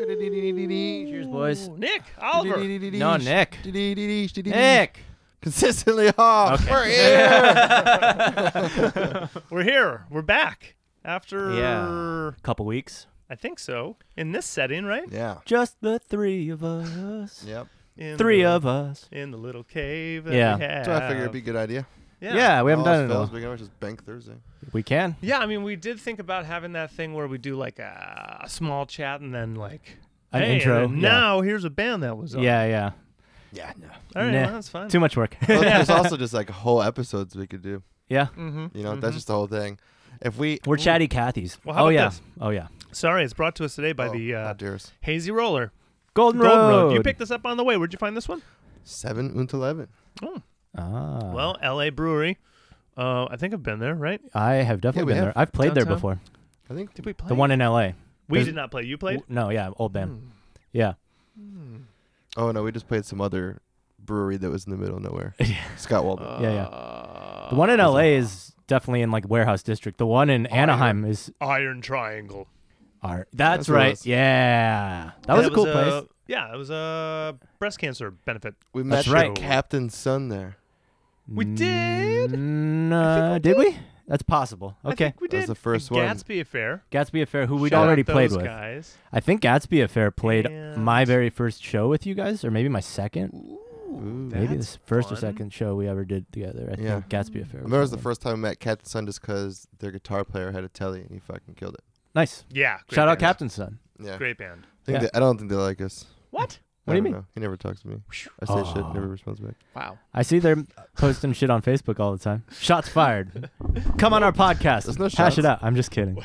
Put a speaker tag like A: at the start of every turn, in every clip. A: Cheers, boys.
B: Nick, Oliver.
A: No, Nick.
C: Nick.
A: Nick.
C: Consistently off.
A: Okay.
C: We're here.
B: We're here. We're back after
A: Yeah. Couple weeks.
B: I think so in this setting, right?
C: yeah.
A: Just the three of us.
C: Yep.
B: In
A: Three
B: the,
A: of us.
B: in the little cave. That
A: Yeah.
B: we have.
C: So I figured it'd be a good idea.
B: yeah.
A: Yeah,
B: yeah.
A: we haven't
C: All us
A: done it in a
C: fellas,
A: while.
C: We can always just bank Thursday.
A: We can.
B: I mean, we did think about having that thing where we do like a, a small chat and then like
A: An
B: hey, and
A: intro,
B: then
A: yeah.
B: Now here's a band that was on.
A: Yeah, yeah.
C: Yeah. No.
B: all right,
A: Nah.
B: well, that's fine.
A: Too much work.
C: Well, There's also just like whole episodes we could do.
A: yeah.
B: Mm-hmm.
C: You know, that's just the whole thing. If we.
A: We're chatty Cathy's.
B: Well, how
A: oh
B: about
A: yeah.
B: this?
A: Oh yeah.
B: Sorry, it's brought to us today by
C: oh,
B: the uh,
C: not yours.
B: Hazy Roller.
A: Golden,
B: Golden Road. You picked this up on the way. Where'd you find this one?
C: 7 und 11.
A: Ah.
B: Well, L.A. Brewery. Uh, I think I've been there, right?
A: I have definitely
C: Yeah, we
A: been
C: have.
A: there. I've played there
B: Downtown?
A: before.
C: I think.
B: Did we play?
A: The one in L.A.
B: we
A: there's-
B: did not play. You played. Hmm.
A: W- No, yeah, old band. Yeah.
C: Oh, no. We just played some other brewery that was in the middle of nowhere.
A: Yeah.
C: Scott Walden.
A: Yeah, yeah. The one in LA is definitely in like warehouse district. The one in Anaheim is
B: Uh, Iron Triangle.
A: art. That's,
C: That's what it
A: right.
C: was.
A: Yeah. That was a cool place.
B: uh, Yeah, it was a breast cancer benefit.
C: we met
A: That's
C: the
A: right.
C: Captain's son there.
B: We did.
A: No, Mm, uh, did we? That's possible.
B: I
A: Okay.
B: think we
C: That
B: did.
C: was the first
B: And
C: one.
B: Gatsby Affair.
A: Gatsby Affair, who we'd
B: Shout out
A: already played
B: those
A: with.
B: Guys.
A: I think Gatsby Affair played my
B: And-
A: very first show with you guys, or maybe my second.
C: Ooh.
A: Maybe
B: That's
A: this first or
B: fun.
A: second show we ever did together. I
C: Yeah.
A: think Gatsby Affair.
C: I
A: Was
C: remember it was the
A: one.
C: first time I met Captain Son just because their guitar player had a telly and he fucking killed it.
A: Nice.
B: Yeah. great
A: Shout out
B: band.
A: Captain's Son.
C: Yeah.
B: Great band.
C: I, think
A: Yeah.
C: they- I don't think they like us.
B: What?
A: What
C: I
A: do you
C: don't
A: mean?
C: know. He never talks to me. I say shit,
A: Aw.
C: never responds back.
B: Wow.
A: I see they're posting shit on Facebook all the time. Shots fired. Come on our podcast.
C: There's no
A: Hash
C: shots.
A: it out. I'm just kidding.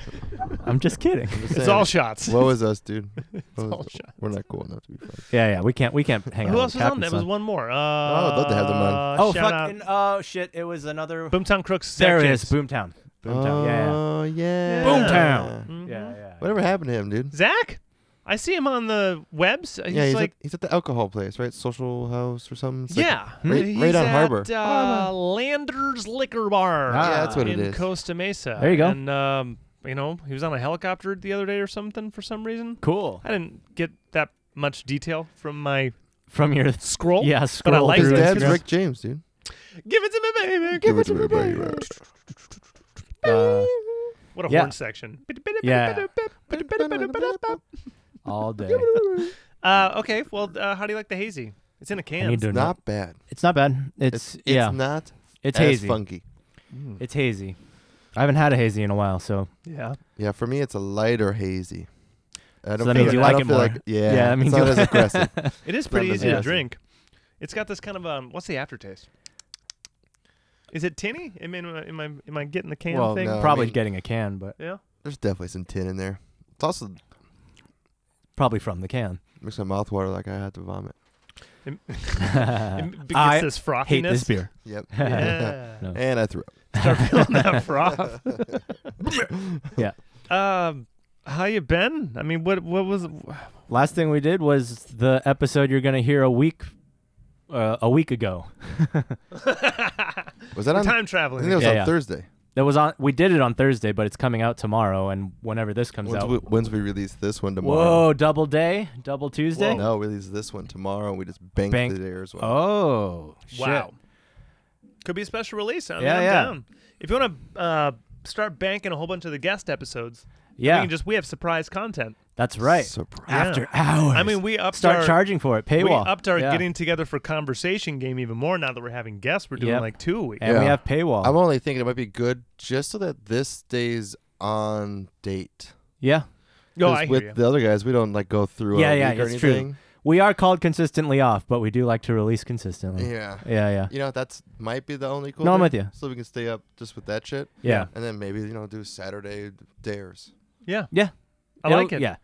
A: I'm just kidding.
C: Just
B: It's
C: saying,
B: all shots.
C: What was us, dude? What was-
B: all shots.
C: We're not cool enough to be friends.
A: Yeah, yeah. We can't. We can't hang out.
B: Who
A: with
B: else was on?
A: Captain
B: There was
A: Son.
B: one more. Uh,
C: Oh, I'd love to have them on.
A: Oh
B: shout
A: fucking.
B: out
A: Oh shit. It was another.
B: Boomtown Crooks. Zach
A: there it
B: James.
A: is. Boomtown. Boomtown. yeah.
C: Oh yeah.
A: Boomtown.
C: Yeah.
B: Mhm.
A: Yeah. Yeah. yeah.
C: Whatever happened to him, dude?
B: Zach? I see him on the webs. He's,
C: yeah, he's
B: like,
C: at, he's at the alcohol place, right? Social house or something. It's like-
B: yeah,
C: Hmm? right-
B: he's
C: right on
B: at,
C: Harbor.
B: Uh, Landers Liquor Bar.
A: Ah,
C: yeah, that's what
B: in
C: it is.
B: Costa Mesa.
A: There you go.
B: And um, you know, he was on a helicopter the other day or something for some reason.
A: Cool.
B: I didn't get that much detail from my
A: From your.
B: scroll.
A: Yeah. Scroll
B: Oh, like
A: through
B: Dude,
C: His
A: it.
B: that's
C: dad's
B: just-
C: Rick James, dude.
B: Give it to me, baby. Give, it to me, baby.
A: Uh,
B: What a
A: Yeah.
B: horn section.
A: Yeah. all day.
B: Uh, okay. Well, uh, how do you like the hazy? It's in a can.
A: I need to.
C: Not bad.
A: It's not bad. It's,
C: It's, it's
A: yeah.
C: not
A: it's
C: as
A: hazy.
C: funky.
A: It's hazy. I haven't had a hazy in a while, so
B: Mm. Yeah.
C: Yeah, for me, it's a lighter hazy. I
A: So
C: don't
A: that
C: feel
A: means you
C: I
A: like
C: don't
A: it
C: feel
A: more.
C: Like, yeah,
A: Yeah, that
C: it's
A: means
C: not
A: you-
C: as aggressive.
B: It is pretty
C: Lemon
B: easy to
C: zest.
B: drink. It's got this kind of um. What's the aftertaste? Is it tinny? I mean, am I am Uh, I getting the can
C: Well,
B: thing?
C: no. I
A: probably
C: mean-
A: getting a can, but
B: Yeah.
C: There's definitely some tin in there. It's also
A: probably from the can.
C: makes my mouth water like I had to vomit.
B: It gets
A: Uh, I
B: this frothiness.
A: hate this beer.
C: Yep.
B: Yeah.
A: No.
C: and I threw up.
B: Start feeling that froth.
A: Yeah.
B: Um, how you been? I mean, what what was?
A: Last thing we did was the episode you're gonna hear a week, uh, a week ago.
C: Was that on?
B: time
C: I
B: traveling.
C: think that was
A: Yeah,
C: on
A: yeah.
C: Thursday.
A: That was on. We did it on Thursday, but it's coming out tomorrow. And whenever this comes
C: Once
A: out,
C: we, once we release this one tomorrow.
A: whoa, double day, double Tuesday.
C: No, we release this one tomorrow. and We just bank
A: Bank-
C: the day as well.
A: Oh, shit.
B: Wow. Could be a special release. I mean,
A: Yeah,
B: I'm
A: yeah.
B: down. If you want to uh, start banking a whole bunch of the guest episodes, we
A: Yeah,
B: can just we have surprise content.
A: that's Oh, right.
C: Surprise.
A: After hours.
B: I mean, we upped
A: start
B: our,
A: charging for it.
B: We
A: Paywall.
B: upped our
A: Yeah.
B: getting together for conversation game even more now that we're having guests. We're doing
A: Yep.
B: like two a week.
A: and we
C: Yeah.
A: have paywall.
C: I'm only thinking it might be good just so that this stays on date.
A: yeah,
B: No,
A: Oh,
C: 'Cause
B: Oh, I
C: with
B: hear you.
C: the other guys, we don't like go through.
A: Yeah,
C: a
A: yeah,
C: week or
A: it's true.
C: anything.
A: we are called consistently off, but we do like to release consistently.
C: Yeah.
A: Yeah, yeah,
C: You know that's might be the only cool.
A: No, I'm
C: thing,
A: with you.
C: So we can stay up just with that shit,
A: yeah,
C: and then maybe you know do Saturday dares.
B: yeah,
A: yeah.
B: I
A: It'll-
B: like it.
A: Yeah.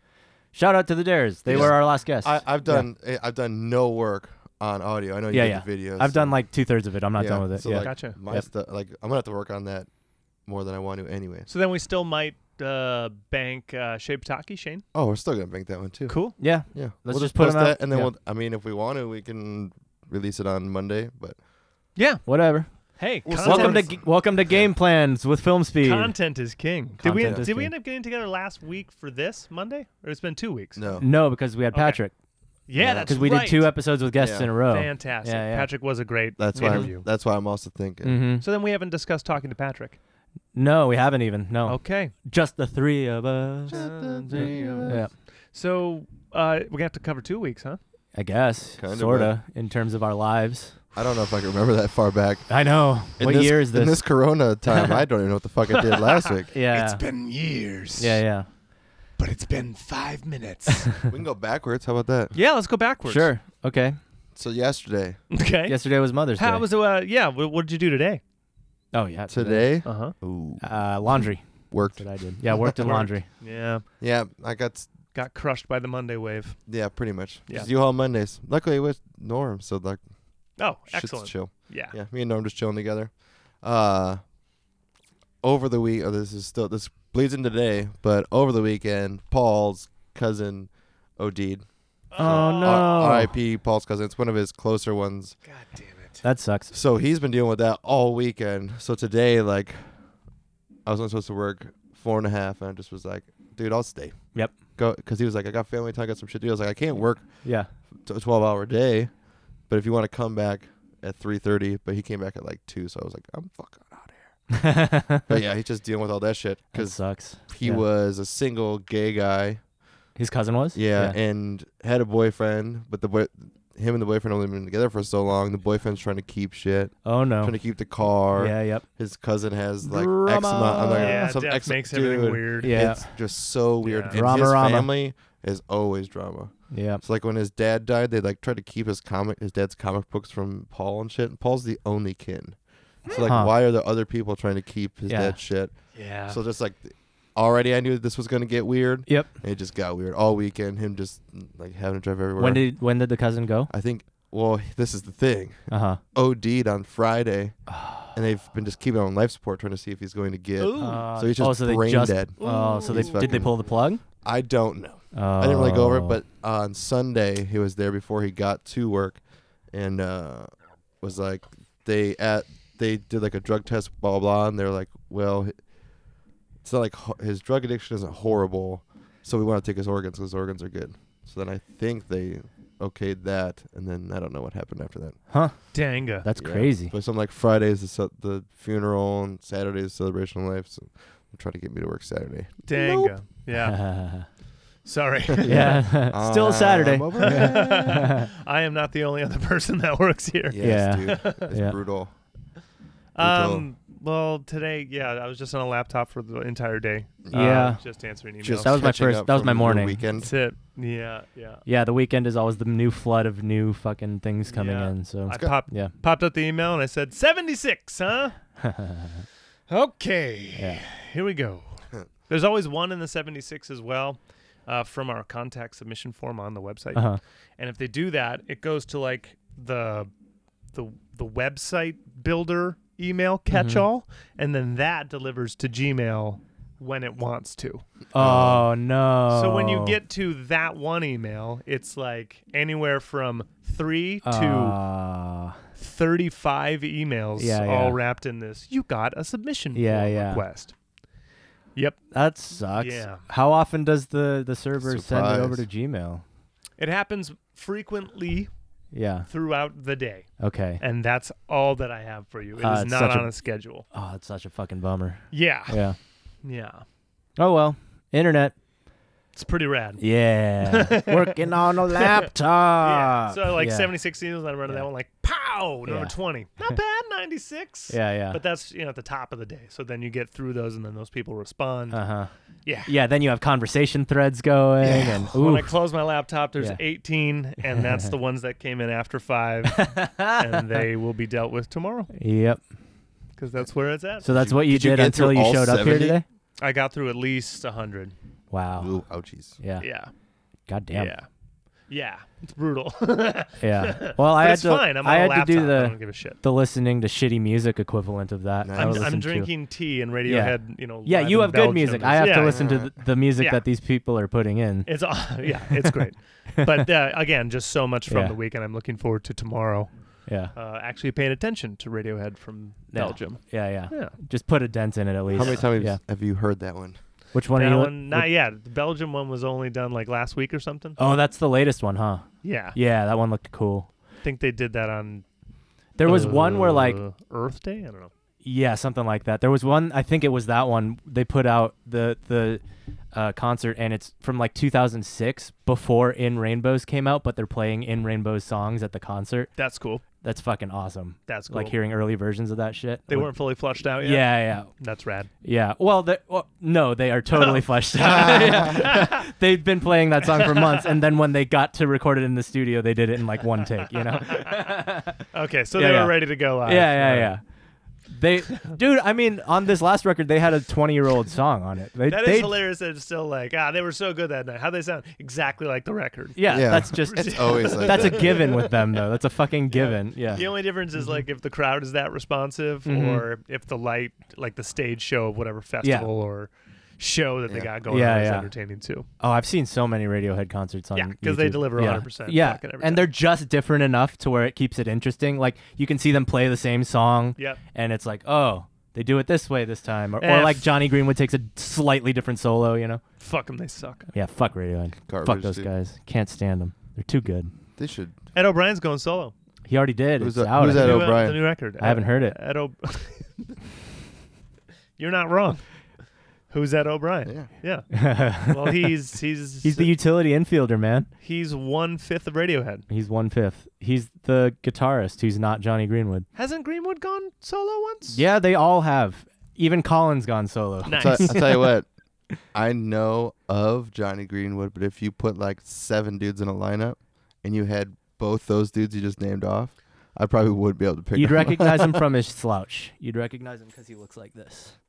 A: Shout out to the Dares. They
C: Yeah.
A: were our last guests.
C: I, I've done eh, I've done no work on audio. I know you
A: Yeah,
C: did
A: yeah.
C: the videos.
A: I've done
C: so-
A: like two thirds of it. I'm not
C: Yeah,
A: done with it.
C: so,
A: yeah.
C: like,
B: Gotcha.
C: My
A: Yep.
C: stu- like I'm gonna have to work on that more than I want to, anyways.
B: So then we still might uh, bank uh, Shape Taki Shane.
C: Oh, we're still gonna bank that one too.
B: Cool.
A: yeah.
C: Yeah,
A: Let's
C: we'll
A: just put
C: post
A: 'em out.
C: that, and then
A: Yeah.
C: we'll. I mean, if we want to, we can release it on Monday. But
B: Yeah.
A: Whatever.
B: Hey,
C: Well,
B: content,
A: Welcome to G- welcome to Game Plans with Film Speed.
B: content is king. Did we
A: Content is
B: did we
A: king.
B: end up getting together last week for this Monday? Or it's been two weeks.
C: No.
A: No, because we had
B: Okay.
A: Patrick.
B: Yeah,
C: Yeah.
B: that's
A: Because we
B: right.
A: did two episodes with guests
C: Yeah.
A: in a row.
B: Fantastic.
A: Yeah, yeah.
B: Patrick was a great
C: That's why.
B: interview.
C: I'm, that's why I'm also thinking.
A: Mhm.
B: So then we haven't discussed talking to Patrick.
A: No, we haven't even. No,
B: Okay.
A: just the three of us. Yeah,
B: So uh, we're gonna have to cover two weeks, huh?
A: I guess,
C: Kinda
A: sorta, in terms of our lives.
C: I don't know if I can remember that far back.
A: I know.
C: In
A: what
C: this,
A: year is this?
C: In this Corona time, I don't even know what the fuck I did last week.
A: yeah,
B: been years.
A: yeah, yeah.
B: But it's been five minutes.
C: We can go backwards. How about that?
B: yeah, let's go backwards.
A: Sure. Okay.
C: So yesterday,
B: Okay.
A: Yesterday was Mother's Day.
B: How was uh yeah, what, what did you do today?
A: oh yeah.
C: today,
B: Uh-huh.
C: ooh,
A: Uh, laundry.
C: worked.
A: That's what I did. Yeah, worked in
B: Worked.
A: laundry.
B: Yeah.
C: Yeah, I got. s-
B: Got crushed by the Monday wave.
C: Yeah, pretty much.
B: Yeah.
C: Just you all Mondays. Luckily, it was Norm, so like,
B: Oh,
C: shit's
B: excellent.
C: chill.
B: Yeah.
C: Yeah, me and Norm just chilling together. Uh, over the week, oh, this is still this bleeds into today, but over the weekend, Paul's cousin OD'd.
A: Oh, no.
C: R- R.I.P. Paul's cousin. It's one of his closer ones.
B: God damn it.
A: That sucks.
C: So he's been dealing with that all weekend. So today, like, I was only supposed to work four and a half, and I just was like, dude, I'll stay.
A: Yep.
C: Go, because he was like, I got family time, I got some shit to do. I was like, I can't work
A: Yeah.
C: t- a twelve hour day, but if you want to come back at three thirty, but he came back at like two, so I was like, I'm fucking out of here.
A: that
C: But yeah, he's just dealing with all that shit because
A: sucks.
C: he
A: yeah.
C: was a single gay guy.
A: His cousin was.
C: Yeah, and had a boyfriend, but the boy, him and the boyfriend only been together for so long. The boyfriend's trying to keep shit,
A: Oh no.
C: trying to keep the car.
A: Yeah. Yep.
C: His cousin has like
A: Drama.
C: eczema. I'm like,
B: Yeah,
C: some
B: death
C: ex-
B: makes everything
C: dude,
B: weird.
A: Yeah.
C: It's just so weird.
B: Yeah.
C: And his
A: Drama-rama.
C: family is always drama.
A: Yep.
C: So like when his dad died, they like tried to keep his comic, his dad's comic books from Paul and shit. And Paul's the only kin. So like,
A: Huh.
C: why are there other people trying to keep his
A: Yeah.
C: dad's shit?
A: Uh.
B: Yeah.
C: So just like, already I knew this was gonna get weird.
A: Yep.
C: And it just got weird all weekend. Him just like having to drive everywhere.
A: When did when did the cousin go?
C: I think? Well, this is the thing.
A: Uh huh.
C: OD'd on Friday, and they've been just keeping him on life support, trying to see if he's going to get.
B: Ooh.
A: Uh,
C: So he's just
A: oh, so they
C: brain
A: just,
C: dead.
A: Oh, so they
C: He's
A: did they
C: fucking-
A: pull the plug?
C: I don't know.
A: Oh.
C: I didn't really go over it, but on Sunday he was there before he got to work, and uh, was like they at they did like a drug test, blah blah, blah and they're like, well, h- it's not like ho- his drug addiction isn't horrible, so we want to take his organs because his organs are good. So then I think they okayed that, and then I don't know what happened after that.
A: huh?
B: Danga.
A: Oh, That's
C: Yeah.
A: crazy.
C: But some like Fridays the ce- the funeral and Saturdays the celebration of life. So they're trying to get me to work Saturday.
B: Danga. Yeah. Sorry.
A: yeah. Still Saturday.
C: Um, I'm over it.
B: I am not the only other person that works here.
A: Yeah.
C: Yes, dude. It's
A: Yeah.
C: brutal.
B: Um. Well, today, yeah, I was just on a laptop for the entire day. Uh,
A: Yeah.
B: just answering emails.
C: Just
A: That was my
C: catching
A: first-
C: up
A: that was
C: from
A: my
C: the
A: morning.
C: Weekend.
B: That's it. Yeah. Yeah.
A: Yeah, the weekend is always the new flood of new fucking things coming
B: Yeah.
A: in. So
B: I popped
A: yeah,
B: popped up the email and I said seventy six, huh? Okay.
A: yeah.
B: Here we go. There's always one in the seventy six as well. Uh, from our contact submission form on the website.
A: Uh huh.
B: and if they do that it goes to like the the the website builder email catch all and then that delivers to gmail when it wants to
A: Oh no.
B: Uh, so when you get to that one email it's like anywhere from 3 to
A: Uh,
B: 35 emails
A: Yeah,
B: all
A: yeah.
B: wrapped in this you got a submission
A: Yeah,
B: form
A: yeah.
B: request yep
A: that sucks.
B: Yeah.
A: How often does the the server send it over to
C: Surprise.
A: Gmail?
B: it happens frequently
A: Yeah.
B: throughout the day
A: Okay.
B: and that's all that i have for you It is
A: Uh, it's
B: not
A: such a-
B: on a schedule
A: Oh, that's such a fucking bummer.
B: yeah
A: Yeah.
B: yeah
A: Oh well. Internet.
B: It's pretty rad.
A: Yeah. Working on a laptop.
B: So like
A: yeah.
B: 76 seasons, I remember
A: Yeah.
B: that one like pow, number
A: Yeah.
B: 20. Not bad, 96.
A: Yeah, yeah.
B: But that's you know at the top of the day. So then you get through those, and then those people respond.
A: uh huh.
B: yeah.
A: Yeah. Then you have conversation threads going, and
B: When I
A: ooh,
B: close my laptop, there's
A: Yeah.
B: 18, and that's the ones that came in after five, and they will be dealt with tomorrow
A: yep.
B: because that's where it's at.
A: So that's
C: you-
A: what you
C: did
A: did,
C: you get
A: until
C: through
A: you
C: all
A: showed up here
C: 70?
A: today.
B: I got through at least 100.
A: Wow.
C: Ooh, ouchies.
A: Yeah.
B: Yeah,
A: God damn.
B: yeah, yeah. It's brutal.
A: Yeah. Well, I
B: But
A: had
B: it's
A: to.
B: fine. I'm on
A: I
B: a
A: had
B: laptop.
A: to do
B: I
A: the
B: don't give a shit.
A: the listening to shitty music equivalent of that.
C: Nice.
A: I
B: I'm,
A: would
B: I'm
A: listen to-
B: drinking tea and Radiohead. You know.
A: Yeah,
B: Live
A: you
B: in
A: have
B: Belgium
A: good music.
B: is-
A: I have
B: yeah,
A: to listen to the, the music
B: Yeah.
A: that these people are putting in.
B: It's aw- yeah, it's great. but uh, again, just so much from
A: Yeah.
B: the weekend. I'm looking forward to tomorrow.
A: Yeah.
B: uh, actually paying attention to Radiohead from
A: Yeah.
B: Belgium.
A: Yeah, yeah.
B: Yeah,
A: Just put a dent in it at least.
C: How many times
A: Yeah.
C: have you heard that one?
A: Which one
B: that
A: are you?
B: one, not yet. The Belgium one was only done like last week or something.
A: Oh, that's the latest one, huh?
B: Yeah,
A: Yeah, that one looked cool.
B: I think they did that on.
A: There was one where like
B: uh, Earth Day. I don't know.
A: yeah, something like that. There was one. I think it was that one. They put out the the uh, concert, and it's from like 2006, before In Rainbows came out. But they're playing In Rainbows songs at the concert.
B: That's cool.
A: That's fucking awesome.
B: That's cool.
A: Like hearing early versions of that shit.
B: they
A: Like-
B: weren't fully flushed out
A: Yeah,
B: yet.
A: yeah,
B: that's rad.
A: yeah. Well, they- well, no, they are totally fleshed out. Yeah. They've been playing that song for months, and then when they got to record it in the studio, they did it in like one take. You know.
B: Okay, so
A: Yeah,
B: they
A: yeah.
B: were ready to go live.
A: yeah, yeah,
B: Right.
A: yeah. They, dude. I mean, on this last record, they had a twenty-year-old song on it. They,
B: That is
A: they-
B: hilarious. That it's still like ah, they were so good that night. How they sound exactly like the record.
A: Yeah,
C: Yeah.
A: that's just
C: It's always like
A: that's a
C: that.
A: given with them though. That's a fucking given. Yeah,
B: The only difference
A: Mm-hmm.
B: is like if the crowd is that responsive,
A: Mhm.
B: or if the light, like the stage show of whatever festival or show that they
C: Yeah.
B: got going
A: Yeah,
B: on, is
A: yeah.
B: entertaining too.
A: Oh, I've seen so many Radiohead concerts on.
B: Yeah, 'cause they
A: YouTube.
B: deliver
A: Yeah.
B: 100%
A: Yeah,
B: fucking every time.
A: and they're just different enough to where it keeps it interesting. Like you can see them play the same song,
B: Yep.
A: and it's like, oh, they do it this way this time, or, or
B: Eh,
A: like
B: f-
A: Johnny Greenwood takes a slightly different solo. You know?
B: Fuck them, they suck.
A: Yeah, fuck Radiohead. fuck
C: Garbage,
A: those
C: dude.
A: guys. Can't stand them. They're too good.
C: They should.
B: Ed O'Brien's going solo.
A: He already did.
C: Who's
A: it's
C: that-
A: out.
C: who's
A: I
C: that
A: think.
B: New- uh,
C: O'Brien?
B: the new record.
A: I haven't heard it.
B: Ed O. You're not wrong. Who's Ed O'Brien?
C: Yeah.
B: Yeah. Well, he's he's
A: he's the utility infielder, man.
B: he's one fifth of Radiohead.
A: He's one fifth. He's the guitarist who's not Johnny Greenwood.
B: Hasn't Greenwood gone solo once?
A: Yeah, they all have. Even Colin's gone solo.
B: Nice.
C: So, I'll tell you what. I know of Johnny Greenwood, but if you put like seven dudes in a lineup and you had both those dudes you just named off, I probably would be able to pick.
A: You'd
C: them.
A: recognize him from his slouch. You'd recognize him because he looks like this.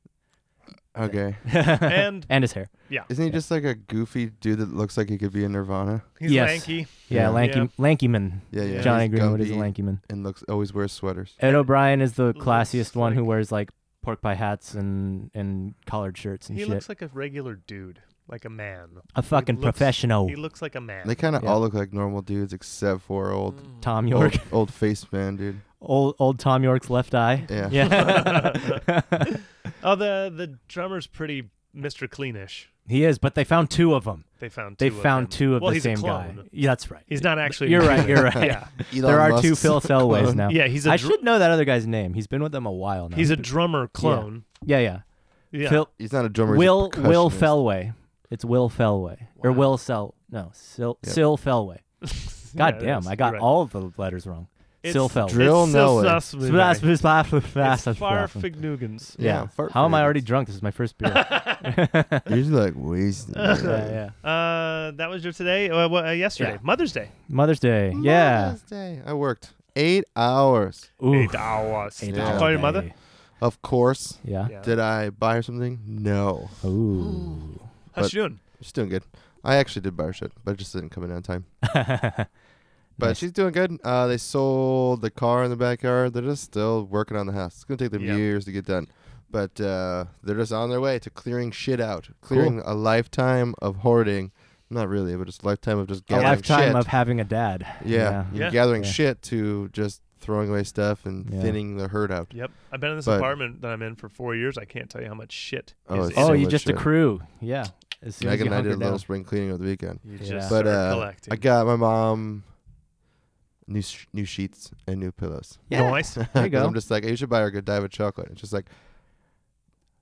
C: okay.
B: And
A: And his hair.
C: Isn't he just like a goofy dude that looks like he could be in Nirvana?
B: he's
A: Yes.
B: lanky.
A: Yeah,
C: Yeah.
A: lanky,
B: Yeah.
A: lanky man.
C: Yeah, yeah.
A: Johnny
C: he's
A: Greenwood is a
C: Gumby
A: lanky man.
C: and looks always wears sweaters.
A: Ed O'Brien is the
B: looks
A: classiest one who
B: like-
A: wears like pork pie hats and and collared shirts and
B: He
A: shit.
B: looks like a regular dude, like a man.
A: a fucking
B: looks-
A: professional.
B: He looks like a man.
C: They kind of
A: Yeah.
C: all look like normal dudes except for old
A: Tom York,
C: old, old face man, dude.
A: old old Tom York's left eye.
C: Yeah.
A: yeah.
B: oh, the the drummer's pretty Mr. Cleanish.
A: he is, but they found two of them.
B: They found
A: They
B: two
A: found
B: of him.
A: two of
B: well,
A: the
B: he's
A: same
B: a clone.
A: guy. Yeah, that's right.
B: He's not actually.
A: You're right. You're right.
B: yeah,
C: Elon
A: there are two
C: Musk's
A: Phil Selways
C: clone.
A: now.
B: yeah. He's a
A: I
B: dr-
A: should know that other guy's name. He's been with them a while now.
B: he's a drummer clone.
A: yeah, yeah.
B: Yeah.
A: Phil
C: He's not a drummer. he's a
A: Will Will
C: percussionist.
A: Felway. It's Will Felway or Will Sel. No, Sil
C: Yep.
A: Sil Felway. God
B: it
A: damn,
B: is.
A: I got
B: You're right.
A: all of the letters wrong.
B: It's
A: Sil Felway.
C: dri- Drill
B: it's
C: Noah.
B: So sus-
A: Splash,
B: it's
A: splash, splash,
B: far
A: splash.
B: Fignugans.
A: Yeah.
C: fart
A: How am I
C: faggots.
A: already drunk? This is my first beer. yeah,
C: You're just like wasted.
A: yeah.
B: Uh, that was your today. Uh, wha- uh, yesterday,
A: Yeah.
B: Mother's Day.
A: Mother's Day. Yeah.
C: Mother's Day. I worked eight hours.
A: Ooh.
B: Eight hours.
A: Eight
C: Yeah.
A: hours,
B: Call your mother.
A: baby.
C: Of course.
A: Yeah.
B: Yeah.
C: Did I buy her something? No.
A: Ooh.
B: How's
C: but-
B: she doing?
C: She's doing good. I actually did buy her shit, but it just didn't come in on time. But
A: Nice.
C: she's doing good. Uh, they sold the car in the backyard. They're just still working on the house. It's gonna take them
B: Yeah.
C: years to get done, but uh, they're just on their way to clearing shit out, clearing a lifetime of hoarding. Not really, but just a lifetime of just
A: a
C: gathering
A: lifetime
C: shit.
A: of having a dad.
C: yeah, you're
B: Yeah.
C: gathering
A: Yeah.
C: shit to just throwing away stuff and
A: Yeah.
C: thinning the herd out.
B: Yep. I've been in this
C: But-
B: apartment that I'm in for four years. I can't tell you how much shit.
C: Oh,
B: is
C: it's
B: in
A: Oh,
C: so
B: it.
A: you
C: much
A: just
C: shit.
A: accrue. Yeah. As soon
C: Yeah, I
A: as you
C: can- I did
A: hunker
C: a little
A: down.
C: spring cleaning over the weekend,
B: you
A: Yeah.
B: just start
C: but uh,
B: collecting.
C: I got my mom new sh- new sheets and new pillows.
A: Yeah.
B: Nice.
A: There you
C: 'Cause
A: go.
C: I'm just like, hey, you should buy her a Godiva chocolate. It's just like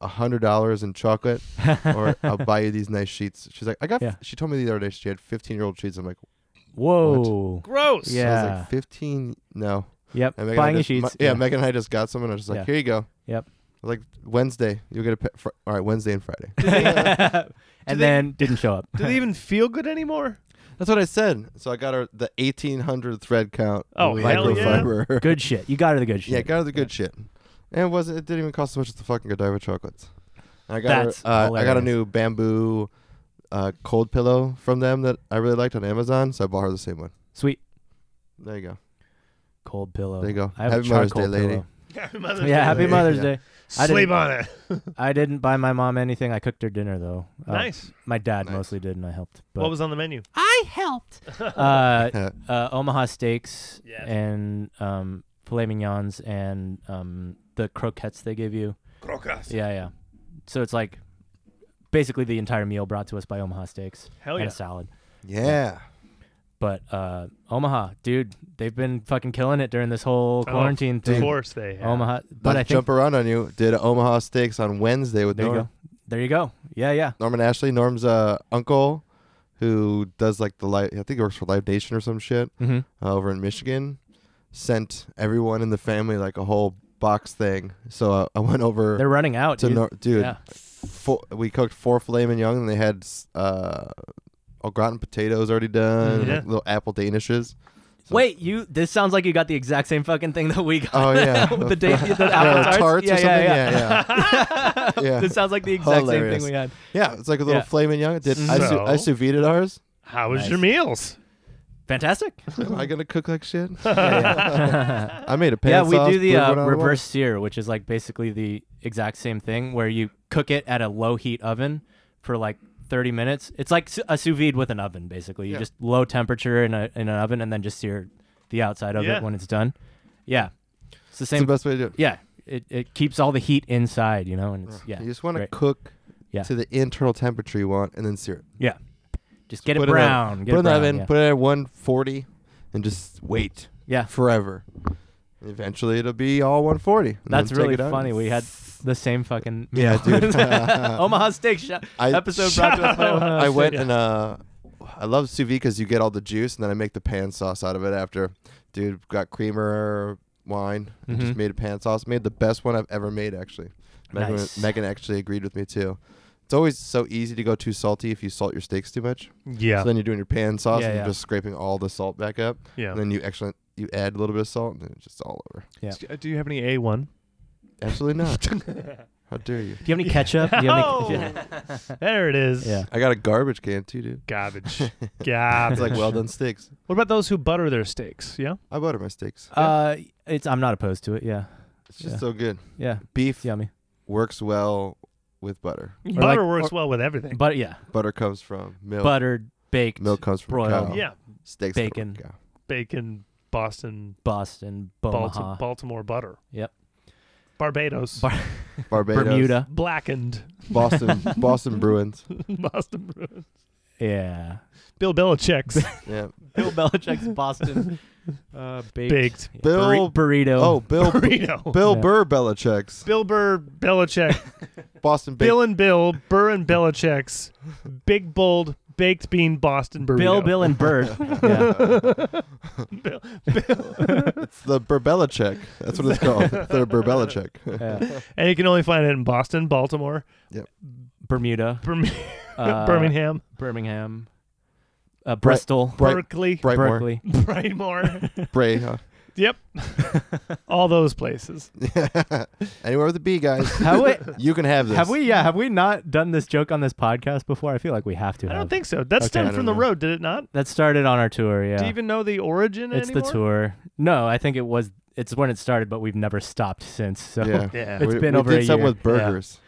C: a hundred dollars in chocolate, or I'll buy you these nice sheets. She's like, I got.
A: Yeah.
C: She told me the other day she had 15 year old sheets. I'm like,
A: Whoa.
B: Gross.
A: Yeah.
C: I was like 15. No.
A: Yep.
C: And Megan and I
A: Buying your
C: just-
A: sheets.
C: my- yeah, Megan and I just got some, and I was just like,
A: Yeah.
C: here you go.
A: Yep.
C: Like Wednesday, you'll get a. Pe- fr- all right, Wednesday and Friday.
B: do
A: and
B: they-
A: then didn't show up.
B: Do they even feel good anymore?
C: That's what I said. So I got her the 1800 thread count
B: Oh, hell yeah.
C: microfiber.
A: Good shit. You got her the good shit.
C: Yeah, got her the good shit. And it wasn't. It didn't even cost as much as the fucking Godiva chocolates. And I got her-
A: That's
C: uh, I got a
A: hilarious.
C: new bamboo uh, cold pillow from them that I really liked on Amazon, so I bought her the same one.
A: Sweet.
C: There you go.
A: Cold pillow.
C: There you go.
A: I have
C: Happy
A: a
C: Mother's
A: charcoal
C: Day, lady.
A: pillow.
B: Happy Mother's
A: Yeah,
B: Day,
A: happy
B: lady.
A: Mother's
C: Yeah.
A: Day. I
B: Sleep
A: didn't- Oh,
B: on it.
A: I didn't buy my mom anything. I cooked her dinner though. Uh,
B: nice.
A: My dad
C: Nice.
A: mostly did, and I helped. But
B: What was on the menu?
A: I helped. uh,
C: Yeah.
A: uh, Omaha steaks
B: Yes.
A: and um, filet mignons and um, the croquettes they give you.
B: Crocas.
A: Yeah, yeah. So it's like basically the entire meal brought to us by Omaha Steaks
B: Hell
A: and
B: Oh, yeah.
A: a salad.
C: Yeah.
A: But uh, Omaha, dude, they've been fucking killing it during this whole
B: Oh,
A: quarantine
B: Of
A: thing.
B: course they have.
A: Omaha, but
C: Not
A: I
C: to
A: think
C: jump around on you. Did Omaha Steaks on Wednesday with
A: there you
C: Norm.
A: go. There you go. Yeah, yeah.
C: Norman Ashley, Norm's uh, uncle, who does like the live. I think he works for Live Nation or some shit
A: Mm-hmm.
C: uh, over in Michigan. Sent everyone in the family like a whole box thing. So uh, I went over
A: They're running out,
C: to
A: dude.
C: Nor- dude.
A: Yeah.
C: Four, we cooked four filet mignon, and they had uh, au gratin potatoes already done,
A: Mm-hmm.
C: and,
B: Yeah.
C: like, little apple danishes. So-
A: Wait, you? This sounds like you got the exact same fucking thing that we got.
C: Oh yeah,
A: With the da- the
C: Yeah,
A: apple tarts?
C: tarts
A: Yeah,
C: or
A: yeah,
C: something.
A: yeah.
C: yeah. yeah. Yeah.
A: This sounds like the exact same
C: Hilarious.
A: thing we had.
C: Yeah, it's like a little
A: Yeah.
C: filet mignon. It Did I, su- I
B: So-
C: sous vide ours?
B: How was
A: Nice.
B: your meals?
A: Fantastic.
C: Am I gonna cook like shit?
A: yeah,
C: I made a pan
A: yeah, we
C: sauce,
A: do the
C: blew
A: uh,
C: one out of water.
A: reverse sear, which is like basically the exact same thing where you cook it at a low heat oven for like 30 minutes. It's like su- a sous vide with an oven, basically. You
C: Yeah.
A: just low temperature in, a, in an oven and then just sear the outside of
B: Yeah.
A: it when it's done. Yeah. It's the
C: It's
A: same.
C: the best way to do it.
A: yeah. It, it keeps all the heat inside, you know, and it's, yeah.
C: you just want to
A: great.
C: cook
A: Yeah.
C: to the internal temperature you want, and then sear it.
A: Yeah. Just get
C: put
A: it
C: it in-
A: brown. get
C: put it in the
A: brown,
C: oven,
A: yeah.
C: put it at 140, and just wait
A: yeah.
C: forever. Eventually, it'll be all 140. and
A: That's
C: then take
A: really
C: it out.
A: funny. We had the same fucking
C: Yeah,
A: meal.
C: dude.
A: Omaha Steak Shop
C: I-
A: episode brought to us by Omaha.
C: I
B: Shit,
C: went
B: yeah.
C: and uh, I love sous vide because you get all the juice, and then I make the pan sauce out of it after. Dude, got creamer, wine, and
A: Mhm.
C: just made a pan sauce. Made the best one I've ever made, actually. Megan,
A: Nice.
C: Megan actually agreed with me too. It's always so easy to go too salty if you salt your steaks too much.
B: Yeah.
C: So then you're doing your pan sauce
A: Yeah,
C: and
A: yeah.
C: you're just scraping all the salt back up.
B: yeah.
C: And then you actually you add a little bit of salt and then it's just all over.
A: Yeah.
B: Do- Do you have any A1?
C: Absolutely not. How dare you?
A: Do you have any ketchup? Do you have any...
B: There it is.
A: Yeah.
C: I got a garbage can too, dude.
B: Garbage.
C: It's
B: Garbage.
C: like well done steaks.
B: what about those who butter their steaks? Yeah.
C: I butter my steaks.
A: Uh, it's I'm not opposed to it. Yeah,
C: It's just
A: Yeah.
C: so good.
A: yeah,
C: Beef
A: it's yummy.
C: works well with butter.
B: butter
A: like-
B: works well with everything.
A: But yeah,
C: Butter comes from milk.
A: buttered, baked,
C: milk comes from
A: broiled.
C: cow.
B: yeah.
C: Steaks come from
A: Bacon.
C: cow.
B: Bacon, Boston,
A: Boston, Omaha,
B: Balti- Baltimore butter.
A: Yep.
B: Barbados.
A: Bar-
C: Barbados.
A: Bermuda.
B: blackened.
C: Boston. Boston Bruins.
B: Boston Bruins.
A: Yeah,
B: Bill Belichick's
C: Yeah.
A: Bill Belichick's Boston uh, baked,
B: Baked.
A: yeah,
C: Bill-
A: burri- burrito.
C: Oh, Bill.
B: burrito.
C: Bill
A: Yeah.
C: Burr Belichick's
B: Bill Burr Belichick.
C: Boston Bacon.
B: Bill and Bill. Burr and Belichick's big bold baked bean Boston burrito.
A: Bill, Bill, and Bert. yeah.
C: It's the Burbelichek. That's what it's called. the Burbelichek.
A: yeah.
B: And you can only find it in Boston, Baltimore,
A: Bermuda,
B: Birmingham.
A: uh,
B: Birmingham,
A: Birmingham, uh, Bristol,
C: Bright,
B: Berkeley,
C: Brightmore.
A: Berkeley.
B: Brightmore.
C: Bray, huh?
B: yep. All those places.
C: Anywhere with a B, guys.
A: Have we?
C: You can have this.
A: Have we? Yeah. Have we not done this joke on this podcast before? I feel like we have to.
B: I
A: have.
B: don't think so. That
A: Okay.
C: I
B: stemmed from
C: don't
B: the
C: know.
B: road, did it not?
A: that started on our tour. Yeah.
B: Do you even know the origin
A: It's
B: anymore?
A: the tour. No, I think it was. It's when it started, but we've never stopped since. So Oh,
C: Yeah.
B: Yeah.
A: It's
C: we,
A: been
C: we
A: over
C: did
A: a
C: something
A: year.
C: with burgers.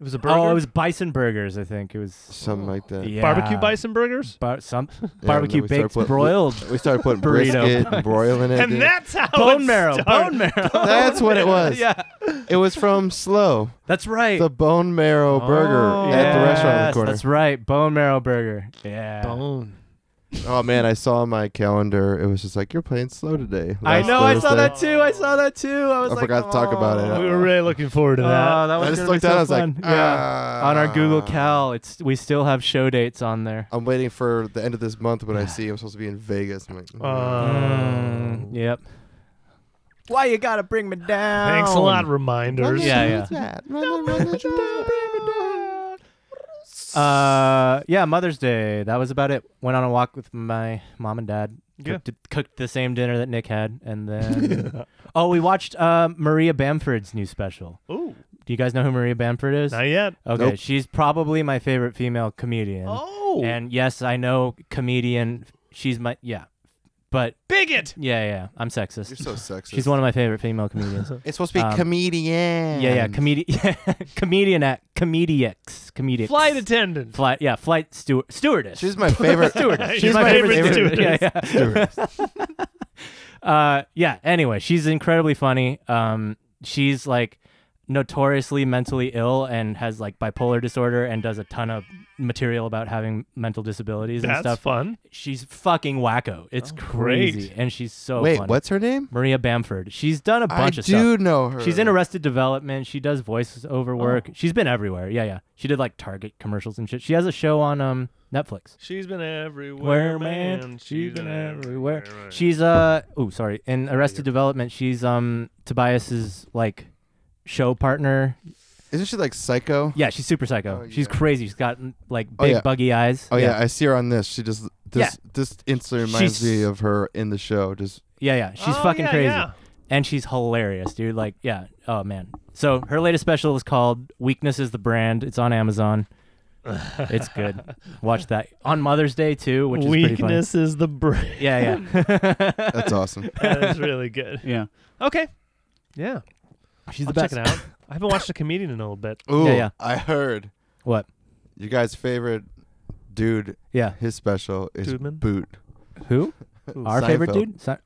B: It was a burger.
A: oh, it was Bison Burgers. I think it was
C: Something like that.
A: yeah.
B: barbecue bison burgers.
A: Bar- some
C: then
A: barbecue
C: we started
A: baked
C: putting-
A: broiled
C: We started putting
A: Burrito.
C: brisket and broil in it.
B: And
C: dude.
B: that's how
A: bone
B: it
A: marrow.
B: started.
A: Bone marrow.
C: That's what it was.
A: yeah,
C: It was from Slow,
A: that's right.
C: the bone marrow burger
B: Oh,
C: at the restaurant in the
A: Yes,
C: corner.
A: That's right. Bone marrow burger. Yeah.
B: Bone.
C: Oh man, I saw on my calendar. It was just like you're playing Slow today.
A: I
C: last
A: know. I saw
C: Thursday.
A: that too. I saw that too. I was
C: I
A: like,
C: forgot to talk about it.
A: "Oh."
B: We were really looking forward to
A: Oh,
B: that.
A: that was
C: I just
A: gonna be
C: looked down.
A: so
C: I was
A: fun.
C: like,
A: yeah.
C: "Ah."
A: On our Google Cal, it's we still have show dates on there.
C: I'm waiting for the end of this month when I see I'm supposed to be in Vegas. I'm like,
B: Uh,
A: Mm, yep. Why you gotta bring me down?
B: Thanks a lot, reminders.
A: Yeah, yeah. Uh, yeah, Mother's Day. That was about it. Went on a walk with my mom and dad.
B: Yeah.
A: Cooked, cooked the same dinner that Nick had, and then oh, we watched uh, Maria Bamford's new special.
B: Ooh,
A: Do you guys know who Maria Bamford is?
B: not yet.
A: Okay,
C: Nope.
A: she's probably my favorite female comedian.
B: Oh,
A: And yes, I know comedian. She's my yeah, but
B: bigot.
A: yeah, yeah. I'm sexist.
C: You're so sexist.
A: she's one of my favorite female comedians.
C: It's supposed to be
A: um, yeah,
C: comedian.
A: yeah. Comedian, comedian at comedics, comedics.
B: Flight attendant.
A: flight yeah flight steward stewardess
C: She's my favorite.
A: stewardess
B: She's my favorite
A: steward.
B: stewardess.
A: yeah, yeah. uh, yeah. Anyway, she's incredibly funny. Um, she's like notoriously mentally ill and has like bipolar disorder and does a ton of material about having mental disabilities
B: That's
A: and stuff.
B: fun.
A: She's fucking wacko. It's
B: great.
A: crazy, and she's so
C: Oh, Wait,
A: funny.
C: what's her name?
A: Maria Bamford. She's done a bunch
C: I
A: of
C: do
A: stuff.
C: know her.
A: She's in Arrested Development. She does voiceover work. She's been everywhere. Yeah, yeah. She did like Target commercials and shit. She has a show on um Netflix.
B: She's been everywhere,
A: Where man, she's been everywhere.
B: man.
A: She's uh oh sorry in Arrested Development. She's um Tobias's like show partner.
C: Isn't she like Psycho?
A: Yeah, she's super psycho.
C: Oh,
A: She's
C: yeah.
A: crazy. She's got mm, like big
C: Oh, yeah.
A: buggy eyes.
C: Oh yeah. I see her on this. She just this this instantly reminds
A: She's-
C: me of her in the show. Just
A: yeah, yeah. She's
B: Oh,
A: fucking
B: yeah,
A: crazy.
B: yeah.
A: and she's hilarious, dude. Like, yeah. Oh man. So her latest special is called "Weakness Is the Brand." It's on Amazon. it's good. Watch that on Mother's Day too, which is pretty funny.
B: Weakness is the brain.
A: Yeah, yeah.
C: that's awesome.
B: that is really good.
D: Yeah.
B: Okay. Yeah.
A: she's
B: I'll
A: the
B: check it
A: best.
B: out. I haven't watched a comedian in a little bit.
C: Ooh,
A: Yeah, yeah.
C: I heard
A: What?
C: you guys' favorite dude.
A: Yeah.
C: His special is
B: Dudeman?
C: Boot.
A: Who?
B: Ooh,
A: Our favorite
C: Seinfeld.
A: dude. Si-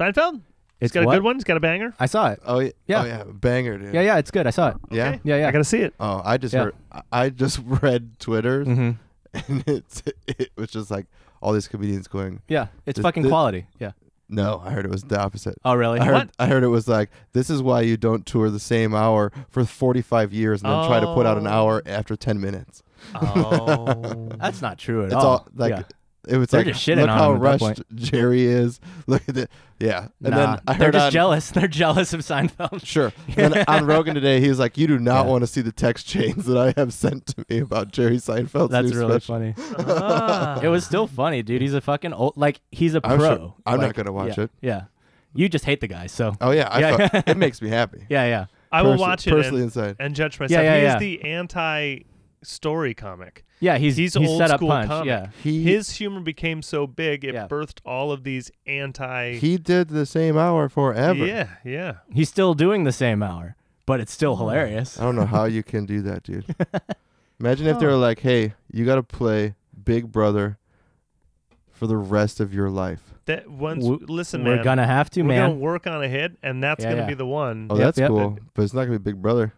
B: Seinfeld? He's
A: it's
B: got a
A: what?
B: good one. He's got a banger.
A: I saw it.
C: Oh yeah.
A: Yeah.
C: Oh yeah. Banger, dude.
A: Yeah, yeah. It's good. I saw it.
C: Yeah.
B: Okay.
A: Yeah, yeah.
B: I gotta see it.
C: Oh, I just
A: Yeah.
C: heard. I- I just read Twitter,
A: Mm-hmm.
C: and it's it was just like all these comedians going.
A: Yeah. It's
C: Th-
A: fucking
C: th-
A: quality. Yeah.
C: No, I heard it was the opposite.
A: Oh really?
C: I heard,
B: What?
C: I heard it was like this is why you don't tour the same hour for 45 years and then try to put out an
B: Oh.
C: hour after 10 minutes.
B: Oh.
A: That's not true at
C: It's
A: all.
C: all like
A: yeah.
C: it was
A: They're
C: like
A: just shitting
C: look
A: on
C: how
A: him at that
C: rushed
A: point.
C: Jerry is. Look at it. Yeah, and
A: nah,
C: then I
A: they're
C: heard
A: just
C: on,
A: jealous. They're jealous of Seinfeld.
C: Sure. And then on Rogan today, he was like, "You do not
A: Yeah.
C: want to see the text chains that I have sent to me about Jerry Seinfeld's
A: That's
C: new
A: really
C: special."
A: funny.
B: Ah.
A: It was still funny, dude. He's a fucking old, like he's a pro.
C: I'm sure- I'm not
A: Like,
C: gonna watch
A: yeah,
C: it.
A: Yeah, you just hate the guy, so
C: Oh yeah, I
A: Yeah.
C: Thought, it makes me happy.
A: yeah, yeah.
B: I will
C: Perso-
B: watch it
C: personally
B: and,
C: inside.
B: and judge myself.
A: yeah,
B: he is
A: yeah.
B: the anti story comic.
A: Yeah, he's
B: He's
A: he's,
B: old
A: set up
B: school
A: punch.
B: comic.
A: Yeah,
C: He
B: His humor became so big it
A: Yeah.
B: birthed all of these anti
C: he did the same hour forever.
B: Yeah, yeah.
A: he's still doing the same hour, but it's
B: Mm.
A: still hilarious.
C: I don't know how you can do that, dude. Imagine if they were like, "Hey, you got to play Big Brother for the rest of your life."
B: That once
A: W-
B: listen
A: We're
B: man.
A: gonna have to,
B: we're
A: man.
B: gonna work on a hit and that's
A: Yeah,
B: gonna
A: yeah.
B: be the one.
C: Oh,
A: Yep,
C: that's
A: yep.
C: cool, but it's not gonna be Big Brother.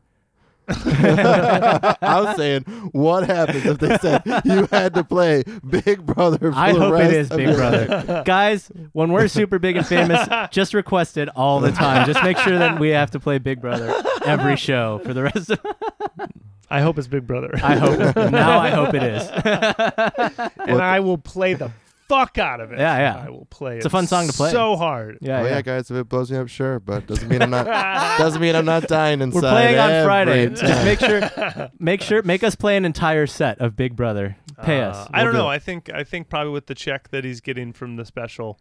C: I was saying, what happens if they said you had to play Big Brother? For
A: I
C: the
A: hope it
C: rest
A: is
C: of
A: Big
C: your
A: Brother. Guys, when we're super big and famous, just request it all the time. Just make sure that we have to play Big Brother every show for the rest of
B: I hope it's Big Brother.
A: I hope it, now I hope it is.
C: Oh,
B: and I will play the fuck out of it.
A: Yeah, yeah.
B: I will play
A: It's
B: it
A: a fun song to play.
B: So hard.
A: Yeah,
C: Oh yeah,
A: yeah.
C: guys, if it blows me up, sure, but doesn't mean I'm not doesn't mean I'm not dying
A: We're
C: inside.
A: playing on
C: every
A: Friday. Just
C: time.
A: make sure, make sure, make us play an entire set of Big Brother. Pay
B: Uh,
A: us.
B: I
A: We'll
B: don't
A: do
B: know.
A: it.
B: I think I think probably with the check that he's getting from the special,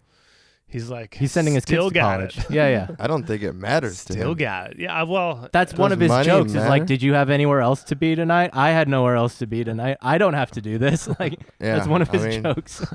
B: he's like
A: He's sending his
B: still
A: kids to
B: got
A: college.
B: it.
A: Yeah, yeah.
C: I don't think it matters. to
B: Still
C: him.
B: got it. Yeah. I- Well,
A: That's one
C: Does
A: of his
C: money
A: jokes. Is
C: matter?
A: like, did you have anywhere else to be tonight? I had nowhere else to be tonight. I don't have to do this. Like,
C: Yeah,
A: that's one of
C: I
A: his
C: mean-
A: jokes.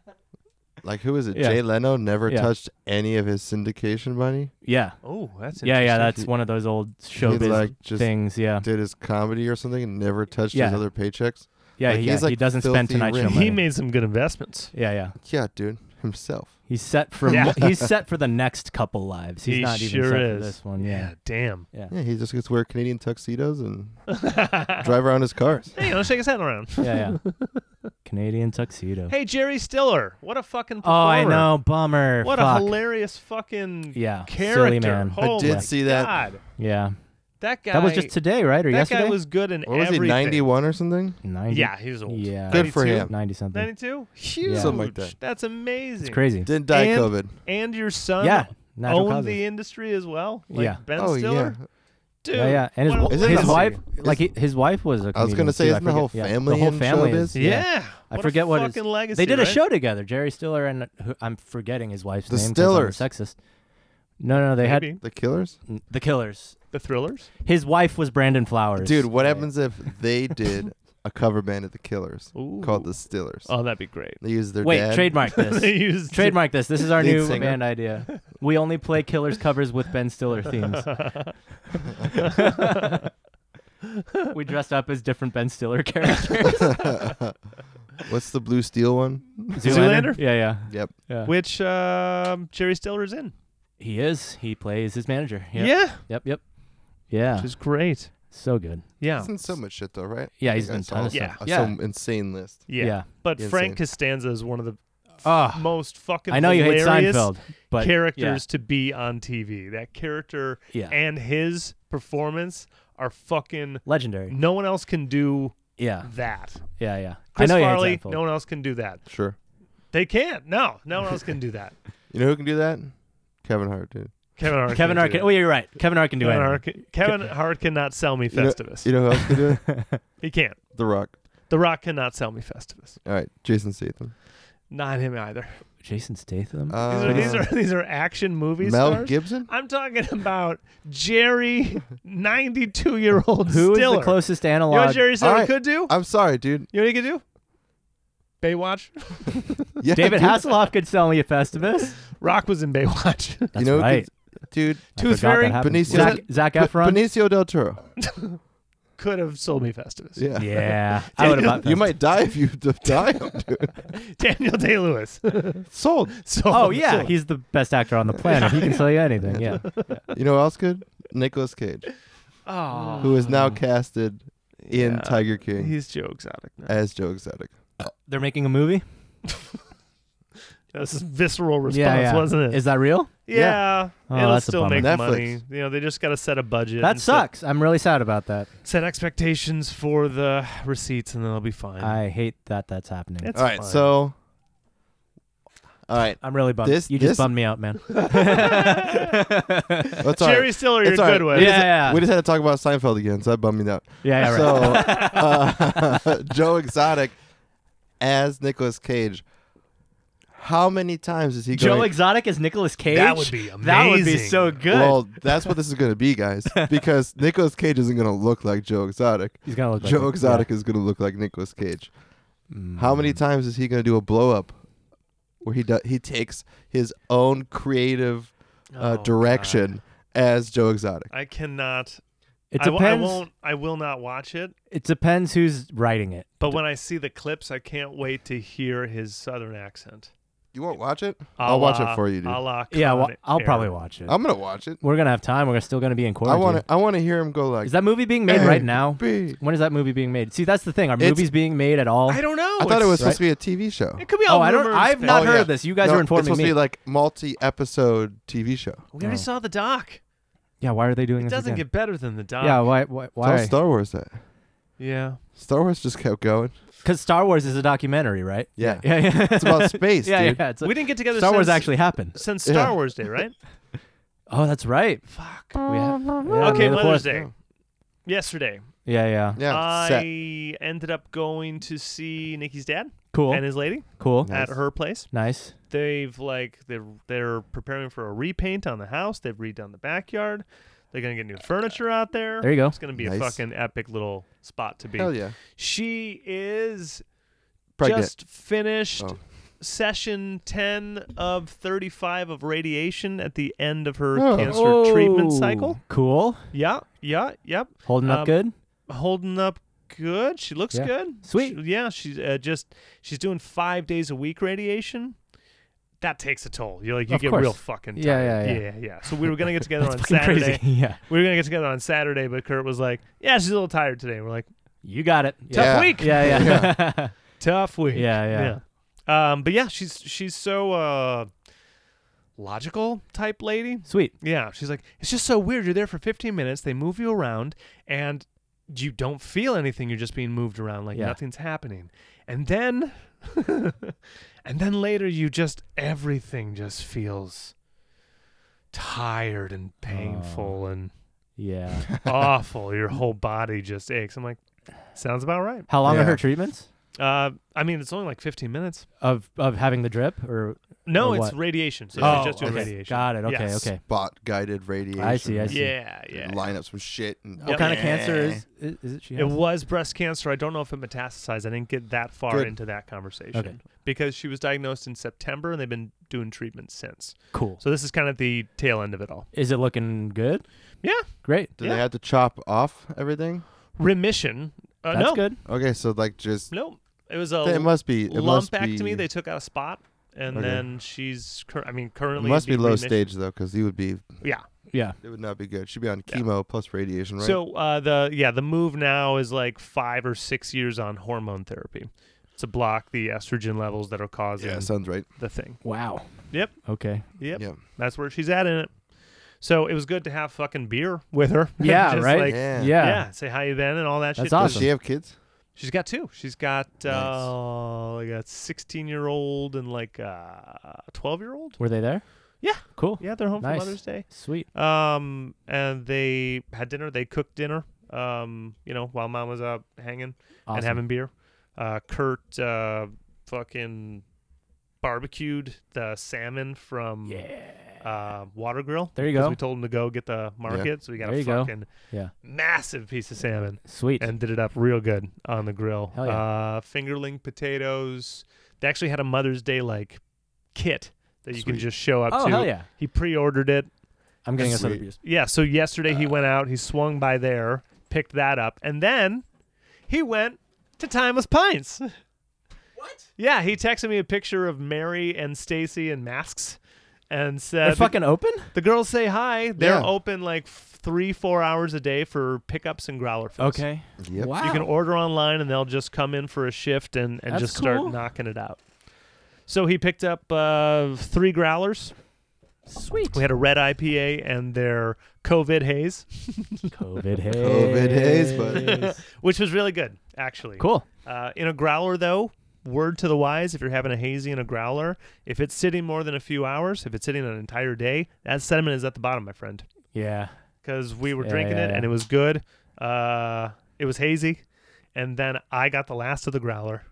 C: like who is it?
A: Yeah.
C: Jay Leno never
A: Yeah.
C: touched any of his syndication money.
A: yeah,
B: oh, that's
A: yeah, yeah.
B: interesting.
A: That's one of those old showbiz
C: like, just
A: things. Yeah,
C: Did his comedy or something and never touched his
A: Yeah.
C: other paychecks.
A: yeah.
C: like,
A: he,
C: he's,
A: yeah,
C: like,
A: he doesn't spend
C: filthy
A: tonight show
C: rich.
A: money.
B: He made some good investments.
A: yeah, yeah.
C: Yeah, dude, himself.
A: He's set for
B: Yeah.
A: he's set for the next couple lives. He's
B: He
A: not even
B: sure
A: set for
B: is.
A: this one. Yeah,
B: Damn.
A: yeah, yeah.
C: Yeah, he just gets to wear Canadian tuxedos and
B: hey,
C: drive around his cars.
B: you know, shake his head around.
A: yeah, Canadian tuxedo.
B: Hey, Jerry Stiller. What a fucking.
A: oh, I
B: performer.
A: know. Bummer.
B: What
A: Fuck.
B: a hilarious fucking
A: Yeah,
B: character.
A: silly man.
C: I
B: Holy
C: did see that.
B: God.
A: Yeah,
B: That guy.
A: that was just today, right? Or
B: That
A: yesterday?
B: guy was good in
C: What was
B: everything.
C: he, 91 or something?
A: 90.
B: Yeah, he's old.
A: Yeah.
C: Good for
B: 92?
C: him.
A: 90 something.
B: 92? Huge.
A: Something
C: like that.
B: That's amazing.
A: It's crazy.
C: Didn't die
B: And-
C: COVID.
B: And your son
A: yeah. Natural
B: owned
A: causes.
B: the industry as well. Like
A: Yeah.
B: Ben
C: oh
B: Stiller.
C: yeah.
B: Dude.
A: yeah, yeah. And
B: what a
A: his,
C: Isn't
A: his
C: the-
B: legacy.
A: wife,
C: is-
A: like hi- his wife was a.
C: I was gonna
A: comedian,
C: say,
A: too.
C: isn't the
A: forget-
C: whole
A: yeah,
C: family
A: The whole
C: in
A: family
C: showbiz?
A: is.
B: Yeah.
A: I
B: What
A: forget
B: a
A: what his-
B: fucking legacy.
A: They did a
B: right?
A: show together. Jerry Stiller and who, I'm forgetting his wife's
C: The
A: name. 'cause I'm a
C: Stillers.
A: Sexist. No, no, they
B: Maybe.
C: The Killers?
A: had the Killers.
B: The Thrillers.
A: His wife was Brandon Flowers.
C: Dude, what happens if they did a cover band of the Killers
B: Ooh.
C: called the Stillers?
B: Oh, that'd be great.
C: They used their
A: Wait,
C: dad.
A: trademark
B: they
A: this.
B: used
A: trademark this. This is our
C: Lead
A: new
C: singer.
A: band idea. We only play Killers covers with Ben Stiller themes. we dressed up as different Ben Stiller characters.
C: What's the blue steel one?
B: Zoolander?
A: Yeah, yeah,
C: Yep.
A: yeah.
B: Which um, Jerry Stiller's in.
A: He is. He plays his manager. Yep.
B: Yeah.
A: Yep. Yep. Yeah.
B: Which is great.
A: so good.
B: Yeah.
C: He's in so much shit though, right?
A: Yeah, he's
C: I
A: in
C: saw
A: tons of
B: Yeah.
A: stuff.
C: Uh, Some insane list.
B: Yeah.
A: Yeah.
B: But
C: Insane.
B: Frank Costanza is one of the
A: Ah,
B: most fucking
A: I know you hate
B: hilarious
A: Seinfeld, but
B: characters to be on TV. That character
A: Yeah. yeah.
B: and his performance are fucking
A: Legendary.
B: no one else can do
A: Yeah.
B: that.
A: Yeah. Yeah.
B: Chris
A: I know you hate
B: Farley,
A: Seinfeld.
B: no one else can do that.
C: Sure.
B: They can't. No, no one else can do that.
C: You know who can do that? Kevin Hart, dude.
B: Kevin Hart.
A: Kevin
B: can't
A: Hart.
B: do
A: Can, oh, yeah, you're right. Kevin Hart can
B: that.
A: do
B: Kevin
A: anything.
B: Hart, can- Kevin Hart cannot sell me
C: You know-
B: Festivus.
C: You know who else can do it?
B: he can't.
C: The Rock.
B: The Rock cannot sell me Festivus.
C: All right, Jason Statham.
B: Not him either.
A: Jason Statham.
B: These
C: Uh,
B: are these are, these are action movies.
C: Mel
B: stars.
C: Gibson.
B: I'm talking about Jerry, 92 year old
A: Who is
B: Stiller.
A: the closest
B: you know what
A: analog? Uh,
B: Jerry Stiller
C: Alright.
B: could do?
C: I'm sorry, dude.
B: You know what he could do? Baywatch.
C: Yeah,
A: David
C: dude.
A: Hasselhoff could sell me a Festivus.
B: Rock was in Baywatch.
A: That's
C: You know who
A: right.
C: could- dude.
A: I
B: Tooth
A: forgot that
B: Fairy?
A: happened.
C: Benicio-
A: Zac, Zac
C: P-
A: Efron.
C: Benicio del Toro.
B: could have sold me Festivus.
C: Yeah.
A: yeah, I would have bought.
C: You
A: Festivus.
C: might die if you d- die him, dude.
B: Daniel Day Lewis.
C: Sold.
B: so,
A: Oh yeah,
B: so-
A: he's the best actor on the planet. He can sell you anything. Yeah.
C: You know who else could? Nicolas Cage,
B: oh,
C: who is
A: Ah.
C: now casted in
B: yeah.
C: Tiger King
B: He's Joe Exotic now.
C: as Joe Exotic.
A: They're making a movie.
B: That's a visceral response,
A: yeah, yeah.
B: wasn't it?
A: Is that real?
B: yeah.
A: Oh,
B: It'll
A: that's a
B: still
A: bummer.
B: make
C: Netflix.
B: money. You know, they just got to set a budget.
A: That
B: and set-
A: sucks. I'm really sad about that.
B: Set expectations for the receipts, and then they'll be fine.
A: I hate that that's happening.
B: It's
C: all right,
B: fine.
C: so. All right,
A: I'm really bummed.
C: This-
A: you just
C: this-
A: bummed me out, man.
C: that's all right.
B: Jerry Stiller, you're
C: It's all
B: good
A: yeah,
B: with.
A: yeah,
C: We just had to talk about Seinfeld again, so that bummed me out.
A: yeah, yeah, right.
C: So, uh, Joe Exotic as Nicolas Cage. How many times is he
A: Joe
C: going?
A: Exotic is Nicolas Cage.
B: That would be amazing. Oh,
A: That would be so good.
C: Well, that's what this is going to be, guys, because Nicolas Cage isn't going to look like Joe Exotic.
A: He's gonna look like
C: Joe
A: it.
C: Exotic is going to look like Nicolas Cage.
A: Yeah. Mm.
C: How many times is he going to do a blow up where he do- he takes his own creative uh,
B: Oh,
C: direction as Joe Exotic?
B: God. I cannot.
A: It
B: I w-
A: depends.
B: I won't. I will not watch it.
A: It depends who's writing it.
B: But when I see the clips, I can't wait to hear his southern accent.
C: You won't watch it?
B: A
C: I'll watch
B: la-
C: it for you, dude.
B: a la
A: yeah, well,
B: Con
A: uh, I'll
B: Air.
A: probably watch it.
C: I'm going to watch it.
A: We're gonna have time. We're still gonna be in
C: I
A: quarantine.
C: want to I want to hear him go like
A: Is that movie being made
C: "Hey,
A: right now?
C: B."
A: When is that movie being made? See, that's the thing. Are
C: It's-
A: movies being made at all?
B: I don't know.
C: I thought it
B: It's-
C: was supposed to be a TV show.
B: It could be.
A: oh,
B: all
A: I don't.
B: rumors,
A: I've
B: but-
A: not
C: Oh,
A: heard
C: yeah.
A: of this. You guys
C: No,
A: are
C: it's
A: informing
C: supposed to
A: me.
C: be like multi-episode TV show.
B: We already
A: Oh.
B: saw the doc.
A: yeah, why are they doing
B: It
A: this?
B: doesn't
A: again?
B: get better than the doc.
A: Yeah, why? Why?
C: It's all
A: Why?
C: Star Wars that.
B: Yeah.
C: Star Wars just kept going.
A: Because Star Wars is a documentary, right?
C: Yeah.
A: Yeah, yeah.
C: It's about space,
A: yeah,
C: dude.
A: yeah. It's a-
B: We didn't get together.
A: Star Wars
B: since-
A: actually happened.
B: since
C: Yeah.
B: Star Wars Day, right?
A: Oh, that's right.
B: Fuck.
A: We have, yeah, May
B: okay,
A: the
B: Mother's
A: fourth.
B: Day. Yesterday,
A: Yeah, yeah.
C: Yeah, set.
B: I ended up going to see Nikki's dad
A: Cool.
B: and his lady
A: cool.
C: Nice.
B: at her place.
A: Nice.
B: They've like they're they're preparing for a repaint on the house. They've redone the backyard. They're gonna get new furniture out there.
A: There you go.
B: It's gonna be a
C: Nice.
B: fucking epic little spot to be.
C: Hell yeah.
B: She is
C: Pregnant.
B: just finished
C: Oh.
B: session ten of thirty five of radiation at the end of her
C: Oh.
B: cancer treatment
A: Oh,
B: cycle.
A: Cool.
B: Yeah, yeah, yep.
A: Holding
B: Um,
A: up good.
B: Holding up good. She looks
A: Yeah.
B: good.
A: Sweet.
B: She- yeah, she's uh, just she's doing five days a week radiation. That takes a toll. You're like you
A: Of
B: get
A: course.
B: real fucking tired.
A: Yeah, yeah, yeah.
B: yeah, yeah. So we were gonna get together
A: That's
B: on
A: fucking
B: Saturday.
A: crazy. yeah.
B: We were gonna get together on Saturday, but Kurt was like, "Yeah, she's a little tired today." We're like,
A: You got it.
B: "Tough
A: Yeah.
C: Yeah.
B: week,
A: Yeah, yeah. Yeah,
B: tough week."
A: yeah.
B: Yeah. Um, but yeah, she's she's so uh, logical type lady.
A: Sweet.
B: Yeah, she's like, it's just so weird. You're there for 15 minutes. They move you around, and you don't feel anything. You're just being moved around, like
A: Yeah.
B: nothing's happening. And then, and then later, you just everything just feels tired and
A: Oh.
B: painful and
A: Yeah.
B: awful. Your whole body just aches. I'm like, sounds about right.
A: How long are
C: Yeah.
A: her treatments
B: Uh, I mean, it's only like 15 minutes.
A: of of having the drip or?
B: No,
A: Or
B: it's
A: Oh, what?
B: radiation. So
C: Yeah.
B: she's
C: Oh,
B: just doing
C: okay.
B: radiation.
A: Got it. Okay.
B: Yes.
A: Okay.
C: Bot guided radiation.
A: I see, I see.
B: Yeah,
C: They
B: yeah.
C: Line up some shit. And,
B: Yep.
A: What kind of
C: Yeah.
A: cancer is is, is it? She
B: It
A: has?
B: was breast cancer. I don't know if it metastasized. I didn't get that far
C: Good.
B: into that conversation
A: Okay.
B: because she was diagnosed in September and they've been doing treatment since.
A: cool.
B: So this is kind of the tail end of it all.
A: Is it looking good?
B: Yeah.
A: Great.
C: Do
B: Yeah.
C: they have to chop off everything?
B: Remission. Uh,
A: That's
B: no.
A: good.
C: Okay, so like just
B: No. It was a
C: it must be it
B: lump
C: must
B: actomy.
C: be-
B: They took out a spot, and
C: Okay.
B: then she's. Cur- I mean,
C: it
B: currently in
C: must be
B: deep
C: low
B: remission.
C: stage though, because he would be.
B: Yeah.
A: Yeah.
C: It would not be good. She'd be on
B: Yeah.
C: chemo plus radiation, right?
B: So uh, the yeah the move now is like five or six years on hormone therapy to block the estrogen levels that are causing
C: yeah, sounds right.
B: the thing.
A: Wow.
B: Yep.
A: Okay.
B: Yep.
C: Yeah.
B: That's where she's at in it. So it was good to have fucking beer with her.
A: Yeah,
B: Just
A: right?
B: like, yeah.
C: yeah.
A: Yeah.
B: Say how you been and all that
A: That's
B: shit.
C: Does
A: awesome.
C: she have kids?
B: She's got two. She's got
C: Nice.
B: uh, like a 16 year old and like a 12 year old.
A: Were they there?
B: Yeah.
A: Cool.
B: Yeah, they're home
A: Nice.
B: for Mother's Day.
A: Sweet.
B: Um, and they had dinner. They cooked dinner. Um, you know, while mom was out hanging
A: Awesome.
B: and having beer. Uh, Kurt uh, fucking barbecued the salmon from
A: yeah.
B: uh, Water Grill.
A: There you
B: 'cause
A: go.
B: We told him to go get the market, so we got
A: There
B: a
A: you go.
B: fucking
A: Yeah.
B: massive piece of salmon
A: Sweet.
B: and did it up real good on the grill.
A: Hell yeah.
B: Uh, fingerling potatoes. They actually had a Mother's Day like kit that you can
C: Sweet.
B: just show up
A: oh
B: to.
A: hell yeah!
B: He pre-ordered it.
A: I'm getting us other
C: Sweet.
A: beers.
B: Yeah, so yesterday
A: Uh.
B: he went out, he swung by there, picked that up, and then he went to Timeless Pines. What? Yeah, he texted me a picture of Mary and Stacy in masks and
A: They're
B: said
A: fucking open.
B: the girls say hi. They're
C: Yeah.
B: open like f- three, four hours a day for pickups and growler fills.
A: Okay.
C: Yep.
A: Wow.
B: You can order online and they'll just come in for a shift and, and
A: That's
B: just start
A: cool.
B: knocking it out. So he picked up uh, three growlers.
A: Sweet.
B: We had a red IPA and their COVID haze,
A: COVID haze.
C: COVID haze, buddy.
B: which was really good, actually.
A: cool.
B: Uh, in a growler, though, word to the wise if you're having a hazy in a growler, if it's sitting more than a few hours, if it's sitting an entire day, that sediment is at the bottom, my friend.
A: Yeah.
B: because we were
A: Yeah,
B: drinking
A: yeah,
B: it and
A: yeah.
B: it was good. Uh, it was hazy, and then I got the last of the growler,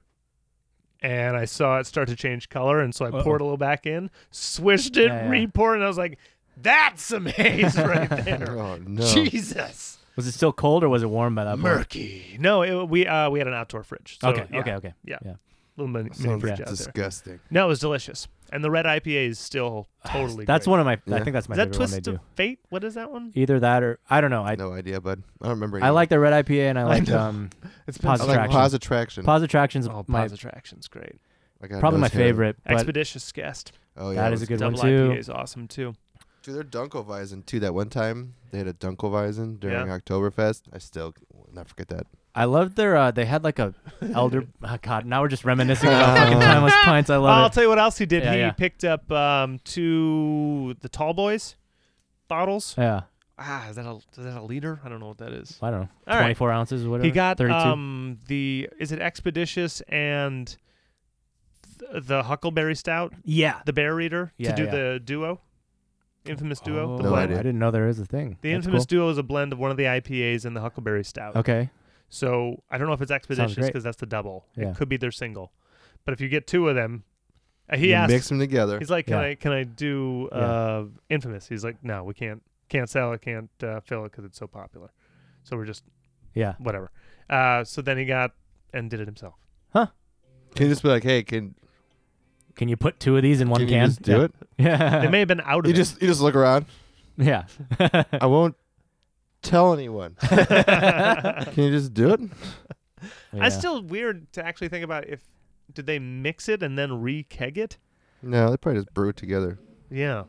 B: and I saw it start to change color, and so I
A: Uh-oh.
B: poured a little back in, swished it,
A: Yeah, yeah.
B: re-poured, and I was like, "That's some haze right there."
C: Oh no.
B: Jesus,
A: Was it still cold or was it warm by that point?
B: murky. No, it, we uh, we had an outdoor fridge. So,
A: Uh, Okay.
B: yeah,
A: Okay. Okay.
B: Yeah.
A: Yeah.
B: Little mini, mini
C: Sounds
B: fridge out there.
C: disgusting.
B: No, it was delicious, and the red IPA is still totally.
A: That's
B: great.
A: one of my. I
C: Yeah.
A: think that's my
B: Is that
A: favorite one they
B: Twist
A: do.
B: of Fate? What is that one?
A: Either that or I don't know. I
C: no idea, bud. I don't remember.
A: I
C: any-
A: like the red IPA and I like
B: know.
A: um
B: It's
A: been Pause
C: I
A: so-
C: like
A: Attraction.
C: Pause Attraction.
A: Pause Attractions.
B: Oh,
A: my
B: Pause Attraction's great.
C: I got
A: probably my
C: nose hair.
A: favorite. But
B: Expeditious guest.
C: Oh yeah,
A: that
C: it
A: is a
C: was-
A: good one
B: Double
A: too.
B: IPA is awesome too.
C: Dude, their Dunkelweizen too. That one time they had a Dunkelweizen during Oktoberfest. I still will not forget that.
A: I loved their. Uh, they had like a elder. oh, God, now we're just reminiscing about fucking timeless pints. I
B: I'll
A: love it.
B: tell you what else he did.
A: Yeah,
B: he
A: yeah.
B: picked up um, two the Tall Boys bottles.
A: Yeah,
B: Ah, is that a is that a liter? I don't know what that is.
A: I don't know.
B: All right.
A: Twenty-four ounces, or whatever.
B: He got
A: thirty-two.
B: um the is it Expeditious and th- the Huckleberry Stout,
A: yeah.
B: the Bear Reader
A: Yeah,
B: to do
A: yeah.
B: the duo, infamous duo. the
A: Oh,
C: No
B: blend.
A: I
C: idea.
A: didn't know there is a thing.
B: The
A: That's
B: infamous
A: cool.
B: duo is a blend of one of the IPAs and the Huckleberry Stout.
A: Okay.
B: So I don't know if it's expeditious
A: great.
B: because that's the double.
A: Yeah.
B: It could be their single, but if you get two of them, uh, he
C: you
B: asked.
C: mix them together.
B: he's like, "Can
A: Yeah.
B: I can I do
A: Yeah.
B: uh, Infamous?" He's like, "No, we can't can't sell it, can't uh, fill it because it's so popular." So we're just
A: Yeah.
B: whatever. Uh, so then he got and did it himself.
C: Can you just be like, hey, can,
A: Can you put two of these in one
C: can you
A: can?
C: just do
A: yeah.
C: it?
A: Yeah.
B: They may have been out of
C: You
B: it.
C: just you just look around.
A: yeah.
C: I won't tell anyone. Can you just do it?
A: Yeah.
B: It's still weird to actually think about if did they mix it and then re-keg it?
C: No, they probably just brew it together.
B: Yeah.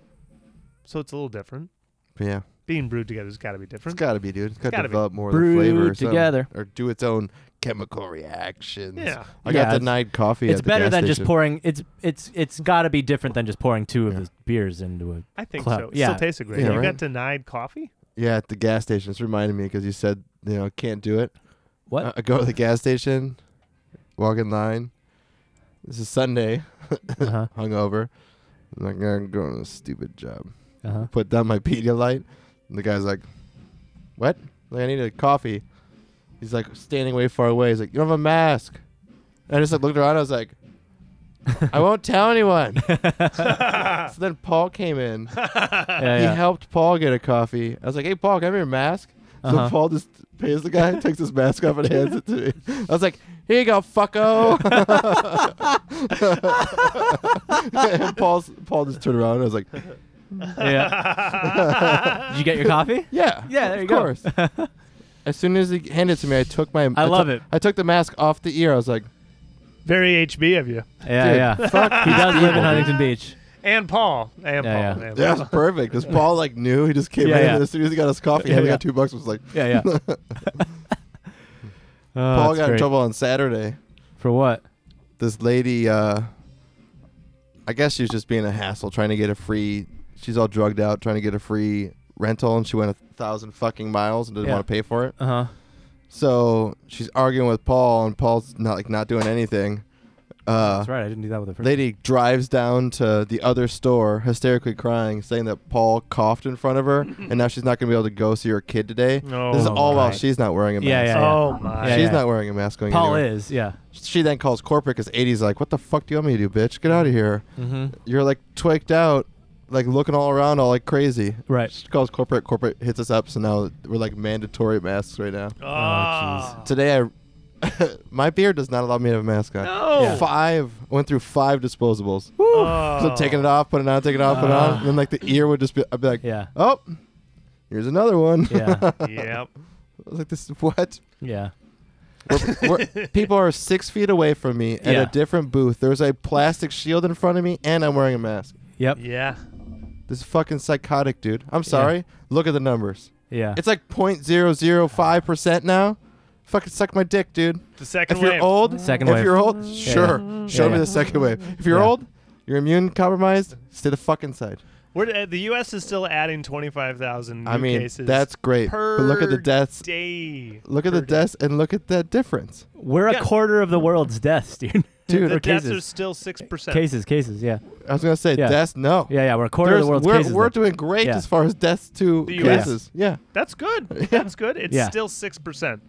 B: So it's a little different.
C: But yeah,
B: Being brewed together has got to be
C: it's
B: different.
C: got to be, dude. It's got to
B: gotta be.
C: develop more of
A: Brewed
C: the flavor or something.
A: together.
C: or do its own chemical reactions.
B: Yeah.
C: I
A: Yeah,
C: got
A: it's-
C: denied coffee.
A: it's
C: at the
A: better
C: gas
A: than just
C: station.
A: pouring. It's it's it's got to be different than just pouring two of
C: Yeah.
A: the beers into a.
B: I think
A: Club.
B: so. It
A: Yeah.
B: still tasted great.
C: Yeah,
B: you got
C: right.
B: denied coffee?
C: Yeah, at the gas station. It's reminding me because you said you know can't do it.
A: What?
C: Uh, I- I go to the gas station, walk in line. This is Sunday,
A: Uh-huh.
C: hungover. I'm like, I'm going to a stupid job.
A: Uh-huh.
C: Put down my Pedialyte, and the guy's like, "What? Like I need a coffee." He's like standing way far away. He's like, "You don't have a mask." And I just like looked around. I was like, "I won't tell anyone." so then Paul came in.
A: Yeah,
C: He
A: yeah.
C: helped Paul get a coffee. I was like, "Hey, Paul, can I have your mask?" So
A: Uh-huh.
C: Paul just pays the guy, takes his mask off, and hands it to me. I was like, "Here you go, fucko." and Paul's, Paul just turned around. and I was like,
A: yeah. Did you get your coffee?
C: "Yeah,
A: Yeah, there
C: of
A: you go.
C: course." as soon as he handed it to me, I took my.
A: I love
C: took-
A: it.
C: I took the mask off the ear. I was like,
B: Very HB of you.
A: Yeah,
C: Dude,
A: yeah.
C: fuck
A: He
C: these
A: does live in
C: people, dude.
A: Huntington Beach.
B: And Paul. And
A: Yeah,
B: Paul.
A: yeah.
B: and
C: Yeah,
B: Paul.
C: that's perfect. Because Paul like knew he just came
A: Yeah,
C: in
A: yeah.
C: and as soon as he got his coffee,
A: Yeah,
C: he only
A: yeah.
C: got two bucks. Was like,
A: Yeah, yeah. Oh,
C: Paul
A: that's
C: got in
A: great.
C: trouble on Saturday.
A: for what?
C: This lady, uh, I guess she was just being a hassle, trying to get a free. She's all drugged out, trying to get a free rental, and she went a thousand fucking miles and didn't
A: Yeah.
C: want to pay for it.
A: Uh huh.
C: So she's arguing with Paul, and Paul's not like not doing anything. Uh,
A: That's right. I didn't do that with the first.
C: Lady drives down to the other store, hysterically crying, saying that Paul coughed in front of her, and now she's not going to be able to go see her kid today.
B: No.
C: this is
A: Oh
C: all while
A: my.
C: she's not wearing a mask.
A: Yeah, yeah.
B: Oh my.
A: Yeah,
C: she's
A: yeah.
C: not wearing a mask going
A: Paul
C: anywhere.
A: is. Yeah.
C: She then calls corporate because 80's like, what the fuck do you want me to do, bitch? Get out of here.
A: Mm-hmm.
C: You're like twiked out, like looking all around all like crazy.
A: Right.
C: She calls corporate, corporate hits us up, so now we're like mandatory masks right now.
B: Ah.
C: Today I... my beard does not allow me to have a mask on.
B: No. Yeah.
C: Five. I went through five disposables.
B: Oh.
C: So taking it off, putting it on, taking it off, putting it on.
A: Ah.
C: And then like the ear would just be, I'd be like,
A: Yeah.
C: oh, here's another one.
A: Yeah.
B: Yep.
C: I was like, this what?
A: Yeah.
C: We're, we're, people are six feet away from me at
A: Yeah.
C: a different booth. There's a plastic shield in front of me, and I'm wearing a mask.
A: Yep.
B: Yeah.
C: This is fucking psychotic, dude. I'm sorry. Look at the numbers.
A: Yeah.
C: It's like 0.005 percent now. Fucking suck my dick, dude.
B: The second
C: If you're
B: wave.
C: old,
A: Second
C: if
A: wave.
C: you're old, sure.
A: yeah.
C: Show
A: Yeah,
C: me
A: yeah.
C: the second wave. If you're
A: Yeah.
C: old, you're immune compromised. Stay the fuck inside.
B: We're, uh, the U.S. is still adding 25,000 new
C: I mean,
B: cases
C: that's great.
B: per
C: But look at the deaths.
B: day.
C: Look at the
B: Per day.
C: deaths and look at that difference.
A: We're a
B: Yeah.
A: quarter of the world's deaths, dude.
C: Dude.
A: Or
B: The deaths are
A: cases.
B: still 6%.
A: cases, cases. Yeah.
C: I was gonna say
A: Yeah.
C: deaths. No.
A: Yeah, yeah. We're a quarter
C: There's-
A: of the world's
C: we're
A: cases.
C: we're
A: though.
C: doing great
A: Yeah.
C: as far as deaths to
B: The US.
C: cases. Yeah.
B: That's good. That's good. It's
A: Yeah.
B: still 6%.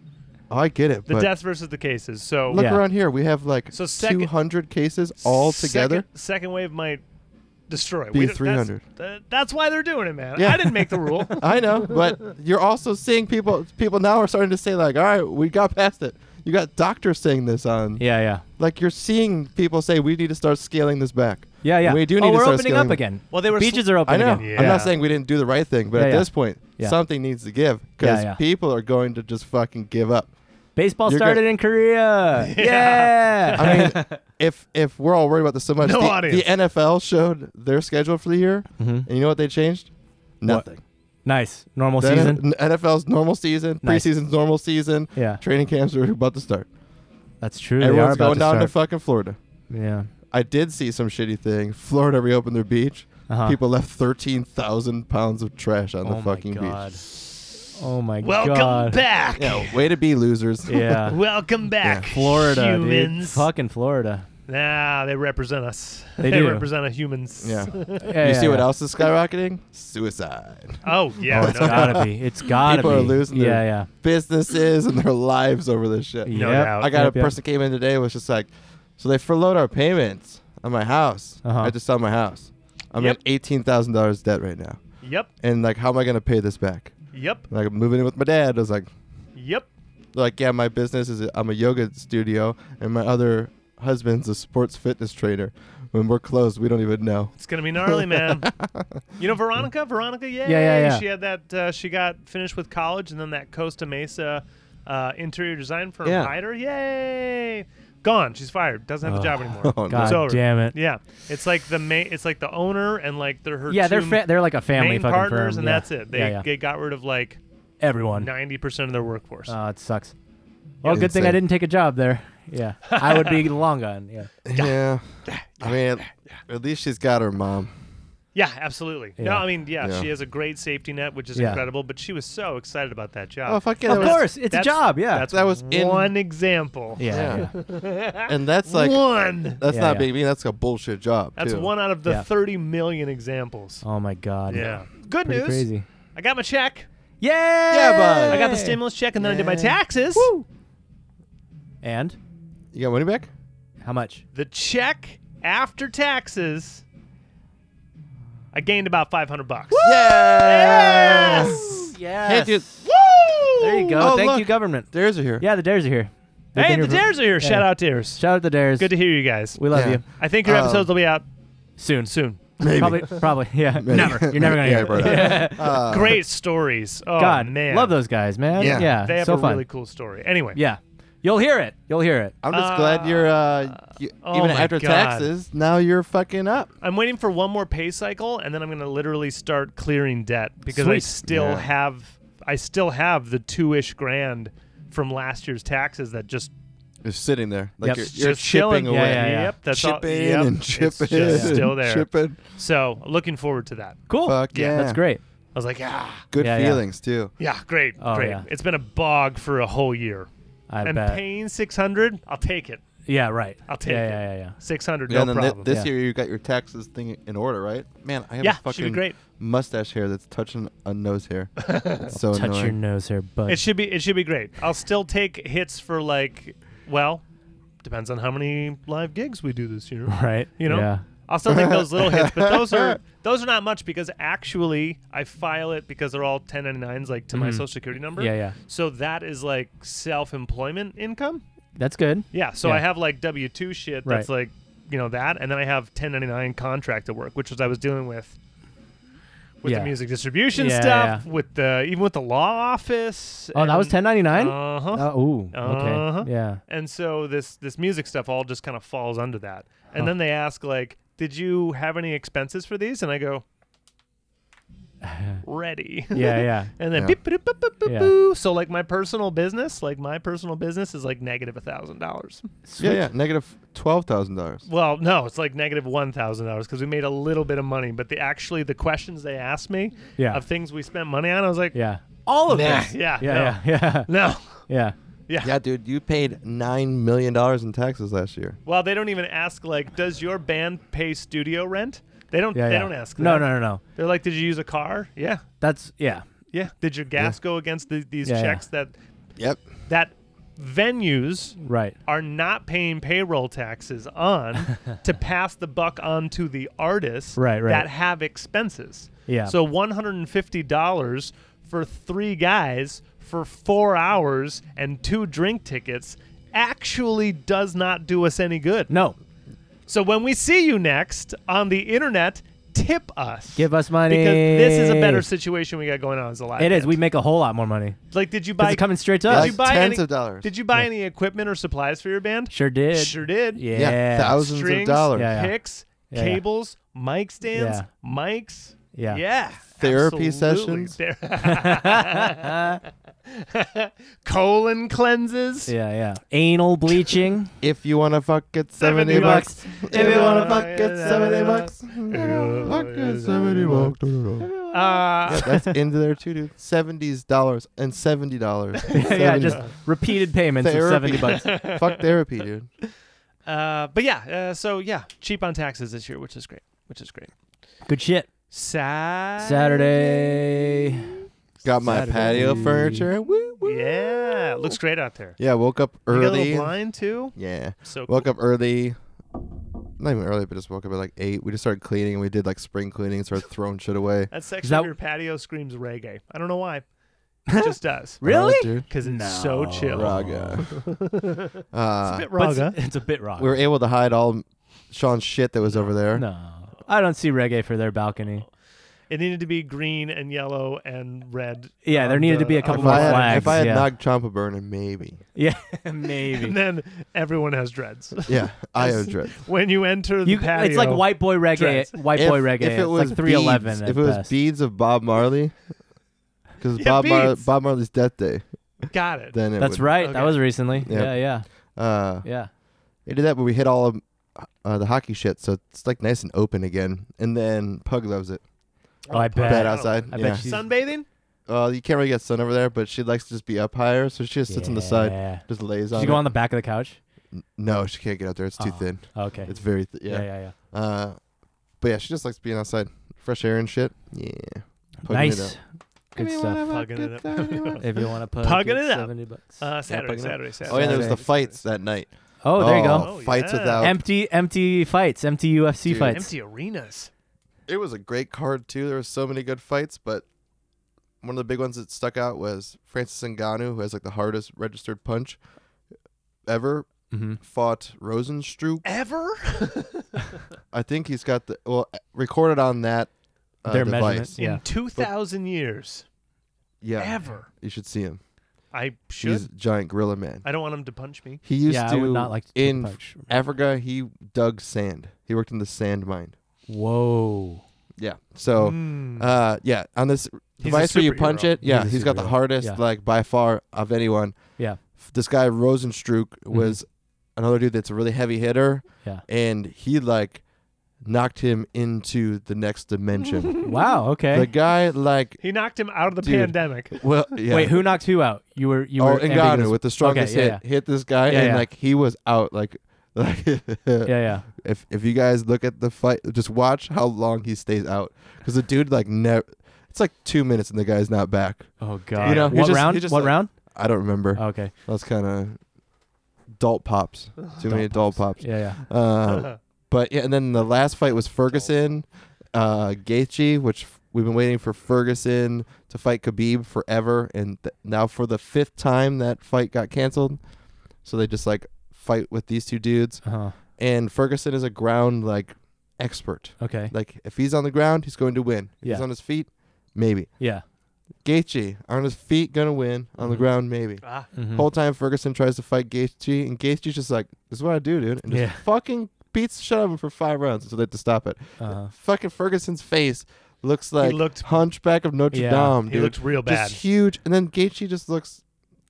C: Oh, I get it.
B: The
C: but
B: deaths versus the cases. So
C: look
A: Yeah.
C: around here. We have like
B: So second-
C: 200 cases all together.
B: Second, second wave might destroy.
C: Be
B: We don't-
C: 300.
B: That's, th- that's why they're doing it, man.
C: Yeah.
B: I didn't make the rule.
C: I know, but you're also seeing people. People now are starting to say like, "All right, we got past it." You got doctors saying this on.
A: Yeah, yeah.
C: Like you're seeing people say we need to start scaling this back.
A: Yeah, yeah.
C: We do need
A: oh,
C: to
A: we're
C: start
A: opening
C: scaling
A: up again.
B: Well, they were
A: Beaches
B: sl-
A: are
C: I
A: open
C: know.
A: again.
B: again.
C: I'm
B: Yeah.
C: not saying we didn't do the right thing, but
A: Yeah,
C: at
A: yeah.
C: this point,
A: Yeah.
C: something needs to give because
A: Yeah, yeah.
C: people are going to just fucking give up.
A: Baseball
C: You're
A: started
C: good.
A: in Korea.
B: Yeah.
A: Yeah.
C: I mean, if if we're all worried about this so much,
B: No
C: the,
B: audience.
C: the NFL showed their schedule for the year,
A: Mhm.
C: and you know what they changed? Nothing.
A: nice. Normal
C: The
A: season.
C: N- NFL's normal season,
A: Nice.
C: preseason's normal season.
A: Yeah.
C: Training camps are about to start.
A: That's true.
C: Everyone's
A: they are about
C: going down
A: to
C: to
A: start.
C: fucking Florida.
A: yeah.
C: I did see some shitty thing. Florida reopened their beach.
A: Uh-huh.
C: People left thirteen thousand pounds of trash on
A: oh
C: the fucking
A: my god.
C: beach.
A: Oh my
B: Welcome
A: god.
B: back.
C: Yeah, way to be losers.
A: Yeah.
B: Welcome back,
A: Florida, dude.
B: humans.
A: Fucking Florida.
B: Nah, they represent us.
A: They do.
B: represent us humans.
C: yeah.
A: Yeah,
C: you
A: yeah,
C: see what
A: yeah.
C: else is skyrocketing? Suicide.
B: Oh yeah.
A: Oh, it's
B: no doubt.
A: gotta be. It's gotta
C: People
A: be.
C: are losing
A: Yeah,
C: their
A: yeah.
C: businesses and their lives over this shit.
B: No
A: Yep.
B: doubt.
C: I got
A: Yep,
C: a
A: yep.
C: person came in today was just like, so they furloughed our payments on my house.
A: Uh-huh.
C: I just sold my house. I'm
B: Yep.
C: at eighteen thousand dollars debt right now,
B: Yep.
C: and like, how am I gonna pay this back?
B: Yep.
C: Like, I'm moving in with my dad. I was like,
B: Yep.
C: like yeah, my business is I'm a yoga studio, and my other husband's a sports fitness trainer. When we're closed, we don't even know.
B: It's gonna be gnarly, man. you know Veronica? Veronica, yay!
A: yeah, yeah.
B: She had that. Uh, she got finished with college, and then that Costa Mesa uh, interior design firm
C: Yeah.
B: hired her. Yay! Gone. She's fired. Doesn't have a job anymore.
C: Oh, no.
A: God
B: It's over.
A: damn it.
B: Yeah, it's like the main. It's like the owner and like they're her.
A: Yeah, they're
B: two
A: fa- they're like a family
B: main
A: fucking
B: partners,
A: firm.
B: and
A: yeah.
B: that's it. They
A: yeah, Mm. yeah.
B: they got rid of like
A: everyone.
B: ninety percent of their workforce.
A: Oh, it sucks. Well, good thing I
C: Insane.
A: didn't take a job there. Yeah, I would be long gone. Yeah,
C: Yeah, I mean, at, at least she's got her mom.
B: yeah, absolutely. No,
A: Yeah.
B: I mean, yeah,
C: Yeah.
B: she has a great safety net, which is
A: Yeah.
B: incredible. But she was so excited about that job.
C: Oh fuck yeah!
A: of
C: that was-
A: course, it's a
B: that's-
A: job. Yeah,
B: That's
C: That was in-
B: one example.
A: yeah, yeah.
C: and that's like
B: one.
C: that's
A: Yeah,
C: not
A: yeah.
C: being mean. That's a bullshit job.
B: That's
C: too.
B: one out of the
A: Yeah.
B: 30 million examples.
A: Oh my god.
B: yeah. Good
A: Pretty
B: news.
A: crazy.
B: I got my check.
A: Yeah.
C: Yeah, bud.
B: I got the
C: Hey.
B: stimulus check and then I did my
C: Yeah.
B: taxes.
A: And
C: You got money back?
A: how much?
B: The check after taxes, I gained about 500 bucks.
C: Yeah.
A: Yes.
C: dude.
A: There you go.
C: Oh,
A: Thank
C: look.
A: you, government.
C: Dares are here.
A: Yeah, the dares are here. They've
B: Hey,
A: been
B: the
A: here for-
B: dares are here.
A: Yeah,
B: Shout
A: yeah.
B: out dares.
A: Shout out the dares.
B: Good to hear you guys.
A: We Oh. love
C: Yeah.
A: you.
B: I think your
C: Um,
B: episodes will be out.
A: Soon.
B: Soon.
C: Maybe.
A: Probably. Probably. Yeah.
C: Maybe.
A: Never. You're never gonna
C: Yeah,
A: hear.
C: bro.
A: it.
C: Uh,
B: Great stories. Oh
A: God,
B: man,
A: love those guys, man.
C: Yeah.
A: Yeah.
B: They have
A: so
B: a
A: fun.
B: really cool story. Anyway,
A: Yeah. You'll hear it. You'll hear it.
C: I'm just glad you're uh, you,
B: oh
C: even
B: my
C: after
B: God.
C: taxes. Now you're fucking up.
B: I'm waiting for one more pay cycle, and then I'm going to literally start clearing debt because I
A: Sweet.
B: still
C: Yeah.
B: have I still have the two ish grand from last year's taxes that just
C: It's sitting there like
A: Yep.
C: you're,
A: It's
C: you're
B: just
C: chipping
B: chilling.
C: away.
A: Yeah, yeah, yeah.
B: Yep, that's all.
C: chipping
B: yep,
C: and chipping,
B: It's just
C: and
B: still there.
C: chipping.
B: So looking forward to that.
A: Cool.
C: Fuck yeah,
A: That's great.
B: I was like, ah,
C: Good
A: Yeah, yeah.
C: feelings too.
B: yeah, great,
A: Oh,
B: great.
A: yeah.
B: It's been a bog for a whole year,
A: I
B: and
A: bet.
B: paying six hundred, I'll take it.
A: yeah, right.
B: I'll take
A: yeah,
B: it.
A: Yeah, yeah, yeah.
B: Six hundred,
C: Yeah,
B: no
C: and then thi-
B: problem.
C: this
A: Yeah.
C: year you got your taxes thing in order, right? Man, I have
B: Yeah,
C: a
B: should be
C: fucking
B: great.
C: mustache hair that's touching a nose hair. It's so
A: Touch your
C: annoying.
A: nose here, bud.
B: It should be it should be great. I'll still take hits for like well, depends on how many live gigs we do this year.
A: right.
B: You know?
A: Yeah.
B: I'll still take those little hits, but those are those are not much because actually I file it because they're all 1099s like to my
A: Mhm.
B: social security number.
A: Yeah, yeah.
B: So that is like self-employment income.
A: That's good.
B: Yeah, so
A: Yeah.
B: I have like W2 shit that's like, you know, that and then I have 1099 contractor work, which was I was dealing with with
A: Yeah.
B: the music distribution
A: Yeah,
B: stuff,
A: yeah.
B: with the even with the law office.
A: Oh, that was
B: and-
A: 1099.
B: Uh-huh.
A: Oh, ooh.
B: Uh-huh.
A: Okay. Yeah.
B: And so this this music stuff all just kind of falls under that. And then they ask like, "Did you have any expenses for these?" And I go, "Ready."
A: Yeah, yeah.
B: and then
C: Yeah.
B: beep, boop, boop, boop, boop,
A: Yeah.
B: boo. So like my personal business, like my personal business is like negative a thousand dollars.
A: Sweet.
C: Yeah, yeah. Negative twelve thousand dollars.
B: Well, no, it's like negative one thousand dollars because we made a little bit of money. But the actually the questions they asked me
A: Yeah.
B: of things we spent money on, I was like,
A: Yeah. All of
B: "Nah,
A: this.
B: yeah,
A: Yeah,
B: no,
A: yeah, yeah.
B: no.
A: Yeah.
B: Yeah.
C: Yeah, dude, you paid nine million dollars in taxes last year.
B: Well, they don't even ask like, does your band pay studio rent? They don't.
A: Yeah,
B: they
A: yeah.
B: don't ask.
A: No,
B: that.
A: no, no, no.
B: They're like, did you use a car? Yeah.
A: That's yeah.
B: Yeah. Did your gas go against the, these
A: Yeah, yeah.
B: checks
C: Yep.
B: that that venues
A: Right.
B: are not paying payroll taxes on to pass the buck on to the artists
A: Right, right.
B: that have expenses.
A: Yeah.
B: So $150 for three guys for 4 hours and two drink tickets actually does not do us any good.
A: No.
B: So when we see you next on the internet, tip us.
A: Give us money.
B: because this is a better situation we got going on as a live.
A: It is.
B: band.
A: We make a whole lot more money.
B: like. Did you
A: 'Cause
B: buy?
A: it's coming straight to
B: did
A: us.
B: you
C: Like
B: buy
C: tens
B: any,
C: of dollars.
B: Did you buy any equipment or supplies for your band?
A: sure did.
B: Sure did.
A: Yeah.
C: Yeah, thousands
B: Strings,
C: of dollars.
A: Yeah.
B: picks,
A: Yeah, yeah.
B: cables, mic stands,
A: Yeah.
B: mics.
A: Yeah.
C: Therapy
B: absolutely.
C: sessions.
B: Ther- Colon cleanses.
A: Yeah, yeah. Anal bleaching.
C: If you wanna fuck, get
B: 70
C: seventy bucks.
B: bucks.
C: If you wanna
B: Yeah,
C: fuck, get
B: yeah,
C: seventy
B: yeah.
C: bucks.
B: Yeah,
C: Fuck,
B: yeah,
C: get seventy bucks.
B: Uh,
C: That's into there too, dude. Seventies dollars and seventy dollars.
A: yeah, just repeated payments of seventy
C: Therapy.
A: bucks.
C: fuck therapy, dude.
B: uh, but yeah, uh, so yeah, cheap on taxes this year, which is great. Which is great.
A: Good shit.
B: Saturday.
A: Saturday.
C: Got my
A: Saturday.
C: patio furniture. Woo, woo.
B: Yeah, looks great out there.
C: Yeah, woke up
B: You got a
C: early.
B: little blind too.
C: Yeah,
B: So
C: woke up early. Not even early, but just woke up at like eight. We just started cleaning. We did like spring cleaning, started throwing shit away.
B: that section
A: that-
B: of your patio screams reggae. I don't know why. It just does.
A: Really?
C: Oh, dude.
B: Because it's so
A: No.
B: chill.
A: Right.
C: Raga.
B: It's a
C: Uh,
B: bit
A: But
B: raga.
A: it's, it's a bit rock.
C: we were able to hide all Sean's shit that was over there.
A: no, I don't see reggae for their balcony.
B: It needed to be green and yellow and red.
A: Yeah,
B: on
A: there needed
B: the-
A: to be a
B: on
A: couple
C: If
B: the
A: more
C: I,
B: wall.
C: had, if
A: flags,
C: I had
A: yeah.
C: Nag Champa burning, maybe.
A: Yeah,
B: And
A: maybe.
B: then everyone has dreads.
C: Yeah, I have dread.
B: when you enter the
A: You,
B: patio,
A: it's like white boy reggae.
B: Dreads.
A: White
C: If-
A: boy reggae.
C: If it
A: it's
C: was
A: like 311.
C: beads,
A: at
C: if it was
A: best.
C: beads of Bob Marley, because
B: Yeah,
C: Bob, Mar-
B: beads.
C: Bob Marley's death day,
B: Got it.
C: then it
A: That's
C: would,
A: right.
B: Okay.
A: That was recently. Yeah,
C: Yeah.
A: yeah,
C: Uh,
A: yeah.
C: We did that, but we hit all of uh, the hockey shit, so it's like nice and open again. And then Pug loves it.
A: Oh, I bet.
C: Bad outside.
A: I
C: yeah.
A: bet she's
B: Sunbathing?
C: Uh, you can't really get sun over there, but she likes to just be up higher, so she just sits on the side,
A: Yeah.
C: just lays
A: Did
C: on.
A: you go
C: it.
A: on the back of the couch?
C: No, she can't get out there. It's too
A: Oh.
C: thin.
A: Okay.
C: It's very th- yeah.
A: yeah, yeah. yeah.
C: Uh, but yeah, she just likes being outside, fresh air and shit. Yeah. Pugging it up.
A: Nice. Good
C: Give me
A: stuff.
C: one of
B: Pugging it up.
C: that, give me one of-
A: If you want to put
B: Pugging it up.
A: 70 bucks.
B: Uh, Saturday,
C: fucking up.
B: Saturday,
C: Oh
B: Saturday.
C: yeah, there was the
A: Saturday.
C: fights that night.
A: oh, there you go.
B: Oh,
C: Fights
B: yeah.
C: without.
A: Empty, empty fights. Empty UFC
C: Dude.
A: fights.
B: Empty arenas.
C: it was a great card too. There were so many good fights, but one of the big ones that stuck out was Francis Ngannou, who has like the hardest registered punch ever,
A: Mm-hmm.
C: fought Rosenstroop.
B: Ever?
C: I think he's got the well recorded on that uh,
A: Their measurement,
C: device.
A: Yeah.
B: In 2,000 years.
C: Yeah,
B: Ever.
C: you should see him.
B: I should.
C: He's a giant gorilla man.
B: I don't want him to punch me.
C: He used
A: yeah,
C: to
A: I would not like to take a
C: in
A: punch.
C: Africa. He dug sand. He worked in the sand mine.
A: Whoa.
C: Yeah. So,
B: Mm.
C: uh, yeah, on this
B: a
C: device where you
B: superhero.
C: punch it, yeah,
A: He's a
C: he's got the
A: superhero.
C: hardest,
A: Yeah.
C: like by far of anyone.
A: Yeah. Mm-hmm.
C: F- This guy Rosenstruck was another dude that's a really heavy hitter.
A: Yeah.
C: And he like knocked him into the next dimension.
A: Wow. Okay.
C: the guy like
B: he knocked him out of the
C: Dude.
B: pandemic.
C: well yeah.
A: Wait, who knocked who out? You were you
C: oh,
A: were ambiguous.
C: Ngannou with the strongest
A: Okay, yeah,
C: hit hit this guy,
A: Yeah,
C: and
A: yeah.
C: like he was out. Like, like
A: Yeah, yeah.
C: if if you guys look at the fight, just watch how long he stays out because the dude like never. It's like two minutes and the guy's not back.
A: Oh god.
C: You know, he
A: what
C: just-
A: round?
C: he just
A: what
C: like-
A: round?
C: I don't remember.
A: Oh, okay.
C: That's kind of adult pops. Too many adult pops.
A: Yeah, yeah.
C: Uh, but yeah, and then the last fight was Ferguson, uh, Gaethje, which f- we've been waiting for Ferguson to fight Khabib forever, and th- now for the fifth time that fight got canceled. So they just like fight with these two dudes,
A: Uh-huh.
C: and Ferguson is a ground like expert.
A: Okay.
C: Like if he's on the ground, he's going to win. If he's
A: Yeah.
C: on his feet, maybe.
A: Yeah.
C: Gaethje on his feet gonna win. On the
A: Mhm.
C: ground, maybe.
B: ah,
A: Mhm.
C: Whole time Ferguson tries to fight Gaethje, and Gaethje's just like, "This is what I do, dude," and just
A: Yeah.
C: fucking beats the shit out of him for five rounds until they have to stop it.
A: Uh-huh.
C: Fucking Ferguson's face looks like
B: looked-
C: Hunchback of Notre
A: Yeah.
C: Dame,
B: he
C: dude.
B: looked real bad.
C: just huge, and then Gaethje just looks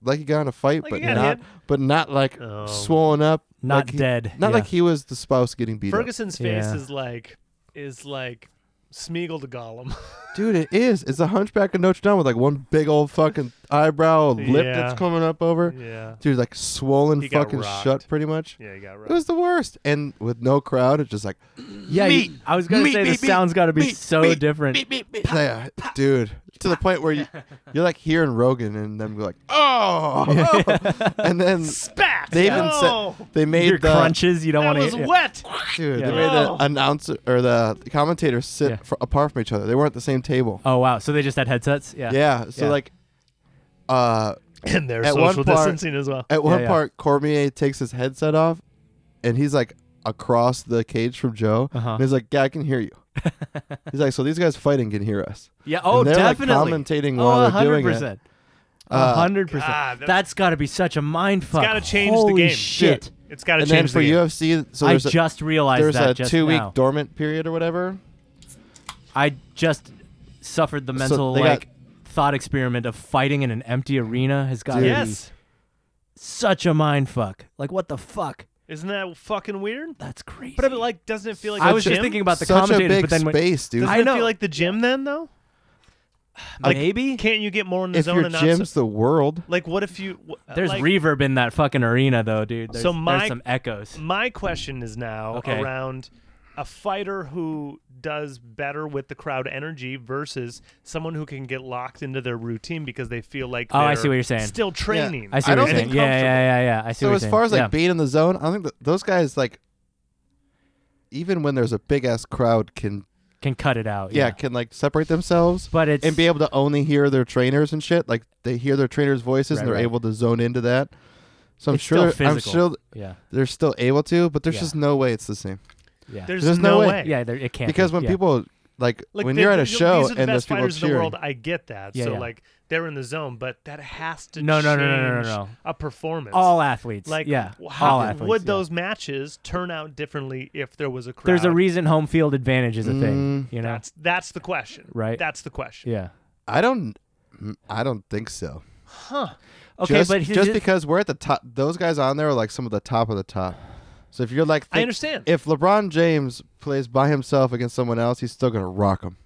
C: like he got in a fight,
B: Like he
C: but
B: got
C: not,
B: hit.
C: but not like
B: Oh.
C: swollen up,
A: Not
C: like he-
A: dead.
C: not
A: yeah.
C: like he was the spouse getting beat up.
B: Ferguson's face
A: Oh. Yeah.
B: is like is like Smeagol to Gollum.
C: Dude, it is. It's a Hunchback of Notre Dame with like one big old fucking eyebrow, lip
B: Yeah.
C: that's coming up over.
B: yeah.
C: Dude, like swollen
B: He got
C: fucking
B: rocked.
C: shut pretty much.
B: Yeah, you got
C: It was the worst. And with no crowd, it's just like,
A: Yeah, you-
C: Meat.
A: I was going to
C: Meat,
A: say the
C: meat, meat,
A: sound's got to be
C: meat,
A: so
C: meat,
A: different.
C: yeah, dude, to the point where you, you're like hearing Rogan and them go like, oh, oh." and then
B: Spat.
C: they even
B: oh,
C: said they made
A: Your
C: the
A: crunches, you don't
B: that
A: want
B: was
A: to
B: wet.
C: dude,
A: Yeah.
C: they made
B: Oh.
C: the announcer or the commentators sit
A: Yeah.
C: fr- apart from each other. They weren't at the same table.
A: Oh wow. So they just had headsets? Yeah.
C: yeah, so
A: Yeah.
C: like, uh,
B: And they're
C: At one
B: social
C: part-
B: distancing as well.
C: At one
A: yeah.
C: part, Cormier takes his headset off, and he's like across the cage from Joe,
A: Uh-huh.
C: and he's like, "Yeah, I can hear you." he's like, "So these guys fighting can hear us."
A: Yeah, oh
C: and they're
A: definitely.
C: like commentating
A: oh,
C: while they're doing it.
A: 100%. A
C: Uh,
A: hundred
B: God,
A: percent.
B: that-
A: That's got to be such a mind fuck.
B: gotta change the
A: Holy
B: game.
A: Shit!
B: It's got to
C: And then
B: change
C: for
B: the game.
C: UFC, so
A: I
C: there's a,
A: just realized
C: there's
A: that
C: a
A: just
C: two
A: now.
C: week dormant period or whatever.
A: I just suffered the mental
C: they got-
A: like thought experiment of fighting in an empty arena has got to
C: Dude.
B: yes.
A: be such a mind fuck. Like what the fuck?
B: Isn't that fucking weird?
A: That's crazy.
B: But I mean, like, doesn't it feel like
A: I
B: the
A: was just
B: gym?
A: thinking about the
C: Such a
A: commentators,
C: big
A: but then when,
C: space, dude.
B: Doesn't
A: I
B: it
A: know.
B: feel like the gym then though? like-
A: maybe
B: Can't you get more in the
C: if
B: zone
C: your
B: and not so-
C: gym's the world,
B: like what if you wh-
A: there's
B: like,
A: reverb in that fucking arena though, dude. There's,
B: So my-
A: there's some echoes.
B: My question is now
A: Okay.
B: around a fighter who does better with the crowd energy versus someone who can get locked into their routine because they feel like
A: Oh, I
B: they're
A: see what you're saying.
B: Still training.
A: I see
C: I
A: what
C: don't
A: you're saying.
C: think
A: Yeah, yeah, yeah, yeah. I see
C: so
A: what
C: as
A: you're
C: far as like
A: saying. yeah.
C: being in the zone, I think that those guys like, even when there's a big ass crowd, can
A: can cut it out.
C: yeah, can like separate themselves.
A: but it's
C: and be able to only hear their trainers and shit. Like they hear their trainers' voices and
A: Right,
C: they're
A: right.
C: able to zone into that. So I'm
A: It's
C: sure
A: still
C: I'm
A: physical.
C: sure
A: yeah,
C: they're still able to, but there's
A: Yeah.
C: just no way it's the same.
A: yeah,
B: There's,
C: There's no
B: no
C: way.
A: yeah. There, it can't be.
C: Because when
A: Yeah.
C: people like,
B: Like
C: when
B: they-
C: you're at a
B: these are
C: show
B: the
C: and
B: best
C: there's people
B: fighters in
C: cheering,
B: the world, I get that.
A: Yeah,
B: so
A: yeah.
B: like they're in the zone, but that has to
A: No, no, no, no, no, no,
B: change
A: no.
B: a performance.
A: all athletes,
B: like
A: yeah,
B: how
A: all athletes,
B: would
A: yeah.
B: those matches turn out differently if there was a crowd?
A: There's a reason home field advantage is a thing.
C: Mm.
A: You know,
B: That's that's the question.
A: Right.
B: That's the question.
A: yeah.
C: I don't, mm, I don't think so.
A: Okay,
C: just,
A: but
C: just because we're at the top, those guys on there are like some of the top of the top. So if you're like,
B: I
C: think-
B: understand.
C: If LeBron James plays by himself against someone else, he's still gonna rock him.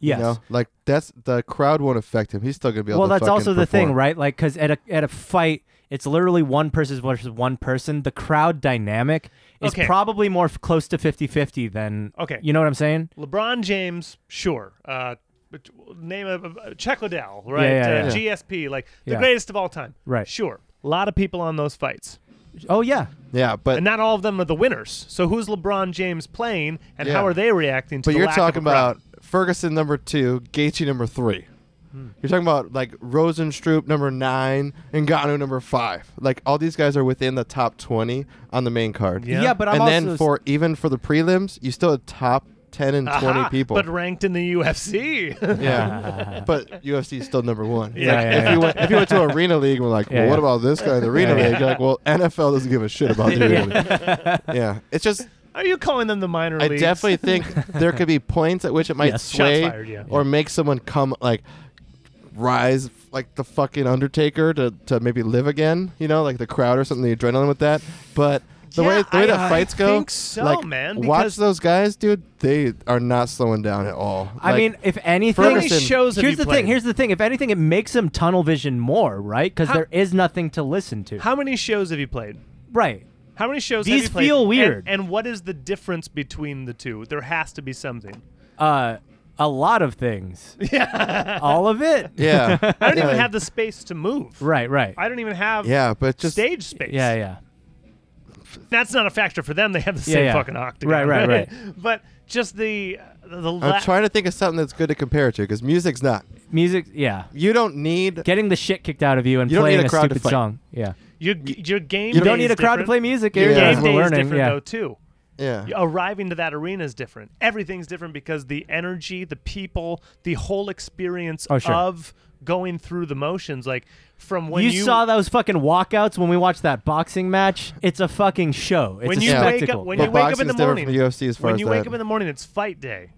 A: yes.
C: You know, like that's the crowd won't affect him. He's still gonna be able.
A: well,
C: to
A: that's
C: fucking
A: also the thing,
C: perform.
A: right? Like, because at a at a fight, it's literally one person versus one person. The crowd dynamic is
B: Okay.
A: probably more f- close to 50-50 than.
B: Okay.
A: You know what I'm saying?
B: LeBron James, sure. Uh, but- name of uh, Chuck Liddell, right? uh,
A: yeah, yeah.
B: GSP, like the
A: Yeah.
B: greatest of all time,
A: Right.
B: Sure. A lot of people on those fights,
A: Oh yeah.
C: Yeah, but
B: and not all of them are the winners. So who's LeBron James playing, and
C: Yeah.
B: how are they reacting to?
C: But
B: the
C: you're
B: lack
C: talking
B: of a crowd?
C: about Ferguson number two, Gaethje number three. You're talking about like Rosenstrup number nine and Gano number five. Like all these guys are within the top twenty on the main card.
B: Yeah.
A: Yeah, but I'm
C: and
A: also
C: then for even for the prelims, you still have top ten and twenty
B: Aha,
C: people.
B: but ranked in the UFC.
C: yeah, but UFC is still number one.
B: Yeah,
C: Like,
A: yeah,
C: if
A: yeah.
C: you went if you went to Arena League, and we're like,
A: Yeah,
C: well, what
A: yeah.
C: about this guy in the Arena
A: Yeah, yeah.
C: League? You're like, well, NFL doesn't give a shit about the Arena League. Yeah, it's just
B: Are you calling them the minor
C: I
B: leagues?
C: definitely think there could be points at which it might
A: Yes,
B: shots
C: sway
B: fired, yeah.
C: or make someone come like rise like the fucking Undertaker to, to maybe live again, you know, like the crowd or something, the adrenaline with that. But the way
B: Yeah,
C: the way
B: I-
C: the fights
B: I
C: go,
B: think so,
C: like,
B: man, because-
C: watch those guys, dude. They are not slowing down at all.
A: I
C: Like,
A: mean, if anything,
B: How many
C: Ferguson-
B: shows have
A: here's
B: you
A: the
B: played?
A: thing. Here's the thing. If anything, it makes them tunnel vision more, right? Because
B: How-
A: there is nothing to listen to.
B: How many shows have you played?
A: right.
B: How many shows
A: These
B: have you played?
A: feel
B: And-
A: weird.
B: And, what is the difference between the two? There has to be something.
A: Uh, a lot of things.
B: Yeah.
A: All of it.
C: yeah,
B: I don't
C: yeah,
B: even have the space to move.
A: Right. Right.
B: I don't even have
C: Yeah, but just
B: stage space.
A: yeah. Yeah.
B: That's not a factor for them. They have the
A: Yeah,
B: same
A: yeah.
B: fucking octagon.
A: Right, right,
B: but just the the
C: I'm
B: la-
C: trying to think of something that's good to compare it to because music's not.
A: Music. Yeah.
C: You don't need.
A: Getting the shit kicked out of you and
C: You don't need
A: playing
C: a
A: a,
C: crowd to
A: stupid
C: fight.
A: song. Yeah.
B: your your game.
A: You
B: day
A: don't need
B: is
A: a crowd to
B: different.
A: play music.
C: Your
A: Eric,
C: game
A: as
B: Game
A: we're
B: day is
A: learning.
B: different
A: yeah.
B: though too.
C: Yeah,
B: oh, Arriving to that arena is different. Everything's different because the energy, the people, the whole experience
A: Oh, sure.
B: of going through the motions. Like from when
A: you,
B: you,
A: saw those fucking walkouts when we watched that boxing match. It's a fucking show. It's
B: when
A: a
B: you wake
A: spectacle.
B: up when
C: But
B: you wake up in
C: boxing's
B: the
C: different
B: morning.
C: from UFC as far
B: when
C: as
B: you
C: that.
B: wake up in the morning, it's fight day.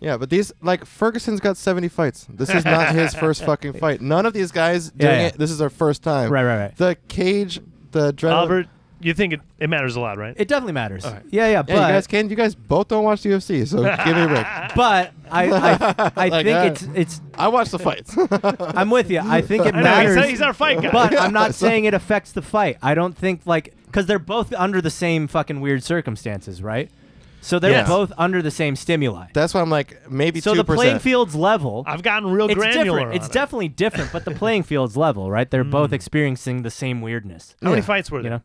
C: Yeah, but these like Ferguson's got seventy fights. This is not his first fucking fight. None of these guys doing
A: Yeah, yeah.
C: it. This is their first time.
A: Right, right, right.
C: The cage, the adrenaline.
B: Albert, you think it, it matters a lot, right?
A: it definitely matters. Yeah, yeah, but
C: yeah, you guys can. You guys both don't watch the UFC, so give me a break.
A: but I I, I
C: Like,
A: think
C: uh,
A: it's it's
C: I watch the fights.
A: I'm with you. I think it
B: I know, he's,
A: matters.
B: he's our fight guy.
A: but I'm not saying it affects the fight. I don't think like because they're both under the same fucking weird circumstances, right? So they're
B: Yes.
A: both under the same stimuli.
C: That's why I'm like maybe
A: so
C: two
A: the playing
C: percent.
A: field's level.
B: I've gotten real
A: it's
B: granular.
A: different. It's
B: on it. Mm.
A: definitely different, but the playing field's level, right? They're both experiencing the same weirdness.
B: How many
C: Yeah.
B: fights were
A: You
B: there?
A: know,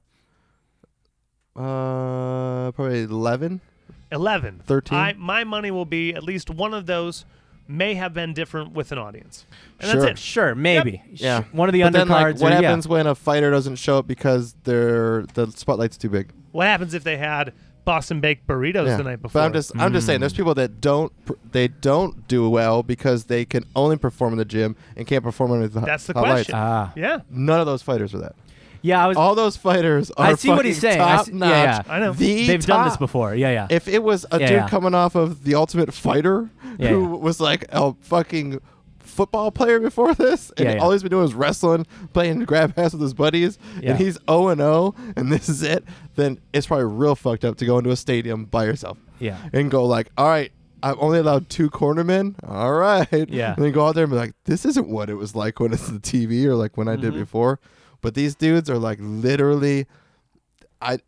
C: uh, probably eleven.
B: 11.
C: 13?
B: I, my money will be at least one of those may have been different with an audience. And
C: Sure.
B: that's it.
A: sure, maybe,
C: Yeah.
A: Sh- one of the
C: but then, like,
A: undercards.
C: what
A: or, yeah.
C: happens when a fighter doesn't show up because they're the spotlight's too big?
B: What happens if they had Boston baked burritos
C: Yeah.
B: the night before?
C: But I'm just I'm just saying there's
A: Hmm.
C: people that don't pr- they don't do well because they can only perform in the gym and can't perform under the
B: That's the
C: spotlight.
B: question.
A: Ah,
B: yeah.
C: None of those fighters are that.
A: yeah. I was.
C: All those fighters are
A: I see what he's saying. I
C: top
A: see- yeah,
C: notch.
A: yeah.
B: I know.
C: The
A: they've done this
C: E top.
A: before. Yeah, yeah.
C: If it was a
A: Yeah,
C: dude
A: yeah.
C: coming off of the Ultimate Fighter
A: Yeah,
C: who
A: yeah.
C: was like a fucking football player before this, and
A: Yeah, yeah.
C: all he's been doing is wrestling, playing grab ass with his buddies,
A: Yeah.
C: and he's 0 and 0, and this is it, then it's probably real fucked up to go into a stadium by yourself.
A: Yeah.
C: And go like, all right. I'm only allowed two cornermen. All right.
A: Yeah.
C: And then go out there and be like, this isn't what it was like when it's the TV or like when I
B: Mm-hmm.
C: did before. But these dudes are like literally, I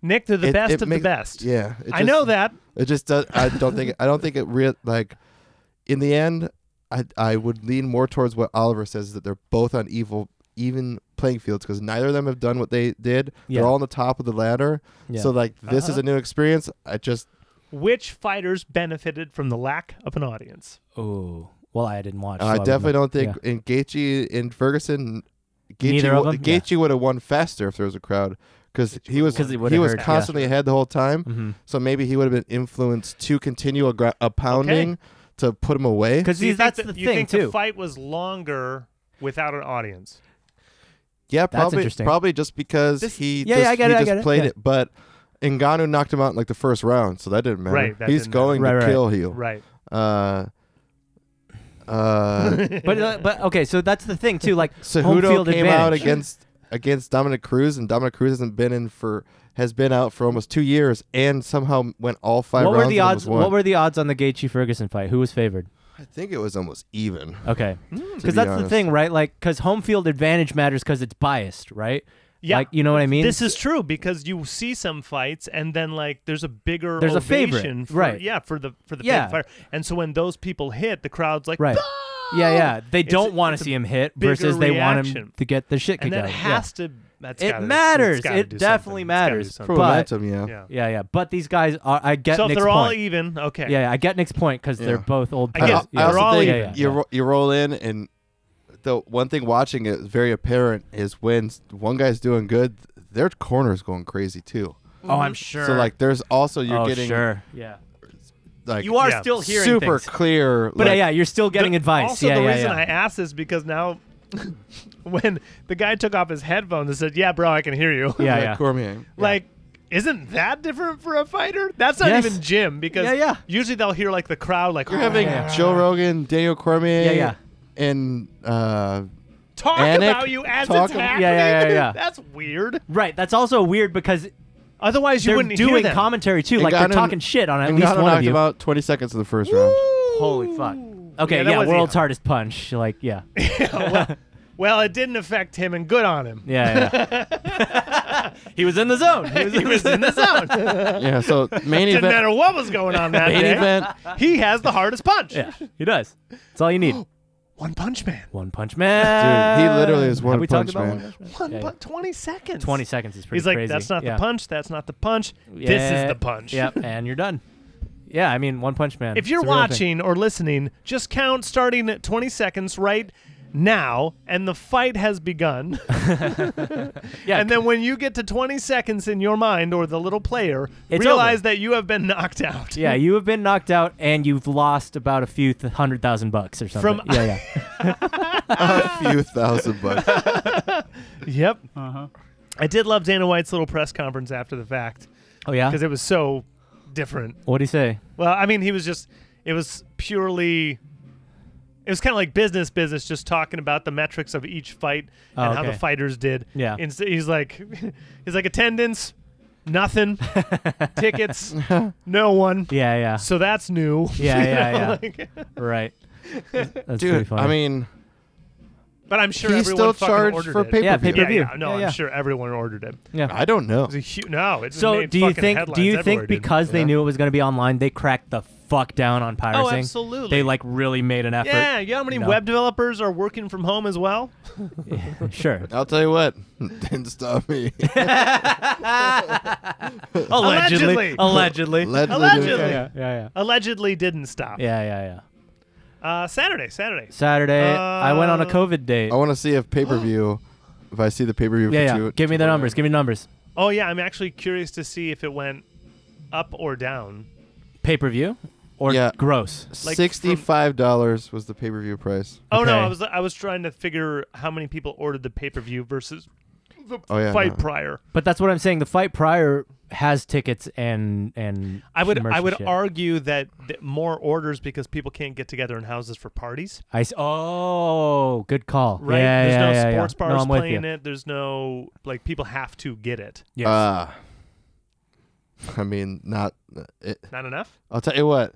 B: Nick, they're the
C: it-
B: best
C: it
B: of
C: makes-
B: the best.
C: Yeah, it
B: I
C: just-
B: know that.
C: It just does. I don't think. I don't think it real like. In the end, I I would lean more towards what Oliver says that they're both on evil even playing fields because neither of them have done what they did.
A: Yeah.
C: They're all on the top of the ladder.
A: Yeah.
C: So like this
B: Uh-huh.
C: is a new experience. I just
B: Which fighters benefited from the lack of an audience?
A: oh, well, I didn't watch. so
C: I
A: would
C: definitely
A: know.
C: don't think in Gaethje in Ferguson, Gaethje,
A: Neither of
C: wa-
A: them? Yeah.
C: Gaethje would have won faster if there was a crowd because he was
A: 'Cause it
C: he
A: would've
C: was
A: hurt, yeah.
C: constantly ahead the whole time.
A: Mhm.
C: So maybe he would have been influenced to continue a, gra- a pounding to put him away.
A: Because
B: Do you think
A: that's
B: that-
A: the
B: you
A: thing
B: think
A: too.
B: the fight was longer without an audience?
C: Yeah, probably
A: interesting.
C: probably just because
B: This-
C: he
A: Yeah, yeah,
C: just,
A: I get
C: he
A: it, I
C: just
A: get it,
C: played
A: yeah.
C: it. But Ngannou knocked him out in like the first round, so that didn't matter.
B: Right, that
C: He's
B: didn't
C: going
A: matter. Right,
C: to
A: right.
C: kill you.
B: Right.
C: Uh, uh,
A: but uh, but okay, so that's the thing too. Like home
C: Cejudo
A: field
C: came
A: advantage.
C: out against against Dominic Cruz, and Dominic Cruz hasn't been in for has been out for almost two years, and somehow went all five
A: What
C: rounds.
A: were the
C: and
A: odds?
C: almost won.
A: What were the odds on the Gaethje Ferguson fight? Who was favored?
C: I think it was almost even.
A: Okay, because
C: be
A: Hmm. that's the
C: honest.
A: thing, right? Like, because home field advantage matters because it's biased, right?
B: Yeah.
A: Like, you know what I mean?
B: This is true because you see some fights and then like there's a bigger
A: There's a
B: ovation
A: favorite,
B: for,
A: right.
B: yeah for the for the
A: Yeah.
B: favorite fighter and so when those people hit the crowd's like
A: right.
B: "Bah!"
A: Yeah, yeah. They
B: It's
A: don't
B: a-
A: want
B: it's a
A: to see him hit
B: bigger
A: versus they want him
B: reaction.
A: to get the shit kicked
B: and that
A: out. of him.
B: has to that's
A: It
B: gotta- it's
A: matters.
B: gotta
A: It
B: do
A: definitely
B: something. It's gotta do
A: matters.
B: something.
C: For
A: But-
C: momentum, yeah.
B: yeah.
A: yeah. yeah, yeah. But these guys are. I get
B: so if
A: Nick's
B: they're all
A: point.
B: even okay
A: yeah, yeah, I get Nick's point because
C: Yeah.
A: they're both old.
B: I
C: I,
B: get
A: pals.
B: it.
C: I
A: yeah.
B: They're
C: also
B: all
C: think
A: yeah, yeah,
C: you
A: yeah.
C: ro- you roll in and the one thing watching it very apparent is when s- one guy's doing good, their corner's going crazy too.
A: Oh, I'm sure.
C: So like, there's also you're
A: oh,
C: getting
A: sure. Yeah.
C: like
D: you are
B: Yeah.
D: still hearing
C: super
D: things.
C: clear.
A: But uh,
C: like,
A: yeah, you're still getting
B: The-
A: advice.
B: Also,
A: yeah,
B: the
A: yeah,
B: reason
A: yeah.
B: I asked this because now, when the guy took off his headphones and said, "Yeah, bro, I can hear you,"
A: yeah,
C: like
A: yeah.
C: Cormier.
B: like. Isn't that different for a fighter? That's not
A: Yes.
B: even Jim because
A: Yeah, yeah.
B: usually they'll hear like the crowd like
C: You're having
A: Oh, Yeah.
C: Joe Rogan, Daniel Cormier,
A: Yeah, yeah.
C: and uh,
B: talk
C: Anik,
B: about you as
C: talk
B: it's
C: ab-
B: happening.
A: Yeah, yeah, yeah, yeah.
B: That's weird.
A: Right. That's also weird because
B: Otherwise, you
A: they're
B: wouldn't hear
A: doing
B: them.
A: commentary too.
C: And
A: Like they're
C: Ghana-
A: talking shit on at
C: and
A: least
C: got
A: one of
C: knocked
A: you.
C: about 20 seconds in the first round.
A: Holy fuck.
B: Yeah,
A: Okay, yeah,
B: that was-
A: world's hardest punch. Like, yeah, yeah,
B: well, well, it didn't affect him, and good on him.
A: yeah. he was in the zone. He was,
B: He was in the zone.
C: Yeah, so main
B: Didn't matter
C: event.
B: what was going on that
C: Main
B: day.
C: event.
B: He has the hardest punch.
A: yeah, he does. That's all you need.
B: One Punch Man.
A: One Punch
C: Dude,
A: Man.
C: he literally is
A: Have
C: one
A: we
C: punch
A: talked about
C: man.
A: One Punch Man?
B: One
A: Yeah,
B: pu-
A: yeah.
B: twenty seconds.
A: Twenty seconds is pretty
B: He's like,
A: crazy.
B: that's not
A: Yeah.
B: the punch. That's not the punch. This is
A: Yeah.
B: the punch.
A: Yep, and you're done. Yeah, I mean, One Punch Man.
B: If you're
A: It's a real thing.
B: watching or listening, just count starting at 20 seconds right now, and the fight has begun.
A: yeah,
B: and then when you get to 20 seconds in your mind or the little player,
A: It's
B: realize
A: over.
B: that you have been knocked out.
A: yeah, you have been knocked out and you've lost about a few th- hundred thousand bucks or something.
B: From-
A: yeah, yeah,
C: A few thousand bucks.
B: Yep. I did love Dana White's little press conference after the fact
A: oh yeah.
B: because it was so different.
A: What do you say?
B: Well, I mean, he was just, it was purely, it was kind of like business business, just talking about the metrics of each fight and
A: Oh,
B: how the
A: okay.
B: fighters did.
A: Yeah.
B: And so he's like, he's like, attendance, nothing, tickets, no one.
A: Yeah, yeah,
B: So that's new.
A: Yeah, yeah, yeah.
B: Like-
A: right. That's pretty
C: Dude,
A: funny.
C: I mean,
B: but I'm sure
C: He
B: everyone
C: still
B: fucking
C: charged
B: ordered
C: for
B: it.
C: pay-
A: yeah,
C: pay-per-view.
A: pay
B: Yeah,
A: per view.
B: yeah, no, I'm sure everyone ordered it. It
A: Yeah.
C: I don't know.
B: was a huge, no, it's
A: So do you think do you think because they
C: Yeah.
A: knew it was going to be online, they cracked the fuck down on piracy?
B: Oh, absolutely.
A: They like really made an effort.
B: yeah, you know how many
A: No.
B: web developers are working from home as well?
A: sure.
C: I'll tell you what, didn't stop me.
B: Allegedly.
A: Allegedly.
C: Allegedly.
B: Allegedly.
A: Yeah, yeah, yeah.
B: Allegedly didn't stop.
A: Yeah, yeah, yeah.
B: Uh, Saturday, Saturday.
A: Saturday, I went on a
B: Uh,
A: COVID date.
C: I want to see if pay per view, if I see the pay per view.
A: yeah,
C: for
A: yeah.
C: Two,
A: Give me the
C: two-
A: numbers. Give me numbers.
B: Oh yeah, I'm actually curious to see if it went up or down.
A: Pay per view or
C: Yeah.
A: gross.
B: Like
C: Sixty-five dollars was the pay per view price.
B: Oh no,
A: Okay.
B: I was I was trying to figure how many people ordered the pay per view versus the
C: Oh, yeah,
B: fight
C: no.
B: prior.
A: But that's what I'm saying. The fight prior has tickets and and
B: I would
A: merch
B: I
A: and
B: would
A: shit.
B: argue that, that more orders because people can't get together in houses for parties,
A: I s- oh, good call.
B: right?
A: Yeah,
B: There's
A: yeah,
B: no
A: yeah, yeah.
B: sports bars
A: no, I'm with
B: playing
A: you.
B: it. There's no like people have to get it.
A: Yes.
C: Ah. I mean, not. It,
B: Not enough.
C: I'll tell you what,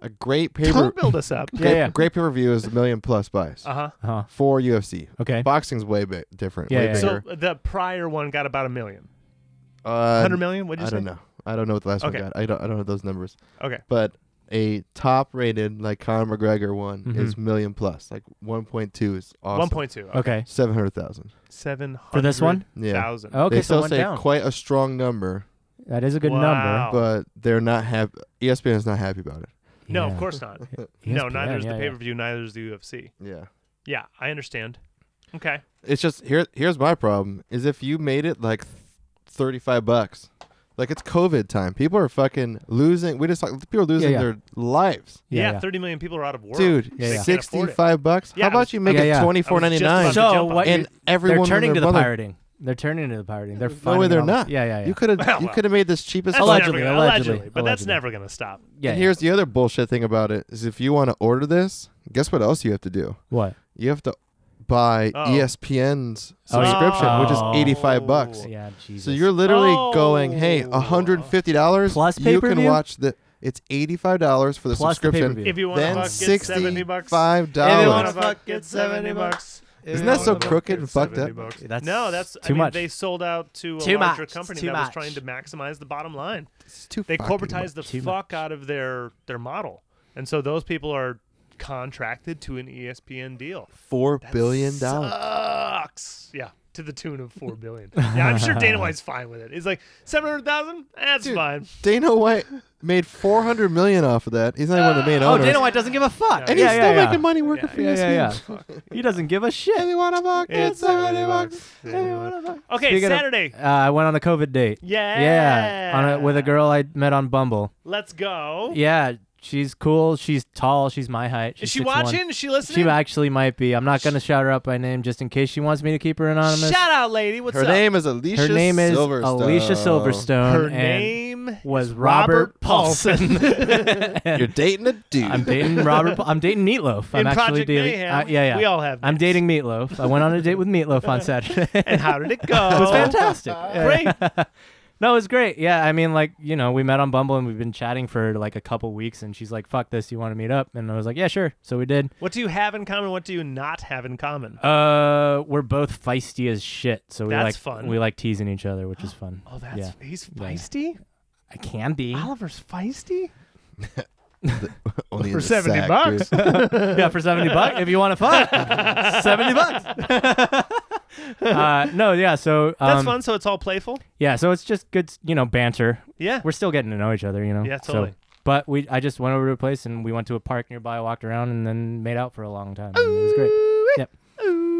C: a great pay per
B: Don't build us up.
A: Yeah, yeah.
C: great pay per view is a million plus buys
B: Uh huh.
A: Huh.
C: for UFC.
A: Okay.
C: Boxing's way bit different.
A: Yeah,
C: way
A: yeah, yeah.
B: So
C: bigger.
B: the prior one got about a million.
C: Uh,
B: Hundred million? What'd you
C: I
B: say?
C: don't know. I don't know what the last
B: Okay.
C: one got. I don't. I don't know those numbers.
B: Okay.
C: But a top rated like Conor McGregor one
A: Mm-hmm.
C: is million plus. Like one point two is awesome.
B: One point two.
A: Okay.
C: Seven hundred thousand.
B: Seven hundred
A: For this one?
C: Yeah.
B: thousand.
A: Okay,
C: they
A: so
C: still
A: one
C: say
A: down.
C: quite a strong number,
A: that is a good
B: Wow.
A: number.
C: but they're not E happy. ESPN is not happy about it.
B: No,
A: Yeah.
B: of course not. no,
A: ESPN,
B: neither is
A: yeah,
B: the
A: yeah.
B: pay per view, neither is the UFC.
C: Yeah.
B: Yeah, I understand. Okay.
C: It's just here. Here's my problem: is if you made it like thirty-five bucks, like it's COVID time. People are fucking losing. We just talked. People are losing
A: yeah.
C: their lives.
A: Yeah,
B: Yeah,
A: yeah.
B: thirty million people are out of work.
C: Dude,
B: They
A: Yeah, yeah.
B: can't afford it.
C: sixty-five bucks.
B: Yeah, I
C: How about
B: was-
C: you make
A: Yeah,
C: it
A: yeah.
C: twenty-four
B: I was
C: ninety-nine?
B: just about
A: So
B: jump on
A: what?
B: it.
A: you're-
C: And everyone
A: they're
C: and
A: turning
C: their
A: to the
C: mother-
A: pirating. They're turning to the pirating. They're
C: No way,
A: finding
C: they're
A: all the-
C: not.
A: Yeah, yeah, yeah.
C: You could have.
B: Well,
C: you
B: well.
C: could have made this cheap as
B: That's
C: fuck.
A: Allegedly,
B: never gonna,
A: allegedly,
B: but that's
A: allegedly.
B: never gonna stop.
A: yeah,
C: And
A: yeah.
C: here's the other bullshit thing about it: is if you want to order this, guess what else you have to do?
A: what?
C: You have to buy E
B: Oh.
C: ESPN's
A: Oh, yeah.
C: subscription, which is
A: Oh.
C: eighty-five bucks.
B: Cool.
A: Yeah, Jesus.
C: So you're literally going, hey,
B: Oh.
C: hundred fifty dollars
A: Plus
C: You can
A: pay-per-view?
C: watch the. It's eighty-five dollars for the
A: Plus the
C: subscription.
A: pay-per-view.
B: If you want to
C: then
B: fuck, get seventy bucks.
C: sixty-five
A: If you
B: Wanna
A: wanna
C: dollars.
B: fuck, get seventy bucks.
C: Isn't that so
A: Oh,
B: Wanna fuck,
C: crooked and
B: get
C: fucked
B: 70
C: up?
B: bucks.
A: That's
B: no, that's I
A: too
B: mean,
A: much.
B: They sold out to a
A: Too
B: larger
A: much.
B: company
A: Too
B: that was
A: much.
B: trying to maximize the bottom line.
C: It's too
B: They
C: fucking
B: corporatized the
A: too
B: fuck out of their their model, and so those people are contracted to an E ESPN deal.
C: four billion dollars.
B: Sucks. Yeah, to the tune of four billion. Yeah, I'm sure Dana White's fine with it. He's like seven hundred thousand. That's
C: Dude,
B: fine.
C: Dana White made four hundred million off of that. He's not even one of the main
A: Oh,
C: owners.
A: Dana White doesn't give a fuck.
C: and
A: yeah,
C: he's
A: yeah,
C: still
A: yeah.
C: making money working for E
A: Yeah,
C: ESPN.
A: yeah, yeah. He doesn't give a
C: If
A: shit.
C: you wanna fuck, get
B: It's
C: seventy
B: 70
C: bucks.
B: Okay,
A: Speaking of-
B: Saturday.
A: Uh, I went on a COVID date.
B: yeah.
A: Yeah, on a, with a girl I met on Bumble.
B: Let's go.
A: Yeah, she's cool. She's tall. She's my height. She's
B: Is she
A: 6'1".
B: watching? Is she listening?
A: She actually might be. I'm not gonna shout her out by name just in case she wants me to keep her anonymous.
B: Shout out, lady. What's
C: Her
B: up?
C: name is Alicia.
A: her name is
C: Silverstone.
A: Alicia Silverstone.
B: Her
A: and
B: name
A: was
B: is
A: Robert Paulson.
C: You're dating a dude.
A: I'm dating Robert. Pa- I'm dating Meatloaf. I'm
B: In
A: actually
B: Project
A: dating.
B: Mayhem,
A: uh, yeah, yeah.
B: we all have
A: I'm
B: names.
A: dating Meatloaf. I went on a date with Meatloaf on Saturday.
B: and how did it go?
A: it was fantastic.
B: Great.
A: No, it was great. Yeah, I mean, like you know, we met on Bumble and we've been chatting for like a couple weeks, and she's like, "Fuck this, you want to meet up?" And I was like, "Yeah, sure." So we did.
B: What do you have in common? What do you not have in common?
A: Uh, we're both feisty as shit, so we
B: That's
A: like
B: fun.
A: we like teasing each other, which is fun.
B: Oh, that's
A: yeah.
B: he's feisty.
A: I can be.
B: Oliver's feisty.
C: Only in
B: For
C: the
B: 70
C: sack,
B: bucks.
C: dude.
A: yeah, for seventy bucks if you want to fuck. seventy bucks. uh, no, yeah. So um,
B: That's fun. So it's all playful.
A: Yeah, so it's just good, you know, banter.
B: Yeah.
A: We're still getting to know each other, you know.
B: Yeah,
A: So-
B: totally.
A: but we, I just went over to a place and we went to a park nearby, walked around, and then made out for a long time. and it was great. Yep.
B: Ooh.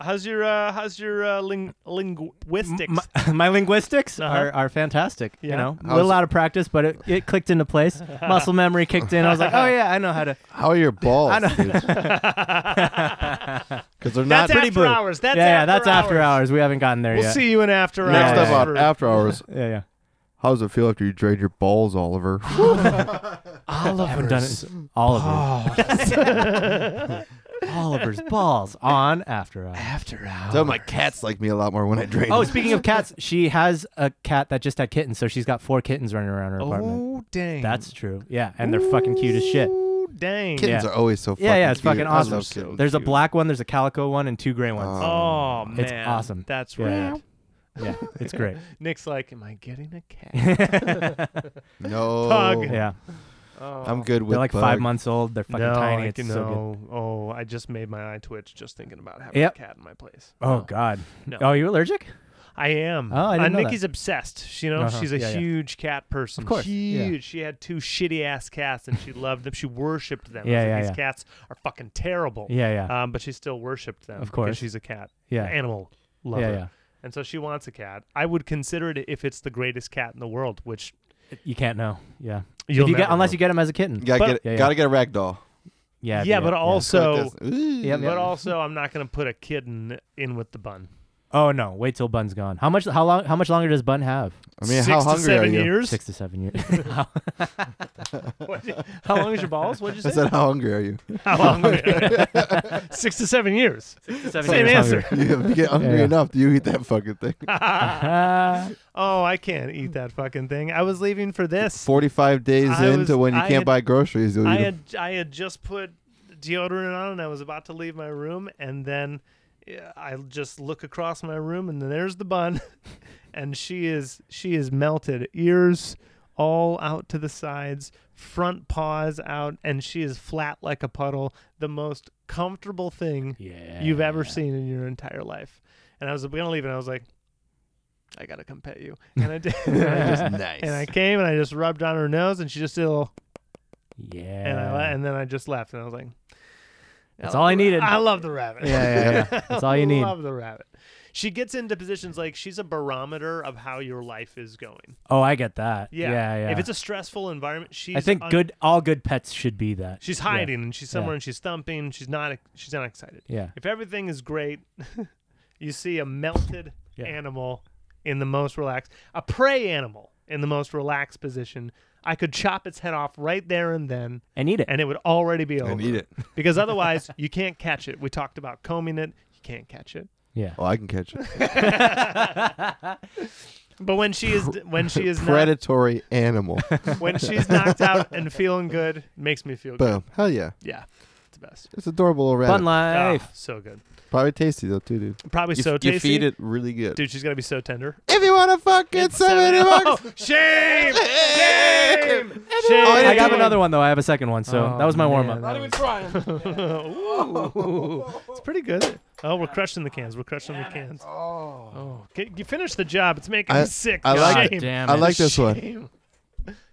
B: How's your uh, how's your uh, ling- linguistics?
A: My, my linguistics
B: Uh-huh.
A: are, are fantastic.
B: Yeah.
A: You know, a
C: How's-
A: little out of practice, but it, it clicked into place. Muscle memory kicked in. I was like, oh yeah, I know how to.
C: How are your balls,
A: know.
C: dude? Because they're not
B: that's
C: pretty
B: after
C: blue.
B: hours. That's
A: yeah,
B: after
A: yeah, that's after hours. We haven't gotten there
B: We'll
A: yet.
B: see you in after
A: Yeah,
C: Next
B: hours.
C: up
A: yeah,
C: on After Hours,
A: Yeah, yeah.
C: how does it feel after you drained your balls, Oliver?
A: I haven't done it. s- Oliver. Oliver's balls on after hours.
B: after hours.
C: Oh, So my cats like me a lot more when I drain.
A: Oh,
C: them.
A: speaking of cats, she has a cat that just had kittens, so she's got four kittens running around her apartment.
B: Oh dang.
A: That's true. Yeah, and they're fucking cute as shit.
B: Ooh, dang.
C: kittens
A: yeah.
C: are always so.
A: Yeah, yeah, it's
C: cute.
A: fucking
C: I love
A: awesome.
C: kittens.
A: there's a black one, there's a calico one, and two gray ones.
C: Oh.
B: Oh man,
A: It's awesome.
B: That's
A: Yeah, yeah.
B: rad. Oh.
A: Yeah, it's great.
B: Nick's like, am I getting a cat?
A: yeah,
C: No,
B: Pug. Oh.
C: I'm good with.
A: they're like five
C: bug.
A: months old. They're fucking
B: no,
A: tiny.
B: I
A: It's
B: can-
A: so good.
B: no. Oh, I just made my eye twitch just thinking about having
A: Yep.
B: a cat in my place.
A: Oh
B: No.
A: God.
B: No.
A: Oh, you allergic?
B: I am.
A: Oh, I didn't
B: uh,
A: know that.
B: Nikki's obsessed. She, you know,
A: Uh-huh.
B: she's a
A: Yeah, yeah.
B: huge cat person.
A: Of course, yeah.
B: huge. She had two shitty ass cats, and she loved them. She worshipped them. I was
A: Yeah,
B: like,
A: yeah,
B: These
A: yeah.
B: cats are fucking terrible.
A: Yeah, yeah,
B: Um, but she still worshipped them.
A: Of
B: because
A: course.
B: she's a cat.
A: yeah,
B: Animal
A: yeah,
B: lover.
A: yeah.
B: And so she wants a cat. I would consider it if it's the greatest cat in the world, which
A: You can't know. Yeah,
B: you'll
A: if you get
B: never
A: unless
B: know.
A: you get them as a kitten.
C: You gotta
B: But-
C: get
A: Yeah, yeah.
C: gotta get a ragdoll.
A: Yeah,
B: yeah, but also,
C: Like this. Ooh.
A: Yep,
B: but also, I'm not gonna put a kitten in with the bun.
A: Oh no! Wait till Bun's gone. How much? How long? How much longer does Bun have?
C: I mean,
B: Six
C: how
B: to
C: hungry
B: seven
C: are you?
B: years.
A: Six to seven years.
B: What- How long is your balls? What did
C: I
B: you say?
C: said, how hungry are you?
B: How long? Six to seven years. Same answer.
C: if you get hungry
A: Yeah.
C: enough, you eat that fucking thing.
B: Oh, I can't eat that fucking thing. I was leaving for this.
C: Forty-five days
B: I
C: into
B: was-
C: when you
B: I
C: can't
B: had-
C: buy groceries, you'll
B: I
C: eat 'em.
B: had I had just put deodorant on and I was about to leave my room and then yeah, I just look across my room and then there's the bun and she is she is melted ears all out to the sides front paws out and she is flat like a puddle the most comfortable thing
A: yeah.
B: you've ever seen in your entire life and I was gonna leave and I was like I gotta come pet you and I did and I just
C: nice.
B: and I came and I just rubbed on her nose, and she just did a little,
A: Yeah.
B: and I le- and then I just left, and I was like,
A: That's all I needed.
B: I love the rabbit.
A: yeah, yeah, yeah. That's all you need.
B: Love the rabbit. She gets into positions like she's a barometer of how your life is going.
A: Oh, I get that.
B: Yeah,
A: Yeah, yeah.
B: If it's a stressful environment, she's.
A: I think
B: un-
A: good. All good pets should be that.
B: She's
A: Yeah.
B: hiding, and she's somewhere,
A: Yeah.
B: and she's thumping. She's not. She's not excited.
A: Yeah.
B: If everything is great, you see a melted
A: Yeah.
B: animal in the most relaxed, a prey animal in the most relaxed position. I could chop its head off right there and then,
A: And eat it.
B: and it would already be over.
C: I need it.
B: Because otherwise, you can't catch it. We talked about combing it. You can't catch it.
A: yeah.
C: Oh, I can catch it.
B: But when she is when she is not,
C: Predatory animal.
B: when she's knocked out and feeling good, makes me feel good.
C: Boom. Hell yeah.
B: Yeah, it's the best.
C: It's adorable little rabbit.
A: Bun
B: Ah,
A: life.
B: so good.
C: Probably tasty though too, dude.
B: Probably
C: You,
B: so tasty.
C: you feed it really good.
B: dude. She's gonna be so tender.
C: If you want to fuck, it's seventy bucks.
B: Oh, shame, shame, shame.
C: Oh, yeah,
A: I have
C: dude.
A: another one though. I have a second one. So
B: Oh,
A: that was my warm up.
B: Not even trying. it's pretty good. Oh, we're crushing the cans. We're crushing the cans. Oh, Can, you finish the job. It's making
C: I-
B: me sick.
C: I like-
B: Shame.
A: Damn
C: I
A: it.
C: like this one.
B: Shame.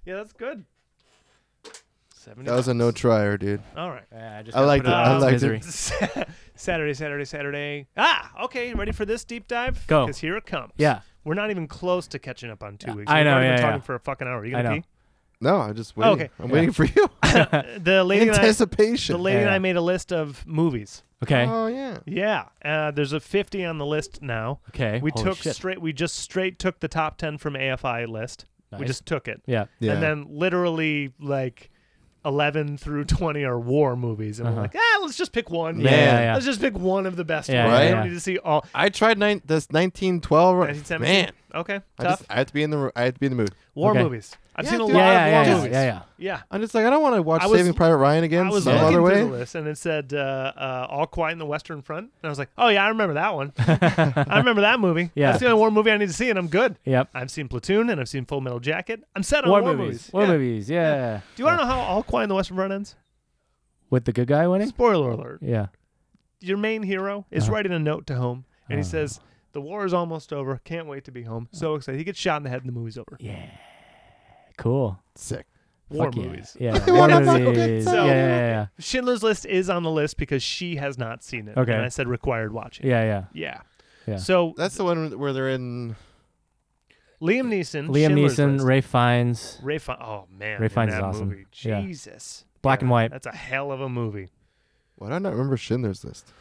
B: Yeah, that's good. Seventy.
C: That was a no tryer, dude.
B: All right.
A: Yeah, I, just
C: I
A: gotta
C: liked
A: put
B: it.
A: out
B: I
A: of
C: liked
A: misery.
C: it.
B: Saturday, Saturday, Saturday. Ah, okay. Ready for this deep dive?
A: Go.
B: Because here it comes.
A: Yeah.
B: We're not even close to catching up on two weeks.
A: I
B: We've
A: know,
B: already been
A: yeah,
B: talking
A: yeah.
B: for a fucking hour. Are you
A: I
B: gonna
A: know.
B: pee?
C: No, I'm just waiting.
B: Okay.
C: I'm
A: Yeah.
C: waiting for you.
B: the lady and I,
C: Anticipation.
B: the lady and
A: Yeah.
B: I made a list of movies.
A: Okay.
C: Oh yeah.
B: Yeah, uh, there's a 50 on the list now.
A: okay.
B: We
A: Holy
B: took
A: shit.
B: straight. We just straight took the top 10 from AFI list. We
A: Nice.
B: just took it,
A: Yeah.
C: Yeah.
B: and then literally like. 11 through 20 are war movies and we're
A: Uh-huh.
B: like ah let's just pick one
A: Yeah, yeah, yeah.
B: let's just pick one of the best
A: Yeah,
B: ones.
C: yeah,
B: I don't
A: yeah.
B: need to see all
C: I tried nine, this 1912.
B: 1917
C: Man,
B: okay
C: I,
B: tough
C: just, I have to be in the ro- I have to be in the mood.
B: war
A: Okay.
B: movies I've
C: Yeah,
B: seen a
C: dude.
B: lot
A: Yeah,
B: of war
A: yeah, yeah,
B: movies
A: yeah, yeah.
B: yeah
C: I'm just like I don't want to watch
B: I was-
C: Saving Private Ryan
B: I
C: again
B: was
C: some
B: looking
C: other
B: through
C: way.
B: the list, and it said uh, uh, "All Quiet in the Western Front," and I was like, "Oh yeah, I remember that one. I remember that movie.
A: Yeah.
B: That's the only war movie I need to see, and I'm good.
A: Yep.
B: I've seen Platoon, and I've seen Full Metal Jacket. I'm set on
A: War,
B: war,
A: movies. War
B: Yeah.
A: movies. Yeah.
B: Do you want to know how All Quiet in the Western Front ends?
A: With the good guy winning?
B: Spoiler alert:
A: Yeah.
B: Your main hero is
A: Uh-huh.
B: writing a note to home, and he
A: Oh.
B: says, "The war is almost over. Can't wait to be home. So excited." He gets shot in the head, and the movie's over.
A: Yeah. Cool.
C: Sick.
B: War
A: Fuck yeah.
B: movies.
A: Yeah.
C: What
A: War
C: a fucking
A: movies.
C: time.
A: Yeah, yeah, yeah.
B: Schindler's List is on the list because she has not seen it.
A: Okay.
B: And I said required watching.
A: Yeah, yeah.
B: Yeah.
A: Yeah.
B: So
C: That's the one where they're in.
B: Liam Neeson,
A: Liam
B: Schindler's
A: Neeson,
B: List.
A: Ray Fiennes.
B: Ray Fine. Oh man,
A: Ray
B: in
A: Fiennes
B: that
A: is awesome.
B: Movie.
A: Yeah.
B: Jesus,
A: Black and white.
B: That's a hell of a movie.
C: Why do I not remember Schindler's List?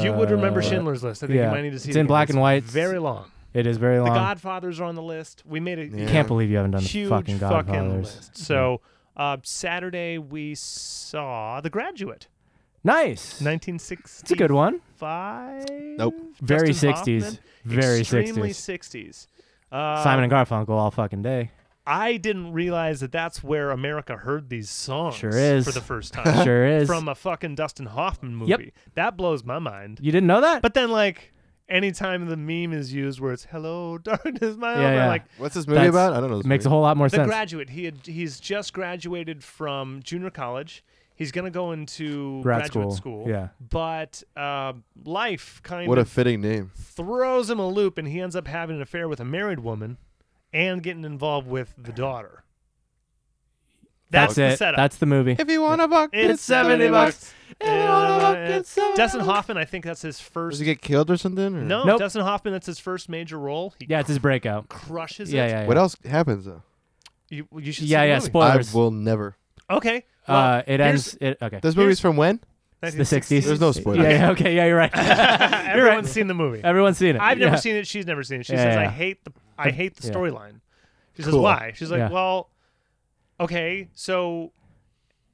B: you would remember
A: Uh,
B: Schindler's List. I think you
A: yeah.
B: might need to see
A: It's
B: it
A: in
B: again.
A: black and white.
B: Very long.
A: It is very long.
B: The Godfathers are on the list. We made a
C: Yeah.
A: Can't believe you haven't done the
B: huge
A: fucking
B: fucking,
A: Godfathers.
B: list. So uh, Saturday we saw The Graduate,
A: nice.
B: nineteen sixty.
A: It's a good one.
B: Five.
C: Nope.
A: Very 60s. Very
B: Extremely
A: 60s.
B: sixties. Uh,
A: Simon and Garfunkel all fucking day.
B: I didn't realize that that's where America heard these songs
A: Sure is.
B: for the first time.
A: Sure is.
B: from uh, a fucking Dustin Hoffman movie.
A: Yep.
B: That blows my mind.
A: you didn't know that?
B: But then like anytime the meme is used where it's hello darkness my old
A: Yeah,
B: man,"
A: yeah.
B: like
C: What's this movie
A: That's-
C: about? I don't know. This
A: it makes a
C: movie.
A: whole lot more
B: the
A: sense.
B: graduate he had, he's just graduated from junior college. He's going to go into
A: Grad
B: graduate
A: school,
B: school.
A: yeah.
B: But uh, life kind
C: What a
B: of
C: fitting name.
B: throws him a loop and he ends up having an affair with a married woman and getting involved with the daughter.
A: That's,
B: the
A: it.
B: setup.
A: That's the movie.
C: If you want to buck,
B: It's 70 bucks.
A: If you wanna buck,
B: Uh,
A: it's 70
B: Dustin
A: bucks.
B: Hoffman, I think that's his
C: Does
B: first
C: he get killed or something? or-
B: No,
A: Nope.
B: Dustin Hoffman. That's his first major role. He
A: Yeah, it's his breakout.
B: crushes
A: Yeah,
B: it.
A: yeah, yeah.
C: What else happens though?
B: You, you should.
A: Yeah,
B: see the
A: yeah.
B: movie.
A: Spoilers.
C: I will never.
B: Okay. Well,
A: uh, it
B: here's-
A: ends. It, okay.
C: This
B: Here's-
C: movie's from when?
A: It's the 60s.
C: There's no spoilers.
A: Yeah, yeah, okay. Yeah, you're right.
B: Everyone's seen the movie.
A: Everyone's seen it.
B: I've never
A: Yeah.
B: seen it. She's never seen it. She
A: Yeah,
B: says, "I
A: yeah.
B: hate the I hate the
A: Yeah.
B: storyline." She says,
C: Cool.
B: "Why?" She's like,
A: Yeah.
B: "Well, okay, so."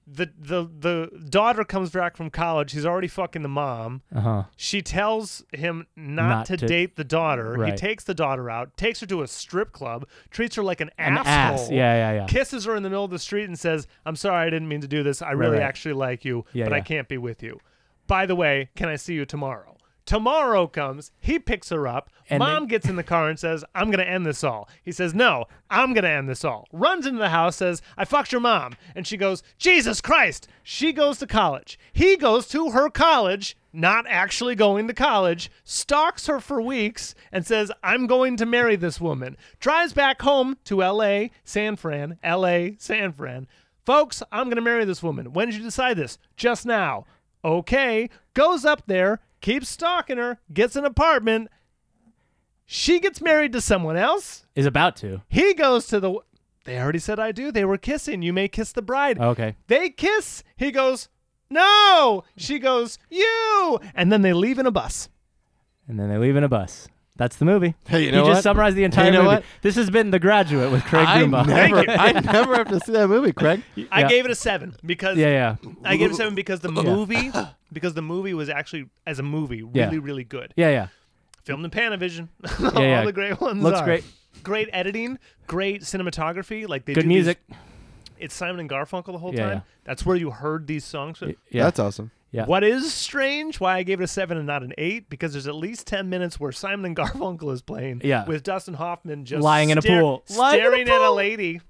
B: The, the the daughter comes back from college. He's already fucking the mom.
A: Uh-huh.
B: She tells him not,
A: Not
B: to,
A: to-
B: date the daughter. He
A: Right.
B: takes the daughter out, takes her to a strip club, treats her like an,
A: An
B: asshole.
A: ass. Yeah, yeah, yeah.
B: kisses her in the middle of the street and says, "I'm sorry, I didn't mean to do this. I really
A: right.
B: actually like you,
A: Yeah,
B: but I
A: yeah.
B: can't be with you. By the way, can I see you tomorrow?" Tomorrow comes, he picks her up.
A: And
B: Mom gets in the car and says, "I'm going to end this all." He says, "No, I'm going to end this all." Runs into the house, says, "I fucked your mom." And she goes, "Jesus Christ." She goes to college. He goes to her college, not actually going to college, stalks her for weeks and says, "I'm going to marry this woman." Drives back home to LA, San Fran, LA, San Fran. Folks, I'm going to marry this woman. When did you decide this? Just now. Okay. Goes up there, keeps stalking her, gets an apartment. She gets married to someone else.
A: Is about to.
B: He goes to the. They already said I do. They were kissing. You may kiss the bride.
A: Oh, Okay.
B: They kiss. He goes, No. She goes, You. And then they leave in a bus.
A: And then they leave in a bus. That's the movie.
C: Hey, you know
A: just
C: what?
A: summarized the entire
C: know
A: movie.
C: what?
A: This has been The Graduate with Craig
C: I
A: Greenbaum.
C: never, I never have to see that movie, Craig.
B: I
A: Yeah.
B: gave it a seven because
A: yeah, yeah,
B: I gave it a seven because the movie because the movie was actually as a movie
A: Yeah.
B: really really good.
A: yeah, yeah.
B: Filmed in Panavision, all
A: yeah.
B: the great ones.
A: Looks
B: are.
A: great.
B: Great editing, great cinematography. Like they do
A: Good
B: these-
A: music.
B: it's Simon and Garfunkel the whole
A: Yeah,
B: time.
A: yeah.
B: That's where you heard these songs. from.
A: Yeah.
C: That's awesome.
A: yeah.
B: What is strange, why I gave it a seven and not an eight, because there's at least ten minutes where Simon and Garfunkel is playing.
A: Yeah.
B: With Dustin Hoffman just
A: Lying in a
B: stare-
A: pool. Lying in a
B: staring at a
A: pool.
B: lady,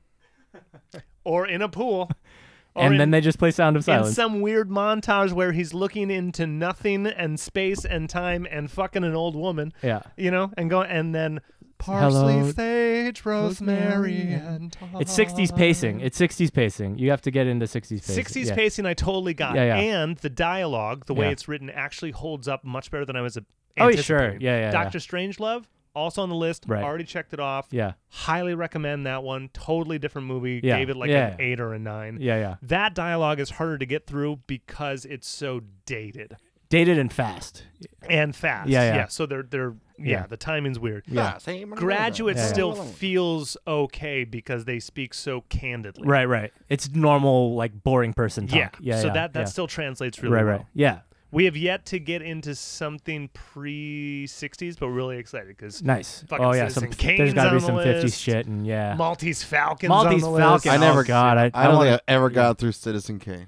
B: or in a pool, or
A: and
B: in,
A: then they just play Sound of
B: in
A: Silence.
B: some weird montage where he's looking into nothing and space and time and fucking an old woman.
A: yeah.
B: You know, and go and then parsley,
A: Hello,
B: sage, rosemary,
A: rosemary,
B: and
A: It's 60s pacing. It's 60s pacing. You have to get into 60s pacing.
B: 60s
A: yeah.
B: pacing I totally got.
A: Yeah, yeah.
B: And the dialogue, the way
A: Yeah.
B: it's written, actually holds up much better than I was a-
A: Oh, yeah,
B: anticipating.
A: sure. Yeah, yeah, yeah.
B: Doctor Strangelove, Also on the list.
A: Right.
B: Already checked it off.
A: Yeah.
B: Highly recommend that one. Totally different movie.
A: Yeah.
B: Gave it like
A: Yeah.
B: an eight or a nine.
A: Yeah. Yeah.
B: That dialogue is harder to get through because it's so dated
A: Dated and fast.
B: and fast.
A: Yeah, yeah.
B: So they're they're yeah,
A: Yeah.
B: the timing's weird.
A: Yeah.
B: Graduate
A: Yeah.
B: still feels okay because they speak so candidly.
A: Right. Right. It's normal, like boring person talk.
B: Yeah.
A: Yeah. yeah
B: so
A: yeah,
B: that that
A: yeah.
B: still translates really
A: right.
B: well.
A: Right. Yeah.
B: We have yet to get into something pre '60s, but really excited because
A: Nice.
B: Fucking
A: oh yeah.
B: Citizen
A: Some
B: Kane's
A: there's gotta
B: on
A: be
B: the
A: some 50s
B: list.
A: shit and yeah.
B: Maltese Falcons.
A: Maltese
B: on the
A: Falcon.
B: List.
C: I never-
A: oh, God. I,
C: I don't
A: wanna-
C: think I've ever got through Citizen Kane.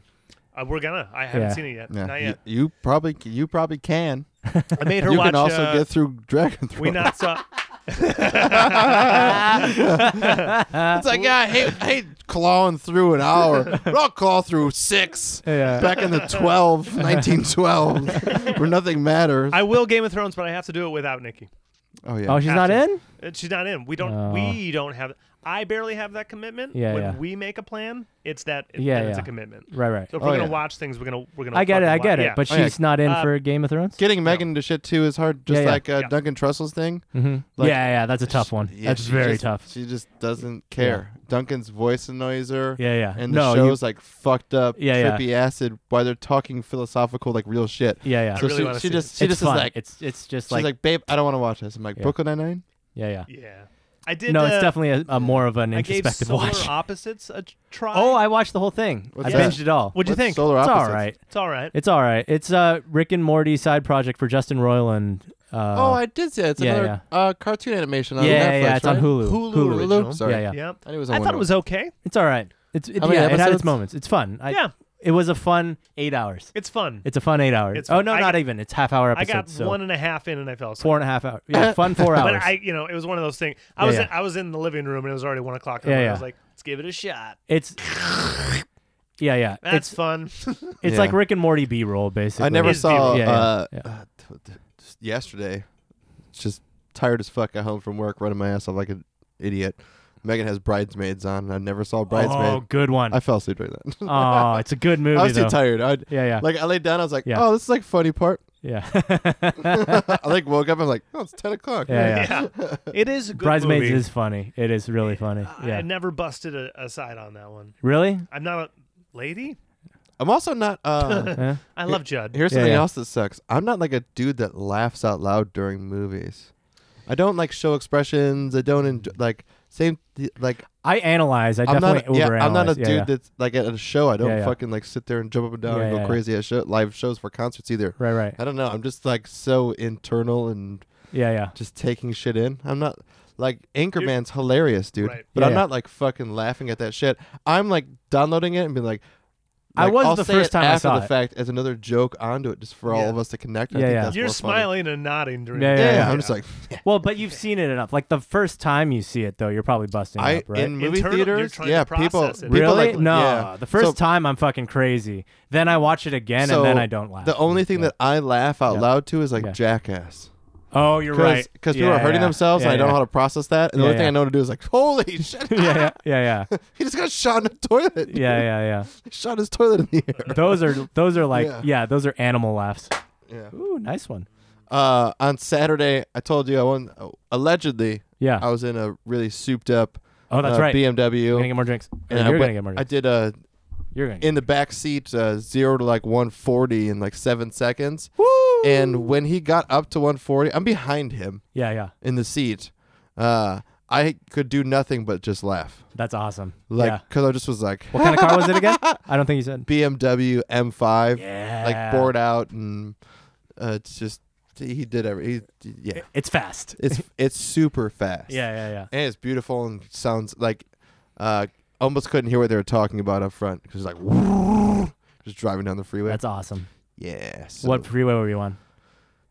B: Uh, we're gonna. I haven't
A: Yeah.
B: seen it yet.
C: Yeah,
B: Not
C: you-
B: yet.
C: You, probably c- you probably can.
B: I made her
C: you
B: watch.
C: can also
B: uh,
C: get through Dragon Throne.
B: we not saw.
C: it's like yeah, I hate, I hate clawing through an hour, but I'll claw through six.
A: Yeah.
C: Back in the 12, 1912, where nothing matters.
B: I will Game of Thrones, but I have to do it without Nikki.
C: oh yeah.
A: Oh, she's not
B: Have to.
A: in.
B: Uh, She's not in. We don't.
A: Oh.
B: We don't have. I barely have that commitment.
A: Yeah,
B: When
A: yeah.
B: we make a plan, it's that. It,
A: Yeah,
B: then It's a
A: yeah.
B: commitment.
A: Right. Right.
B: So if
C: Oh,
B: we're gonna
C: yeah.
B: watch things, we're gonna we're gonna.
A: I get it.
B: fucking
A: I
B: watch-
A: get it.
B: yeah.
A: But
C: Oh, yeah.
A: she's not in
B: Uh,
A: for Game of Thrones.
C: Getting Megan to shit too is hard, just
A: Yeah, yeah.
C: like uh,
B: Yeah.
C: Duncan Trussell's thing.
A: hmm
C: Like-
A: yeah, yeah, that's a tough one.
C: Yeah,
A: that's
C: she
A: very
C: just-
A: tough.
C: She just doesn't care. Duncan's voice annoys her.
A: Yeah, yeah.
C: And the
A: no, you-
C: show's like fucked up,
A: Yeah, yeah.
C: trippy acid, while they're talking philosophical, like real shit.
A: yeah, yeah.
C: So
B: really wanna
C: she, she
B: see
C: just
A: it's
C: she just
A: fun.
C: is like
A: it's it's just
C: she's like,
A: like,
C: babe, I don't want to watch this. I'm like
A: Yeah.
C: Brooklyn Nine Nine.
A: yeah, yeah.
B: Yeah. I did.
A: no,
B: uh,
A: it's definitely a, a more of an
B: I gave
A: introspective
B: Solar
A: watch.
B: Opposites a t- try.
A: Oh, I watched the whole thing.
C: What's
A: I
B: that?
A: binged it all.
B: What'd you
C: What's
B: think?
C: Solar
A: it's
C: opposites.
A: all right.
B: It's all right.
A: It's all right. It's uh Rick and Morty side project for Justin Roiland. Uh,
C: oh, I did see that. It's
A: yeah,
C: another Uh, cartoon animation
A: yeah,
C: on
A: yeah,
C: Netflix.
A: yeah. It's on
C: right?
A: Hulu.
B: Hulu
C: Hulu.
B: original.
C: Sorry.
A: Yeah, yeah.
B: Yeah.
C: I, knew it was
B: I
C: on
B: thought
C: Hulu.
B: it was okay.
A: It's all right. It's it,
C: How many
A: yeah, it had its
C: episodes?
A: moments. It's fun. I,
B: yeah,
A: it was a fun eight hours.
B: it's fun.
A: It's a fun eight hours.
B: It's
A: oh
B: fun.
A: no,
B: I
A: not
B: got-
A: even. It's half hour
B: I
A: episodes.
B: got
A: so
B: one and a half in and I fell asleep.
A: four and a half hours. Yeah, fun four hours.
B: But I, you know, it was one of those things. I
A: Yeah,
B: was,
A: yeah.
B: in, I was in the living room and it was already one o'clock. In the
A: Yeah,
B: morning. I
A: yeah.
B: was like, let's give it a shot.
A: It's yeah, yeah.
B: That's
A: it's
B: fun.
A: it's
C: Yeah.
A: like Rick and Morty B roll basically.
C: I never
B: Is
C: saw.
A: Hulu. Yeah, yeah,
C: uh,
A: yeah.
C: uh, t- t- just yesterday, just tired as fuck at home from work, running my ass off like an idiot. Megan has bridesmaids on. and I never saw
A: Oh,
C: bridesmaids.
A: good one.
C: I fell asleep during that.
A: oh, it's a good movie
C: I was
A: though.
C: too tired. I would
A: Yeah, yeah,
C: like I laid down. I was like,
A: Yeah.
C: oh, this is like funny part.
A: yeah.
C: I like woke up. I'm like, oh, it's ten o'clock.
A: Yeah, yeah.
B: yeah, it is a good
A: Bridesmaids
B: movie.
A: is funny. It is really funny.
B: I-
A: Yeah.
B: I never busted a, a side on that one.
A: really?
B: I'm not a lady.
C: I'm also not. Uh,
A: Huh?
B: I love Judd.
C: here's
A: Yeah,
C: something
A: yeah.
C: else that sucks. I'm not like a dude that laughs out loud during movies. I don't like show expressions. I don't enjoy, like same th- like
A: I analyze. I
C: I'm
A: definitely
C: not a, yeah I'm not a
A: overanalyze.
C: dude
A: yeah, yeah.
C: that's like at a show. I don't
A: Yeah, yeah.
C: fucking like sit there and jump up and down
A: Yeah,
C: and go
A: yeah, yeah.
C: crazy at show, live shows for concerts either.
A: Right, right.
C: I don't know. I'm just like so internal and
A: Yeah, yeah.
C: just taking shit in. I'm not like Anchorman's hilarious, dude.
B: Right.
C: But
A: Yeah,
C: I'm
A: yeah.
C: not like fucking laughing at that shit. I'm like downloading it and being like,
A: I
C: like,
A: was
C: I'll
A: the
C: say
A: first
C: it
A: time I
C: after
A: saw
C: the
A: it.
C: fact as another joke onto it, just for
B: Yeah.
C: all of us to connect. I
A: Yeah,
C: think
A: yeah.
C: that's
B: You're
C: more funny.
B: smiling and nodding during.
A: Yeah,
C: Yeah,
B: it.
C: yeah,
A: yeah.
C: I'm just like
A: Well, but you've seen it enough. Like the first time you see it, though, you're probably busting
C: I
A: up, right?
C: in movie
B: Internal- you're
C: theaters.
B: trying to
C: Yeah, people,
B: process it.
C: people
A: really?
C: like
A: no.
C: yeah.
A: The first
C: So-
A: time I'm fucking crazy. Then I watch it again,
C: So
A: and then I don't laugh.
C: The only thing
A: Yeah.
C: that I laugh out
A: Yeah.
C: loud to is like
A: Yeah.
C: jackass.
A: Oh, you're right.
C: Because people are hurting themselves and I don't know how to process that. And the
A: Yeah,
C: only thing
A: yeah.
C: I know to do is like, holy shit,
A: yeah, yeah, yeah, yeah,
C: he just got shot in the toilet.
A: yeah, yeah,
C: He shot his toilet in the air.
A: yeah. Those are those are like yeah.
C: Yeah.
A: those are animal laughs.
C: Yeah.
A: Ooh, nice one.
C: Uh, on Saturday, I told you I won. Allegedly,
A: Yeah.
C: I was in a really souped up.
A: oh, that's
C: uh,
A: right. We're gonna
C: BMW.
A: get more drinks.
C: And
A: you're
C: I,
A: gonna
C: went-
A: get more
C: I
A: drinks.
C: did a
A: you're gonna. Get,
C: in the back seat uh, zero to like 140 in like seven seconds.
A: woo!
C: And when he got up to 140, I'm behind him
A: yeah, yeah.
C: in the seat. Uh, I could do nothing but just laugh,
A: That's awesome. yeah.
C: like because I just was like
A: What kind of car was it again? I don't think you said.
C: BMW M5,
A: Yeah.
C: like bored out, and uh, it's just he did every he, yeah.
A: It's fast.
C: It's it's super fast.
A: Yeah, yeah, yeah.
C: and it's beautiful and sounds like uh almost couldn't hear what they were talking about up front because like just driving down the freeway
A: That's awesome.
C: yeah so
A: What freeway were you on?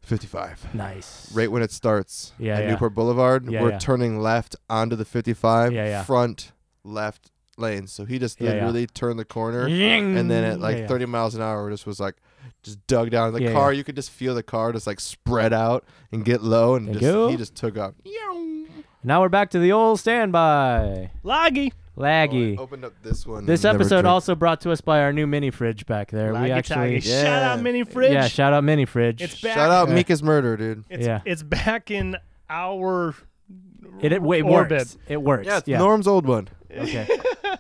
C: 55
A: Nice.
C: right when it starts
A: Yeah,
C: at
A: yeah.
C: newport boulevard
A: Yeah,
C: we're
A: yeah.
C: turning left onto the 55
A: Yeah, yeah.
C: front left lane so he just
A: Yeah, yeah.
C: literally turned the corner
A: Ying!
C: and then at like
A: Yeah, yeah.
C: 30 miles an hour just was like just dug down the
A: Yeah,
C: car you could just feel the car just like spread out and get low and
A: Thank
C: just
A: you.
C: he just took off
A: Now we're back to the old standby.
B: Loggy.
A: Laggy.
C: Oh, opened up this one
A: This
C: never
A: episode
C: drink.
A: also brought to us by our new mini fridge back there.
B: Loggy
A: we actually,
B: toggy. Shout
C: Yeah.
B: out mini fridge.
A: yeah, shout out mini fridge.
B: it's back.
C: Shout out
A: Yeah.
C: Mika's murder, dude.
B: It's,
A: Yeah.
B: it's back in our
A: It, it wait
B: Orbit.
A: works. It works.
C: Yeah,
A: Yeah.
C: it's Norm's old one.
A: Okay.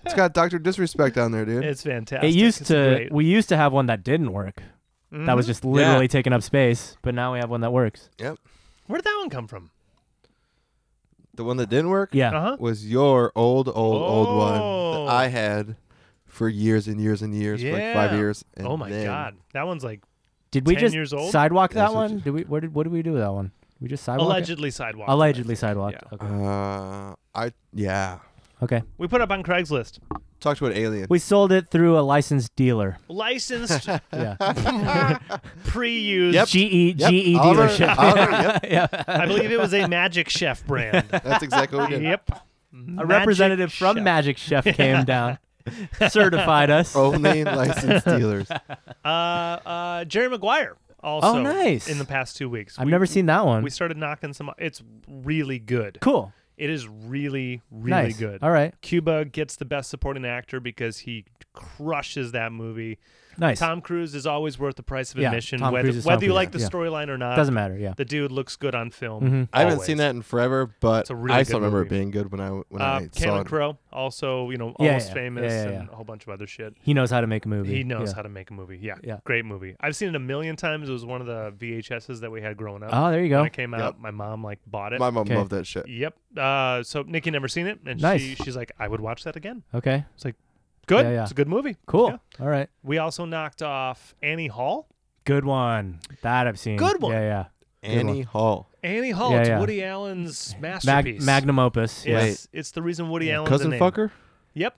C: It's got Doctor Disrespect on there, dude.
B: It's fantastic.
A: It used
B: It's
A: to.
B: great. Mm-hmm.
A: We used to have one that didn't work. That was just literally
C: Yeah.
A: taking up space. But now we have one that works.
C: yep.
B: Mm-hmm. Where did that one come from?
C: The one that didn't work
A: Yeah.
B: Uh huh.
C: was your old, old, old
B: Oh.
C: one that I had for years and years and years, for like
B: Yeah.
C: five years. And
B: Oh my
C: then-
B: god, that onene's like
A: Did we
B: 10
A: just
B: years old?
A: sidewalk
C: That's
A: that
C: what
A: one?
C: you-
A: Did we? Where did? What did we do with that one? We just sidewalk. It?
B: allegedly sidewalk.
A: Allegedly sidewalk. Okay.
C: Uh, I yeah.
A: okay.
B: We put up on Craigslist.
C: Talked to an alien.
A: We sold it through a licensed dealer.
B: Licensed,
A: Yeah.
B: pre-used.
A: GE
C: Yep.
B: E
A: GE
C: Oliver-
A: dealership.
C: Oliver, yep.
A: yeah.
B: I believe it was a Magic Chef brand.
C: That's exactly what we did.
B: yep.
A: A representative from Magic Chef came down, certified
C: Oh,
A: us.
C: Only licensed dealers.
B: Uh, uh, Jerry Maguire also.
A: Oh, nice.
B: In the past two weeks,
A: I've
B: We-
A: never seen that one.
B: We started knocking some. It's really good.
A: cool.
B: It is really, really
A: nice.
B: good.
A: All right.
B: Cuba gets the best supporting actor because he crushes that movie.
A: Nice.
B: Tom Cruise is always worth the price of
A: Yeah,
B: admission,
A: Tom
B: whether,
A: Cruise is Tom
B: whether you
A: Cruise,
B: like the
A: yeah.
B: storyline or not.
A: Doesn't matter. Yeah.
B: The dude looks good on film.
A: Mhm.
C: I haven't
B: always.
C: seen that in forever, but
B: It's a really
C: I still
B: good
C: remember
B: movie.
C: it being good when I when
B: Uh,
C: I saw
B: Cameron
C: it.
B: Crowe, also, you know,
A: Yeah,
B: almost
A: yeah,
B: famous
A: yeah, yeah,
B: and
A: yeah.
B: a whole bunch of other shit.
A: He knows how to make a movie.
B: He knows
A: Yeah.
B: how to make a movie. Yeah.
A: Yeah.
B: Great movie. I've seen it a million times. It was one of the VHSs that we had growing up.
A: Oh, there you
B: when
A: go.
B: it came out, my mom like bought it.
C: My mom
A: Okay.
C: loved that shit.
B: Yep. Uh, so Nikki never seen it, and
A: Nice.
B: she, she's like, I would watch that again.
A: Okay.
B: Good.
A: Yeah, yeah.
B: It's a good movie.
A: Cool.
B: Yeah.
A: All right.
B: We also knocked off Annie Hall.
A: Good one. That I've seen.
B: Good one.
A: Yeah, yeah.
C: Annie Hall.
B: Annie Hall.
A: Yeah,
B: it's
A: yeah.
B: Woody Allen's
A: Mag-
B: masterpiece.
A: magnum opus.
C: Yeah.
B: It's, it's the reason Woody Allen's
C: Cousin
B: a name.
C: fucker?
B: Yep.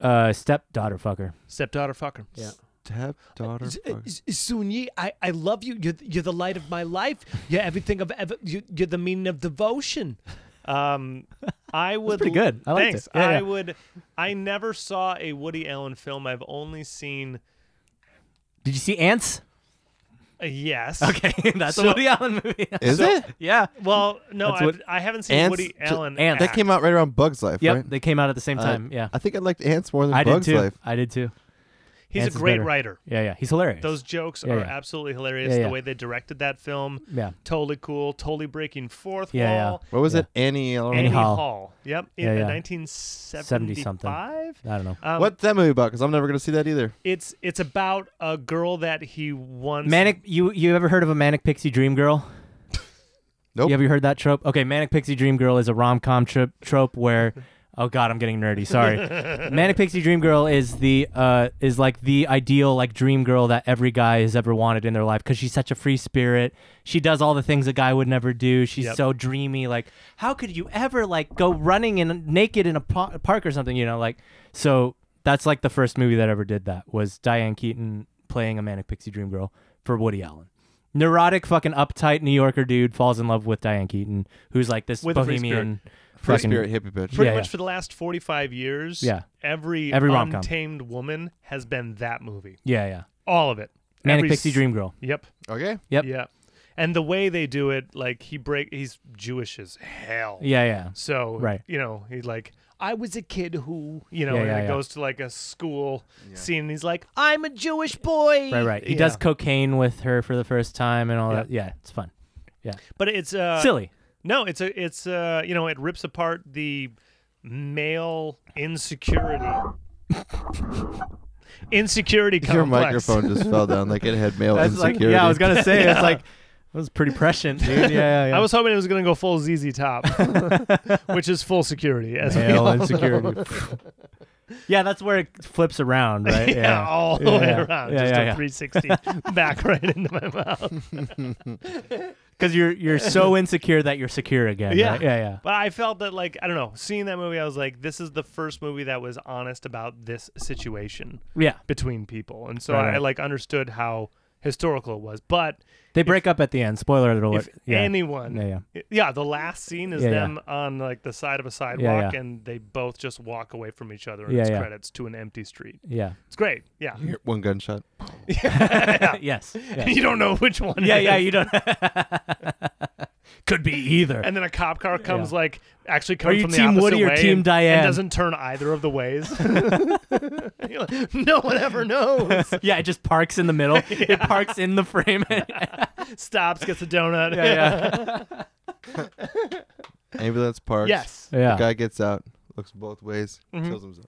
A: Uh, stepdaughter fucker.
B: Stepdaughter fucker.
A: Yeah.
C: Tap daughter fucker.
B: Sunyi, I, I love you. You're, you're the light of my life. You're everything I've ever. You're, you're the meaning of devotion. Um, I would.
A: pretty good. I liked
B: thanks.
A: it. Yeah,
B: I
A: yeah.
B: would. I never saw a Woody Allen film. I've only seen
A: Did you see Ants?
B: a yes.
A: Okay, that's
B: So-
A: a Woody Allen movie.
C: Is it?
A: yeah.
B: Well, no,
A: That's
B: I've,
A: what-
B: I haven't seen
C: Ants-
B: Woody
C: j-
B: Allen.
A: Ants.
C: That
B: act.
C: came out right around Bugs Life,
A: Yep.
C: right?
A: They came out at the same
C: Uh,
A: time. yeah.
C: I think I liked Ants more than
A: I did
C: Bugs
A: too.
C: Life.
A: I did too.
B: He's
A: Ants
B: a
A: is
B: great
A: better.
B: writer.
A: Yeah, yeah. He's hilarious.
B: Those jokes
A: Yeah,
B: are
A: yeah.
B: absolutely hilarious.
A: Yeah,
B: The
A: yeah.
B: way they directed that film,
A: yeah.
B: totally cool, totally breaking fourth
A: Yeah, yeah.
B: wall.
C: What was
A: Yeah.
C: it? Annie. All right.
A: Annie
B: Annie
A: Hall.
B: Hall. Yep. In
A: Yeah, yeah.
B: 1975.
A: I don't know.
B: Um,
C: What's that movie about? Because I'm never gonna see that either.
B: It's it's about a girl that he once
A: Manic. You you ever heard of a manic pixie dream girl?
C: Nope.
A: You ever heard that trope? Okay, manic pixie dream girl is a rom com trope trope where. Oh God, I'm getting nerdy. Sorry. manic pixie dream girl is the uh is like the ideal like dream girl that every guy has ever wanted in their life because she's such a free spirit. She does all the things a guy would never do. She's
B: Yep.
A: so dreamy. Like, how could you ever like go running and naked in a po- park or something? You know, like so. That's like the first movie that ever did that was Diane Keaton playing a manic pixie dream girl for Woody Allen. Neurotic, fucking uptight New Yorker dude falls in love with Diane Keaton, who's like this
B: With a free
A: bohemian,
C: Free
A: fucking-
C: Spirit hippie bitch.
B: pretty
A: yeah,
B: much
A: yeah.
B: for the last 45 years.
A: Yeah.
B: Every,
A: Every rom-com.
B: untamed woman has been that movie.
A: Yeah, yeah.
B: All of it.
A: Manic
B: Every
A: Pixie
B: s-
A: Dream Girl.
B: Yep.
C: Okay.
A: Yep.
B: Yeah. And the way they do it, like he break, he's Jewish as hell.
A: Yeah, yeah.
B: So
A: Right.
B: you know, he like I was a kid who you know
A: Yeah,
B: and
A: yeah,
B: it
A: yeah.
B: goes to like a school scene and he's like, I'm a Jewish boy.
A: Right, right. He
B: Yeah.
A: does cocaine with her for the first time and all
B: Yeah.
A: that. Yeah, it's fun.
B: but it's uh
A: Silly.
B: No, it's a it's uh you know, it rips apart the male insecurity. insecurity complex.
C: Your microphone just fell down like it had male insecurity.
A: yeah, I was gonna say it's like that was pretty prescient, dude. Yeah, yeah, yeah.
B: I was hoping it was going to go full ZZ Top, which is full security. As we
A: male
B: all
A: insecurity. yeah, that's where it flips around, right?
B: yeah, all the
A: Yeah,
B: way
A: yeah.
B: around.
A: Yeah,
B: just
A: yeah,
B: a
A: yeah.
B: 360 back right into my mouth.
A: Because you're you're so insecure that you're secure again.
B: Yeah.
A: right? yeah, yeah.
B: But I felt that, like, I don't know, seeing that movie, I was like, this is the first movie that was honest about this situation
A: Yeah.
B: between people. And so
A: Right,
B: I,
A: right.
B: like, understood how historical it was. But
A: They break up at the end. Spoiler alert.
B: if
A: yeah.
B: anyone,
A: Yeah,
B: yeah. the last scene is
A: Yeah, yeah.
B: them on, like, the side of a sidewalk,
A: yeah.
B: and they both just walk away from each other, and
A: Yeah,
B: it's
A: yeah.
B: credits to an empty street.
A: yeah.
B: It's great. Yeah.
C: Here, one gunshot.
A: Yeah. yes. Yeah.
B: you don't know which one.
A: yeah,
B: it
A: yeah,
B: is.
A: you don't. Could be either.
B: And then a cop car comes like actually
A: Are
B: comes
A: you
B: from the
A: Team
B: opposite
A: Woody or
B: way
A: Team
B: and,
A: Diane?
B: and doesn't turn either of the ways. You're like, no one ever knows.
A: yeah, it just parks in the middle. It parks in the frame. yeah,
B: Stops, gets a donut.
A: yeah.
C: Ambulance parks.
B: Yes.
C: The
A: Yeah. Mm-hmm.
C: guy gets out, looks both ways,
B: Mhm.
C: kills himself.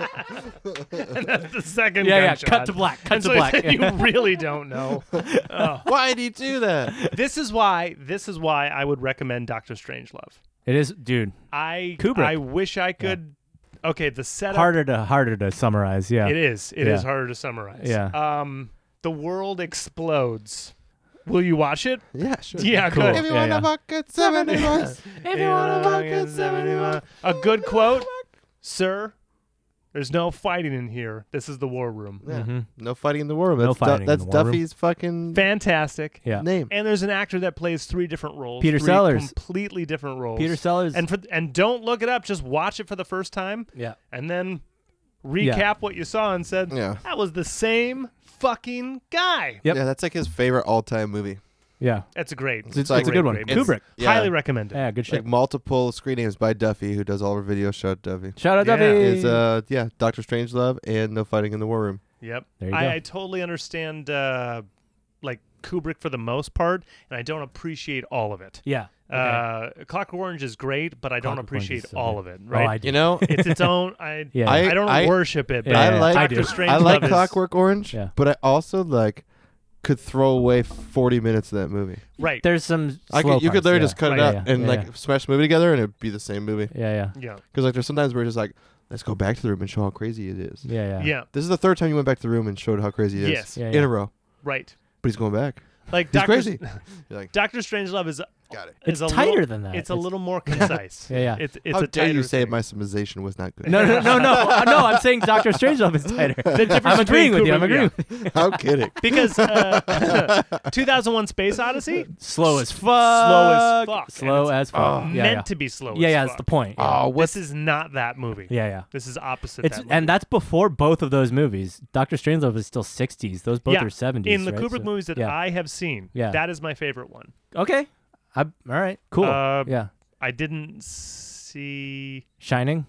B: and that's the second
A: Yeah, yeah.
B: gunshot.
A: Cut to black. Cut
B: And
A: to
B: so
A: black.
B: then you really don't know. Oh.
C: Why'd he do that?
B: This is why. This is why I would recommend Doctor Strangelove.
A: It is, dude.
B: I
A: Kubrick.
B: I wish I could. Okay, the setup.
A: Harder to harder to summarize. Yeah.
B: It is. It is
A: Yeah.
B: harder to summarize.
A: Yeah.
B: Um, the world explodes. Will you watch it?
C: Yeah, sure.
B: Yeah,
A: Cool.
B: good.
A: If you
C: Everyone
A: Yeah, yeah.
C: a bucket, seventy bucks.
B: Yeah, it's 71. uh, A good quote, sir. There's no fighting in here. This is the war room.
C: Yeah.
A: Mhm.
C: No fighting in the war room.
A: No
C: That's, Du-
A: fighting in
C: that's
A: the war room.
C: Duffy's fucking
B: Fantastic.
A: Yeah.
C: name.
B: And there's an actor that plays three different roles.
A: Peter
B: three
A: Sellers.
B: Completely different roles.
A: Peter Sellers.
B: And for, and don't look it up. Just watch it for the first time,
A: yeah.
B: and then recap
A: Yeah.
B: what you saw and said.
C: Yeah.
B: That was the same fucking guy.
A: Yep.
C: Yeah, that's like his favorite all-time movie.
A: Yeah.
B: That's a great.
A: It's, it's
C: like-
A: a good one.
B: great
C: It's-
A: Kubrick.
C: Yeah.
B: Highly recommended.
A: Yeah. Good shit.
C: like multiple screen names by Duffy, who does all of our videos. Shout out Duffy.
A: Shout out
B: Yeah.
A: Duffy.
C: Is uh yeah, Doctor Strangelove and No Fighting in the War Room.
B: Yep.
A: There you
B: I,
A: go.
B: I totally understand uh, like Kubrick for the most part, and I don't appreciate all of it.
A: yeah. Oh,
B: Uh, Clockwork Orange is great, but I don't
A: Clockwork Orange
B: appreciate
A: is so
B: all
A: good.
B: of it.
A: Oh,
B: Right?
A: I do.
C: You know,
B: it's its own. I
A: Yeah.
B: I,
C: I-
B: don't
C: I-
B: worship it, but
A: Yeah,
C: I like
A: I do.
B: Doctor Strange.
C: I like
B: is,
C: Clockwork Orange,
A: Yeah.
C: but I also like could throw away forty minutes of that movie.
B: Right.
A: There's some.
C: I
A: slow
C: could, you could
A: parts,
C: literally
A: yeah.
C: just cut
B: Right,
C: it out
A: yeah,
C: and
A: yeah,
C: like
A: yeah.
C: smash the movie together, and it'd be the same movie.
A: Yeah. Yeah.
B: Yeah.
C: Because like there's sometimes we're just like, let's go back to the room and show how crazy it is.
A: Yeah. Yeah.
B: Yeah.
C: This is the third time you went back to the room and showed how crazy it is
B: Yes.
A: Yeah,
C: in
A: yeah.
C: a row.
B: Right.
C: But he's going back.
B: Like
C: He's
B: Doctor
C: crazy. You're like,
B: Doctor Strangelove is
C: got it.
A: It's
B: is a
A: tighter
B: little,
A: than that.
B: It's a little more concise.
A: Yeah. Yeah.
B: It's it's
C: how
B: a
C: dare you
B: tighter
C: say
B: thing.
C: my summarization was not good?
A: No, no, no, no, Uh, no! I'm saying Doctor Strangelove is tighter. I'm agreeing with you. I'm agreeing. With you.
C: I'm kidding.
B: because uh, 2001 Space Odyssey
A: Slow as fuck.
B: Slow as fuck.
A: Slow
B: And
A: as fuck. Oh, yeah,
B: meant
A: yeah.
B: to be slow.
A: yeah,
B: as
A: yeah.
B: fuck.
A: That's the point. Yeah.
C: Oh,
B: This is not that movie.
A: yeah, yeah.
B: This is opposite.
A: It's
B: that movie.
A: and that's before both of those movies. Doctor Strangelove is still 60s. Those both
B: Yeah,
A: are 70s.
B: in the
A: right?
B: Kubrick
A: So-
B: movies that
A: yeah.
B: I have seen,
A: Yeah.
B: that is my favorite one.
A: Okay. I, all right. Cool.
B: Uh,
A: yeah.
B: I didn't see
A: Shining.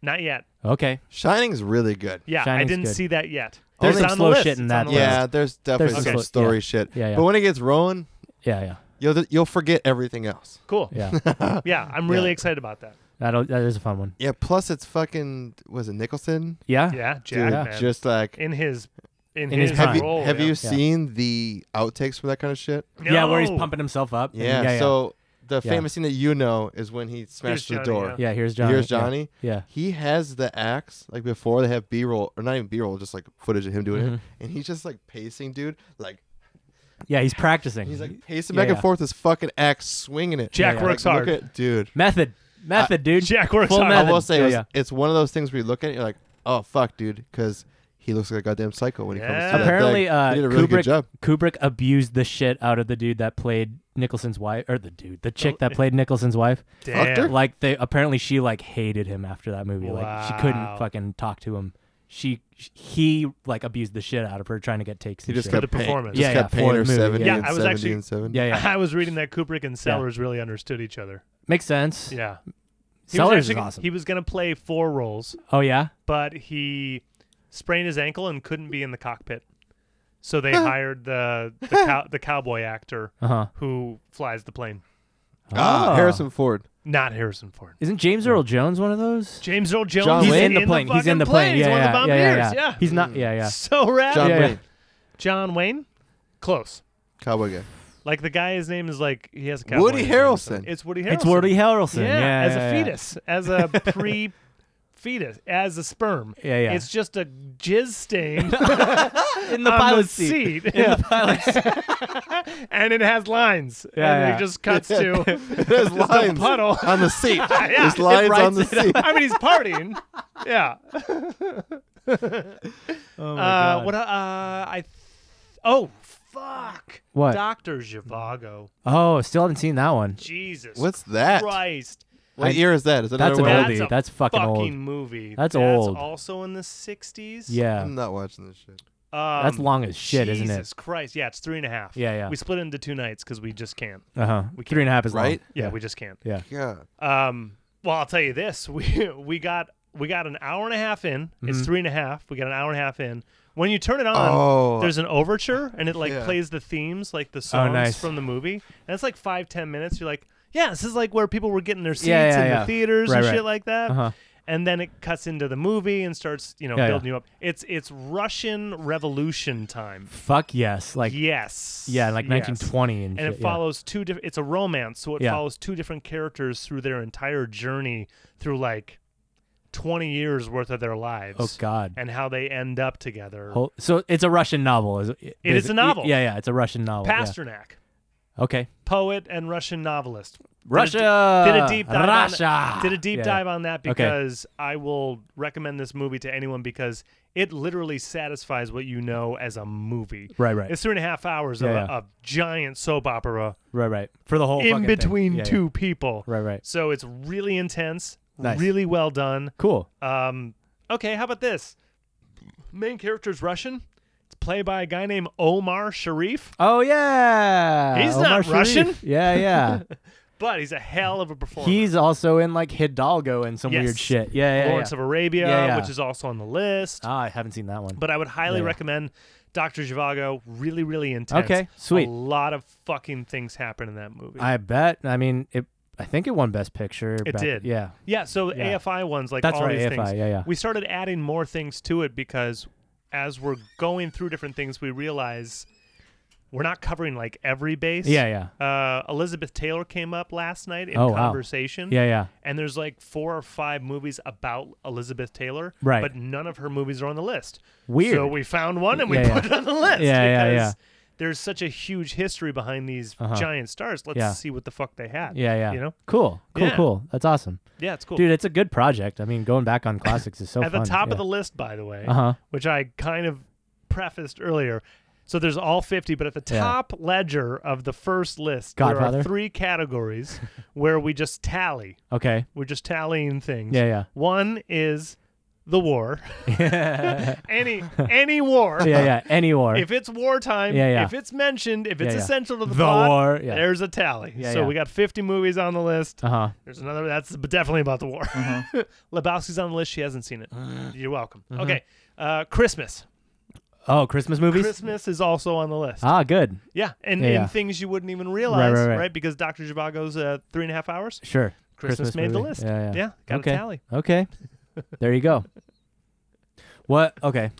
B: not yet.
A: Okay.
C: Shining's really good.
B: Yeah,
A: Shining's
B: I didn't
A: good.
B: see that yet.
A: There's
B: It's
A: some
B: on
A: slow
B: the list.
A: shit in
B: It's
A: that,
B: on the
A: though.
B: list.
A: Yeah.
C: Yeah, there's definitely
A: some
C: some
A: slow-
C: story
A: yeah.
C: shit.
A: Yeah, yeah.
C: But when it gets rolling,
A: Yeah.
C: you'll you'll forget everything else.
B: Cool.
A: Yeah. Yeah.
B: Yeah, I'm really excited about that.
A: That'll, that is a fun one.
C: Yeah. Plus, it's fucking was it Nicholson?
A: Yeah.
B: Yeah,
C: Dude,
B: Jack, man.
C: just like
B: in his in,
A: In his
B: his,
A: prime.
C: have you,
B: role.
C: have
B: yeah.
C: you seen the outtakes from that kind of shit?
A: Yeah, where he's
B: No.
A: pumping himself up. and-
C: Yeah.
A: yeah,
C: So the
A: Yeah.
C: famous scene that you know is when he smashed the
B: Johnny,
C: door.
B: yeah.
A: Yeah, here's Johnny.
C: Here's
A: Yeah.
C: Johnny.
A: Yeah.
C: He has the axe like before they have B roll or not even B roll, just like footage of him doing
A: Mm-hmm.
C: it, and he's just like pacing, dude. Like
A: Yeah, he's practicing.
C: he's like pacing
A: Yeah,
C: back
A: Mm-hmm. yeah.
C: and forth, with his fucking axe swinging it.
B: Jack
A: Yeah, yeah.
B: works
C: Like,
B: hard.
C: look at dude.
A: method. Method, dude.
B: Jack works
A: Full
B: hard.
A: method.
C: I will say
A: Yeah,
C: it was-
A: yeah.
C: it's one of those things where you look at it, you're like, oh fuck, dude, because he looks like a goddamn psycho when he comes.
B: Yeah.
C: To
A: Apparently,
C: that thing.
A: uh,
C: he did a really
A: Kubrick,
C: good job.
A: Kubrick abused the shit out of the dude that played Nicholson's wife, or the dude, the chick
B: Oh.
A: that played Nicholson's wife.
B: Damn.
A: Like they apparently she like hated him after that movie. Like she couldn't
B: Wow.
A: fucking talk to him. She sh- he like abused the shit out of her trying to get takes.
C: He
A: and
C: just
A: shit.
C: kept
B: the
C: paying-
B: performance.
C: Just
A: Yeah,
C: kept
A: yeah,
C: paying
A: for
C: her
A: the movie,
C: seventy
A: yeah.
C: and
B: Yeah, I was
C: 70
B: actually-
C: and 70.
A: yeah, yeah,
B: I was reading that Kubrick and Sellers really understood each other.
A: makes sense.
B: Yeah. He was
A: Sellers
B: actually-
A: is awesome.
B: He was going to play four roles,
A: oh yeah,
B: but he sprained his ankle and couldn't be in the cockpit. So they hired the the, cow, the cowboy actor
A: uh huh.
B: who flies the plane,
C: Ah, Harrison Ford.
B: not Harrison Ford.
A: Oh. Isn't James Earl Jones one of those?
B: James Earl Jones.
C: John
B: is
A: He's
C: Wayne?
A: in the plane. He's in the
B: fucking plane.
A: plane.
B: He's
A: Yeah,
B: one
A: yeah,
B: of the
A: yeah,
B: bombardiers.
A: yeah, yeah. He's not. Yeah, yeah.
B: So rad.
C: John
A: Yeah, yeah.
C: Wayne,
B: John Wayne, close.
C: cowboy guy.
B: Like the guy, his name is like he has a cowboy.
C: Woody
B: name or
C: Harrelson.
B: something. It's Woody Harrelson.
A: It's Woody Harrelson.
B: Yeah,
A: Yeah,
B: as
A: yeah,
B: a
A: yeah.
B: fetus, as a pre fetus, as a sperm.
A: Yeah, yeah.
B: It's just a jizz stain
A: in the
B: on
A: pilot
B: the seat,
A: Yeah. pilot
B: and it has lines.
A: Yeah,
B: and
A: yeah.
B: it just cuts to
C: There's lines
B: puddle.
C: on the seat. There's
B: it
C: lines on
A: writes
C: the
A: it up.
C: seat.
B: I mean, he's partying. Yeah.
A: Oh
B: uh, what? Uh, I. oh, fuck.
A: What?
B: Doctor Zhivago.
A: oh, still haven't seen that one.
B: Jesus.
C: What's that?
B: Christ?
C: What
A: I-
C: year is that? Is that
A: That's
C: another
A: an
C: one?
A: oldie.
B: That's a
A: That's fucking old.
B: movie.
A: That's old.
B: Also in the '60s.
A: Yeah,
C: I'm not watching this shit.
B: Um,
A: that's long as shit, isn't it?
B: Jesus Christ. Yeah, it's three and a half.
A: Yeah, yeah.
B: We split it into two nights because we just can't.
A: Uh huh.
B: We
A: Three and a half is long.
C: Right?
B: Yeah, we just can't.
C: God.
B: Um, well, I'll tell you
A: Mm-hmm.
B: this: we we got we got an hour and a half in. It's three and a half. We got an hour and a half in. When you turn it on,
C: Oh.
B: there's an overture and it like
C: Yeah.
B: plays the themes, like the songs
A: Oh, nice.
B: from the movie. And it's like five, ten minutes. You're like, yeah, this is like where people were getting their seats
A: Yeah, yeah,
B: in
A: yeah.
B: the theaters
A: Right,
B: and
A: right.
B: shit like that.
A: Uh-huh.
B: And then it cuts into the movie and starts, you know,
A: Yeah, yeah.
B: building you up. It's it's Russian Revolution time.
A: Fuck yes. Like
B: yes.
A: yeah, like
B: Yes.
A: 1920 and,
B: And it
A: shit, yeah.
B: follows two different. It's a romance, so it
A: Yeah.
B: follows two different characters through their entire journey through like twenty years worth of their lives.
A: Oh god.
B: and how they end up together.
A: Hol- So it's a Russian novel. Is it
B: It is a novel.
A: Yeah, yeah, it's a Russian novel. yeah.
B: Pasternak,
A: Okay.
B: poet and Russian novelist, Did a
A: Russia.
B: did a deep dive on-
A: Uh, Russia.
B: did a deep
A: Yeah, yeah.
B: dive on that because I will recommend this movie to anyone because it literally satisfies what you know as a movie.
A: Right, right,
B: It's three and a half hours
A: Yeah,
B: of a,
A: yeah.
B: a giant soap opera
A: right, right. For the whole fucking
B: in
A: thing.
B: between
A: Yeah, yeah.
B: two people.
A: Right, right.
B: So it's really intense,
A: Nice.
B: really well done.
A: Cool.
B: Um, okay, how about this? Main character's Russian. It's played by a guy named Omar Sharif.
A: Oh yeah.
B: He's
A: Omar
B: not
A: Sharif.
B: Russian.
A: Yeah, yeah.
B: but he's a hell of a performer.
A: He's also in like Hidalgo and some
B: Yes.
A: weird shit. Yeah, yeah.
B: Lawrence
A: yeah.
B: of Arabia,
A: Yeah, yeah.
B: which is also on the list.
A: Ah, I haven't seen that one.
B: but I would highly
A: yeah.
B: recommend Doctor Zhivago. Really, really intense.
A: Okay, sweet.
B: A lot of fucking things happen in that movie.
A: I bet. I mean, it. I think it won Best Picture.
B: It
A: back-
B: did.
A: Yeah.
B: yeah, so the
A: Yeah.
B: AFI ones like
A: That's
B: all
A: right,
B: these
A: AFI,
B: things.
A: yeah, yeah.
B: We started adding more things to it because as we're going through different things, we realize we're not covering like every base.
A: Yeah, yeah.
B: Uh, Elizabeth Taylor came up last night in
A: Oh, wow.
B: conversation.
A: Yeah, yeah.
B: and there's like four or five movies about Elizabeth Taylor,
A: Right.
B: But none of her movies are on the list.
A: Weird.
B: So we found one and we
A: Yeah,
B: put
A: yeah.
B: it on the list.
A: Yeah, yeah,
B: because
A: yeah.
B: There's such a huge history behind these
A: Uh-huh.
B: giant stars. Let's
A: Yeah.
B: see what the fuck they had.
A: Yeah, yeah.
B: You know?
A: Cool. Cool,
B: Yeah.
A: cool. That's awesome.
B: Yeah, it's cool.
A: Dude, it's a good project. I mean, going back on classics is so
B: At the top of the list, by the way,
A: Uh-huh.
B: which I kind of prefaced earlier. So there's all 50, but at the
A: Yeah.
B: top ledger of the first list, there
A: Godfather?
B: are three categories where we just tally.
A: the Okay.
B: We're just tallying things.
A: Yeah,
B: One is the war.
A: yeah.
B: any any war.
A: yeah, yeah. Any war.
B: If it's wartime,
A: Yeah, yeah.
B: if it's mentioned, if it's
A: Yeah, yeah.
B: essential to the,
A: The
B: plot,
A: war, yeah.
B: there's a tally.
A: Yeah,
B: so
A: yeah.
B: we got 50 movies on the list.
A: uh-huh. Mm-hmm.
B: There's another that's definitely about the war. Lebowski's on the list. She hasn't seen it. You're welcome. Okay, uh, Christmas.
A: Oh, Christmas movies?
B: Christmas is also on the list.
A: Ah, good.
B: yeah, and
A: yeah,
B: in
A: yeah.
B: things you wouldn't even realize,
A: right, right.
B: Because Doctor Zhivago's uh, three and a half hours.
A: Sure.
B: Christmas, made the
A: movie.
B: list.
A: Yeah, yeah.
B: got
A: okay.
B: a tally.
A: Okay. There you go. What? Okay.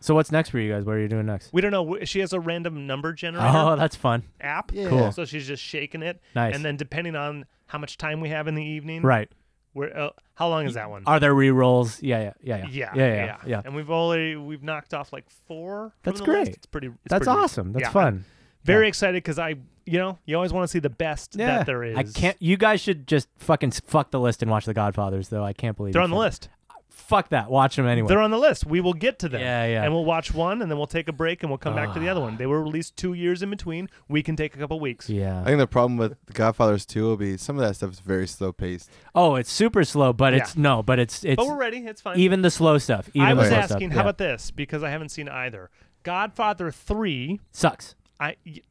A: So what's next for you guys? What are you doing next?
B: We don't know. She has a random number generator
A: Oh, that's fun.
B: app.
C: Yeah. Cool.
B: So she's just shaking it.
A: Nice.
B: And then depending on how much time we have in the evening,
A: Right.
B: We're, uh, how long is that one?
A: Are there re-rolls? Yeah, yeah, yeah,
B: yeah,
A: yeah, yeah, yeah. yeah.
B: And we've already we've knocked off like four. from
A: That's
B: the list.
A: great.
B: It's pretty. it's
A: That's
B: pretty-
A: awesome. That's
B: yeah,
A: fun.
B: Very excited because I, you know, you always want to see the best
A: Yeah,
B: that there is.
A: I can't. You guys should just fucking s- fuck the list and watch The Godfathers, though. I can't believe
B: They're
A: you
B: on the
A: fuck-
B: list.
A: Fuck that. Watch them anyway.
B: They're on the list. We will get to them.
A: Yeah, yeah. Ah.
B: And we'll watch one, and then we'll take a break, and we'll come back to the other one. They were released two years in between. We can take a couple weeks.
A: yeah.
C: I think the problem with The Godfathers 2 will be some of that stuff is very slow paced.
A: oh, it's super slow, but it's no, but it's it's
B: But we're ready. It's fine.
A: even the slow stuff. Even
B: I was
A: the slow
B: asking,
A: stuff,
B: how
A: yeah.
B: about this? Because I haven't seen either. Godfather three.
A: sucks?
B: I. y-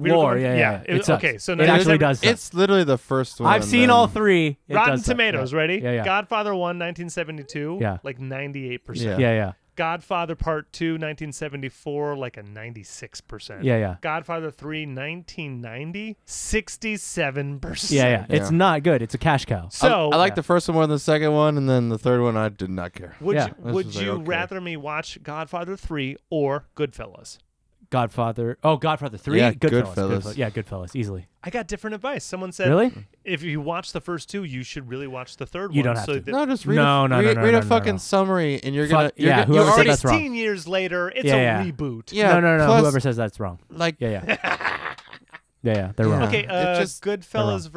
B: we don't go
A: Lore,
B: in-
A: yeah, yeah. yeah.
B: it-
A: It sucks.
B: okay, so now
A: it
B: there's
A: actually
B: every-
A: does. Suck.
C: It's literally the first one.
A: I've seen
C: then-
A: all three. It
B: Rotten
A: does suck.
B: Tomatoes,
A: yeah.
B: ready?
A: Yeah, yeah.
B: Godfather 1, 1972,
A: Yeah.
B: like 98%.
A: yeah,
C: Yeah.
A: yeah,
B: Godfather Part 2, 1974, like a 96%.
A: yeah, yeah,
B: Godfather 3, 1990, 67%.
A: yeah, yeah. It's
C: Yeah.
A: not good. It's a cash cow.
C: I-
B: So,
C: I, like
A: Yeah.
C: the first one more than the second one, and then the third one I did not care.
B: would
A: Yeah.
B: you,
C: This
B: would
C: is like,
B: you
C: okay.
B: rather me watch Godfather 3 or Goodfellas?
A: Godfather. Oh, Godfather three.
C: Yeah,
A: Goodfellas.
C: Goodfellas.
A: Yeah, Goodfellas. Easily.
B: I got different advice. Someone said,
A: Really?
B: if you watch the first two, you should really watch the third
A: You
B: one.
A: don't have
B: so
A: to.
B: that-
C: No, just read
A: No,
C: a,
A: no, no,
C: read,
A: no,
C: read
A: no,
C: a
A: no,
C: fucking
A: no.
C: summary, and you're
A: Fuck-
C: gonna you're
A: yeah,
C: gonna, you
A: whoever said
C: already,
A: that's wrong.
B: 16 years later, it's
A: Yeah,
B: a
A: yeah.
B: reboot.
C: yeah,
A: no, no, no.
C: plus,
A: Whoever says that's wrong.
C: like
A: Yeah, yeah. yeah, yeah. They're wrong.
C: Yeah.
B: Okay,
C: It
B: uh,
C: just-
A: wrong.
B: Goodfellas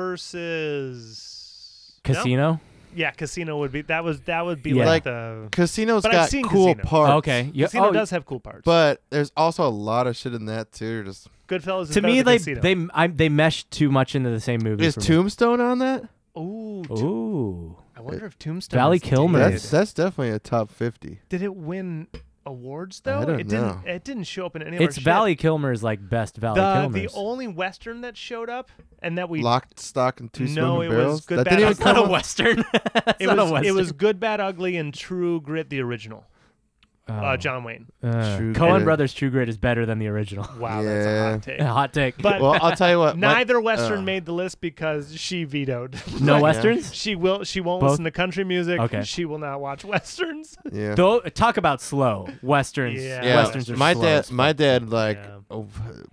B: versus no?
A: Casino.
B: Yeah, Casino would be that was that would be
A: Yeah.
B: like
C: Like-
B: the
C: Casino's
B: But I've
C: got
B: seen
C: cool
B: Casino.
C: parts.
A: Okay. Yeah.
B: Casino
A: oh,
B: does have cool parts.
C: but there's also a lot of shit in that too. You're Just
B: Goodfellas is
A: to me,
B: better than
A: they
B: Casino.
A: they I, they mesh too much into the same movie.
C: is
A: for me.
C: Tombstone on that?
B: Ooh, Tom-
A: Ooh.
B: I wonder if Tombstone
A: Val
B: is
A: Kilmer.
B: dated.
C: That's that's definitely a top fifty.
B: Did it win awards though?
C: don't
B: it didn't.
C: know.
B: It didn't show up in any. of our
A: It's
B: shit.
A: Valley Kilmer's like best Valley
B: The
A: Kilmer's.
B: the only western that showed up and that we
C: Locked stock and two
B: No,
C: smoking
B: it was
C: barrels.
B: Good,
C: that
B: Bad,
C: didn't even
B: Ugly.
C: come
A: not a
C: up-
B: Uh,
A: western. It's
B: it
A: not a
B: was it
A: western.
B: was Good Bad Ugly and True Grit the original.
A: Oh.
B: uh, John Wayne.
C: True
A: Cohen
C: Grit.
A: Brothers True Grit is better than the original.
B: Wow, that's a
C: Yeah.
B: hot take.
A: Hot take.
B: But
C: Well, I'll tell you what. my-
B: neither Western
C: uh.
B: made the list because she vetoed.
A: no
C: yeah.
A: westerns.
B: She will. She won't
A: Both?
B: listen to country music.
A: Okay.
B: She will not watch westerns.
C: yeah.
A: Though talk about slow westerns.
B: Yeah.
C: yeah.
A: Westerns are
C: my
A: slow.
C: dad,
A: as
C: my
A: fuck.
C: dad, like
B: Yeah.
C: oh,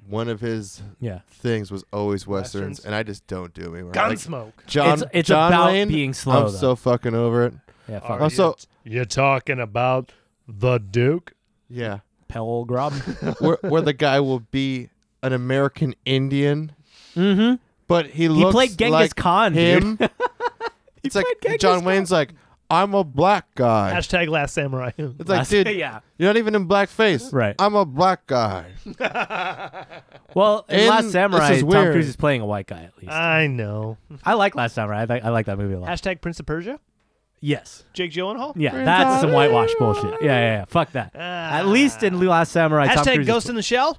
C: one of his
A: Yeah.
C: things was always westerns,
B: Westerns.
C: and I just don't do them anymore. Like,
B: Gunsmoke.
C: John,
A: It's- it's
C: John
A: about
C: Wayne,
A: being slow,
C: I'm
A: though.
C: so fucking over it.
A: Yeah.
B: Are
A: Fuck.
C: I'm so-
B: you, you're talking about the Duke.
C: Yeah,
A: Pelgrim.
C: where, where the guy will be an American Indian,
A: mm-hmm.
C: but he,
A: He
C: looks
A: played Genghis
C: like
A: Khan, dude.
C: him. it's like
A: played Genghis
C: John
A: Khan.
C: Wayne's like, I'm a black guy.
B: Hashtag Last Samurai.
C: it's like, dude,
A: yeah.
C: you're not even in blackface.
A: Right.
C: I'm a black guy.
A: Well, in
C: And
A: Last
C: this
A: Samurai,
C: is
A: Tom
C: weird.
A: Cruise is playing a white guy at least.
B: I know.
A: I like Last Samurai. I, th- I like that movie a lot.
B: Hashtag Prince of Persia.
A: yes.
B: Jake Gyllenhaal.
A: Yeah, that's some whitewash bullshit. Yeah, yeah, yeah. Fuck that. At least in Last Samurai, Tom Cruise
B: Ah. Uh, Hashtag
A: is-
B: Ghost in the Shell.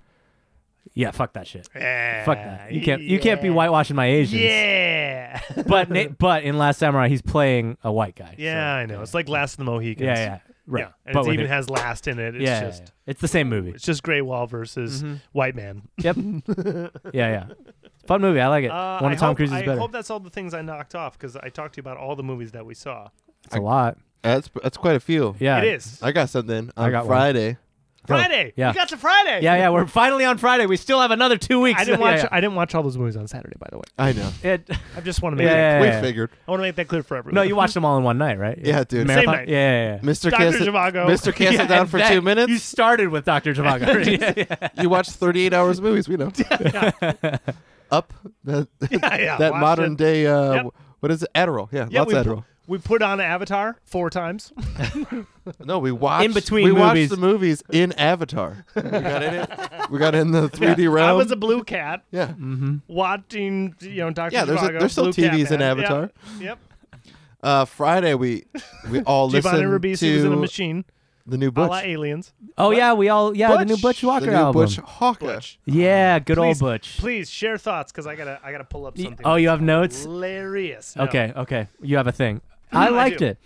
A: yeah, fuck that shit.
B: Yeah.
A: Fuck that. You can't. You can't be whitewashing my Asians.
B: Yeah.
A: But na- but in Last Samurai, he's playing a white guy. so-
B: yeah, I know. It's like Last of the Mohicans.
A: Yeah, yeah. Right.
B: Yeah. And
A: but
B: it
A: with
B: even
A: it-
B: has last in it. It's
A: yeah, yeah,
B: just
A: yeah. Mm-hmm. it's the same movie.
B: it's just Gray Wall versus white man.
A: Yep. yeah, yeah. Fun movie. I like it.
B: Uh,
A: One
B: I
A: of Tom
B: hope,
A: Cruise's
B: I
A: better.
B: hope that's all the things I knocked off because I talked to you about all the movies that we saw.
A: It's a lot.
C: That's that's quite a few.
A: Yeah.
B: It is
C: I got something on
A: got one.
C: Friday.
B: Friday.
A: yeah.
B: We got to Friday.
A: Yeah, yeah. We're finally on Friday. We still have another two weeks.
B: I didn't
A: Yeah,
B: watch.
A: yeah.
B: I didn't watch all those movies on Saturday. By the way,
C: I know.
A: It-
B: I just want to make.
A: Yeah,
B: That
A: yeah,
B: clear.
C: We
A: yeah.
C: figured.
B: I want to make that clear for everyone.
A: no, you watched them all in one night, right?
C: Yeah, dude. Same
A: Marathon-
B: night.
A: Yeah, yeah, yeah.
C: Mr.
B: Dr.
C: Cancel,
B: Zhivago.
C: Mr. Cancel
A: Yeah,
C: down
A: and
C: for
A: that-
C: two minutes.
A: You started with Doctor Zhivago. yeah, yeah.
C: you watched 38 hours of movies. We know. Up that
B: Yeah, yeah,
C: that
B: watched
C: modern
B: it.
C: day. Uh,
B: Yep.
C: What is it? Adderall. Yeah,
B: Yeah,
C: lots
B: we,
C: of
B: pu-
C: Adderall.
B: we put on Avatar four times.
C: No, we watched
A: In between
C: We
A: movies.
C: watched the movies in Avatar. We got in it. We got in the 3D realm.
B: I was a blue cat
C: yeah,
A: Mm-hmm.
B: watching, you know, Doctor.
C: Yeah, there's a-
B: Zhivago,
C: there's still
B: Blue Cat
C: TVs
B: Man.
C: in
B: Yeah,
C: Avatar.
B: Yep.
C: uh, Friday we we all
B: Giovanni
C: listened
B: Ribisi was in a
C: to
B: machine.
C: the new
B: A
C: Butch,
B: la aliens.
A: Oh yeah, we all yeah the
B: Butch.
A: new Butch Walker
C: the new
A: album.
C: Butch Hawker.
A: Yeah, good old
B: Please-
A: Butch.
B: Please share thoughts because I gotta I gotta pull up
A: Y-
B: something.
A: oh, you have notes?
B: Hilarious. No.
A: Okay, okay, you have a thing. I
B: I
A: liked
B: do.
A: it.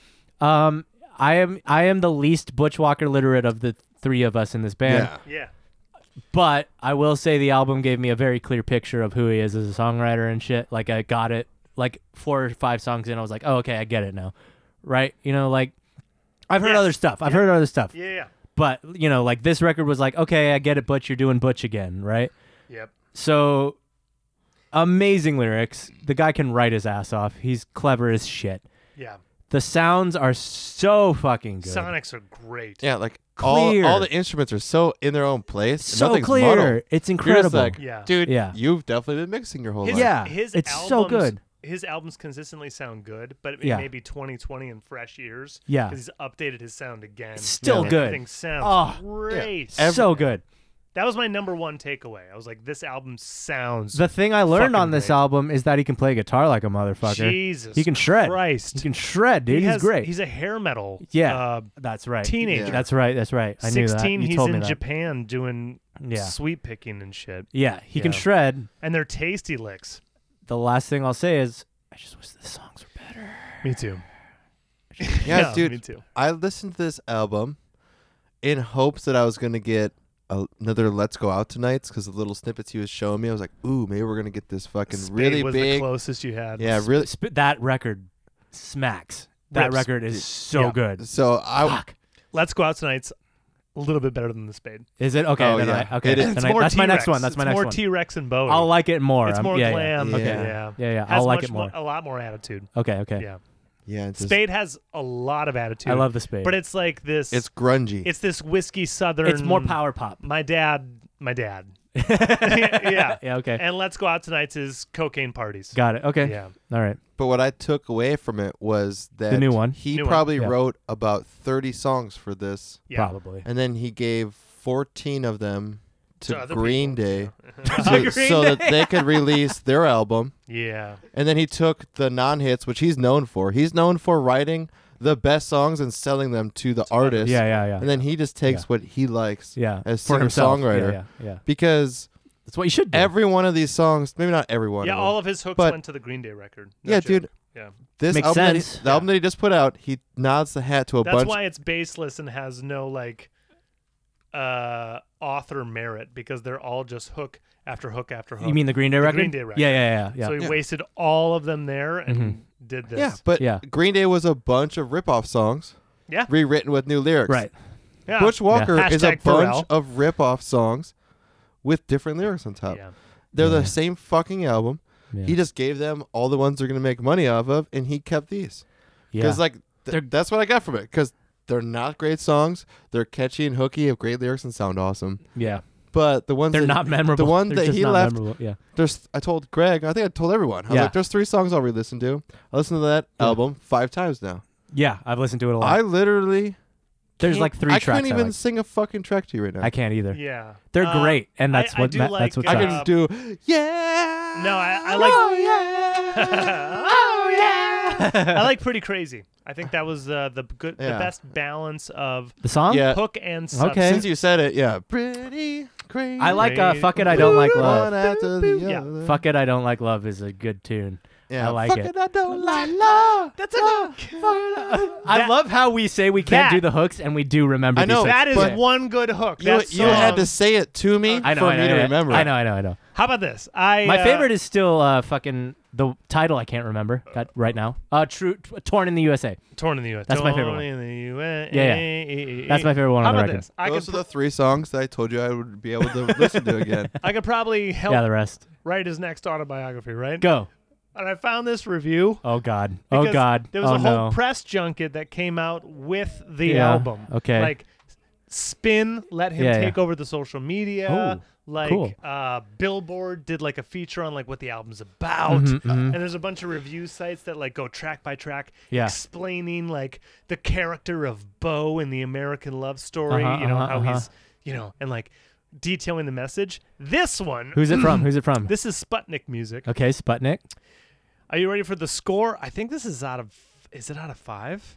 A: Um, I am I am the least Butch Walker literate of the three of us in this band.
C: Yeah,
B: Yeah.
A: But I will say the album gave me a very clear picture of who he is as a songwriter and shit. Like I got it like four or five songs in, I was like, Oh, okay, I get it now. Right? You know, like I've heard
B: Yes.
A: other stuff. I've heard other stuff.
B: Yeah. Yeah.
A: But you know, like this record was like, Okay, I get it, Butch, you're doing Butch again, right?
B: Yep.
A: So amazing lyrics. The guy can write his ass off. He's clever as shit.
B: Yeah.
A: The sounds are so fucking good.
B: Sonics are great.
C: yeah, like all
A: Clear.
C: all the instruments are so in their own place.
A: so
C: Nothing's
A: clear.
C: muddled.
A: It's
C: You're just
A: incredible.
C: like,
B: Yeah.
C: dude,
A: Yeah.
C: you've definitely been mixing your whole life.
A: yeah,
B: His
A: it's
B: albums,
A: so good.
B: His albums consistently sound good, but it
A: Yeah.
B: may be 2020 and fresh ears.
A: Yeah.
B: Because he's updated his sound again.
A: It's still
B: And
A: good.
B: Everything sounds
A: Oh.
B: great.
C: Yeah. Ev-
A: so good.
B: That was my number one takeaway. I was like, this album sounds.
A: The thing I learned
B: Fucking
A: on this
B: great.
A: album is that he can play guitar like a motherfucker.
B: Jesus.
A: he can shred.
B: Christ.
A: He can shred, dude.
B: He
A: he's
B: has-
A: great.
B: He's a hair metal.
A: yeah,
B: Uh,
A: that's right.
B: teenager.
A: That's right. That's right. I knew that. You
B: 16, he's
A: told
B: in
A: me that.
B: Japan doing
A: Yeah.
B: sweet picking and shit.
A: Yeah, he can
B: Yeah.
A: shred.
B: And they're tasty licks.
A: The last thing I'll say is, I just wish the songs were better.
B: Me too.
C: Yeah,
B: Yeah,
C: dude.
B: me too.
C: I listened to this album in hopes that I was gonna get a- another "Let's Go Out Tonight's" because the little snippets he was showing me, I was like, "Ooh, maybe we're gonna get this fucking
B: Spade
C: really
B: was the
C: big."
B: closest you had.
C: Yeah, really.
A: Sp- that record smacks. That
B: Rips.
A: record is so
B: Yeah.
A: good.
C: So I
A: Fuck.
B: Let's go out tonight's a little bit better than the spade.
A: Is it okay?
C: Oh,
A: then
C: yeah.
A: I, okay,
C: It is.
A: then
B: It's
A: I-
B: more
A: that's my next
B: T-Rex.
A: one. That's my
B: It's
A: next
B: more
A: one.
B: T Rex and Bowie.
A: I'll like it more.
B: it's
A: I'm-
B: more
A: yeah, yeah,
B: glam.
A: Yeah,
C: Okay.
A: yeah,
B: yeah,
A: yeah. yeah.
B: Has
A: I'll like
B: much
A: it more.
B: A lot more attitude.
A: Okay, okay.
B: Yeah,
C: yeah, it's, just-
B: spade has a lot of attitude.
A: I love the spade.
B: but it's like this.
C: it's grungy.
B: it's this whiskey southern.
A: it's more power pop.
B: My dad. My dad. yeah.
A: Yeah, okay.
B: And let's go out tonight's is cocaine parties.
A: Got it. Okay.
B: Yeah.
A: All right.
C: but what I took away from it was that
A: new one.
C: He
B: New one,
C: probably
A: yeah.
C: wrote about thirty songs for this,
B: Yeah.
A: Probably.
C: and then he gave fourteen of them
B: To
C: to
B: other
C: Green Day,
A: To
C: so,
A: Green
C: so
A: Day.
C: that they could release their album.
B: Yeah.
C: And then he took the non-hits, which he's known for. He's known for writing the best songs and selling them to the artists.
A: Yeah, yeah, yeah.
C: And then he just takes
A: Yeah.
C: what he likes
A: yeah.
C: as
A: For
C: singer
A: himself. Yeah,
C: songwriter.
A: Yeah, yeah,
C: Because
A: That's what you should do.
C: every one of these songs, maybe not every one.
B: Yeah.
C: of them,
B: All of his hooks
C: But-
B: went to the Green Day record. No
C: yeah,
B: joke.
C: dude.
B: Yeah.
C: This
A: Makes
C: album, That he,
A: sense.
C: the album that he just put out, he nods the hat to a
B: That's
C: bunch.
B: why it's baseless and has no like uh, author merit because they're all just hook after hook after hook.
A: You mean the Green Day record?
B: Green Day record.
A: Yeah, yeah, yeah, Mm-hmm. yeah.
B: so he
C: Yeah.
B: wasted all of them there and did this?
C: Yeah, but
A: Yeah.
C: Green Day was a bunch of rip-off songs
B: Yeah.
C: rewritten with new lyrics.
A: right.
B: Yeah.
C: Butch Walker
B: Yeah.
C: is a
B: Hashtag
C: bunch
B: Pharrell.
C: of rip-off songs with different lyrics on top.
B: Yeah.
C: They're
A: Yeah.
C: the same fucking album.
A: Yeah.
C: He just gave them all the ones they're gonna make money off of, and he kept these
A: yeah.
C: because like th-
A: They're-
C: that's what I got from it. Because they're not great songs. They're catchy and hooky, have great lyrics and sound awesome.
A: yeah.
C: But the ones
A: They're
C: that,
A: not memorable.
C: The one
A: They're
C: that
A: just
C: he
A: not
C: left
A: memorable. Yeah.
C: there's I told Greg, I think I told everyone. I was
A: Yeah.
C: like, there's three songs I'll re-listen to. I listened to that
A: Yeah.
C: album five times now.
A: Yeah, I've listened to it a lot.
C: I literally
A: There's
C: can't-
A: like three
C: I
A: tracks
C: can't
A: I
C: even
A: like.
C: sing a fucking track to you right now.
A: I can't either.
B: Yeah.
A: They're
B: Uh,
A: great, and
B: I-
A: that's
B: I
A: what
B: do
A: ma-
B: like,
A: that's what
B: uh,
C: I
A: sucks.
C: can
B: Um,
C: do yeah.
B: No, I- I like-
C: Oh yeah.
B: oh yeah. I like pretty crazy. I think that was uh, the good, the
C: Yeah.
B: best balance of
A: the song.
C: Yeah.
B: hook and
A: Uh, Okay.
B: substance.
C: Since you said it, yeah. Pretty crazy.
A: I like uh,
B: Great.
A: "Fuck It, I Don't Like
C: One
A: Love."
C: after the
B: Yeah.
C: other.
A: "Fuck It, I Don't Like Love" is a good tune.
C: Yeah.
A: I like
C: Fuck
A: it.
C: I don't like love.
B: That's a hook.
A: I
B: That-
A: love how we say we
B: that-
A: can't do the hooks, and we do remember.
C: I
A: these
C: know,
A: hooks.
B: That is
C: But-
B: one good hook.
C: You,
B: That
C: you had
B: song-
C: to say it to me
A: I know.
C: for
A: I know,
C: me
A: I
C: to
A: know,
C: remember.
A: I
C: it.
A: know. I know. I know.
B: How about this? I
A: My
B: uh,
A: favorite is still uh, fucking the title. I can't remember got right now. Uh, true, t- torn in the USA.
B: Torn in the U.S.
A: That's my favorite one.
B: Torn in the U.S.
A: Yeah, That's my favorite one
B: How
A: on the
B: about
A: record.
B: this? I could,
C: Those are
B: pr-
C: the three songs that I told you I would be able to listen to again.
B: I could probably help
A: Yeah, the rest.
B: write his next autobiography, right?
A: Go.
B: And I found this review.
A: Oh God.
B: because
A: Oh God.
B: There was
A: oh
B: a whole
A: no.
B: press junket that came out with the
A: Yeah,
B: album.
A: okay.
B: Like Spin let him
A: Yeah,
B: take
A: yeah.
B: over the social media.
A: Oh,
B: like
A: cool.
B: uh, Billboard did like a feature on like what the album's about. Uh,
A: Mhm, mhm.
B: And there's a bunch of review sites that like go track by track
A: Yeah.
B: explaining like the character of Bo in the American love story,
A: Uh-huh,
B: you know,
A: uh-huh,
B: how
A: uh-huh.
B: he's you know, and like detailing the message. This one
A: Who's it from? Who's it from?
B: this is Sputnik music.
A: okay, Sputnik.
B: Are you ready for the score? I think this is out of is it out of five?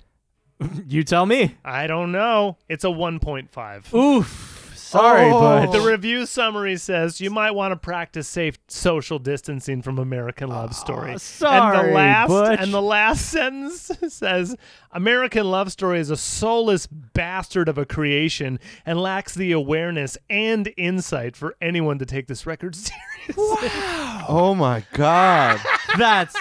A: You tell me.
B: I don't know. It's a 1.5.
A: Oof. Sorry,
C: Oh.
A: but
B: The review summary says you might want to practice safe social distancing from American Love Story. and
A: Ah, sorry,
B: the last
A: Butch.
B: and the last sentence says American Love Story is a soulless bastard of a creation and lacks the awareness and insight for anyone to take this record seriously.
C: Oh my god.
A: that's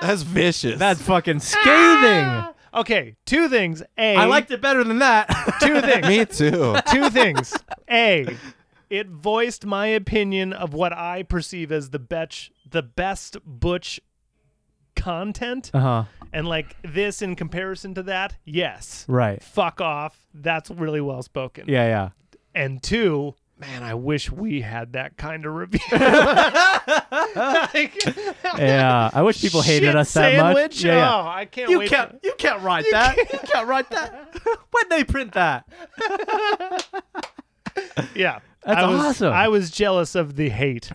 C: That's vicious.
A: that's fucking
B: Ah!
A: scathing.
B: okay, two things. A
A: I liked it better than that.
B: two things.
C: me too.
B: two things. A, it voiced my opinion of what I perceive as the betch, the best Butch content,
A: uh huh.
B: and like this in comparison to that, yes,
A: Right.
B: fuck off. That's really well spoken.
A: Yeah. Yeah.
B: And two, man, I wish we had that kind of review. like,
A: Yeah. I wish people hated
B: shit
A: us that
B: sandwich?
A: much. Yeah. yeah.
B: Oh, I can't
A: You
B: wait.
A: can't. You can't write that. You can't write that. When they print that.
B: for- yeah.
A: That's
B: I was,
A: awesome.
B: I was jealous of the hate.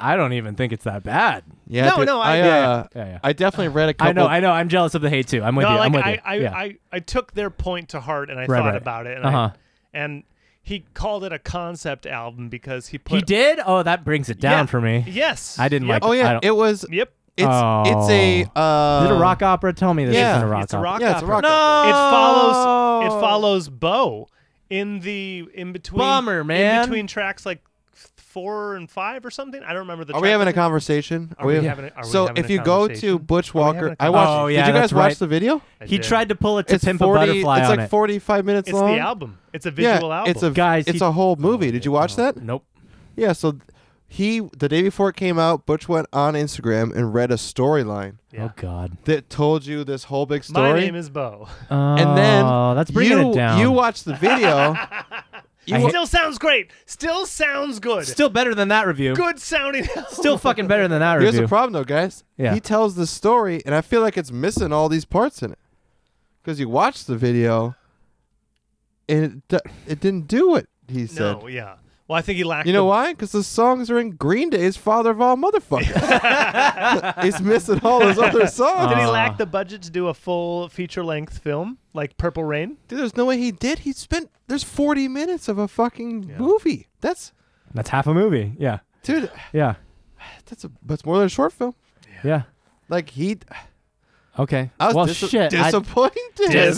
A: I don't even think it's that bad.
C: Yeah,
B: No,
C: dude,
B: no, I-
C: I, uh,
A: Yeah, yeah.
C: I definitely read a couple.
A: I know. I know. I'm jealous of the hate too. I'm with
B: No,
A: you.
B: like
A: I'm with
B: I,
A: you.
B: I,
A: yeah.
B: I, I took their point to heart and I
A: Right,
B: thought
A: right.
B: about it. And,
A: Uh-huh.
B: I, and he called it a concept album because he put
A: he did. Oh, that brings it down
B: Yeah.
A: for me.
B: Yes,
A: I didn't
B: Yep.
A: like
C: oh
A: I
C: yeah,
A: don't- Oh.
C: it was.
B: Yep,
C: It's it's a. Uh,
A: Is it a rock opera? Tell me this
C: yeah.
A: isn't a rock
B: it's a
A: opera.
B: rock
C: Yeah, it's a
B: opera.
C: rock.
B: It follows. It
A: No.
B: follows Bo in the in between.
A: Bummer, man.
B: In between tracks like four and five or something. I don't remember the.
C: Are
B: track
C: we having a
B: listing.
C: conversation?
B: Are we having a- are we
C: so
B: having
C: if
B: a
C: you go to
B: conversation?
C: Butch
B: we having
C: Walker,
B: a
C: I watched.
A: conversation? Oh, yeah,
C: did you guys
A: that's
C: watch
A: right.
C: the video?
B: I
A: He
B: did.
A: tried to pull it to
C: it's
A: pimp a
C: 40.
A: butterfly
C: it's
A: on
C: like
A: it.
C: 45 minutes
B: It's
C: long.
B: the album. It's a
C: Yeah,
B: visual album. Oh,
C: it's a
A: Guys,
C: It's
A: he-
C: a whole movie. Did you watch that?
A: Nope.
C: Yeah. So th- he the day before it came out, Butch went on Instagram and read a storyline
B: Yeah.
A: Oh God.
C: that told you this whole big
B: My
C: story.
B: name is Bo.
A: Oh,
C: and then
A: that's bringing
C: you,
A: it down.
C: You watch the video. you
A: I
C: wa-
A: hate-
B: Still sounds great. Still sounds good.
A: Still better than that review.
B: good sounding.
A: Still fucking better than that
C: Here's
A: review.
C: the problem, though, guys.
A: Yeah.
C: He tells the story, and I feel like it's missing all these parts in it. Because you watch the video, and it, do- it didn't do what he said.
B: No, yeah. Well, I think he lacked.
C: You know
B: the-
C: why? Because the songs are in Green Day's "Father of All Motherfuckers." He's missing all his other songs.
B: Did he
A: Uh.
B: lack the budget to do a full feature-length film like Purple Rain?
C: Dude, there's no way he did. He spent there's 40 minutes of a fucking movie. That's
A: That's half a movie. Yeah.
C: dude.
A: Yeah.
C: That's a that's more than a short film.
A: Yeah.
C: Like he,
A: Okay.
C: I was
A: well,
C: dis-
A: shit. I-
C: disappointed.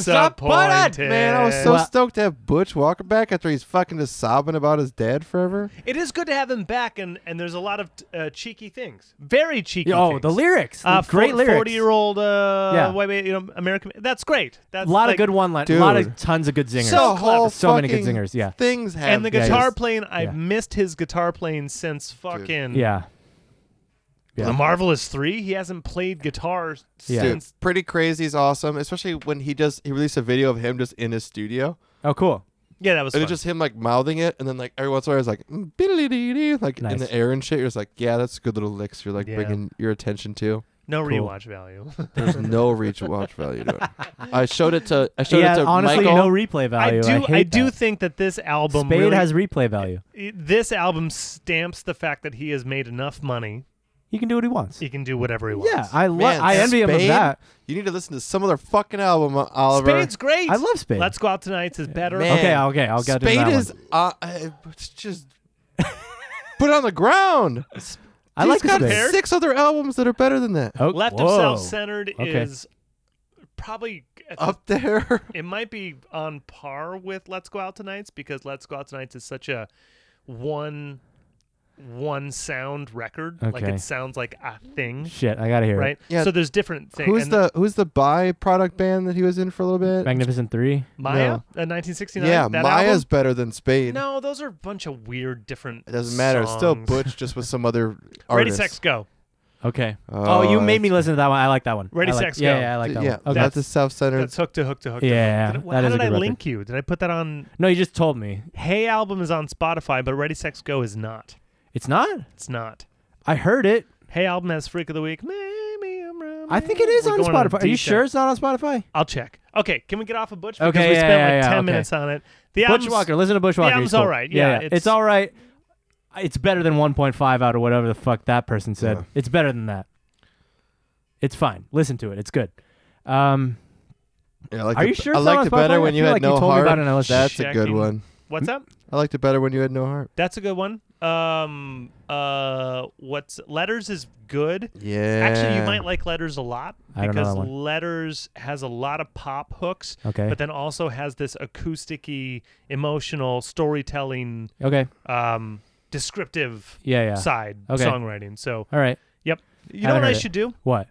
C: Disappointed. Man, I was so
A: Well-
C: stoked to have Butch Walker back after he's fucking just sobbing about his dad forever.
B: It is good to have him back, and, and there's a lot of uh, cheeky things. Very cheeky.
A: oh,
B: things.
A: the lyrics. The
B: Uh,
A: great lyrics.
B: Forty year old, uh,
A: Yeah.
B: white man, you know, American. That's great. That's
A: A lot
B: like,
A: of good one line. A lot of
C: Dude.
A: tons of good zingers.
B: So
C: The whole
A: So many good
C: fucking
A: singers, yeah.
C: Things have
B: And the
A: Yeah,
B: guitar
A: yes.
B: playing, I've
A: Yeah.
B: missed his guitar playing since fucking
A: yeah. Yeah.
B: the Marvelous Three. He hasn't played guitar
A: Yeah.
C: Dude,
B: since.
C: pretty crazy is awesome, especially when he does. He released a video of him just in his studio,
A: Oh, cool.
B: Yeah, that was.
C: and
B: Fun.
C: it's just him like mouthing it, and then like every once in a while, it's like mm, "Bididididi," like in
A: Nice.
C: the air and shit. You're just like, yeah, that's good little licks. You're like
B: Yeah.
C: bringing your attention to.
B: no
A: cool.
B: rewatch value.
C: There's no reach watch value to it. I showed it to I showed it
A: Yeah.
C: to
A: Honestly,
C: Michael.
A: no replay value.
B: I do.
A: hate
B: do
A: that.
B: think that this album
A: Spade
B: really,
A: has replay value.
B: this album stamps the fact that he has made enough money.
A: He can do what he wants.
B: He can do whatever he wants.
A: Yeah, I love.
C: Man,
A: I envy him of
C: Spade,
A: that.
C: You need to listen to some other fucking album, uh, Oliver.
B: Spade's great.
A: I love Spade.
B: Let's go out tonight's is better.
C: Man.
A: Okay, okay, I'll get to
C: Spade
A: that one.
C: is uh, uh, it's just put it on the ground.
A: I like
C: He's got
A: Spade.
B: Compared?
C: six other albums that are better than that.
A: Oh,
B: Left
A: whoa.
B: of Self Centered
A: Okay.
B: is probably at the-
C: Up there.
B: it might be on par with Let's Go Out Tonight's because Let's Go Out Tonight's is such a one one sound record. Like
A: Okay.
B: it sounds like a thing.
A: Shit, I gotta hear
B: Right?
A: it.
C: Yeah.
B: So there's different things.
C: Who's the Who's the byproduct band that he was in for a little bit?
A: Magnificent Three.
B: Maya?
C: no.
B: Uh, 1969?
C: yeah,
B: that
C: Maya's
B: album?
C: better than Spade.
B: No, those are a bunch of weird different
C: It doesn't matter. It's still
B: songs.
C: Butch, just with some other
B: Ready
C: artist.
B: Sex Go.
A: Okay. Oh, you made me listen to that one. I like that one.
B: Uh, Ready,
A: I like,
B: Sex,
A: yeah,
B: Go.
A: Yeah, I like that
C: yeah,
A: one. Okay.
C: that's a self-centered.
B: That's hook to hook to hook to
A: Yeah,
B: hook. Did, I-
A: that
B: how
A: is a
B: did I
A: good record.
B: link you? Did I put that on
A: no, you just told me.
B: Hey album is on Spotify, but Ready Sex Go is not.
A: It's not.
B: It's not.
A: I heard it.
B: Hey album has Freak of the Week. Maybe I'm wrong.
A: I think it is
B: We're
A: on
B: going
A: Spotify. Are you
B: deep
A: sure
B: dive.
A: it's not on Spotify?
B: I'll check. Okay, can we get off of Butch? Because
A: Okay,
B: we
A: yeah,
B: spent
A: yeah,
B: like
A: yeah,
B: 10
A: okay.
B: minutes on it. The album's-
A: Bushwalker. Listen to Bushwalker.
B: album's
A: he's cool.
B: all right. Yeah,
A: It's,
B: it's-
A: all right. It's better than 1.5 out of whatever the fuck that person said.
C: Yeah.
A: It's better than that. It's fine. Listen to it. It's good. Um,
C: Yeah, I liked
A: Are
C: it
A: you
C: be-
A: sure
C: I
A: it's
C: liked
A: not on
C: it
A: Spotify?
C: better
A: I
C: when you
A: feel
C: had
A: like you
C: no
A: told me
C: heart.
A: about it and I listened.
C: That's a good
B: Checking.
C: one.
B: What's
A: Hmm?
B: up?
C: I liked it better when you had no heart.
B: That's a good one. Um, uh, what's Letters is good.
C: Yeah.
B: Actually, you might like Letters a lot
A: I don't know
B: because
A: that one.
B: Letters has a lot of pop hooks,
A: Okay.
B: but then also has this acousticy, emotional storytelling,
A: okay.
B: um, descriptive
A: Yeah, yeah.
B: side
A: Okay.
B: songwriting. So,
A: All right.
B: yep. You
A: I
B: know what
A: haven't
B: I
A: heard it.
B: should do?
A: What?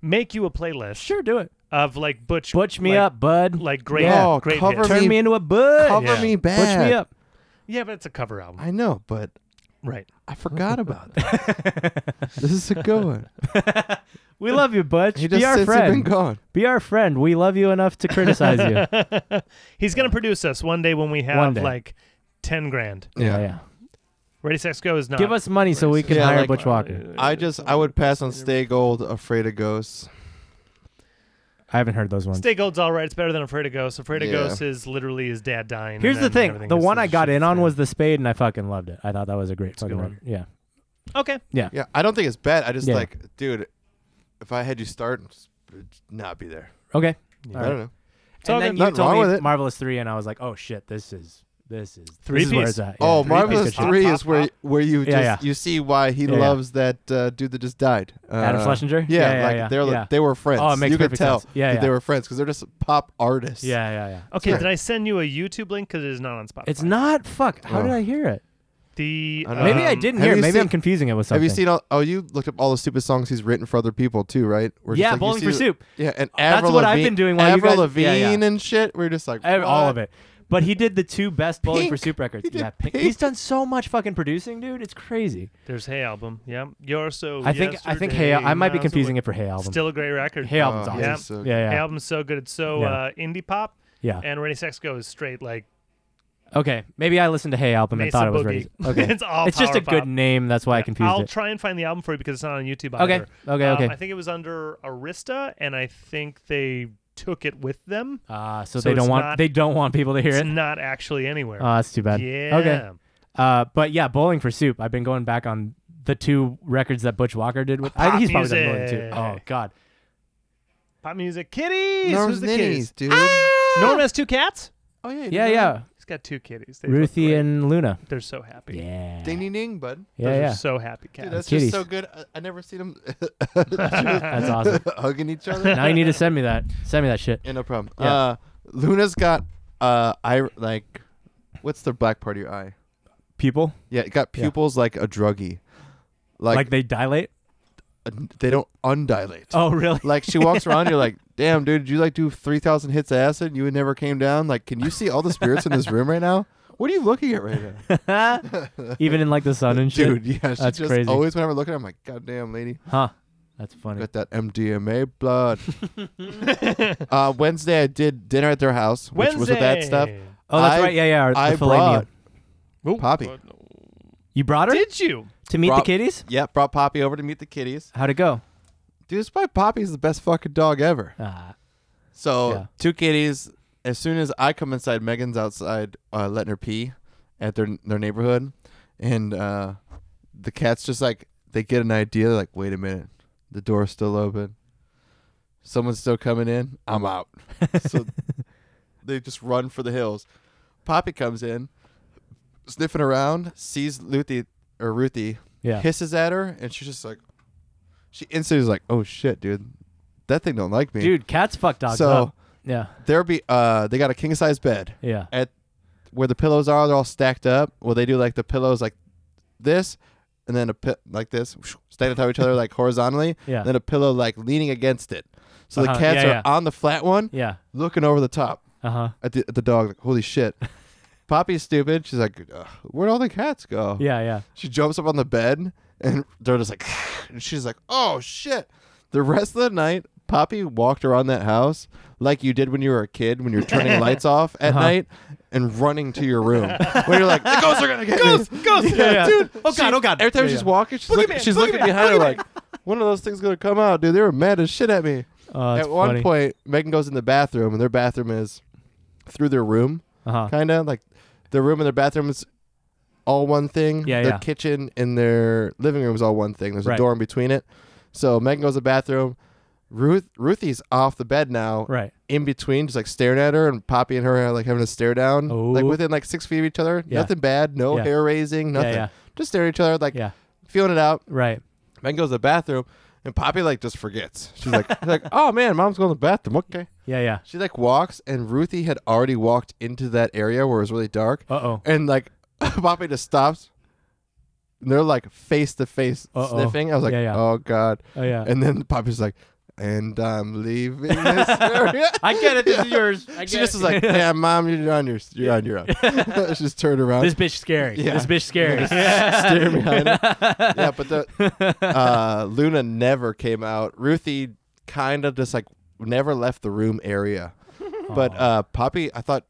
B: Make you a playlist
A: Sure, do it.
B: of like Butch.
A: Butch me
B: like-
A: up, bud.
B: Like great,
A: Yeah.
C: Oh,
B: great
C: cover
B: hits.
A: Turn
C: me-
A: me into a bud.
C: cover
B: Yeah.
C: me
A: Butch
C: bad.
A: me up.
B: Yeah, but it's a cover album,
C: I know, but
B: right?
C: I forgot about that. this is a good one.
A: We love you, Butch.
C: He just
A: Be our
C: since he's been
A: friend.
C: gone.
A: Be our friend. We love you enough to criticize you. Yeah,
B: He's gonna produce us one day when we
A: One
B: have
A: day.
B: like ten grand.
A: yeah.
B: Ready, Sex, Go is not.
A: Give us money so we can
C: Yeah,
A: hire
C: like- uh,
A: Butch Walker.
C: I just I would pass on Stay Gold, Afraid of Ghosts.
A: I haven't heard those ones.
B: Stay Gold's all right. It's better than Afraid of Ghosts. Afraid of
C: Yeah.
B: Ghosts is literally his dad dying.
A: Here's
B: and
A: the
B: then
A: thing:
B: everything
A: the
B: is
A: one
B: just
A: I got in on
B: shit.
A: was the Spade, and I fucking loved it. I thought that was a great
B: a
A: fucking
B: good one.
A: record. Yeah,
B: okay.
C: Yeah, I don't think it's bad. I just
A: Yeah.
C: like, dude, if I had you start, it'd not be there.
A: okay.
B: Yeah.
A: All
C: I
A: right.
C: don't know.
B: So
A: and then
B: good.
A: you
C: Nothing
A: told
C: wrong
A: me
C: with it.
A: Marvelous Three, and I was like, oh shit, this is this is
B: Three
A: this is where
B: piece.
A: it's at. Yeah, three
C: oh,
A: piece
C: Marvelous
A: good shit.
C: Three
B: Pop,
C: is
B: pop,
C: where
B: pop.
C: where you
A: Yeah,
C: just
A: yeah.
C: you see why he
A: Yeah, yeah.
C: loves that uh, dude that just died. Uh,
A: Adam Schlesinger.
C: Yeah,
A: yeah,
C: like
A: yeah,
C: they're
A: yeah.
C: like, they were friends.
A: Oh, it makes
C: you could
A: perfect
C: tell
A: sense. Yeah,
C: that
A: yeah.
C: they were friends because they're just pop artists.
A: Yeah, yeah, yeah.
B: Okay,
C: Yeah.
B: did I send you a YouTube link because it is not on Spotify?
A: It's not. Fuck. How
C: Oh.
A: did I hear it?
B: The
C: I don't know.
A: Maybe I
B: um,
A: didn't
C: have
A: hear. it.
C: you
A: Maybe
C: seen-
A: I'm confusing it with something.
C: Have you seen all? Oh, you looked up all the stupid songs he's written for other people too, right? We're just
A: Yeah,
C: like, you
A: Bowling
C: see
A: for
C: the-
A: Soup.
C: Yeah, and
A: That's
C: Avril
A: what I've
C: Lavigne-
A: been doing while you
C: Avril
A: guys- yeah,
C: Lavigne
A: yeah.
C: and shit. We're just like
A: Ev- all
C: what?
A: of it. But he did the two best Bowling for
C: Pink.
A: Soup records.
C: He did
A: yeah, Pink.
C: Pink.
A: he's done so much fucking producing, dude. It's crazy.
B: There's Hey album. Yeah, you're so.
A: I think I think Hey, I might be confusing it for Hey album.
B: Still a great record.
A: Hey album's
C: Oh,
A: awesome.
C: he's
B: Yeah.
C: so-
A: yeah,
B: Hey
A: yeah,
B: album's so good. It's so
A: Yeah.
B: uh, indie pop.
A: yeah.
B: And Ready Sex Go is straight like
A: Okay, maybe I listened to Hey album and
B: Mesa
A: thought it was
B: Boogie.
A: ready. Okay,
B: it's all.
A: it's just
B: power
A: a good
B: pop.
A: name. That's why I confused
B: I'll
A: it.
B: try and find the album for you because it's not on YouTube.
A: Okay,
B: Either.
A: okay,
B: Um,
A: okay.
B: I think it was under Arista, and I think they took it with them.
A: Ah, so,
B: So
A: they don't
B: it's
A: want
B: not-
A: they don't want people to hear
B: It's
A: it.
B: not actually anywhere.
A: Oh, that's too bad.
B: yeah.
A: Okay. Uh, but yeah, Bowling for Soup. I've been going back on the two records that Butch Walker did with. I
B: Pop
A: think he's probably done more than
B: music.
A: two. Oh God.
B: Pop music. Kitties.
C: Norm's
B: Who's the kitties?
C: Ninnies, dude.
B: Norm has two cats.
C: Oh yeah, you
A: Yeah,
C: didn't know
A: Ah! yeah.
C: that?
B: He's got two kitties. They look
A: Ruthie
B: great.
A: and Luna.
B: they're so happy.
A: Yeah.
C: Ding ding ding, bud.
A: Yeah,
B: Those
A: yeah.
B: are so happy
C: Dude,
B: cats.
C: that's
A: Kitties.
C: just so good. I, I never seen them
A: That's awesome.
C: hugging each other.
A: now you need to send me that. Send me that shit.
C: Yeah, no problem.
A: Yeah.
C: Uh, Luna's got uh, eye like, what's the black part of your eye?
A: People
C: Yeah, it got
A: Yeah.
C: pupils like a druggie,
A: like,
C: like,
A: they dilate.
C: uh, they don't undilate.
A: Oh, really?
C: Like she walks around, you're like, damn, dude, did you like do three thousand hits of acid? and You never came down. Like, can you see all the spirits in this room right now? What are you looking at right now?
A: Even in like the sun and shit.
C: Dude, yeah, she
A: That's
C: just
A: crazy.
C: always whenever looking, I'm like, goddamn, lady,
A: Huh. That's funny.
C: got that MDMA blood. uh, Wednesday, I did dinner at their house, which was with that stuff.
B: Wednesday.
A: Oh, that's
C: I-
A: right. Yeah, yeah. The
C: I
A: filet mignon.
C: brought,
B: Ooh.
C: Poppy.
A: You brought her
B: Did you?
A: to meet
C: brought-
A: the kitties.
C: yeah, brought Poppy over to meet the kitties.
A: How'd it go?
C: Dude, this probably Poppy's the best fucking dog ever.
A: Uh,
C: So
A: Yeah.
C: two kitties. As soon as I come inside, Megan's outside uh, letting her pee at their their neighborhood, and uh, the cats just like they get an idea. They're like, wait a minute, the door's still open. Someone's still coming in. I'm out. so they just run for the hills. Poppy comes in, sniffing around, sees Luthi or Ruthie,
A: yeah.
C: hisses at her, and she's just like, she instantly is like, "Oh shit, dude, that thing don't like me."
A: Dude, cats fuck dogs
C: so
A: up. Yeah.
C: there'll be uh, they got a king size bed
A: Yeah.
C: at where the pillows are. They're all stacked up. Well, they do like the pillows like this, and then a pi- like this, stacked on top of each other like horizontally,
A: Yeah.
C: and then a pillow like leaning against it. So
A: Uh-huh,
C: the cats
A: yeah,
C: are
A: yeah.
C: on the flat one,
A: Yeah.
C: looking over the top
A: Uh huh.
C: at the, at the dog. Like, holy shit. Poppy's stupid. She's like, "Ugh, where'd all the cats go?
A: Yeah. Yeah.
C: She jumps up on the bed and they're just like, and she's like, oh shit. The rest of the night, Poppy walked around that house like you did when you were a kid, when you're turning lights off at
A: Uh-huh.
C: night and running to your room. when you're like, the ghosts are gonna get ghosts, me.
B: ghosts.
A: Yeah, yeah.
C: dude.
A: Oh, God,
C: she-
A: oh, God.
C: Every time
A: Yeah,
C: she's
A: yeah.
C: walking, she's, look,
B: Boogeyman,
C: she's looking
B: boogeyman,
C: behind her like, one of those things gonna come out, dude. They were mad as shit at me.
A: Oh, that's
C: at one
A: funny.
C: point, Megan goes in the bathroom, and their bathroom is through their room
A: Uh huh.
C: kind of like their room and their bathroom is all one thing.
A: Yeah,
C: their
A: yeah.
C: kitchen and their living room is all one thing. There's
A: Right.
C: a door in between it. So Megan goes to the bathroom. Ruth Ruthie's off the bed now,
A: Right.
C: in between, just like staring at her, and Poppy and her are like having a stare down, like
A: Oh.
C: within like six feet of each other.
A: Yeah.
C: Nothing bad, no
A: Yeah.
C: hair raising, nothing.
A: yeah.
C: Just staring at each other, like
A: Yeah.
C: feeling it out.
A: Right.
C: Megan goes to the bathroom, and Poppy like just forgets. She's like, she's like, oh man, mom's going to the bathroom. Okay.
A: Yeah. Yeah.
C: She like walks, and Ruthie had already walked into that area where it was really dark,
A: Uh oh.
C: and like Poppy just stops. And they're like face to face
A: Uh-oh.
C: sniffing. I was like,
A: Yeah, yeah.
C: oh god.
A: Oh yeah.
C: And then Poppy's like, and I'm leaving this area.
A: I get it. This is yours. I get
C: she just
A: it.
C: is like, yeah, mom, you're on your, you're on your own. she just turned around,
A: this bitch scary.
C: Yeah.
A: This bitch scary.
C: staring behind her. Yeah, but the uh, Luna never came out. Ruthie kind of just like never left the room area. But uh, Poppy, I thought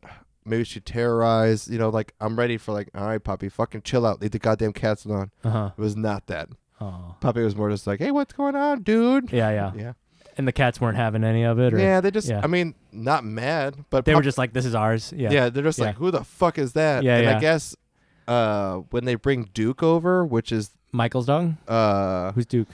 C: maybe she terrorized. You know, like I'm ready for like, all right, Poppy, fucking chill out. Leave the goddamn cats alone.
A: Uh huh.
C: It was not that.
A: Oh.
C: Poppy was more just like, hey, what's going on, dude?
A: Yeah, yeah.
C: Yeah.
A: And the cats weren't having any of it, or
C: Yeah, they just,
A: Yeah.
C: I mean, not mad, but
A: they were
C: Pop-
A: just like, "This is ours." Yeah.
C: yeah. they're just like,
A: Yeah.
C: who the fuck is that?
A: Yeah,
C: and
A: yeah.
C: I guess uh, when they bring Duke over, which is
A: Michael's dog.
C: uh,
A: Who's Duke?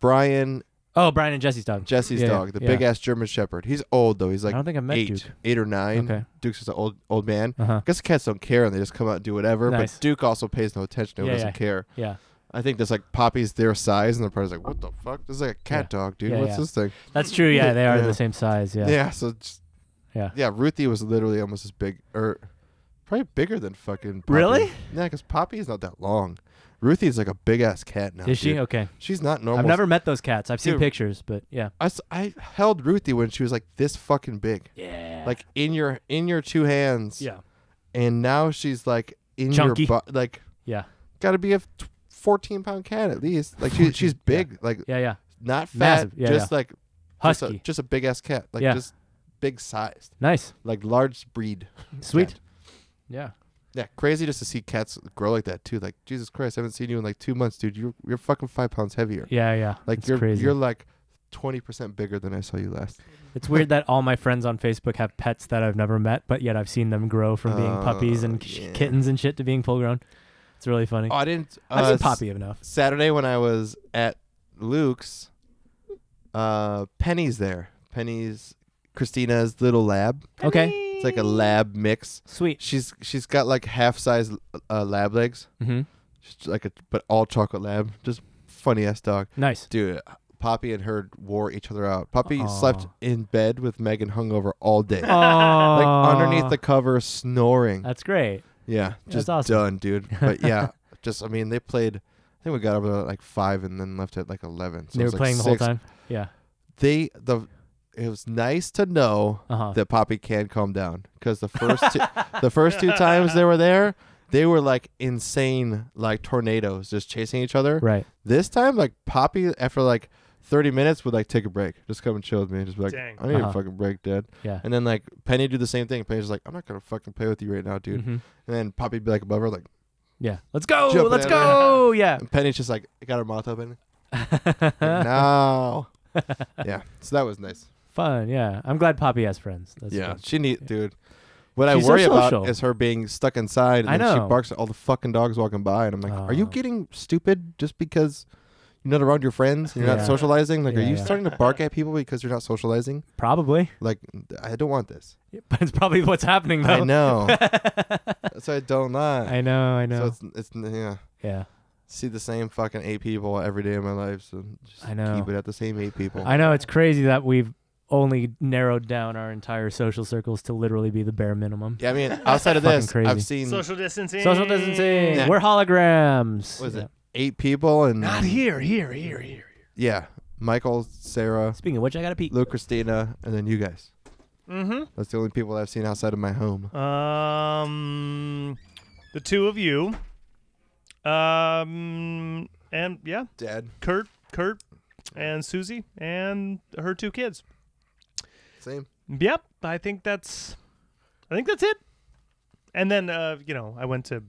C: Brian,
A: Oh, Brian and Jesse's dog.
C: Jesse's
A: Yeah, yeah,
C: dog, the
A: yeah.
C: big ass German Shepherd. He's old though. He's
A: I don't
C: like
A: think I met
C: eight,
A: Duke.
C: eight or nine.
A: Okay.
C: Duke's just an old old man.
A: Uh huh.
C: I guess cats don't care and they just come out and do whatever.
A: Nice.
C: But Duke also pays no attention to it,
A: Yeah,
C: doesn't
A: yeah.
C: care.
A: Yeah.
C: I think that's like Poppy's their size and they're probably like, what the fuck? This is like a cat dog, dude.
A: Yeah,
C: What's
A: yeah.
C: this thing?
A: That's true. Yeah, they are
C: Yeah.
A: the same size. Yeah.
C: Yeah. so just,
A: Yeah.
C: yeah, Ruthie was literally almost as big, or probably bigger than fucking. Poppy.
A: Really?
C: Yeah, because Poppy's not that long. Ruthie's like a big ass cat now.
A: Is she
C: dude.
A: okay?
C: She's not normal.
A: I've never met those cats. I've seen
C: Dude.
A: pictures, but yeah.
C: I, s- I held Ruthie when she was like this fucking big,
A: Yeah.
C: like in your in your two hands.
A: Yeah.
C: And now she's like in
A: Chunky.
C: your bu- like
A: Yeah.
C: got to be a t- fourteen pound cat at least. Like she, she's big, like
A: Yeah. Yeah.
C: not fat,
A: Massive. Yeah,
C: just like just a-
A: Husky.
C: just a, big ass cat, like
A: Yeah.
C: just big sized,
A: Nice.
C: like large breed.
A: Sweet.
C: cat.
A: Yeah.
C: Yeah, crazy just to see cats grow like that too. Like Jesus Christ, I haven't seen you in like two months, dude. You're you're fucking five pounds heavier.
A: Yeah. Yeah.
C: Like
A: it's
C: you're
A: crazy.
C: you're like twenty percent bigger than I saw you last.
A: It's weird that all my friends on Facebook have pets that I've never met, but yet I've seen them grow from being puppies
C: Oh,
A: and k-
C: yeah.
A: kittens and shit to being full grown. It's really funny.
C: Oh, I didn't. Uh,
A: I've seen
C: s-
A: Poppy enough.
C: Saturday when I was at Luke's, uh, Penny's there. Penny's Christina's little lab.
A: Okay.
C: It's like a lab mix.
A: Sweet.
C: She's she's got like half size uh, lab legs,
A: hmm
C: she's like a but all chocolate lab. Just funny ass dog,
A: Nice.
C: dude. Poppy and her wore each other out. Poppy
A: Aw.
C: slept in bed with Megan hungover all day,
A: Oh,
C: like underneath the cover, snoring.
A: That's great.
C: Yeah, just
A: awesome.
C: done, dude. But yeah, just I mean, they played. I think we got up at like five and then left at like eleven. So
A: they were
C: it was, like,
A: playing the whole
C: six.
A: time. Yeah.
C: They the it was nice to know
A: Uh huh.
C: that Poppy can calm down because the first two, the first two times they were there, they were like insane, like tornadoes, just chasing each other.
A: Right.
C: This time, like Poppy, after like thirty minutes, would like take a break, just come and chill with me, just be like,
B: Dang.
C: I need
A: Uh-huh.
C: a fucking break, Dad.
A: Yeah.
C: And then like Penny do the same thing. Penny's just like, I'm not gonna fucking play with you right now, dude.
A: Mhm.
C: And then Poppy be like above her, like.
A: Yeah. Let's go.
C: Jumping
A: Let's
C: at
A: go. Yeah.
C: And Penny's just like got her mouth open. Like, no. yeah. So that was nice.
A: Fun. Yeah. I'm glad Poppy has friends. That's
C: yeah.
A: good.
C: She need dude. What
A: She's
C: I
A: so
C: worry about
A: social.
C: is her being stuck inside and
A: I
C: then
A: know.
C: she barks at all the fucking dogs walking by and I'm like, Are you
A: Oh.
C: getting stupid just because you're not around your friends and you're
A: Yeah.
C: not socializing? Like are
A: Yeah,
C: you
A: yeah.
C: starting to bark at people because you're not socializing?
A: Probably.
C: Like I don't want this.
A: But it's probably what's happening though.
C: I know. That's why I don't lie.
A: I know. I
C: So
A: know.
C: it's it's yeah.
A: yeah.
C: See the same fucking eight people every day of my life, so just
A: I know.
C: keep it at the same eight people.
A: I know. It's crazy that we've only narrowed down our entire social circles to literally be the bare minimum.
C: Yeah, I mean, outside of
A: Fucking
C: this,
A: crazy.
C: I've seen
B: Social distancing.
A: Social distancing.
C: Yeah.
A: We're holograms.
C: what is
A: Yeah.
C: it eight people and
B: Not here, here, here, here.
C: Yeah, Michael, Sarah,
A: Speaking of which, I gotta pee.
C: Lou, Christina, and then you guys.
B: Mm-hmm.
C: That's the only people that I've seen outside of my home.
B: Um, the two of you. Um, and yeah,
C: Dad,
B: Kurt, Kurt, and Susie, and her two kids.
C: same.
B: Yep, I think that's, I think that's it. And then, uh, you know, I went to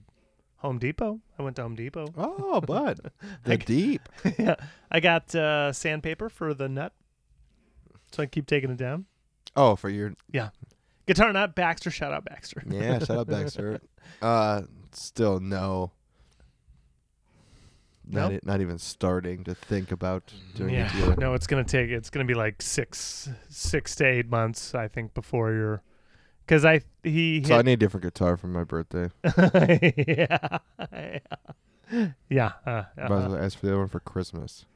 B: Home Depot. I went to Home Depot.
C: Oh, bud, the
B: Like-
C: deep.
B: yeah, I got uh, sandpaper for the nut, so I keep taking it down.
C: Oh, for your
B: Guitar nut, Baxter. Shout out Baxter.
C: yeah. Shout out Baxter. Uh, still no. Not
B: No?
C: e- not even starting to think about doing
B: Yeah,
C: a dealer.
B: no, it's gonna take. It's gonna be like six, six to eight months, I think, before you're. Because I he
C: So I
B: hit,
C: need a different guitar for my birthday.
B: yeah, yeah, yeah. Uh,
C: Might
B: uh,
C: as well ask for the other one for Christmas.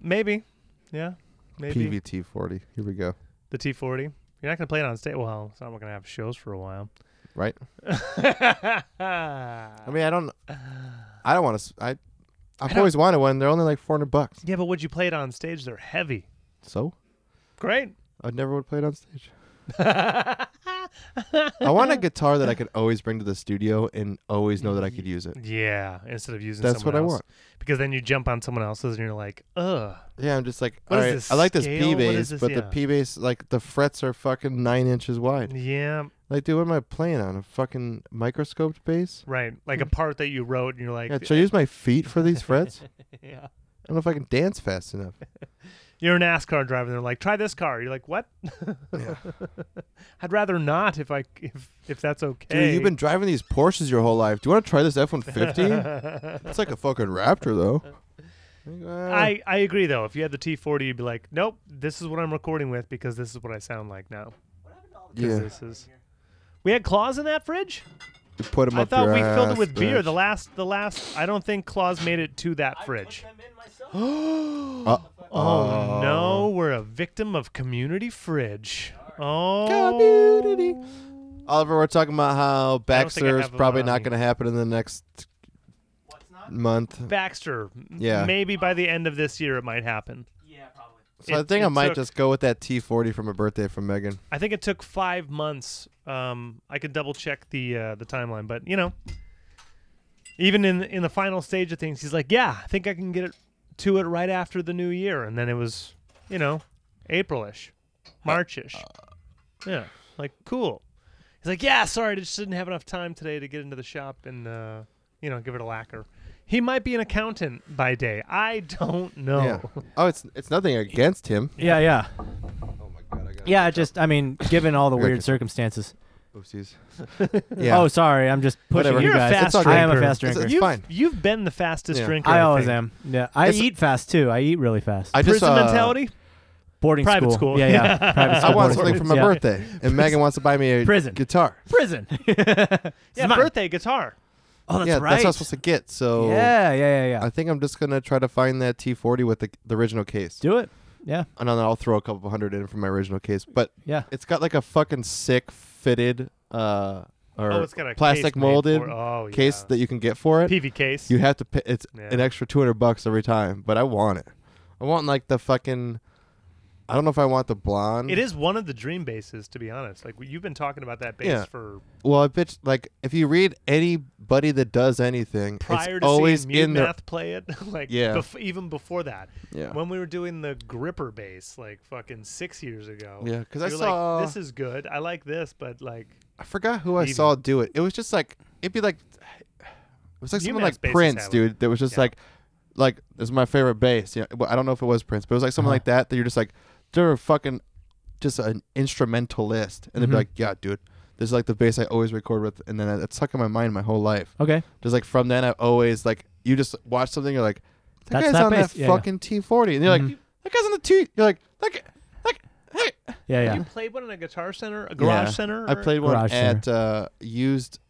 B: maybe, yeah, maybe
C: PVT forty. Here we go.
B: the T forty. You're not gonna play it on stage. Well, so we're gonna have shows for a while,
C: Right. I
B: I
C: mean, I don't. I don't want to. I. I've always wanted one. They're only like four hundred bucks.
B: yeah, but would you play it on stage? They're heavy.
C: So
B: Great.
C: I never would play it on stage. I want a guitar that I could always bring to the studio and always know that I could use it.
B: Yeah, instead of using
C: That's what
B: Mm. someone
C: I
B: else.
C: want.
B: Because then you jump on someone else's and you're like, ugh.
C: Yeah, I'm just like,
B: What
C: all
B: is
C: right,
B: this
C: I like this
B: scale?
C: P
B: What
C: bass,
B: is this?
C: but the
B: Yeah. Mm.
C: P bass, like the frets are fucking nine inches wide.
B: Yeah,
C: Like, dude, what am I playing on? A fucking microscoped bass?
B: right. Like a part that you wrote and you're like,
C: Yeah, should I use my feet for these frets? I
B: yeah.
C: don't know if I can dance fast enough.
B: You're a NASCAR driver. and They're like, try this car. You're like, what?
C: Yeah.
B: I'd rather not if I if if that's
C: Dude,
B: okay.
C: you've been driving these Porsches your whole life. Do you want to try this F 150? It's like a fucking Raptor, though.
B: I I agree though. If you had the T40, you'd be like, nope. This is what I'm recording with because this is what I sound like now. Because
C: yeah,
B: This is. We had claws in that fridge.
C: you put 'em
B: I
C: up
B: thought
C: your
B: we filled
C: ass,
B: it with beer.
C: bitch.
B: The last, the last. I don't think Claus made it to that fridge.
C: Uh,
B: Oh no, we're a victim of community fridge. Oh,
C: Community. Oliver, we're talking about how
B: don't think I
C: Baxter is
B: have them
C: probably
B: on
C: not
B: me.
C: going to happen in the next month.
B: Baxter. m-
C: Yeah.
B: Maybe by the end of this year it might happen.
C: So I
B: it-
C: think
B: it
C: I might
B: took-
C: just go with that T40 from a birthday from Megan.
B: I think it took five months. Um, I could double check the uh, the timeline, but you know, even in in the final stage of things, he's like, yeah, I think I can get it to it right after the new year, and then it was, you know, Aprilish,
C: Uh,
B: Marchish. Yeah, like cool. He's like, yeah, sorry, I just didn't have enough time today to get into the shop and uh, you know give it a lacquer. He might be an accountant by day. I don't know.
C: Yeah. Oh, it's it's nothing against him.
A: Yeah. Yeah.
C: Oh my god, I got
A: Yeah. Just I mean, given all the
C: Gotcha.
A: weird circumstances.
C: Oopsies. yeah.
A: Oh, sorry. I'm just pushing
C: Whatever.
A: you
B: You're a
A: guys.
B: fast
C: It's all
A: I am a
B: drinker.
A: fast
C: It's
A: drinker.
C: a-
B: You've,
C: fine.
B: You've been the fastest
C: Yeah.
B: drinker.
A: I always
B: think.
A: am. Yeah. I
C: It's-
A: eat fast too. I eat really fast.
C: I just
B: Prison
C: uh,
B: mentality.
A: boarding
B: Private school.
A: school. Yeah, yeah. Private
C: I
A: school,
C: want
A: boarding
C: something
A: school.
C: for my
A: Yeah.
C: birthday, and Megan wants to buy me a
A: Prison.
C: guitar.
A: Prison.
B: yeah,
A: mine.
B: birthday guitar.
A: Oh, that's
C: yeah,
A: right.
C: that's what I'm supposed to get. So
A: yeah, yeah, yeah, yeah.
C: I think I'm just gonna try to find that T40 with the, the original case,
A: Do it. Yeah,
C: and then I'll throw a couple hundred in for my original case. But
A: yeah.
C: it's got like a fucking sick fitted uh or
B: Oh, it's got a case
C: plastic
B: made
C: molded
B: for- oh,
C: case
B: yeah.
C: that you can get for it.
B: PV case.
C: You have to pay. It's
B: Yeah.
C: an extra two hundred bucks every time, but I want it. I want like the fucking. I don't know if I want the blonde.
B: It is one of the dream bases, to be honest. Like you've been talking about that base
C: Yeah.
B: for
C: Well, I bitch like if you read anybody that does anything,
B: prior
C: it's
B: to
C: always
B: seeing Mute
C: in their
B: Math play it. like
C: Yeah.
B: bef- even before that,
C: yeah.
B: when we were doing the gripper base, like fucking six years ago.
C: Yeah, 'cause I
B: you're
C: saw-
B: like, this is good. I like this, but like
C: I forgot who I
B: Even.
C: saw do it. It was just like it'd be like it was like someone
B: UMass
C: like
B: bases
C: Prince,
B: have it.
C: dude. That was just
B: Yeah.
C: like like this is my favorite bass. Yeah, well, I don't know if it was Prince, but it was like someone like that that you're just like they're a fucking just an instrumentalist, and they'd be
A: Mhm.
C: like, yeah, dude. This is like the bass I always record with, and then it's stuck in my mind my whole life.
A: Okay.
C: Just like from then, I always like you just watch something, you're like, that
A: That's
C: guy's
A: that
C: on
A: bass.
C: that
A: Yeah, yeah.
C: fucking T40, and you're like,
A: Mhm.
C: that guy's on the T. You're like, that guy, that, guy- hey,
A: Yeah,
B: you
A: yeah.
B: played one in a guitar center, a garage
C: Yeah.
B: center.
C: I
B: or-
C: played one
A: Garage Center.
C: at uh, used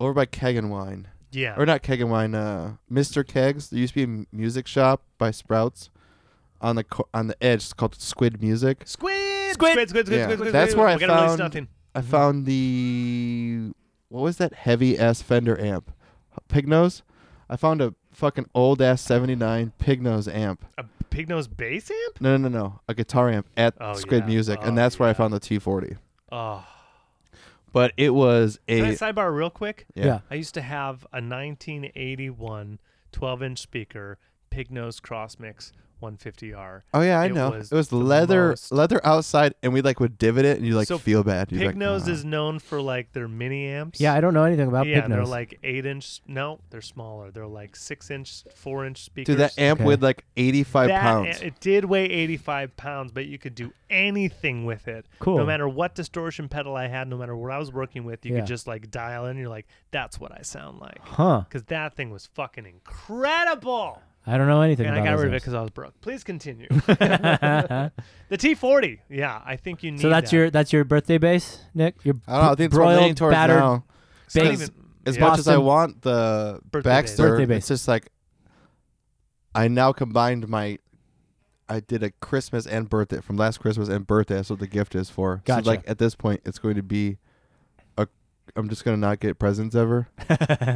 C: over by Keg and Wine,
B: Yeah.
C: or not Keg and Wine, uh, Mister Kegs. There used to be a m- music shop by Sprouts on the co- on the edge. It's called Squid Music.
B: Squid,
A: Squid.
B: squid, squid, squid,
C: Yeah.
B: squid, squid.
C: That's where I
B: we gotta release
C: found-
B: nothing.
C: I found the what was that heavy ass Fender amp, Pignos. I found a fucking old ass '79 Pignos amp.
B: A pig nose bass amp?
C: No, no, no, no, a guitar amp at
B: Oh,
C: Squid
B: yeah.
C: Music,
B: Oh,
C: and that's where I
B: yeah.
C: found the T40.
B: Oh.
C: But it was
B: Can I
C: a
B: sidebar real quick?
A: Yeah.
B: I used to have a 1981 12 inch speaker, pig nose cross mix 150R.
C: Oh yeah, I
B: It
C: know.
B: was
C: it was
B: the
C: leather,
B: most-
C: leather outside, and we like would divot it, and you like
B: So
C: feel bad. You'd be
B: Pig
C: like,
B: nose
C: "Ah."
B: is known for like their mini amps.
A: Yeah, I don't know anything about
B: yeah,
A: pig
B: they're
A: nose.
B: like eight inch. No, they're smaller. They're like six inch, four inch speakers.
C: dude. That amp
A: Okay.
C: weighed like eighty-five
B: That-
C: pounds.
B: It did weigh 85 pounds, but you could do anything with it. No
A: Cool.
B: matter what distortion pedal I had, no matter what I was working with, you
A: Yeah.
B: could just like dial in. You're like, that's what I sound like.
A: huh?
B: Because that thing was fucking incredible.
A: I don't know anything
B: And I
A: about
B: got rid of it
A: those
B: because I was broke. Please continue.
A: apps.
B: the T40. Yeah, I think you need
A: so that's
B: that.
A: your that's your birthday base, Nick. Your
C: I don't know. I
A: br-
C: think it's what I'm leaning
A: broiled,
C: towards
A: battered.
C: now.
B: It's not
A: base.
B: even-
C: As
B: yeah.
C: much as I
A: Boston-
C: want the
B: Birthday base.
C: Baxter,
A: Birthday base.
C: it's just like I now combined my. I did a Christmas and birthday from last Christmas and birthday. That's what the gift is for.
A: Gotcha.
C: So like at this point, it's going to be. A, I'm just gonna not get presents ever.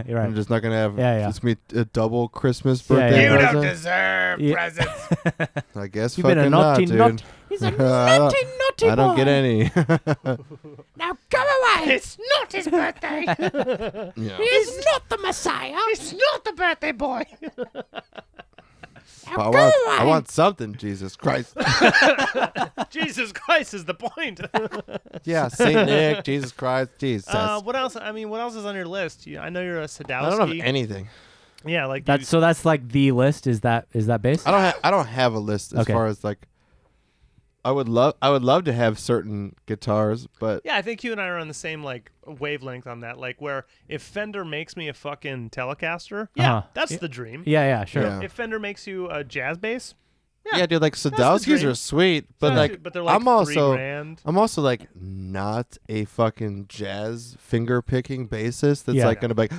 A: You're right.
C: I'm just not gonna have.
A: Yeah, yeah.
C: It's gonna be a double Christmas
A: Yeah, yeah.
C: birthday
A: You don't
C: present.
D: deserve
A: Yeah.
D: presents.
C: I guess
A: You've been a
C: fucking
A: naughty,
C: not, dude.
A: naughty. He's a
C: I don't-
A: naughty, naughty
C: Uh, I don't
A: boy.
C: get any.
D: now come away. It's not his birthday.
C: yeah.
D: He's not the Messiah. He's not the birthday boy.
C: I,
D: now go
C: want, I
D: away.
C: want something, Jesus Christ.
B: Jesus Christ is the point.
C: yeah, Saint Nick, Jesus Christ, Jesus.
B: uh, what else? I mean, what else is on your list? You, I know you're a Sadowski.
C: I don't have anything.
B: Yeah, like
A: That's so. That's like the list. Is that is that base?
C: I don't have. I don't have a list as
A: Okay.
C: far as like. I would love. I would love to have certain guitars, but
B: Yeah, I think you and I are on the same like wavelength on that. Like where if Fender makes me a fucking Telecaster, yeah,
A: Uh-huh.
B: that's
A: Yeah.
B: the dream.
A: Yeah, yeah, sure.
C: Yeah.
B: If Fender makes you a jazz bass,
C: yeah, dude, like Sadowskis
B: dream.
C: are sweet, but
B: that's
C: like,
B: it, but they're like
C: I'm
B: three
C: also.
B: grand.
C: I'm also like not a fucking jazz finger picking bassist. That's
A: Yeah.
C: like gonna be like.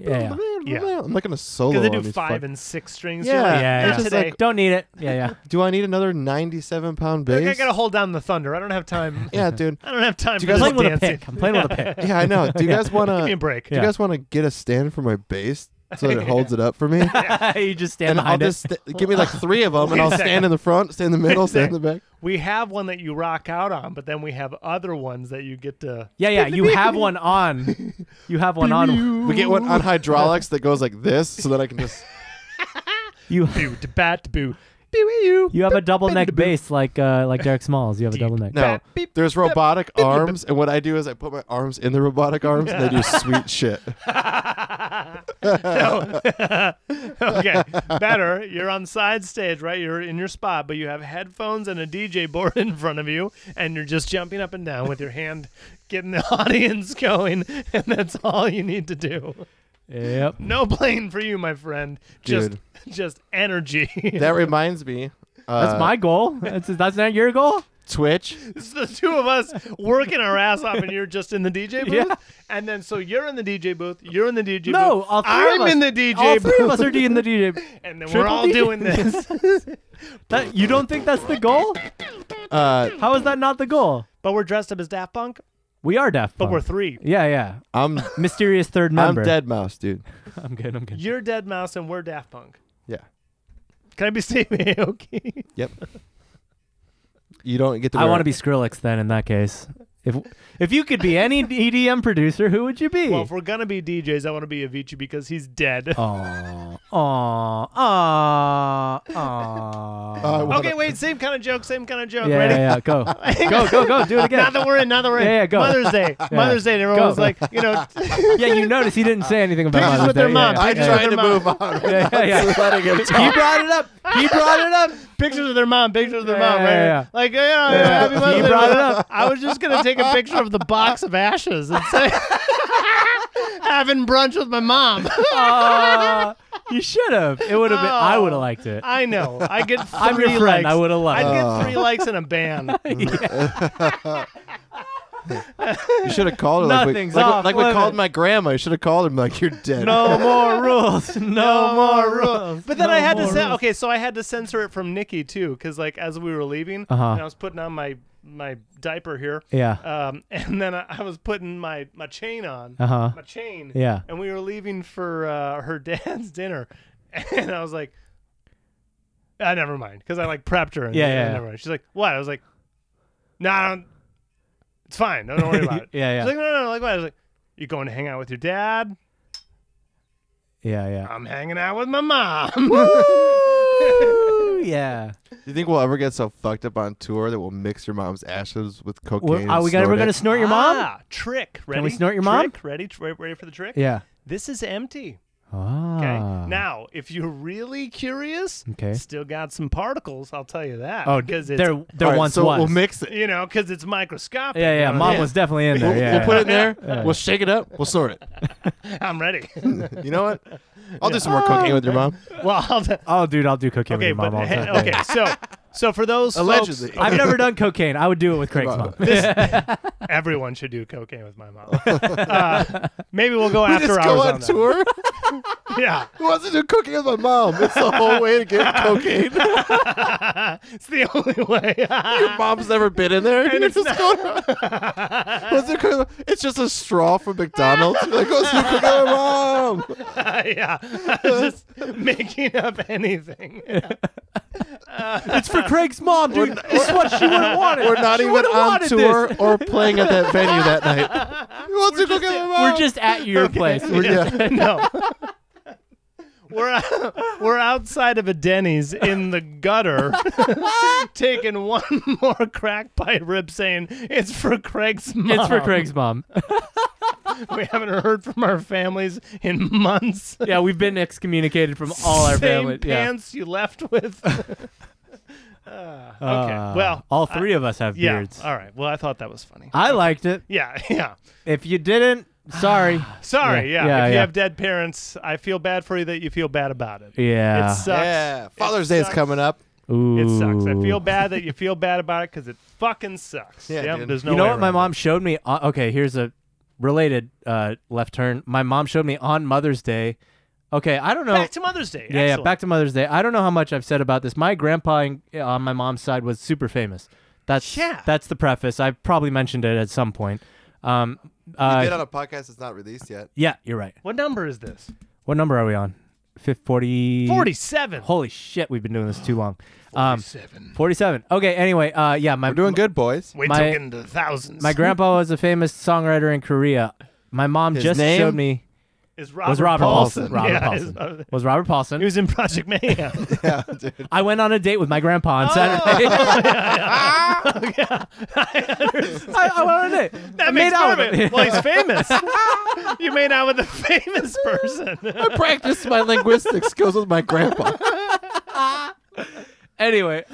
A: Yeah,
B: yeah.
C: I'm not gonna solo.
B: because they do
C: on these
B: five
C: fuck-
B: and six strings.
C: Yeah.
B: You're like,
A: Yeah,
B: "Not
A: it's
C: just
B: today.
C: like-
A: Don't need it. Yeah, yeah.
C: Do I need another 97 pound
B: Like, I
C: bass?
B: gotta hold down the thunder. I don't have time.
C: yeah, dude.
B: I don't have time.
C: Do
B: for
C: you
A: I'm
C: guys
B: this
A: playing with a
B: dancing.
A: pick. I'm playing with a pick.
C: Yeah, I know. Do you guys want
B: Give me
C: to?
B: a break.
C: Do you guys want to get a stand for my bass so that it holds it up for me?
A: you just stand
C: and I'll
A: behind it.
C: just st- give me like three of them,
B: Wait
C: and
B: a
C: I'll
B: second.
C: stand in the front, stand in the middle,
B: Wait a
C: stand in the back.
B: We have one that you rock out on, but then we have other ones that you get to.
A: yeah, yeah. You have one on. You have one on.
C: We get one on hydraulics that goes like this, so that I can just.
A: You
B: Boo, to bat, boo, boo, you.
A: you have a double neck bass like uh like Derek Smalls. You have a double neck.
C: No, there's robotic arms, and what I do is I put my arms in the robotic arms, and they do sweet shit.
B: No. okay, better. You're on side stage, right? You're in your spot, but you have headphones and a DJ board in front of you, and you're just jumping up and down with your hand, getting the audience going, and that's all you need to do.
A: Yep.
B: No playing for you, my friend. Just,
C: Dude.
B: just energy.
C: That reminds me,
A: that's
C: uh,
A: my goal. That's that's not your goal.
C: Twitch.
B: It's the two of us working our ass off, and you're just in the DJ booth.
A: Yeah.
B: And then so you're in the DJ booth, you're in the DJ
A: No,
B: booth.
A: all three
B: I'm
A: of us.
B: in the DJ
A: All three
B: booth,
A: of us are in the DJ.
B: and then we're
A: Triple
B: all
A: D.
B: doing this.
A: That you don't think that's the goal?
C: Uh,
A: How is that not the goal?
B: but we're dressed up as Daft Punk,
A: We are deaf.
B: but we're three.
A: yeah, yeah.
C: I'm
A: Mysterious third
C: I'm
A: member.
C: dead mouse, dude.
A: I'm good. I'm good.
B: You're Dead Mouse, and we're Daft Punk.
C: Yeah.
B: Can I be Steve Aoki?
C: Yep. You don't get to.
A: I
C: wear
A: want to
C: it.
A: be Skrillex then. In that case, if if you could be any EDM producer, who would you be?
B: well, if we're gonna be DJs, I want to be Avicii because he's dead.
A: Oh, Aw, aw, aw, aw.
C: I wanna-
B: okay, wait, same kind of joke, same kind of joke.
A: yeah,
B: Ready?
A: yeah, yeah, go, go, go, go, do it again.
B: Now that we're in, now that we're in.
A: Yeah, yeah, go.
B: Mother's Day, Mother's Day, and everyone
A: Go.
B: was like, you know,
A: yeah, you notice he didn't say anything about
B: Pictures
A: Mother's
B: with their
A: Day.
B: mom.
A: Yeah,
C: I
B: Pictures
C: tried
B: with
C: to
B: their
C: move
B: mom.
C: on.
A: yeah, yeah, yeah.
C: Letting him talk.
A: He brought it up. He brought it up.
B: pictures of their mom, pictures of their
A: Yeah,
B: mom, right?
A: yeah, yeah.
B: Like, yeah,
A: Yeah.
B: happy
A: You
B: Mother's Day.
A: brought it up.
B: I was just gonna take a picture of the box of ashes and say, having brunch with my mom.
A: Aw, you should have. It would have been. I would have liked it.
B: I know. Oh, I get three
A: I'm your friend.
B: likes.
A: I Uh. would have
B: I'd
A: liked.
B: get
A: it.
B: three likes and a ban.
C: You should have called her like we,
A: Nothing's
C: like, we-
A: off
C: like we called
A: limit.
C: my grandma. You should have called him like you're dead.
A: No more rules. No, more rules.
B: But then
A: No
B: I had to
A: more
B: say,
A: rules.
B: okay, so I had to censor it from Nikki too, because like as we were leaving,
A: Uh-huh.
B: and I was putting on my my diaper here,
A: Yeah.
B: um, and then I, I was putting my my chain on,
A: Uh huh.
B: my chain,
A: Yeah.
B: and we were leaving for uh, her dad's dinner, and I was like, ah, never mind, because I like prepped her. And,
A: Yeah, yeah,
B: "Ah,
A: yeah.
B: Never mind. She's like, what? I was like, no, I don't. It's fine. No, don't worry about it.
A: Yeah, yeah.
B: She's like, no, no, no. Like what? I was like, you going to hang out with your dad?
A: Yeah, yeah.
B: I'm hanging out with my mom.
A: Woo! yeah.
C: Do you think we'll ever get so fucked up on tour that we'll mix your mom's ashes with cocaine?
A: We're,
C: and
A: are we gonna,
C: snort
A: we're
C: it?
A: gonna snort your mom?
B: Ah, trick. Ready?
A: we snort your mom?
B: Trick, Ready? Tr- ready for the trick?
A: Yeah.
B: This is empty.
A: Ah.
B: Okay. Now, if you're really curious,
A: Okay.
B: still got some particles. I'll tell you that.
A: Oh,
B: because it's
A: there, there
C: All right,
A: once
C: so
A: was.
C: We'll mix it.
B: you know because it's microscopic. Oh,
A: yeah, yeah.
B: you know
A: Mom
B: what I
A: was definitely in there.
C: We'll,
A: yeah,
C: we'll put
A: yeah.
C: it in there.
A: Yeah.
C: We'll shake it up. We'll snort it.
B: mean? I'm ready.
C: You know what? I'll do some more
A: Ah.
C: cocaine with your mom.
B: well, I'll t-
A: Oh, dude, I'll do cocaine
B: okay,
A: with your
B: but
A: mom all the
B: hey,
A: time. Yeah.
B: okay. So, so for those folks-
C: Allegedly.
A: I've never done cocaine. I would do it with Craig's
C: on.
A: mom.
B: everyone should do cocaine with my mom. uh, maybe we'll go after
C: Just
B: hours
C: go
B: on,
C: on
B: that.
C: tour.
B: Yeah,
C: Who wants to do cocaine with my mom? It's the whole way to get cocaine.
B: it's the only way.
C: Your mom's never been in there. You're just going around- What's it called? It's just a straw from McDonald's. You're like, what's your cooking with my mom?
B: yeah, just making up anything.
A: It's for Craig's mom, dude. It's what she would have wanted.
C: We're not
A: She
C: even
A: would've
C: on
A: wanted
C: tour
A: this.
C: or playing at that venue that night. Who wants to
B: just-
C: cook with my mom?
A: We're just at your place. We're just,
C: yeah.
B: no. We're, we're outside of a Denny's in the gutter, taking one more crack pipe rib, saying it's for Craig's mom.
A: it's for Craig's mom.
B: We haven't heard from our families in months.
A: Yeah, we've been excommunicated from all our
B: Same
A: families. Yeah.
B: pants you left with. Uh, okay.
A: Uh,
B: well,
A: all
B: I-
A: three of us have
B: yeah.
A: beards.
B: All right. Well, I thought that was funny.
A: I liked it.
B: yeah. Yeah.
A: If you didn't, sorry.
B: Sorry.
A: Yeah,
B: Yeah.
A: yeah,
B: if you
A: yeah.
B: have dead parents, I feel bad for you that you feel bad about it.
A: yeah.
B: It sucks.
C: yeah. Father's
B: It
C: Day is
B: sucks.
C: coming up.
A: Ooh.
B: It sucks. I feel bad that you feel bad about it because it fucking sucks.
C: Yeah,
B: Yep,
C: dude.
B: there's no.
A: You know
B: way
A: what my
B: around
A: mom showed me? Uh, okay, here's a related uh, left turn. My mom showed me on Mother's Day. Okay, I don't
B: it.
A: know.
B: Back to Mother's Day.
A: yeah, yeah, back to Mother's Day. I don't know how much I've said about this. My grandpa in- on my mom's side was super famous. That's
B: Yeah.
A: that's the preface. I probably mentioned it at some point. Um, uh,
C: on a podcast that's not released yet.
A: yeah, you're right.
B: What number is this?
A: What number are we on? Fif- 40
B: Forty-seven.
A: Holy shit, we've been doing this too long. Um,
B: Seven.
A: 47. Okay, anyway, uh, yeah, my
C: We're doing good, boys.
B: We
A: my-
B: took in the thousands.
A: My grandpa was a famous songwriter in Korea. My mom
C: His
A: just
C: name?
A: showed me
B: is Robert
A: was Robert Paulson. Robert
B: Yeah,
A: Paulson.
B: is Robert-
A: was Robert
B: He
A: Paulson.
B: was in Project Mayhem.
C: Yeah, dude.
A: I went on a date with my grandpa
B: Oh.
A: on Saturday. I, I went on a date. I
B: that
A: made
B: makes
A: out with him.
B: perfect. Well, he's famous. you made out with a famous person.
C: I practiced my linguistic skills with my grandpa.
A: anyway,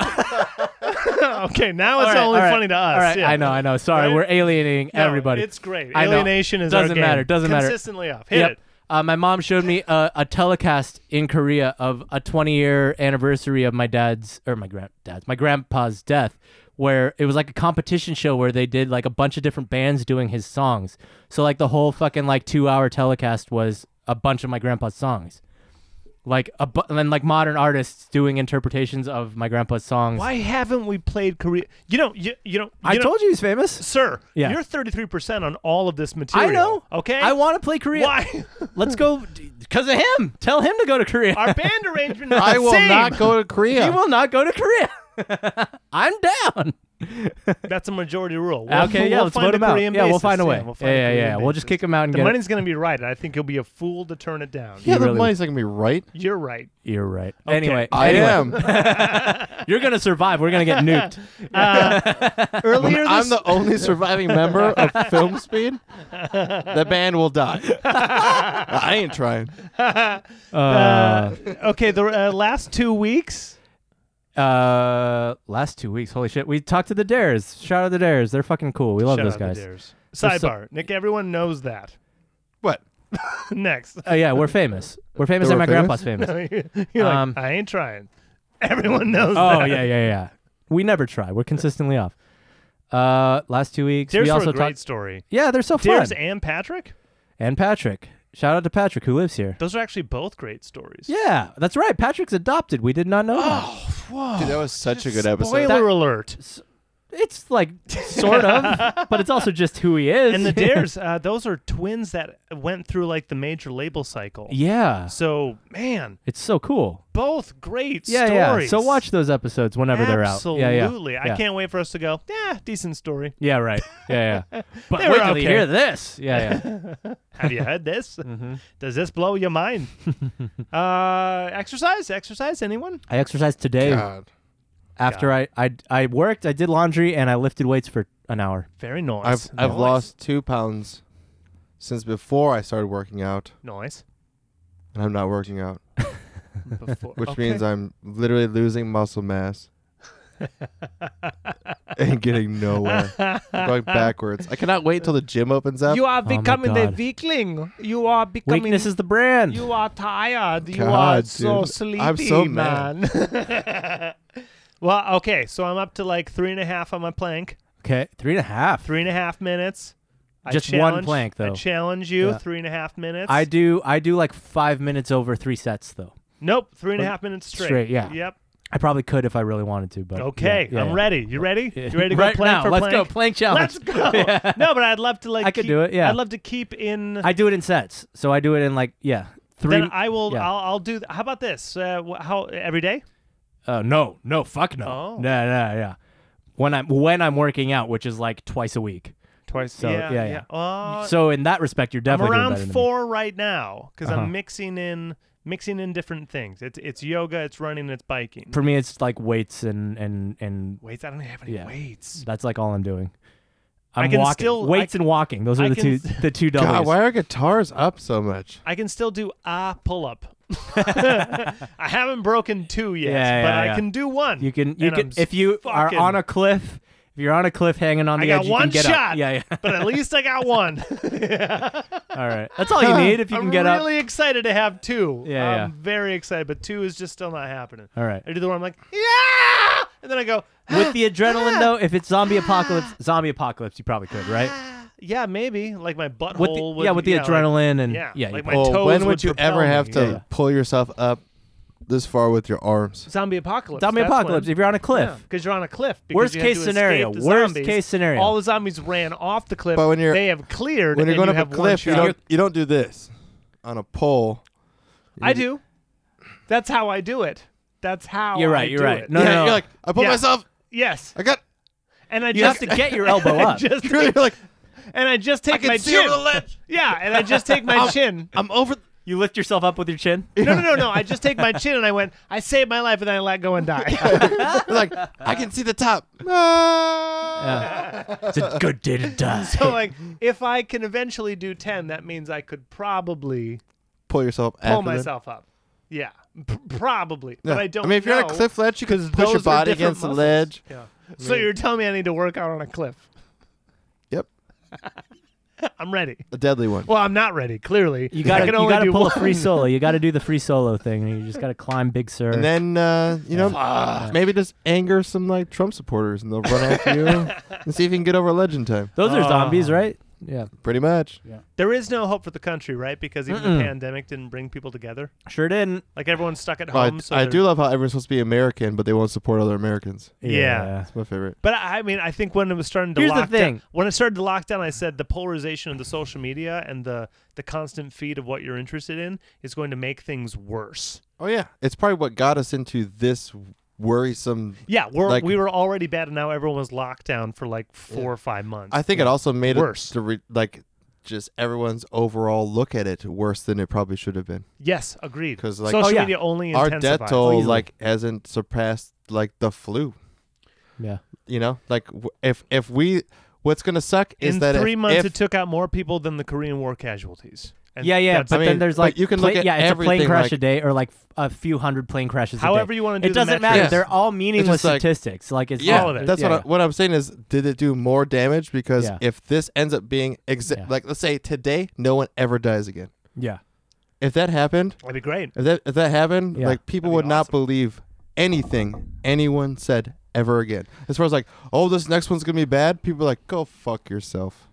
B: Oh, okay, now it's
A: All right,
B: only
A: all right,
B: funny to us.
A: all right,
B: yeah.
A: I know, I know. Sorry,
B: Right?
A: we're alienating
B: No,
A: everybody.
B: It's great.
A: I know.
B: Alienation is
A: Doesn't
B: our game.
A: matter, doesn't matter.
B: Consistently off. Hit
A: yep.
B: it.
A: Uh, my mom showed me a, a telecast in Korea of a 20 year anniversary of my dad's or my granddad's my grandpa's death, where it was like a competition show where they did like a bunch of different bands doing his songs. So like the whole fucking like two hour telecast was a bunch of my grandpa's songs. Like a bu- and then like modern artists doing interpretations of my grandpa's songs.
B: Why haven't we played Korea? You know, you, you know,
E: I
B: you know-
E: told you he's famous.
B: sir,
A: Yeah.
B: you're 33% on all of this material.
A: I know.
B: Okay?
A: I want to play Korea.
B: Why?
A: Let's go because of him. Tell him to go to Korea.
B: Our band arrangement is
C: I
B: the
C: will
B: same.
C: not go to Korea.
A: He will not go to Korea. I'm down.
B: That's a majority rule. We'll-
A: okay, yeah,
B: we'll
A: let's
B: find
A: vote
B: a
A: him out.
B: Korean
A: yeah, we'll
B: basis.
A: find a way.
B: we'll find
A: yeah, yeah,
B: Korean
A: yeah. We'll
B: basis.
A: just kick him out and
B: The
A: get.
B: money's going to be right, and I think you'll be a fool to turn it down.
C: yeah, the
A: really-
C: money's not gonna be right.
B: You're right.
A: You're right.
B: Okay.
A: Anyway,
C: I
A: anyway,
C: am.
A: You're gonna survive. We're gonna get nuked.
B: Earlier
C: I'm
B: this
C: the only surviving member of Film Speed. The band will die. I ain't trying.
A: Uh,
B: okay, the uh, last two weeks.
A: uh, last two weeks, holy shit, we talked to the Dares. Shout out to the Dares. They're fucking cool. We love
B: Shout
A: those
B: out to
A: guys.
B: Dares.
A: They're so-
B: Sidebar, Nick. Everyone knows that.
C: What?
B: Next,
A: Uh, yeah, we're famous. We're famous,
C: They
A: and my
C: were
A: grandpa's
C: famous?
A: famous.
B: you're like,
A: Um,
B: I ain't trying. Everyone knows.
A: oh
B: that.
A: yeah, yeah, yeah. We never try. We're consistently off. Uh, last two weeks,
B: Dares
A: we
B: were
A: also
B: a great
A: talked.
B: story.
A: Yeah, they're so fun.
B: Dares and Patrick.
A: and Patrick. Shout out to Patrick who lives here.
B: Those are actually both great stories.
A: Yeah, that's right. Patrick's adopted. We did not know. that.
B: Oh. Whoa.
C: Dude, that was such a good
B: Spoiler
C: episode.
B: alert.
A: It's like sort of, but it's also just who he is.
B: And the Dares, uh, those are twins that went through like the major label cycle.
A: yeah,
B: So man,
A: it's so cool.
B: both great
A: Yeah,
B: stories.
A: yeah. So watch those episodes whenever
B: Absolutely.
A: they're out. Yeah, yeah.
B: I
A: Yeah.
B: can't wait for us to go. Yeah, decent story.
A: Yeah, right. Yeah, yeah. But
B: They
A: wait
B: were
A: till you
B: okay.
A: hear Mm-hmm. this. Yeah, yeah.
B: Have you heard this? Does this blow your mind? uh, exercise, exercise. Anyone?
A: I exercised today
C: God.
A: after I, I I worked. I did laundry and I lifted weights for an hour.
B: Very nice.
C: I've I've
B: Nice.
C: lost two pounds since before I started working out,
B: nice.
C: and I'm not working out,
B: Before-
C: which
B: okay.
C: means I'm literally losing muscle mass and getting nowhere. I'm going backwards. I cannot wait till the gym opens up.
B: You are
A: Oh my
B: becoming a
A: God.
B: weakling. You are becoming.
A: Weakness is the brand.
B: You are tired. You
C: God,
B: are so
C: dude.
B: sleepy,
C: I'm so
B: man. well, okay, so I'm up to like three and a half on my plank.
A: okay, three and a half.
B: Three and a half minutes. I
A: Just one
B: challenge-
A: plank,
B: I
A: though.
B: challenge you.
A: Yeah.
B: Three and a half minutes.
A: I do. I do like five minutes over three sets though.
B: nope. Three and a half minutes straight.
A: Straight, yeah.
B: Yep.
A: I probably could if I really wanted to, but yeah,
B: Okay,
A: yeah,
B: I'm
A: yeah.
B: ready. You ready? You ready to go
A: right
B: plank
A: now?
B: for
A: let's
B: plank?
A: go plank challenge.
B: Let's go. No, but I'd love to like.
A: I could
B: keep-
A: do it, yeah.
B: I'd love to keep in.
A: I do it in sets, so I do it in like yeah three.
B: then I will.
A: yeah.
B: I'll, I'll do. How about this? Uh, wh- how every day?
A: uh, no, no, fuck no,
B: Oh.
A: no, no, yeah. When I'm when I'm working out, which is like twice a week,
B: Twice.
A: So,
B: yeah,
A: yeah,
B: yeah. Uh,
A: so in that respect, you're
B: I'm
A: definitely doing better
B: around
A: than me.
B: four right now because
A: Uh-huh.
B: I'm mixing in mixing in different things. It's it's yoga, it's running, it's biking.
A: For me, it's like weights and and and
B: weights? I don't have any
A: Yeah.
B: weights.
A: that's like all I'm doing.
B: I
A: I'm
B: can
A: walking.
B: still- I
A: weights
B: can-
A: and walking. Those are
B: I
A: the
B: can
A: two
B: s-
A: the two W's.
C: God, why are guitars up so much?
B: I can still do a pull up. I haven't broken two yet,
A: Yeah,
B: but
A: yeah,
B: I
A: yeah.
B: can do one.
A: You can you
B: And
A: can
B: I'm
A: if you
B: fucking-
A: are on a cliff, if you're on a cliff hanging on
B: I
A: the
B: got
A: edge,
B: one
A: you can get
B: shot.
A: up. Yeah, yeah.
B: but at least I got one.
A: All right, that's all you need if you
B: I'm
A: can get up.
B: really excited to have two.
A: Yeah,
B: I'm
A: yeah.
B: very excited, but two is just still not happening.
A: All right.
B: I do the one I'm like, yeah, and then I go,
A: With the adrenaline though, if it's zombie apocalypse, zombie apocalypse, you probably could, right?
B: yeah, maybe like my butthole.
A: With the,
B: would,
A: yeah, with the
B: like-
A: adrenaline and
B: yeah,
A: yeah, you
B: like my
A: probably-
B: toes
C: Well, when would, you
B: propel
C: ever
B: me.
C: have to
A: Yeah.
C: pull yourself up this far with your arms?
B: zombie apocalypse.
A: zombie apocalypse. If you're on a cliff,
B: because you're on a cliff. because
A: Worst
B: you had
A: case
B: to
A: scenario,
B: escape the
A: worst
B: zombies.
A: case scenario.
B: All the zombies ran off the cliff.
C: But when you're-
B: they have cleared.
C: When you're
B: and
C: going
B: you
C: up
B: have
C: a
B: one
C: cliff, you
B: shot.
C: don't you don't do this on a pole.
B: I do. That's how I do it. That's how
A: You're
B: I
A: right, you're
B: do
A: right.
B: it.
A: No,
C: yeah,
A: no, no.
C: you're like I put
B: Yeah.
C: myself.
B: Yes,
C: I got.
B: and I
A: you
B: just
A: have to get your elbow up.
B: just
C: You're like
B: and I just take
C: I
B: my
C: can see Um,
B: chin.
C: over the ledge.
B: Yeah, and I just take my chin.
C: I'm over.
A: You lift yourself up with your chin.
B: No, no, no, no. I just take my chin and I went. I saved my life, and then I let go and die.
C: You're like I can see the top. Ah.
A: Yeah. it's a good day to die.
B: so like, if I can eventually do ten, that means I could probably
C: Pull yourself.
B: pull
C: after the-
B: myself up. Yeah, P- probably.
C: Yeah.
B: But I don't.
C: I mean, if you're on
B: know.
C: a cliff ledge, you can push
B: those
C: your
B: are
C: body
B: different
C: against
B: muscles.
C: the ledge.
B: Yeah. So you're telling me I need to work out on a cliff?
C: Yep.
B: I'm ready.
C: A deadly one.
B: Well, I'm not ready. Clearly,
A: You gotta,
B: I
A: you
B: can only
A: gotta
B: do
A: pull
B: one.
A: a free solo. You gotta do the free solo thing, and you just gotta climb Big Sur.
C: And then uh, you know maybe just anger some like Trump supporters and they'll run after you and see if you can get over legend time.
A: Those are
B: Oh.
A: zombies, right? Yeah,
C: Pretty much.
B: There is no hope for the country, right? Because even
A: Mm-mm.
B: the pandemic didn't bring people together.
A: sure didn't.
B: Like everyone's stuck at
C: Well,
B: home. so
C: I, I
B: they're-
C: do love how everyone's supposed to be American, but they won't support other Americans.
B: Yeah.
C: That's my favorite.
B: But I I mean, I think when it was starting to
A: Here's the
B: lock
A: thing.
B: down, when it started to lock down, I said the polarization of the social media and the the constant feed of what you're interested in is going to make things worse.
C: Oh yeah, it's probably what got us into this worrisome.
B: Yeah, we're,
C: Like-
B: we were already bad, and now everyone was locked down for like four or five months.
C: I think it also made
B: Worse.
C: it to re- like just everyone's overall look at it worse than it probably should have been.
B: yes, agreed.
C: 'Cause, like-
B: social
A: Oh, yeah.
B: media only
C: Our
B: intensifies. Oh,
C: death toll
A: easily.
C: like hasn't surpassed like the flu.
A: Yeah.
C: You know, like w- if if we, what's gonna suck is
B: in
C: that
B: three
C: if,
B: months
C: if-
B: it took out more people than the Korean War casualties. And
A: yeah, yeah,
B: that's-
A: but
C: I mean,
A: then there's
C: but
A: like
C: you can
A: plane-
C: look at
A: yeah, it's a plane
C: everything,
A: crash
C: like-
A: a day or like f- a few hundred plane crashes.
B: However
A: a day.
B: you wanna do
A: it
B: the metrics.
A: doesn't matter.
C: Yes.
A: They're all meaningless
C: like-
A: statistics. Like it's
C: yeah,
A: all-
B: all of it.
C: that's
A: yeah,
C: what I, what I'm saying is, did it do more damage? Because
A: Yeah.
C: if this ends up being exa-
A: Yeah.
C: like let's say today, no one ever dies again.
A: yeah.
C: If that happened,
B: that'd be great.
C: If that if that happened,
A: Yeah.
C: like people
B: That'd be
C: would not
B: awesome.
C: believe anything anyone said ever again. As far as like, oh, this next one's gonna be bad. People are like, go fuck yourself.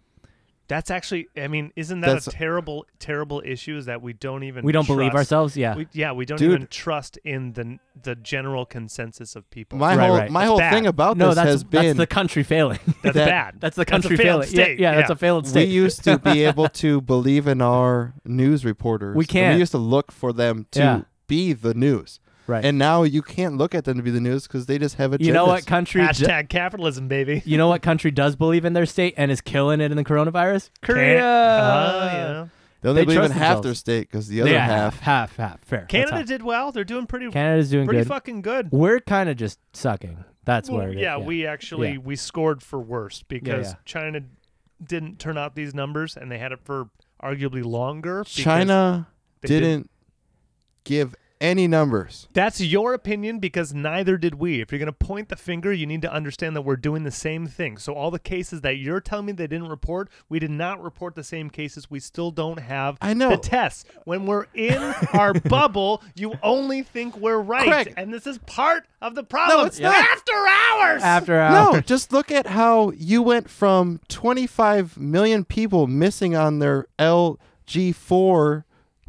B: That's actually, I mean, isn't that
C: That's-
B: a terrible, terrible issue? Is that we don't even
A: We don't believe
B: trust-
A: ourselves. Yeah.
B: We, yeah, we don't
C: Dude.
B: even trust in the the general consensus of people.
C: My
A: Right,
C: whole
A: right.
C: my
B: It's
C: whole
B: bad.
C: thing about
A: no,
C: this
A: that's
C: has
A: that's
C: been
A: the country failing.
B: that's
C: that-
B: bad.
A: that's
B: That's
A: the
B: a
A: country
B: failed
A: failing. Yeah,
B: state.
A: Yeah, that's
B: Yeah.
A: a failed
C: we
A: state.
C: used to be able to believe in our news reporters.
A: We
C: and
A: can't.
C: We used to look for them to
A: Yeah.
C: be the news.
A: right.
C: And now you can't look at them to be the news because they just have a.
A: you know what country? d-
B: Hashtag capitalism, baby.
A: you know what country does believe in their state and is killing it in the coronavirus?
B: Can-
A: Korea.
B: Oh, yeah.
C: They only
A: They
C: believe in
A: trust
C: half
A: themselves.
C: their state because the other
A: yeah,
C: half.
A: half, half. Fair. That's
B: Canada
A: half.
B: did well. They're doing pretty,
A: Canada's doing
B: pretty
A: good.
B: fucking good.
A: We're kind of just sucking. That's
B: Well,
A: where. it is,
B: yeah, we actually
A: Yeah.
B: we scored for worst because
A: yeah.
B: China didn't turn out these numbers and they had it for arguably longer. because
C: China
B: they
C: didn't give any numbers.
B: That's your opinion because neither did we. If you're going to point the finger, you need to understand that we're doing the same thing. So, all the cases that you're telling me they didn't report, we did not report the same cases. We still don't have
C: I know.
B: the tests. When we're in our bubble, you only think we're right.
C: Craig.
B: And this is part of the problem.
C: No, it's not.
B: After hours.
A: After
C: No,
A: hours.
C: just look at how you went from 25 million people missing on their LG4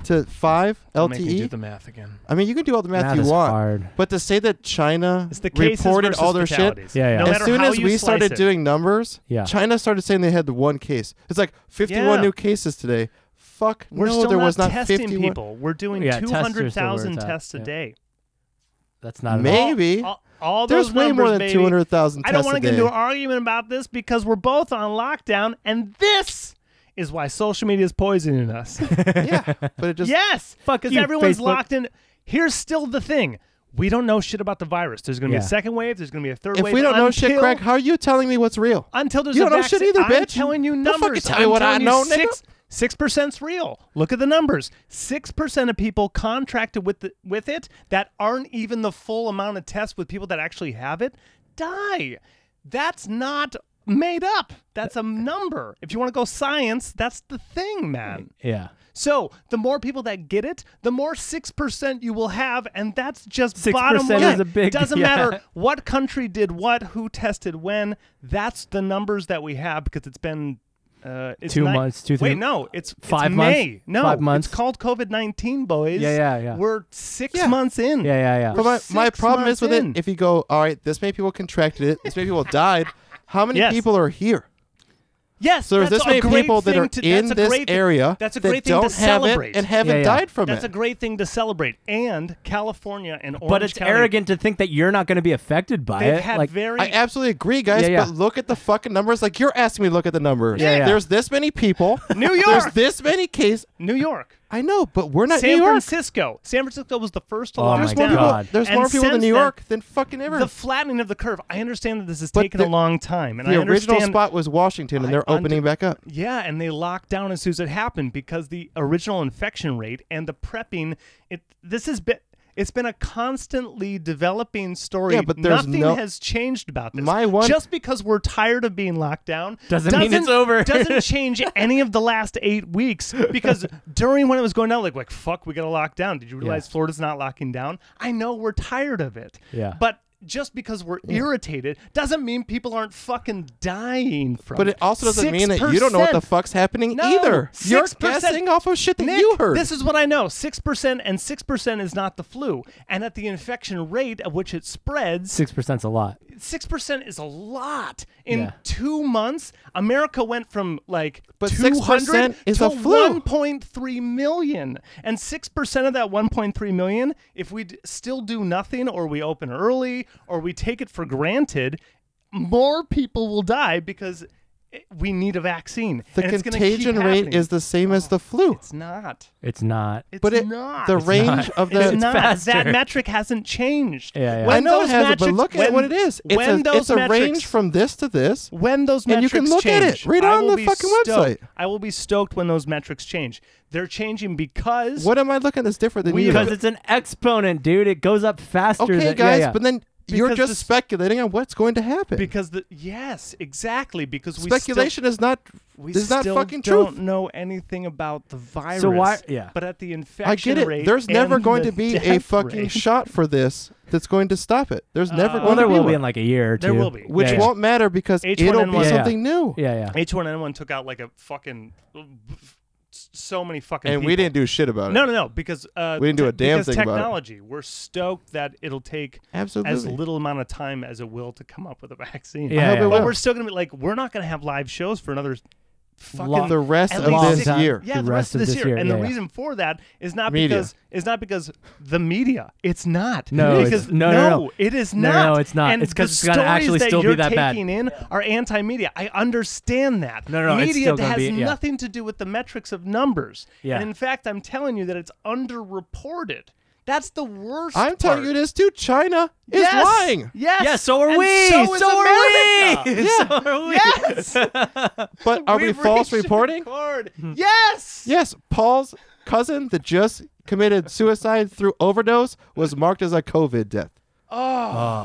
C: to 5 LTE.
B: math again.
C: I mean, you can do all the math,
A: Math
C: you
A: is
C: want.
A: hard.
C: But to say that China
B: It's the cases
C: reported all their
B: versus fatalities.
C: shit.
A: Yeah, yeah.
B: No
A: As
B: matter
C: as soon
B: how
C: as
B: you
C: we
B: slice
C: started
B: it.
C: doing numbers,
A: Yeah.
C: China started saying they had the one case. It's like 51
B: Yeah.
C: new cases today. Fuck
B: We're
C: no,
B: still
C: there was not
B: testing
C: 51.
B: people. We're doing
A: Yeah, tests are still where it's
B: 200,000
A: at.
B: tests a
A: Yeah.
B: day.
A: That's not.
C: May-
A: Maybe.
C: Maybe.
B: All, all, all
C: There's
B: those
C: way more
B: numbers,
C: than
B: baby.
C: 200,000
B: I don't
C: tests
B: want
C: a
B: to get into an
C: day.
B: argument about this because we're both on lockdown, and this is why social media is poisoning us.
C: yeah, but it just
B: yes,
A: Fuck
B: because
A: you,
B: everyone's
A: Facebook.
B: locked in. Here's still the thing: we don't know shit about the virus. There's going to be
A: Yeah.
B: a second wave. There's going to be a third
C: if
B: wave.
C: we don't know shit,
B: until-
C: Craig, how are you telling me what's real?
B: Until there's
C: You
B: a
C: don't know shit
B: vaccine.
C: either,
B: I'm
C: bitch.
B: telling you
C: Don't fucking
B: numbers.
C: tell me
B: I'm
C: what I
B: telling you
C: know, nigga.
B: Six six percent's real. Look at the numbers. Six percent of people contracted with the, with it that aren't even the full amount of tests with people that actually have it die. That's not made up. That's a number. If you want to go science, that's the thing, man.
A: Yeah.
B: So the more people that get it, the more six percent you will have, and that's just
A: 6%
B: bottom line.
A: is a big-
B: Doesn't
A: yeah.
B: matter what country did what, who tested when. That's the numbers that we have because it's been uh, it's
A: Two
B: ni-
A: months, two, three-
B: Wait, no, it's it's
A: five months,
B: May. No,
A: five months.
B: It's called COVID nineteen, boys.
A: Yeah, yeah, yeah.
B: We're six
C: Yeah.
B: months in.
A: Yeah, yeah, yeah.
C: But my, my
B: six
C: problem
B: months
C: is with
B: in.
C: it, if you go, all right, this many people contracted it, this many people died, how many
B: Yes.
C: people are here?
B: Yes,
C: So there's
B: that's
C: this many
B: a great
C: people that
B: thing
C: are
B: to,
C: in
B: that's a
C: this
B: great thi-
C: area
B: That's a
C: that
B: great thing
C: don't
B: to
C: have
B: celebrate.
C: it and haven't
A: Yeah, yeah.
C: died from
B: that's
C: it.
B: a great thing to celebrate. And California and Orange
A: But it's
B: County,
A: arrogant to think that you're not going to be affected by
B: They've
A: it.
B: had
A: like,
B: very
C: I absolutely agree, guys,
A: Yeah, yeah.
C: but look at the fucking numbers. Like, you're asking me to look at the numbers.
A: Yeah, yeah.
C: There's this many people.
B: New York!
C: There's this many cases.
B: New York.
C: I know, but we're not
B: San
C: New York.
B: Francisco. San Francisco was the first to
A: Oh
B: lock
A: my
C: There's
B: down.
C: more
A: God.
C: people, there's
B: And
C: more people in
B: since
C: New
B: then,
C: York than fucking ever.
B: The flattening of the curve. I understand that this has
C: But
B: taken a
C: the-
B: long time, and I
C: the
B: understand.
C: original spot was Washington,
B: I
C: and they're opening
B: under-
C: back up.
B: Yeah, and they locked down as soon as it happened because the original infection rate and the prepping. It this has been. It's been a constantly developing story.
C: Yeah, but there's
B: nothing
C: no-
B: has changed about this.
C: My one-
B: just because we're tired of being locked down
A: Doesn't mean it's over.
B: doesn't change any of the last eight weeks because during when it was going down, like like fuck, we gotta lock down. Did you realize Florida's not locking down? I know we're tired of it.
A: Yeah.
B: but. Just because we're irritated doesn't mean people aren't fucking dying from
C: But it also doesn't mean that you don't know what the
B: 6%.
C: fuck's happening
B: No,
C: either. You're
B: 6%.
C: guessing off of shit that
B: Nick,
C: you heard.
B: This is what I know. Six percent and six percent is not the flu. And at the infection rate at which it spreads,
A: Six percent's a lot.
B: six percent is a lot. In
A: Yeah.
B: two months, America went from like
C: But
B: 200
C: 6% is
B: to
C: a flu.
B: 1.3 million. And six percent of that 1.3 million, if we d- still do nothing, or we open early, or we take it for granted, more people will die because. i- We need a vaccine.
C: the
B: and it's gonna keep
C: contagion rate
B: happening.
C: is the same as the flu.
B: It's not.
A: It's not.
B: It's
C: But it,
B: not.
C: the range of the
B: it's not. That
A: faster.
B: metric hasn't changed.
A: Yeah, yeah.
B: When
C: I know it
B: those
C: has,
B: metrics,
C: but look
B: when-
C: at what it is. It's
B: when
C: a,
B: those
C: it's a
B: metrics,
C: range from this to this.
B: when those
C: and you
B: metrics
C: can look at it.
B: change,
C: Read it
B: I
C: on
B: will
C: the
B: be
C: fucking
B: stoked.
C: website.
B: I will be stoked when those metrics change. They're changing because
C: What am I looking that's different than
B: We-
C: you?
A: Because it's an exponent, dude. It goes up faster.
C: okay,
A: than, yeah,
C: guys,
A: yeah.
C: but then you're
B: Because
C: just
B: this-
C: speculating on what's going to happen.
B: because the yes exactly because we
C: Speculation is not
B: Still, we
C: is not
B: still
C: fucking
B: don't
C: truth.
B: know anything about the virus.
A: why- yeah.
B: But at the infection
C: I get it.
B: rate,
C: There's never
B: and
C: going
B: the
C: to be a
B: death
C: fucking
B: rate,
C: shot for this that's going to stop it. There's
B: Uh,
C: never
A: well,
C: going
A: there
C: to
A: will
C: be,
A: be in
C: one,
A: like a year or two.
B: There will be.
C: which
A: yeah,
C: won't matter because
B: H1N1.
C: it'll be
B: Yeah,
A: yeah.
C: something new.
A: Yeah, yeah.
B: H1N1 took out like a fucking so many fucking.
C: And
B: people.
C: we didn't do shit about it.
B: No, no, no. Because uh,
C: We didn't do a damn
B: because
C: thing about it.
B: technology. We're stoked that it'll take as
C: Absolutely.
B: little amount of time as it will to come up with a vaccine.
A: Yeah, I hope yeah. it
B: but
C: will.
B: we're still gonna be like, we're not gonna have live shows for another fucking
A: Long-
C: the rest
B: at
C: of
B: least
C: this
B: six-
C: year.
B: Yeah, the, rest, of this year. And
A: yeah,
B: the
A: yeah.
B: reason for that is not
C: Media.
B: because it's not because the media. It's not.
A: No, it's-
B: because
A: no, no, no.
B: it is
A: No,
B: not.
A: no, it's not.
B: And
A: It's 'cause
B: the
A: it's gotta actually
B: stories that
A: still be
B: you're
A: that bad.
B: taking in are anti-media. I understand that.
A: No, no, no, it's
B: media
A: still gonna
B: has
A: be- yeah.
B: nothing to do with the metrics of numbers.
A: Yeah.
B: And in fact, I'm telling you that it's underreported. That's the worst.
C: I'm telling
B: part.
C: you this too. China is
B: Yes.
C: lying.
B: Yes.
A: Yeah, so are
B: And
A: we.
B: So, is
A: are
B: America.
A: we. so are we.
B: Yes.
C: But are we
B: We've
C: false
B: reached
C: reporting?
B: record.
A: Hmm.
B: Yes.
C: Yes, Paul's cousin that just committed suicide through overdose was marked as a COVID death.
B: Oh.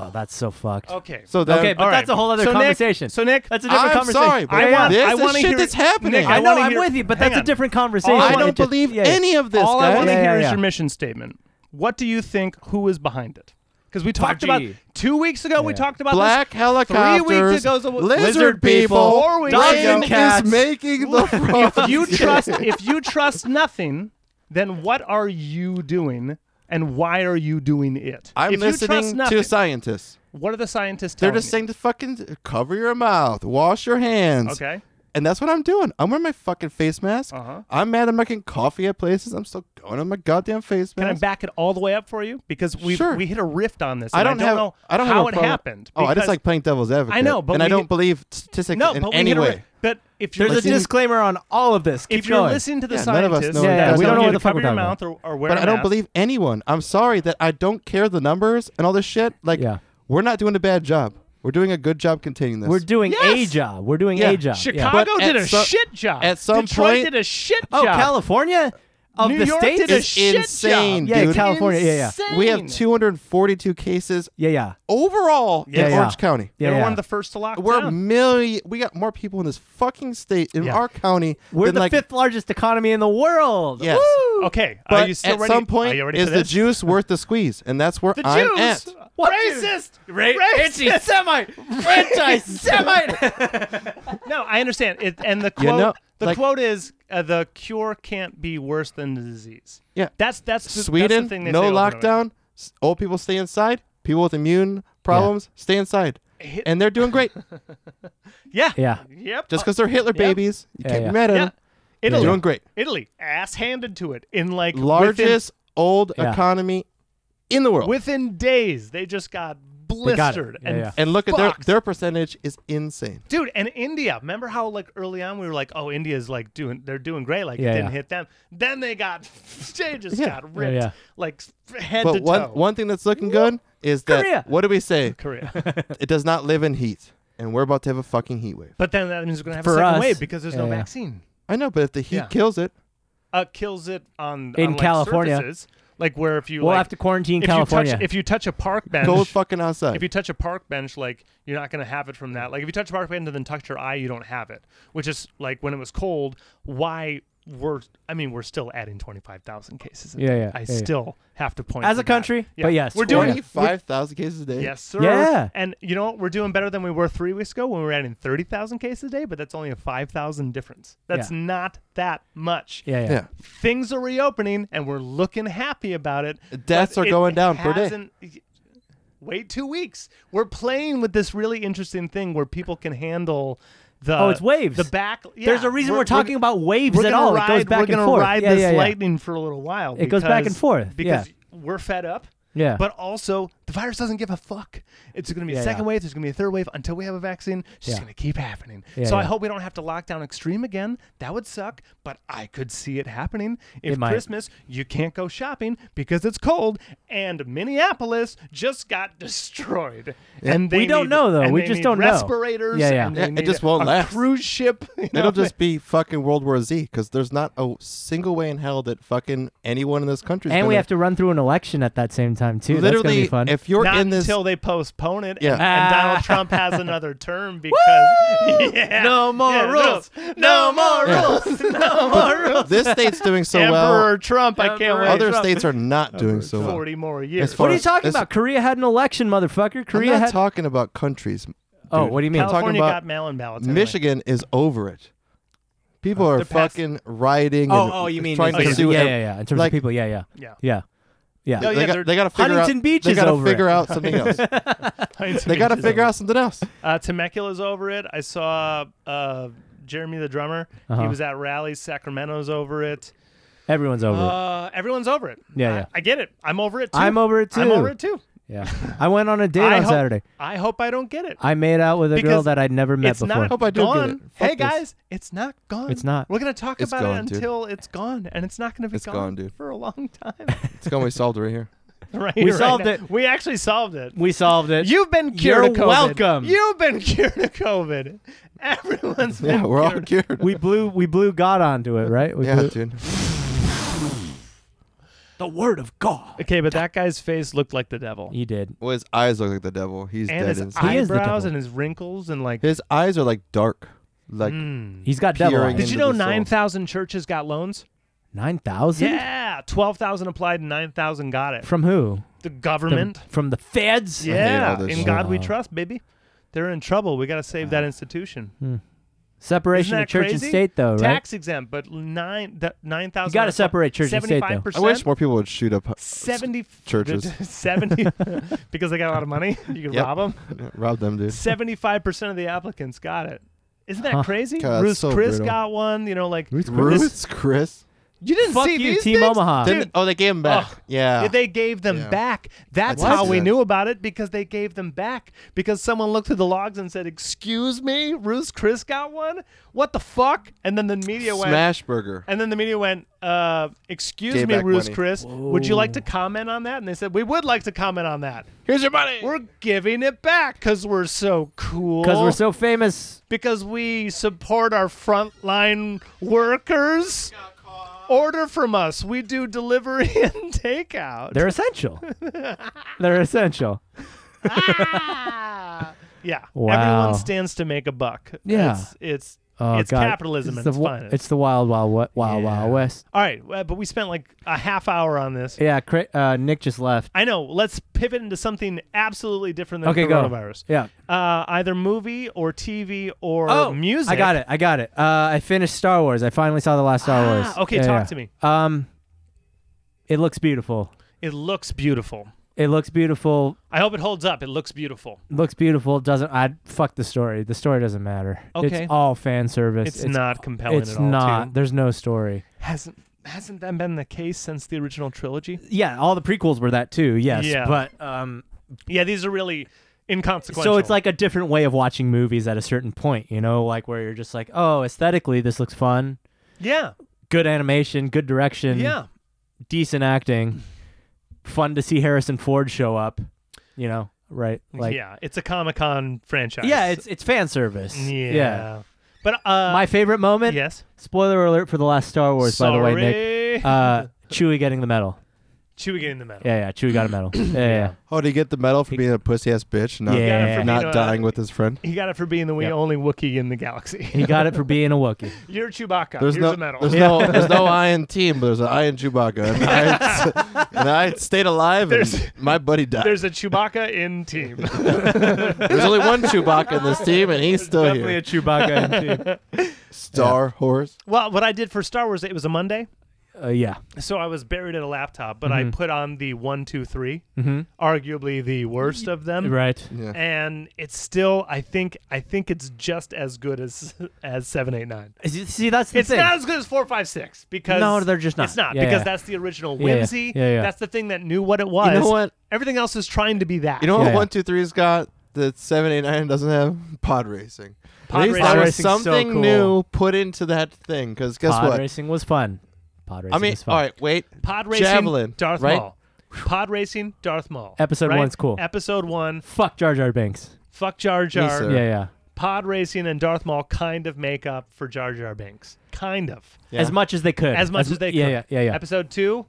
A: Oh, that's so fucked.
B: Okay.
C: So that,
A: Okay, but
B: All right.
A: that's a whole other
B: So Nick-
A: conversation.
B: so Nick-
A: that's a different
C: I'm
A: conversation.
C: sorry, but
B: I want-
C: this
B: I
C: is
B: wanna
C: shit
B: hear-
C: that's happening.
B: Nick,
A: I,
B: I
A: know
B: wanna
A: I'm
B: hear-
A: with you, but
B: hang
A: that's a
B: on.
A: different conversation.
C: I
B: wanna
A: It
C: don't
A: just-
C: believe
A: yeah, yeah.
C: any of this,
B: All I
C: guys.
B: want to
A: Yeah,
B: hear
A: yeah,
B: is
A: yeah.
B: your mission statement. What do you think? Who was behind it? Because we talked
A: 4G.
B: about two weeks ago. We
A: Yeah.
B: talked about
C: Black
B: this.
C: helicopters,
B: Three weeks ago, so-
C: lizard people,
B: Four weeks
A: dogs
B: ago.
A: and
C: Biden
A: cats.
C: is making the
B: If
C: front.
B: you trust, if you trust nothing, then what are you doing? And why are you doing it?
C: I'm
B: if you trust
C: listening
B: nothing,
C: to scientists.
B: what are the scientists
C: They're
B: telling
C: just
B: you?
C: saying to fucking cover your mouth, wash your hands.
B: Okay.
C: And that's what I'm doing. I'm wearing my fucking face mask.
B: Uh-huh.
C: I'm mad I'm making coffee at places. I'm still going on my goddamn face mask.
B: Can I back it all the way up for you? Because we
C: Sure.
B: we hit a rift on this.
C: I
B: and
C: don't, have.
B: know
C: I don't
B: how
C: have a
B: it
C: problem.
B: happened.
C: Oh, I
B: because-
C: just like playing devil's advocate.
B: know, but
C: and I
B: we-
C: don't believe statistics
B: no,
C: in
B: but we
C: any
B: hit a
C: way.
B: rift. But if you're
A: There's a
B: listening,
A: disclaimer on all of this. Keep
B: if you're
A: going.
B: listening to the
C: Yeah, none of us
B: scientists,
C: know
A: Yeah,
B: they're
A: yeah, we don't
B: telling
A: know
B: you
A: what
B: to
A: the fuck
B: cover
A: we're
B: your
A: talking
B: mouth or, or wear
C: but
B: a
C: I don't
B: mask.
C: believe anyone. I'm sorry that I don't care the numbers and all this shit. Like,
A: Yeah.
C: we're not doing a bad job. We're doing a good job containing this.
A: We're doing a
B: Yes!
A: job. We're doing
C: Yeah.
A: a job. Yeah.
B: Chicago
C: But
B: did
C: at
B: a
C: some-
B: shit job.
C: at some
B: Detroit
C: point-
B: did a shit
A: Oh,
B: job.
A: California of
B: New
A: the
B: York
A: states.
B: did a
C: It's
B: shit
C: insane,
B: job.
A: yeah,
C: dude.
A: California. Yeah, yeah,
C: we have 242 cases
A: yeah, yeah.
C: overall
A: Yeah,
C: in
A: yeah.
C: Orange County.
A: Yeah,
B: they were
A: yeah.
B: one of the first to lock
C: We're
B: down.
C: million. We got more people in this fucking state in
B: Yeah.
C: our county
A: We're
C: than
A: the
C: like.
A: fifth largest economy in the world.
C: Yes.
A: Woo!
B: Okay, are
C: But
B: you still
C: at
B: ready?
C: some
B: are
C: point,
B: you ready
C: is
B: for
C: the
B: this?
C: juice worth the squeeze? And that's where
B: The
C: I'm
B: Jews,
C: at.
A: What
B: racist,
A: Ra-
B: racist.
A: anti-Semite, anti-Semite.
B: No, I understand. It, and the
C: You
B: quote,
C: know,
B: the
C: like-
B: quote is, uh, "The cure can't be worse than the disease."
C: Yeah.
B: that's that's the, that's
C: Sweden,
B: the thing they
C: no
B: say over and over.
C: lockdown. S- Old people stay inside. People with immune problems stay inside,
B: Hit-
C: and they're doing great.
B: Yeah,
A: Yeah.
B: yep.
C: Just because they're Hitler
B: Yeah.
C: babies, you
A: Yeah,
C: can't
A: yeah.
C: be mad at
B: yeah,
C: them. They're
B: Italy,
C: doing great.
B: Italy, ass handed to it in like within
C: Largest old
A: Yeah.
C: economy in the world.
B: Within days, they just got
A: got it.
B: blistered.
A: Yeah,
B: and,
A: yeah.
C: and look at their
B: fucked.
C: their percentage is insane.
B: dude, and India. Remember how like early on we were like, oh, India's like doing, they're doing great. Like
A: Yeah,
B: it didn't
A: yeah.
B: hit them. Then they got, they just
C: Yeah.
B: got ripped
A: yeah.
B: like f- head to
C: But one
B: toe.
C: one thing that's looking good is that
A: Korea.
C: what do we say?
B: Korea.
C: It does not live in heat, and we're about to have a fucking heat wave.
B: but then that means we're gonna have
A: For
B: a second
A: us,
B: wave because there's no
A: yeah, yeah.
B: vaccine.
C: I know, but if the heat
B: Yeah.
C: kills it,
B: Uh, kills it on
A: In
B: on, like,
A: California.
B: surfaces. like where if you
A: we'll
B: like,
A: have to quarantine
B: if
A: California.
B: You touch, if you touch a park bench,
C: Go fucking outside.
B: if you touch a park bench, like you're not gonna have it from that. Like if you touch a park bench and then touch your eye, you don't have it. Which is like when it was cold. Why we're I mean we're still adding twenty five thousand cases. A
A: Yeah,
B: day.
A: yeah,
B: I
A: yeah, yeah.
B: still have to point
A: As
B: to
A: a
B: that.
A: country, but yes,
B: we're doing
A: yeah.
C: Twenty-five thousand cases a day.
B: Yes, sir.
A: Yeah.
B: And you know what? We're doing better than we were three weeks ago when we were adding 30,000 cases a day, but that's only a 5,000 difference. That's
A: Yeah.
B: not that much.
A: yeah, yeah,
C: Yeah.
B: Things are reopening and we're looking happy about it.
C: Deaths
B: but
C: are
B: it
C: going down per day.
B: hasn't- Wait two weeks. We're playing with this really interesting thing where people can handle the
A: Oh, it's waves.
B: The back.
A: There's
B: yeah,
A: a reason we're, talking about waves
B: we're
A: at
B: gonna
A: all.
B: Ride,
A: it goes back
B: we're
A: and
B: gonna
A: forth.
B: ride
A: yeah,
B: this
A: yeah, yeah.
B: lightning for a little while.
A: It goes back and
B: because-
A: forth,
B: because
A: yeah.
B: we're fed up.
A: Yeah.
B: But also, the virus doesn't give a fuck. It's going to be a
A: Yeah,
B: second
A: yeah.
B: wave. There's going to be a third wave until we have a vaccine. It's just
A: Yeah.
B: going to keep happening.
A: Yeah,
B: so I
A: yeah.
B: hope we don't have to lock down extreme again. That would suck, but I could see it happening. If
A: It might.
B: Christmas, you can't go shopping because it's cold, and Minneapolis just got destroyed. And they
A: We don't
B: need-
A: know, though.
B: and
A: We
B: they
A: just
B: need
A: don't know.
B: respirators.
A: Yeah, yeah.
B: and
C: Yeah,
B: they
C: it
B: need
C: just won't
B: a
C: last.
B: Cruise ship. you know?
C: It'll just be fucking World War Z because there's not a single way in hell that fucking anyone in this country.
A: and we have to run through an election at that same time too. That's gonna
C: literally.
A: be fun.
C: If you're
B: Not
C: in this,
B: until they postpone it.
C: Yeah.
B: And, and Donald Trump has another term because Yeah.
A: No more
B: Yeah,
A: rules.
B: No more
C: Yeah.
B: rules. No more rules.
C: this state's doing so
B: Emperor
C: well,
B: Trump, I can't
A: Emperor
B: wait.
C: other
A: Trump.
C: states are not doing so well.
B: Forty more years.
C: far
A: what are you
C: as-
A: talking
C: it's-
A: about? Korea had an election, motherfucker.
C: I'm
A: Korea
C: not
A: had.
C: talking about countries.
A: oh,
C: dude.
A: what do you mean?
C: I'm talking
B: California
C: about
B: got mail-in ballots. anyway.
C: Michigan is over it. People are
B: they're past-
C: fucking rioting.
A: Uh, Oh,
C: and
A: oh, you mean
C: trying
A: in
C: to
A: terms
C: sue?
A: of, yeah,
C: ev-
A: yeah, yeah. In terms
C: like-
A: of people, yeah, yeah,
B: Yeah.
A: yeah, yeah.
B: No,
C: They,
B: yeah,
C: got,
B: they're-
C: they got to figure
A: Huntington
C: out.
A: Beach
C: they
A: is
C: gotta
A: over
C: figure
A: it.
C: out something else. they got to figure out something else.
B: Uh, Temecula's over it. I saw uh, Jeremy the drummer. He
A: Uh-huh.
B: was at rallies. Sacramento's over it.
A: Everyone's over. it.
B: Uh, everyone's over it.
A: Yeah,
B: I,
A: yeah.
B: I get it. I'm over it too.
A: I'm over it
B: I'm
A: too.
B: over it too.
A: Yeah, I went on a date
B: I
A: on
B: hope,
A: Saturday.
B: I hope I don't get it.
A: I made out with a girl
B: Because
A: that I'd never met
B: it's
A: before.
B: not
C: Hope I do get
B: gone.
C: it. Fuck
B: Hey
C: this.
B: guys, it's not gone.
A: It's not.
B: We're gonna talk
C: It's
B: about
C: gone,
B: it
C: dude.
B: until it's gone, and it's not gonna be
C: It's gone, dude.
B: for a long time.
C: It's going to be solved right here.
B: right.
A: We
B: right
A: solved
B: now.
A: it.
B: We actually solved it.
A: we solved it.
B: You've been
A: You're
B: cured of COVID.
A: welcome.
B: You've been cured of COVID. Everyone's been
C: Yeah, we're all
B: cured.
C: cured.
A: we blew we blew God onto it, right? We
C: yeah,
A: blew-
C: dude.
A: the word of God.
B: Okay, but that guy's face looked like the devil.
A: He did.
C: Well, his eyes look like the devil. He's
B: and
C: dead.
B: his
C: inside.
A: He is the
B: eyebrows
A: devil.
B: and his wrinkles and like.
C: His eyes are like dark. Like
B: Mm.
A: He's got devil.
C: Peering
A: eyes.
B: Did you
C: into
B: know
C: the soul.
B: nine thousand churches got loans?
A: Nine thousand?
B: Yeah, twelve thousand applied and nine thousand got it.
A: From who?
B: The
A: The-
B: government.
A: from the feds?
B: Yeah,
C: this
B: in
C: shit.
B: God we
A: Wow.
B: trust, baby. They're in trouble. We got to save that institution.
A: Separation
B: Isn't
A: of
B: that
A: church
B: crazy?
A: and state, though, right?
B: Tax exempt, but nine the nine thousand.
A: gotta separate church and state, though.
C: I wish more people would shoot up.
B: Seventy
C: Churches.
B: Seventy, because they got a lot of money. You can
C: Yep.
B: rob them.
C: Rob them, dude.
B: Seventy-five percent of the applicants got it. Isn't that
A: Huh.
B: crazy?
C: God, that's
B: Ruth
C: so
B: Chris
C: brutal.
B: got one. You know, like
C: Ruth's Chris.
B: you didn't
A: Fuck
B: see
A: you,
B: these
A: Team
B: things?
A: Omaha.
B: Dude,
C: Didn't- oh, they gave him back.
B: Ugh.
C: yeah.
B: They gave them
C: Yeah.
B: back. That's
C: What?
B: how we
C: Yeah.
B: knew about it because they gave them back because someone looked through the logs and said, "Excuse me, Ruth Chris got one. What the fuck?" And then the media went.
C: Smash burger.
B: And then the media went, uh, "Excuse
C: Gave
B: me,
C: back
B: Ruth
C: money.
B: Chris, would you like to comment on that?" And they said, "We would like to comment on that.
C: Here's your money.
B: We're giving it back because we're so cool.
A: Because we're so famous.
B: because we support our frontline workers. Order from us. We do delivery and takeout.
A: They're essential. They're essential.
B: yeah.
A: Wow.
B: Everyone stands to make a buck.
A: Yeah.
B: It's it's,
A: Oh,
B: it's
A: God.
B: capitalism and
A: It's the,
B: it's
A: wi-
B: fun.
A: it's the wild, wild, wa- wild,
B: Yeah.
A: wild west.
B: All right, uh, but we spent like a half hour on this.
A: Yeah, cra- uh, Nick just left.
B: I know. Let's pivot into something absolutely different than
A: Okay, go.
B: coronavirus.
A: Yeah. Oh,
B: Uh, either movie or TV or music.
A: I got it. I got it. Uh, I finished Star Wars. I finally saw the last Star
B: Ah,
A: Wars.
B: okay,
A: Yeah,
B: talk
A: yeah.
B: to me.
A: Um, it looks beautiful.
B: It looks beautiful.
A: It looks beautiful.
B: I hope it holds up. It looks beautiful.
A: Looks beautiful. Doesn't I fuck the story? The story doesn't matter.
B: Okay.
A: It's all fan service.
B: It's, not compelling
A: It's
B: at all.
A: not.
B: too.
A: There's no story.
B: hasn't hasn't that been the case since the original trilogy?
A: Yeah, all the prequels were that too. Yes,
B: Yeah.
A: but um,
B: Yeah, these are really inconsequential.
A: so it's like a different way of watching movies at a certain point. You know, like where you're just like, oh, aesthetically this looks fun.
B: yeah,
A: Good animation, good direction,
B: yeah.
A: decent acting, fun to see Harrison Ford show up. You know, right? Like,
B: yeah, it's a Comic Con franchise.
A: yeah, it's it's fan service.
B: yeah. But uh
A: My favorite moment.
B: yes.
A: Spoiler alert for the last Star Wars, by the way, Nick.
B: Sorry.
A: Uh, Chewie getting the medal.
B: Chewy getting the medal.
A: Yeah, yeah. Chewy got a medal. Yeah, yeah. yeah.
C: Oh, did he get the medal for
A: He-
C: being a pussy ass bitch? Not,
A: Yeah.
B: Got it for
A: Not
B: being a-
C: not dying with his friend.
B: He got it for being the
A: Yep.
B: only Wookiee in the galaxy.
A: He got it for being a Wookiee.
B: You're Chewbacca.
C: There's
B: Here's
C: no,
B: a medal.
C: there's no, there's no I in team, but there's an I in Chewbacca, and I, and I stayed alive,
B: There's-
C: and my buddy died. There's,
B: There's a Chewbacca in team.
C: only one Chewbacca in this team, and he's still
A: Definitely
C: here.
A: a Chewbacca. team.
C: Star Horse.
B: well, what I did for Star Wars, it was a Monday,
A: Uh, yeah.
B: so I was buried at a laptop, but I put on the one, two, three,
A: Mm-hmm.
B: arguably the worst of them.
A: Right.
C: Yeah.
B: And it's still, I think, I think it's just as good as as seven, eight, nine.
A: See, that's the
B: It's
A: thing.
B: not as good as four, five, six because
A: No, they're just not.
B: It's not
A: Yeah,
B: because
A: yeah.
B: that's the original
A: Yeah, yeah.
B: whimsy.
A: Yeah, yeah.
B: That's the thing that knew what it was.
C: You know what?
B: Everything else is trying to be that.
C: You know
A: Yeah,
C: what
A: yeah.
C: one two three's got that seven eight nine doesn't have? Pod racing.
B: Pod
C: At least
B: racing.
C: there
A: Pod
C: was
A: racing's so
C: something
A: cool.
C: new put into that thing. Because guess
A: Pod
C: what?
A: racing was fun. Pod racing
C: I mean,
A: was fun.
C: all right, wait.
B: pod racing,
C: Javelin,
B: Darth
C: right?
B: Maul. Pod racing, Darth Maul.
A: Episode
B: right?
A: one's cool.
B: Episode one,
A: Fuck Jar Jar Binks.
B: fuck Jar Jar.
C: sir.
A: Yeah, yeah.
B: Pod racing and Darth Maul kind of make up for Jar Jar Binks. Kind of.
C: Yeah.
A: As much as they could.
B: As much as they
A: yeah,
B: could.
A: Yeah, yeah, yeah.
B: Episode two,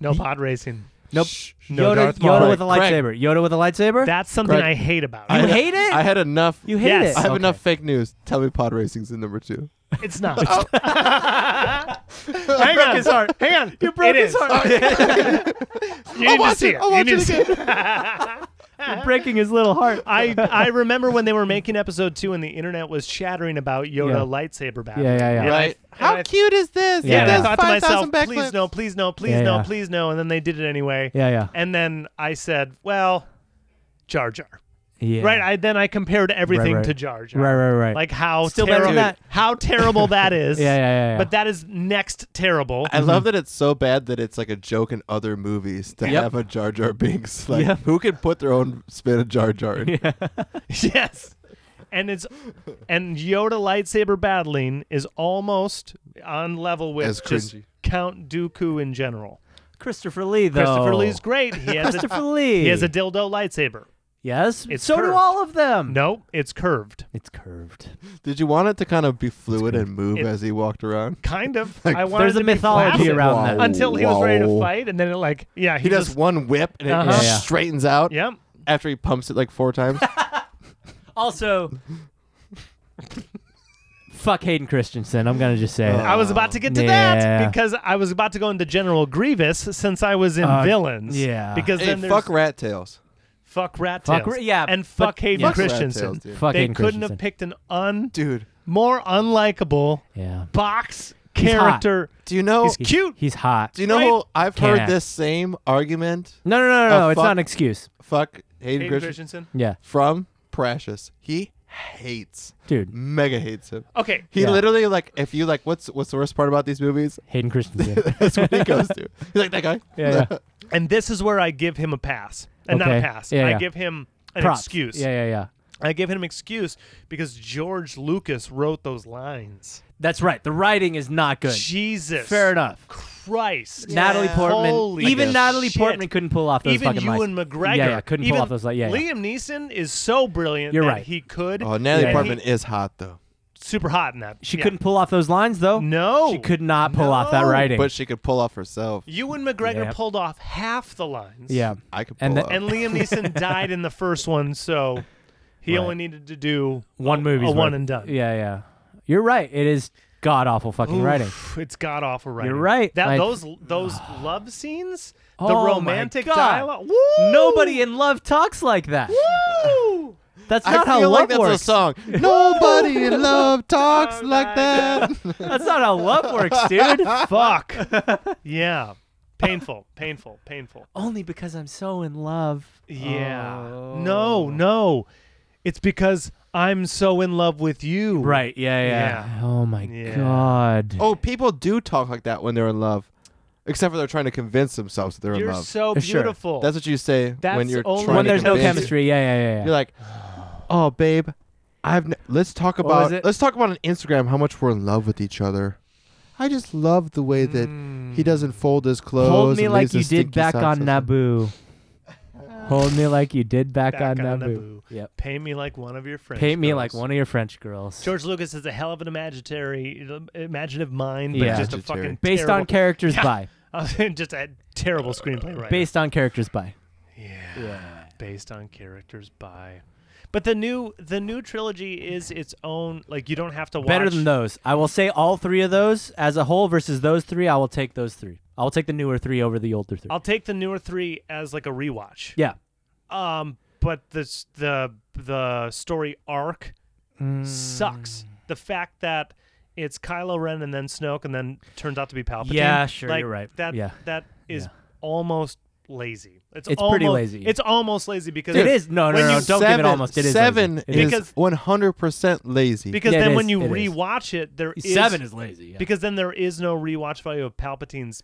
B: no pod racing.
A: Nope.
B: No
A: Yoda,
B: Darth
A: Yoda
B: Maul.
A: with a
C: Correct.
A: lightsaber. Yoda with a lightsaber.
B: That's something
C: Correct.
B: I hate about
C: I
B: it.
A: You
C: had-
A: hate it?
C: I had enough.
A: you hate
B: Yes.
A: it.
C: I have
A: Okay.
C: enough fake news. Tell me pod racing's in number two.
B: It's not.
C: Oh,
B: Hang on. His heart. Hang on. You broke
A: his
B: heart. you need to
C: watch
B: see
C: it.
B: it.
C: I'll
B: You
C: watch
B: need
C: it
B: to see it.
A: You're breaking his little heart.
B: I, I remember when they were making episode two and the internet was chattering about Yoda
A: Yeah.
B: lightsaber battle.
A: Yeah, yeah, yeah.
B: And I-
C: Right?
B: and
C: How
B: I-
C: cute is this?
A: Yeah.
B: Yeah, and
C: It
B: I
C: does
B: thought to
C: 5,000
B: myself,
C: backflips.
B: please no, please no, please
A: Yeah,
B: no,
A: yeah.
B: please no. And then they did it anyway.
A: yeah, yeah.
B: And then I said, well, Jar Jar.
A: Yeah.
B: Right? I Then I compared everything
A: right.
B: to Jar Jar.
A: Right, right, right.
B: Like how,
A: Still better than
B: terri-
A: that.
B: how terrible that is.
A: yeah, yeah, yeah, yeah.
B: But that is next terrible.
C: I love that it's so bad that it's like a joke in other movies to
A: Yep.
C: have a Jar Jar Binks. Like,
A: Yep.
C: who could put their own spin of Jar Jar? In?
B: yes. And it's and Yoda lightsaber battling is almost on level with
C: As
B: just
C: cringy.
B: Count Dooku in general.
A: Christopher uh, Lee though.
B: Christopher Lee's great. He has
A: Christopher
B: a,
A: Lee.
B: he has a dildo lightsaber.
A: yes.
B: It's
A: so do
B: curved.
A: all of them.
B: No, it's curved.
A: It's curved.
C: Did you want it to kind of be fluid and move
B: It-
C: as he walked around?
B: Kind of. I wanted
A: There's a
B: to be
A: mythology
B: flaccid
A: around
C: Wow.
A: that.
B: until he was ready to
C: Whoa.
B: fight, and then it like yeah he,
C: He does
B: just
C: one whip and it
B: Uh-huh.
A: Yeah, yeah.
C: straightens out
B: yeah
C: after he pumps it like four times.
A: Also, fuck Hayden Christensen. I'm gonna just say
C: Oh,
A: it.
B: I was about to get to
A: Yeah.
B: that because I was about to go into General Grievous since I was in
A: Uh,
B: villains.
A: yeah.
B: Because
C: hey,
B: then there's
C: fuck rat tails.
B: fuck Rat
A: Fuck
B: Tails
A: Ra- yeah,
B: and
A: but-
B: fuck Hayden
A: yeah. Fuck
C: Rat
B: Christensen.
C: Tails, dude.
A: fuck
B: they
A: Hayden
B: couldn't
A: Christensen.
B: have picked an un
C: Dude,
B: more unlikable
A: yeah.
B: box
A: He's hot. Oh,
B: character.
C: do you know?
B: He's cute.
A: He's hot.
C: Do you know?
B: Right?
C: who- I've
A: Can't
C: heard
A: act.
C: this same argument.
A: No, no, no, no,
C: Oh,
A: no. It's
C: fuck.
A: not an excuse.
C: Fuck Hayden,
B: Hayden
C: Christensen
B: Christensen.
A: Yeah,
C: from Precious. He hates,
A: dude.
C: mega hates him.
B: Okay.
C: He
A: Oh, Yeah.
C: literally like if you like what's what's the worst part about these movies?
A: Hayden Christensen.
C: That's what he goes to. He's like that guy.
A: Yeah, yeah.
B: And this is where I give him a pass. And not a
A: Okay.
B: pass.
A: Yeah,
B: I
A: yeah.
B: give him an
A: Props.
B: excuse.
A: Yeah, yeah, yeah.
B: I give him an excuse because George Lucas wrote those lines.
A: That's right. The writing is not good.
B: Jesus.
A: Fair enough.
B: Christ.
A: Natalie
C: Yeah.
A: Portman.
B: Holy
A: even Natalie
B: shit.
A: Portman couldn't pull off those
B: Even
A: fucking
B: Ewan
A: lines.
B: McGregor.
A: Yeah, yeah. Couldn't pull
B: Even
A: off those lines. Yeah, yeah.
B: Liam Neeson is so brilliant
A: You're
B: that
A: right.
B: he could.
C: Oh, Natalie
A: Yeah.
C: Portman is hot though,
B: Super hot in that.
A: She
B: Yeah.
A: couldn't pull off those lines though.
B: No.
A: She could not pull off that
B: No.
A: writing.
C: but she could pull off herself.
B: Ewan McGregor
A: Yeah.
B: pulled off half the lines.
A: yeah.
C: I could pull
A: And
C: off.
A: the-
B: And Liam Neeson died in the first one, so he
A: Right.
B: only needed to do
A: One movie.
B: a one and done.
A: Yeah, yeah. You're right. It is god awful fucking
B: Oof,
A: writing.
B: It's god awful writing.
A: right.
B: That
A: I-
B: those those love scenes, the
A: Oh my
B: romantic
A: God.
B: dialogue. Woo!
A: Nobody in love talks like that.
B: Woo!
A: That's
C: I
A: not how
C: feel like
A: love
C: that's
A: works.
C: a song. Nobody in love talks
B: Oh my
C: like that.
A: That's not how love works, dude.
B: Fuck. yeah. Painful. Painful. Painful.
A: Only because I'm so in love.
B: Yeah.
A: Oh.
B: No. No. It's because I'm so in love with you.
A: Right. Yeah. Yeah.
B: Yeah.
A: Oh my
B: Yeah.
A: god.
C: Oh, people do talk like that when they're in love, except for they're trying to convince themselves that they're
B: You're
C: in love.
B: so
A: Sure.
B: beautiful.
C: That's what you say when
B: That's
C: you're
B: only
C: trying
A: when
C: to
A: there's no
C: convince-
A: chemistry. Yeah. Yeah. Yeah. yeah.
C: You're like, oh, babe, I've n- let's talk
A: What was
C: about
A: it?
C: let's talk about on Instagram how much we're in love with each other. I just love the way that
A: Hmm.
C: he doesn't fold his clothes.
A: Hold me
C: and
A: like
C: leaves
A: you
C: his
A: did
C: stinky
A: back
C: socks
A: on
C: outside."
A: Naboo. Hold me like you did back,
B: Back
A: on,
B: on
A: Naboo.
B: Naboo.
A: Yep.
B: Paint me like one of your friends.
A: Paint me like one of your French girls.
B: George Lucas is a hell of an imaginary, imaginative mind, but
A: Yeah.
B: just a
C: Imaginary.
B: fucking
A: Based on
B: terrible-
A: characters by.
B: Just a terrible screenplay writer.
A: based on characters by.
B: yeah. Based on characters by. But the new the new trilogy is its own. Like you don't have to watch.
A: Better than those. I will say all three of those as a whole versus those three. I will take those three. I will take the newer three over the older 3
B: I'll take the newer three as like a rewatch.
A: yeah.
B: Um, but the s- the the story arc
A: Mm.
B: sucks. The fact that it's Kylo Ren and then Snoke and then turns out to be Palpatine.
A: Yeah, sure,
B: like,
A: you're right.
B: That
A: Yeah.
B: that is
A: Yeah.
B: almost lazy. It's,
A: It's
B: almost,
A: pretty lazy.
B: It's almost lazy because
A: It is no, no,
B: when
A: no.
B: you-
A: don't give it
C: Seven-
A: almost. It is
C: seven
A: lazy. It is-
B: Because-
C: is one hundred percent lazy.
B: because
A: Yeah, it
B: then
A: is,
B: when you
A: it is.
B: rewatch it, there is
A: seven is lazy. yeah.
B: because then there is no rewatch value of Palpatine's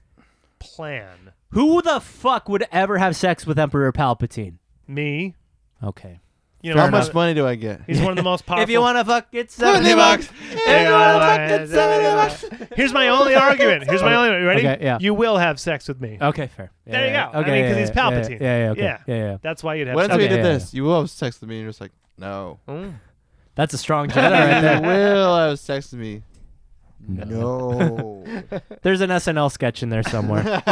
B: plan.
A: Who the fuck would ever have sex with Emperor Palpatine?
B: Me,
A: Okay.
B: you know,
C: how
B: I'm
C: much
B: not-
C: money do I get?
B: He's one of the most powerful.
A: If you want to fuck, it's
C: Seventy
A: seventy bucks. If you want to fuck, it's seventy bucks.
B: Here's my only argument. Here's my only argument. You ready?
A: Okay, yeah.
B: You will have sex with me.
A: Okay, fair. Yeah,
B: There you
A: yeah,
B: go. I
A: Okay,
B: mean,
A: yeah,
B: 'cause he's
A: yeah,
B: Palpatine.
A: Yeah, yeah, yeah. okay.
B: Yeah.
A: yeah, yeah.
B: That's why you'd have
C: Once
B: sex.
A: Okay,
C: we did
A: yeah,
C: this, you will have sex with me, and you're just like, no.
A: That's a strong Jedi right
C: You
A: there.
C: will have sex with me. No.
A: There's an SNL sketch in there somewhere.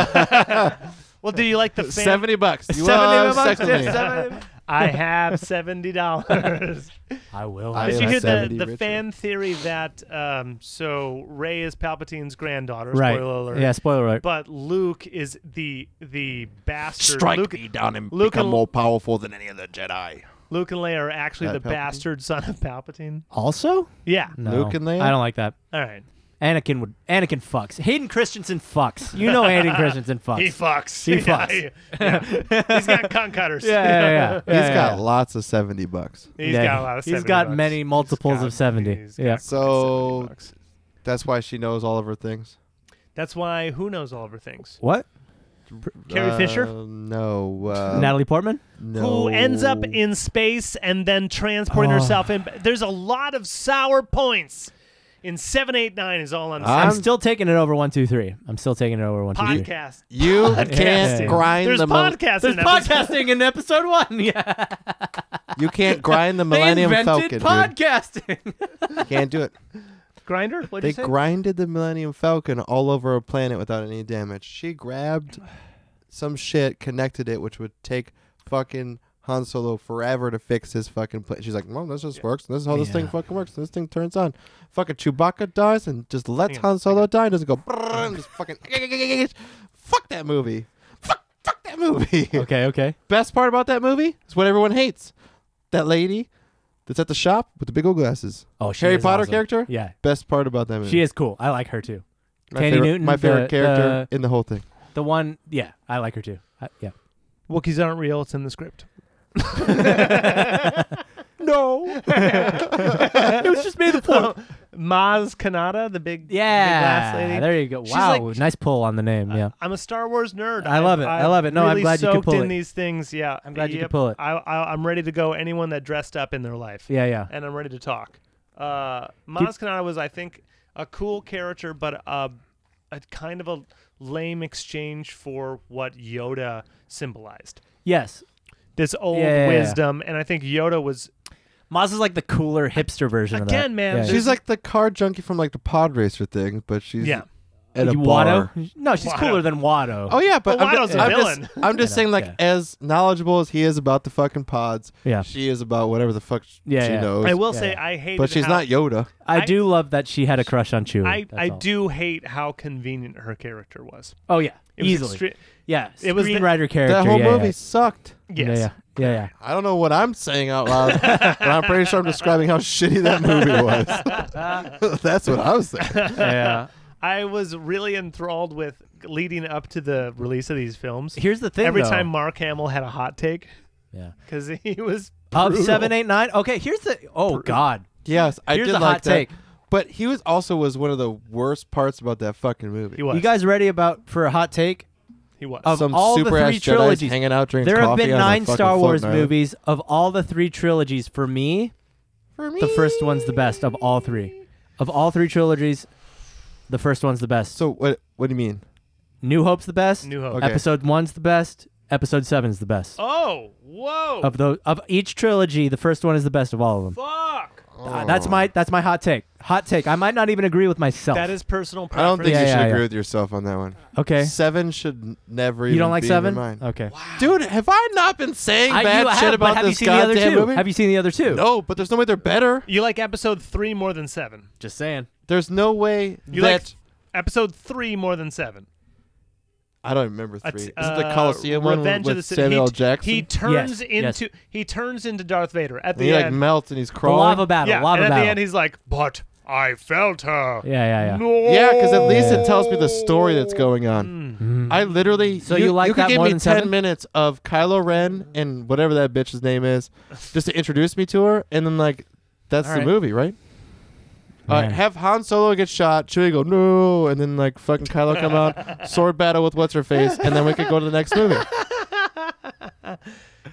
B: Well, do you like the fan?
C: Seventy bucks. You will have sex with me.
B: I have seventy dollars.
A: I will.
C: I
B: Did
C: am
B: you
C: a
B: hear the,
C: 70
B: the
C: Richard.
B: fan theory that um, so Ray is Palpatine's granddaughter?
A: right.
B: Spoiler alert.
A: Yeah, spoiler alert.
B: But Luke is the the bastard. Luke,
C: down and
B: Luke and-
C: powerful than any other Jedi.
B: Luke and Leia are actually
C: That
B: the
C: Palpatine? Hmm.
B: bastard son of Palpatine.
A: also,
B: Yeah.
A: no,
C: Luke and Leia?
A: I don't like that.
B: All right.
A: Anakin would. Anakin fucks. Hayden Christensen fucks. You know Hayden Christensen fucks.
B: He fucks.
A: He
B: Yeah,
A: fucks.
B: yeah. He's got cunt cutters.
A: yeah, yeah, yeah.
C: He's
A: yeah, yeah,
C: got
A: yeah.
C: lots of seventy bucks.
B: He's
A: Yeah,
B: got a lot of.
A: he's
B: 70
A: got
B: bucks.
A: many
B: He's
A: multiples of 70.
B: he's
A: Yeah.
B: got
C: So-
B: 70 bucks.
C: That's why she knows all of her things.
B: that's why who knows all of her things?
A: What?
B: Carrie
C: Uh,
B: Fisher?
C: No. Uh,
A: Natalie Portman.
C: no.
B: Who ends up in space and then transporting
A: Oh.
B: herself in? There's a lot of sour points. In seven eight nine is all on the
A: I'm,
C: I'm-
A: still taking it over one, two, three. I'm still taking it over one, two, three.
B: podcast.
C: You
B: Podcasting.
C: can't grind
B: There's
C: the mil-
B: podcasting.
A: There's
B: episodes.
A: podcasting in episode one. Yeah,
C: You can't grind the Millennium
A: they
C: Falcon.
A: invented podcasting.
C: dude. Can't do it.
B: Grinder. What
C: They grinded the Millennium Falcon all over a planet without any damage. She grabbed some shit, connected it, which would take fucking Han Solo forever to fix his fucking plane. She's like, "Well, this just works. This is how this thing
A: Yeah.
C: fucking works. This thing turns on. Fucking Chewbacca dies and just lets
B: on,
C: Han Solo die and doesn't go brrrr and just fucking fuck that movie. Fuck, fuck that movie.
A: okay, okay.
C: Best part about that movie is what everyone hates. That lady that's at the shop with the big old glasses.
A: Oh, she
C: Harry
A: is
C: Potter
A: awesome.
C: character.
A: Yeah,
C: Best part about that movie.
A: she is cool. I like her too.
C: My
A: Tandy
C: favorite,
A: Newton,
C: my favorite
A: the-
C: character in the whole thing.
A: The one, yeah, I like her too. I, yeah.
B: Wookiees aren't real. It's in the script.
C: No.
A: it was just made the point.
B: Maz Kanata, the big the big
A: Yeah,
B: glass lady.
A: there you go.
B: She's
A: Wow,
B: like-
A: nice pull on the name. Yeah,
B: I'm a Star Wars nerd.
A: I love it. I love it. No, I'm
B: really
A: glad you could
B: soaked
A: pull
B: in
A: it.
B: these things. Yeah,
A: I'm glad you could pull it.
B: I, I, I'm ready to go. Anyone that dressed up in their life.
A: yeah, yeah.
B: and I'm ready to talk. Uh, Maz Kanata was, I think, a cool character, but a, a kind of a lame exchange for what Yoda symbolized.
A: Yes,
B: This old
A: Yeah, yeah, yeah.
B: wisdom, and I think Yoda was
A: Maz is like the cooler hipster version of that.
B: Again, man,
A: Yeah.
C: she's like the car junkie from like the pod racer thing, but she's
B: yeah.
C: at a
A: You
C: bar.
A: Watto? No, she's
B: Watto.
A: cooler than Watto.
C: Oh yeah, but
B: Well,
C: I'm,
B: Watto's
C: just,
B: a
C: I'm
B: villain.
C: just I'm just saying like
A: yeah.
C: as knowledgeable as he is about the fucking pods,
A: Yeah.
C: she is about whatever the fuck sh-
A: Yeah,
C: she
A: yeah.
C: knows.
B: I will
A: yeah,
B: say
A: yeah.
B: I hate,
C: but she's not Yoda.
A: I,
B: I-
A: do love that she had a crush on Chewie.
B: I,
A: That's
B: I
A: all.
B: do hate how convenient her character was.
A: Oh yeah,
B: It was
A: easily.
B: extre-
A: yeah,
B: it was the-
A: screenwriter character.
C: That whole
A: yeah,
C: movie sucked.
A: Yeah.
B: yes.
A: Yeah, yeah, yeah, yeah.
C: I don't know what I'm saying out loud, but I'm pretty sure I'm describing how shitty that movie was. That's what I was saying.
A: yeah.
B: I was really enthralled with leading up to the release of these films.
A: Here's the thing.
B: Every
A: though.
B: time Mark Hamill had a hot take,
A: Yeah.
B: because he was
A: Of
B: brutal.
A: seven, eight, nine. Okay, here's the. Oh God.
C: Yes, I
A: Here's
C: did
A: a
C: like
A: hot
C: that.
A: take.
C: But he was also was one of the worst parts about that fucking movie.
B: He was.
A: You guys ready about for a hot take?
B: He was.
A: Of
C: some
A: all
C: super
A: the
C: ass
A: three
C: Jedi's
A: trilogies,
C: hanging out drinking
A: there have
C: coffee
A: been
C: on a
A: nine
C: fucking
A: Star Wars
C: floating island.
A: movies. Of all the three trilogies, for me,
C: For me,
A: the first one's the best of all three. Of all three trilogies, the first one's the best.
C: So what? What do you mean?
A: New Hope's the best.
B: New Hope.
C: Okay.
A: Episode one's the best. Episode seven's the best.
B: Oh, whoa.
A: Of those, of each trilogy, the first one is the best of all of them.
B: Fuck.
C: Oh.
A: Uh, that's my that's my hot take. Hot take. I might not even agree with myself.
B: That is personal
C: I
B: preference.
C: don't think
A: Yeah,
C: you should
A: yeah,
C: agree
A: yeah.
C: with yourself on that one.
A: okay.
C: Seven should n- never.
A: You
C: even
A: don't like
C: be in your
A: seven?
C: mind.
A: Okay.
C: Dude, have I not been saying
A: I,
C: bad
A: you
C: shit
A: have,
C: about
A: but have
C: this
A: you seen the
C: goddamn
A: other two?
C: movie?
A: Have you seen the other two?
C: no, but there's no way they're better.
B: you like episode three more than seven.
A: Just saying.
C: There's no way
B: You
C: that
B: like episode three more than seven.
C: I don't remember
B: A
C: three.
B: t-
C: Is it the
B: uh,
C: Coliseum one
B: Revenge
C: with
B: of the Sith.
C: Samuel
B: he,
C: Jackson?
B: He turns
A: Yes, yes.
B: into he turns into Darth Vader at the uh,
C: And he like
B: end.
C: melts and he's
A: The
C: crawling.
A: lava battle.
B: yeah,
A: lava
B: and at
A: battle.
B: the end he's like, "But I felt her."
A: yeah, yeah, yeah.
B: No.
C: Yeah, Mm. because at least it tells me the story that's going on. I literally.
A: So you like
C: you could
A: that
C: give
A: more
C: me
A: than
C: ten
A: seven?
C: minutes of Kylo Ren and whatever that bitch's name is, just to introduce me to her, and then like, that's
A: All
C: the
A: right.
C: movie, right? All right,
A: Man.
C: have Han Solo get shot, Chewie go no, and then like fucking Kylo come out, sword battle with what's her face, and then we could go to the next movie.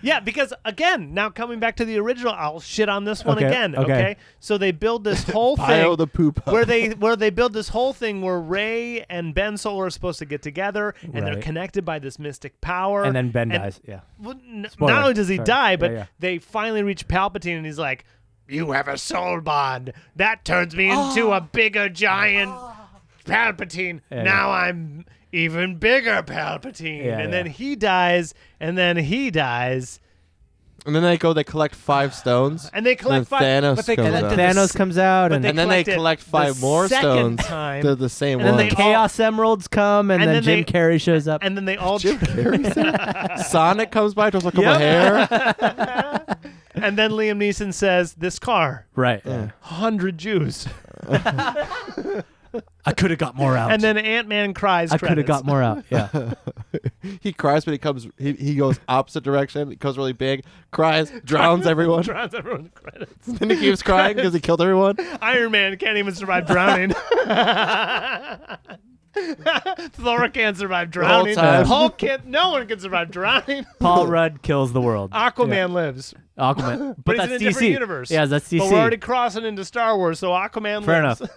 B: Yeah, because again, now coming back to the original, I'll shit on this one
A: Okay,
B: again. Okay.
A: okay.
B: So they build this whole
C: Bio
B: thing
C: the poop. up.
B: where they where they build this whole thing where Ray and Ben Solo are supposed to get together and they're
A: Right.
B: connected by this mystic power.
A: And then Ben dies. Yeah.
B: Well, n-
A: Spoiler.
B: not only does he
A: Sorry.
B: die,
A: Yeah,
B: but
A: yeah.
B: they finally reach Palpatine and he's like, "You have a soul bond that turns me into a bigger giant Palpatine.
A: Ah. Yeah,
B: now I'm even bigger Palpatine."
A: Yeah,
B: and
A: yeah.
B: then he dies, and then he dies.
C: And then they go, they collect five stones.
B: And they collect
C: then
B: five-
C: Thanos
B: but they
C: comes
A: And then
B: collected
C: out.
B: the s-
A: Thanos comes out,
B: but
A: and,
B: they
C: and then they
B: collected
C: collect five
B: the
C: more
B: second
C: stones.
B: time.
C: They're the same
A: and then
C: one.
A: the Chaos Emeralds come, and,
B: And
A: then,
B: then
A: Jim Carrey shows up.
B: And then they all
C: Jim Carrey said- Sonic comes by, just like
B: Yep.
C: my hair.
B: and then Liam Neeson says, "This car,
A: right.
B: hundred Jews."
A: I could have got more out.
B: And then Ant Man cries.
A: I could have
B: credits.
A: got more out. Yeah.
C: He cries, but he comes. He, he goes opposite direction. He goes really big, cries, drowns everyone.
B: Drowns everyone in credits.
C: then he keeps crying because he killed everyone.
B: Iron Man can't even survive drowning. Thor can't survive drowning.
C: time.
B: Hulk can't. No one can survive drowning.
A: Paul Rudd kills the world.
B: Aquaman lives,
A: Aquaman. But,
B: but, he's
A: that's
B: in a
A: DC.
B: different universe.
A: Yeah, that's DC.
B: But we're already crossing into Star Wars, so Aquaman
A: Fair
B: lives.
A: enough.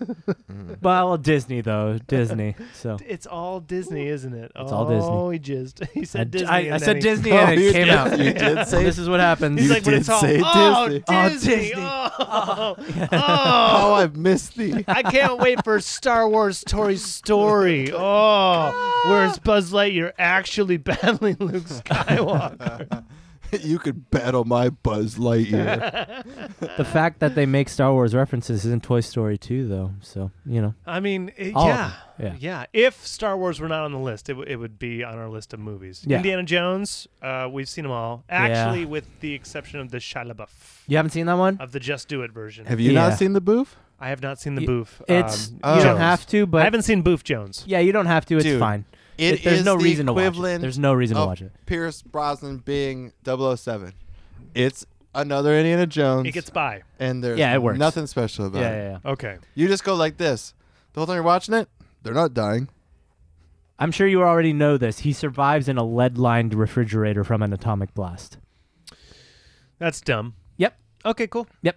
B: Mm.
A: well, Disney though. Disney. So
B: It's all Disney, isn't it? It's
A: all Disney.
B: Oh, he jizzed. He
A: I,
B: said Disney.
A: I-
B: and
A: I
B: then
A: said
B: he-
A: Disney,
C: Oh,
A: and
C: you
A: it came
C: did-
A: out.
C: you did say-
A: this is what happens.
B: He's like, when
C: did
B: it's all,
C: say
B: oh,
C: Disney."
A: Oh,
B: Disney.
A: Disney.
B: Oh, oh,
C: Oh, I've missed thee.
B: I can't wait for Star Wars Toy Story. Oh, where's Buzz Lightyear actually battling Luke Skywalker?
C: you could battle my Buzz Lightyear.
A: The fact that they make Star Wars references is in Toy Story 2, though. So you know,
B: I mean, it-
A: All of
B: yeah.
A: them,
B: yeah. If Star Wars were not on the list, it, w- it would be on our list of movies.
A: Yeah.
B: Indiana Jones, uh, we've seen them all. Actually, with the exception of the Shia LaBeouf,
A: you haven't seen that one.
B: of the Just Do It version.
C: Have you
A: Yeah.
C: not seen the booth?
B: I have not seen the
A: Y-
B: Booth.
A: It's
B: um,
C: Oh.
A: you don't
B: Jones.
A: have to,
B: I
A: but
B: haven't seen Booth Jones.
A: yeah, you don't have to. It's
C: Dude,
A: fine.
C: It
A: there's
C: is
A: no
C: the
A: reason to watch it.
C: equivalent
A: There's no reason to
C: of
A: watch it.
C: Pierce Brosnan being 007. It's another Indiana Jones.
B: It gets by.
C: and there's
A: Yeah, it works.
C: nothing special about
A: Yeah,
C: it.
A: yeah, yeah.
B: Okay.
C: You just go like this. The whole time you're watching it, they're not dying.
A: I'm sure you already know this. He survives in a lead-lined refrigerator from an atomic blast.
B: That's dumb.
A: Yep.
B: Okay, cool.
A: Yep.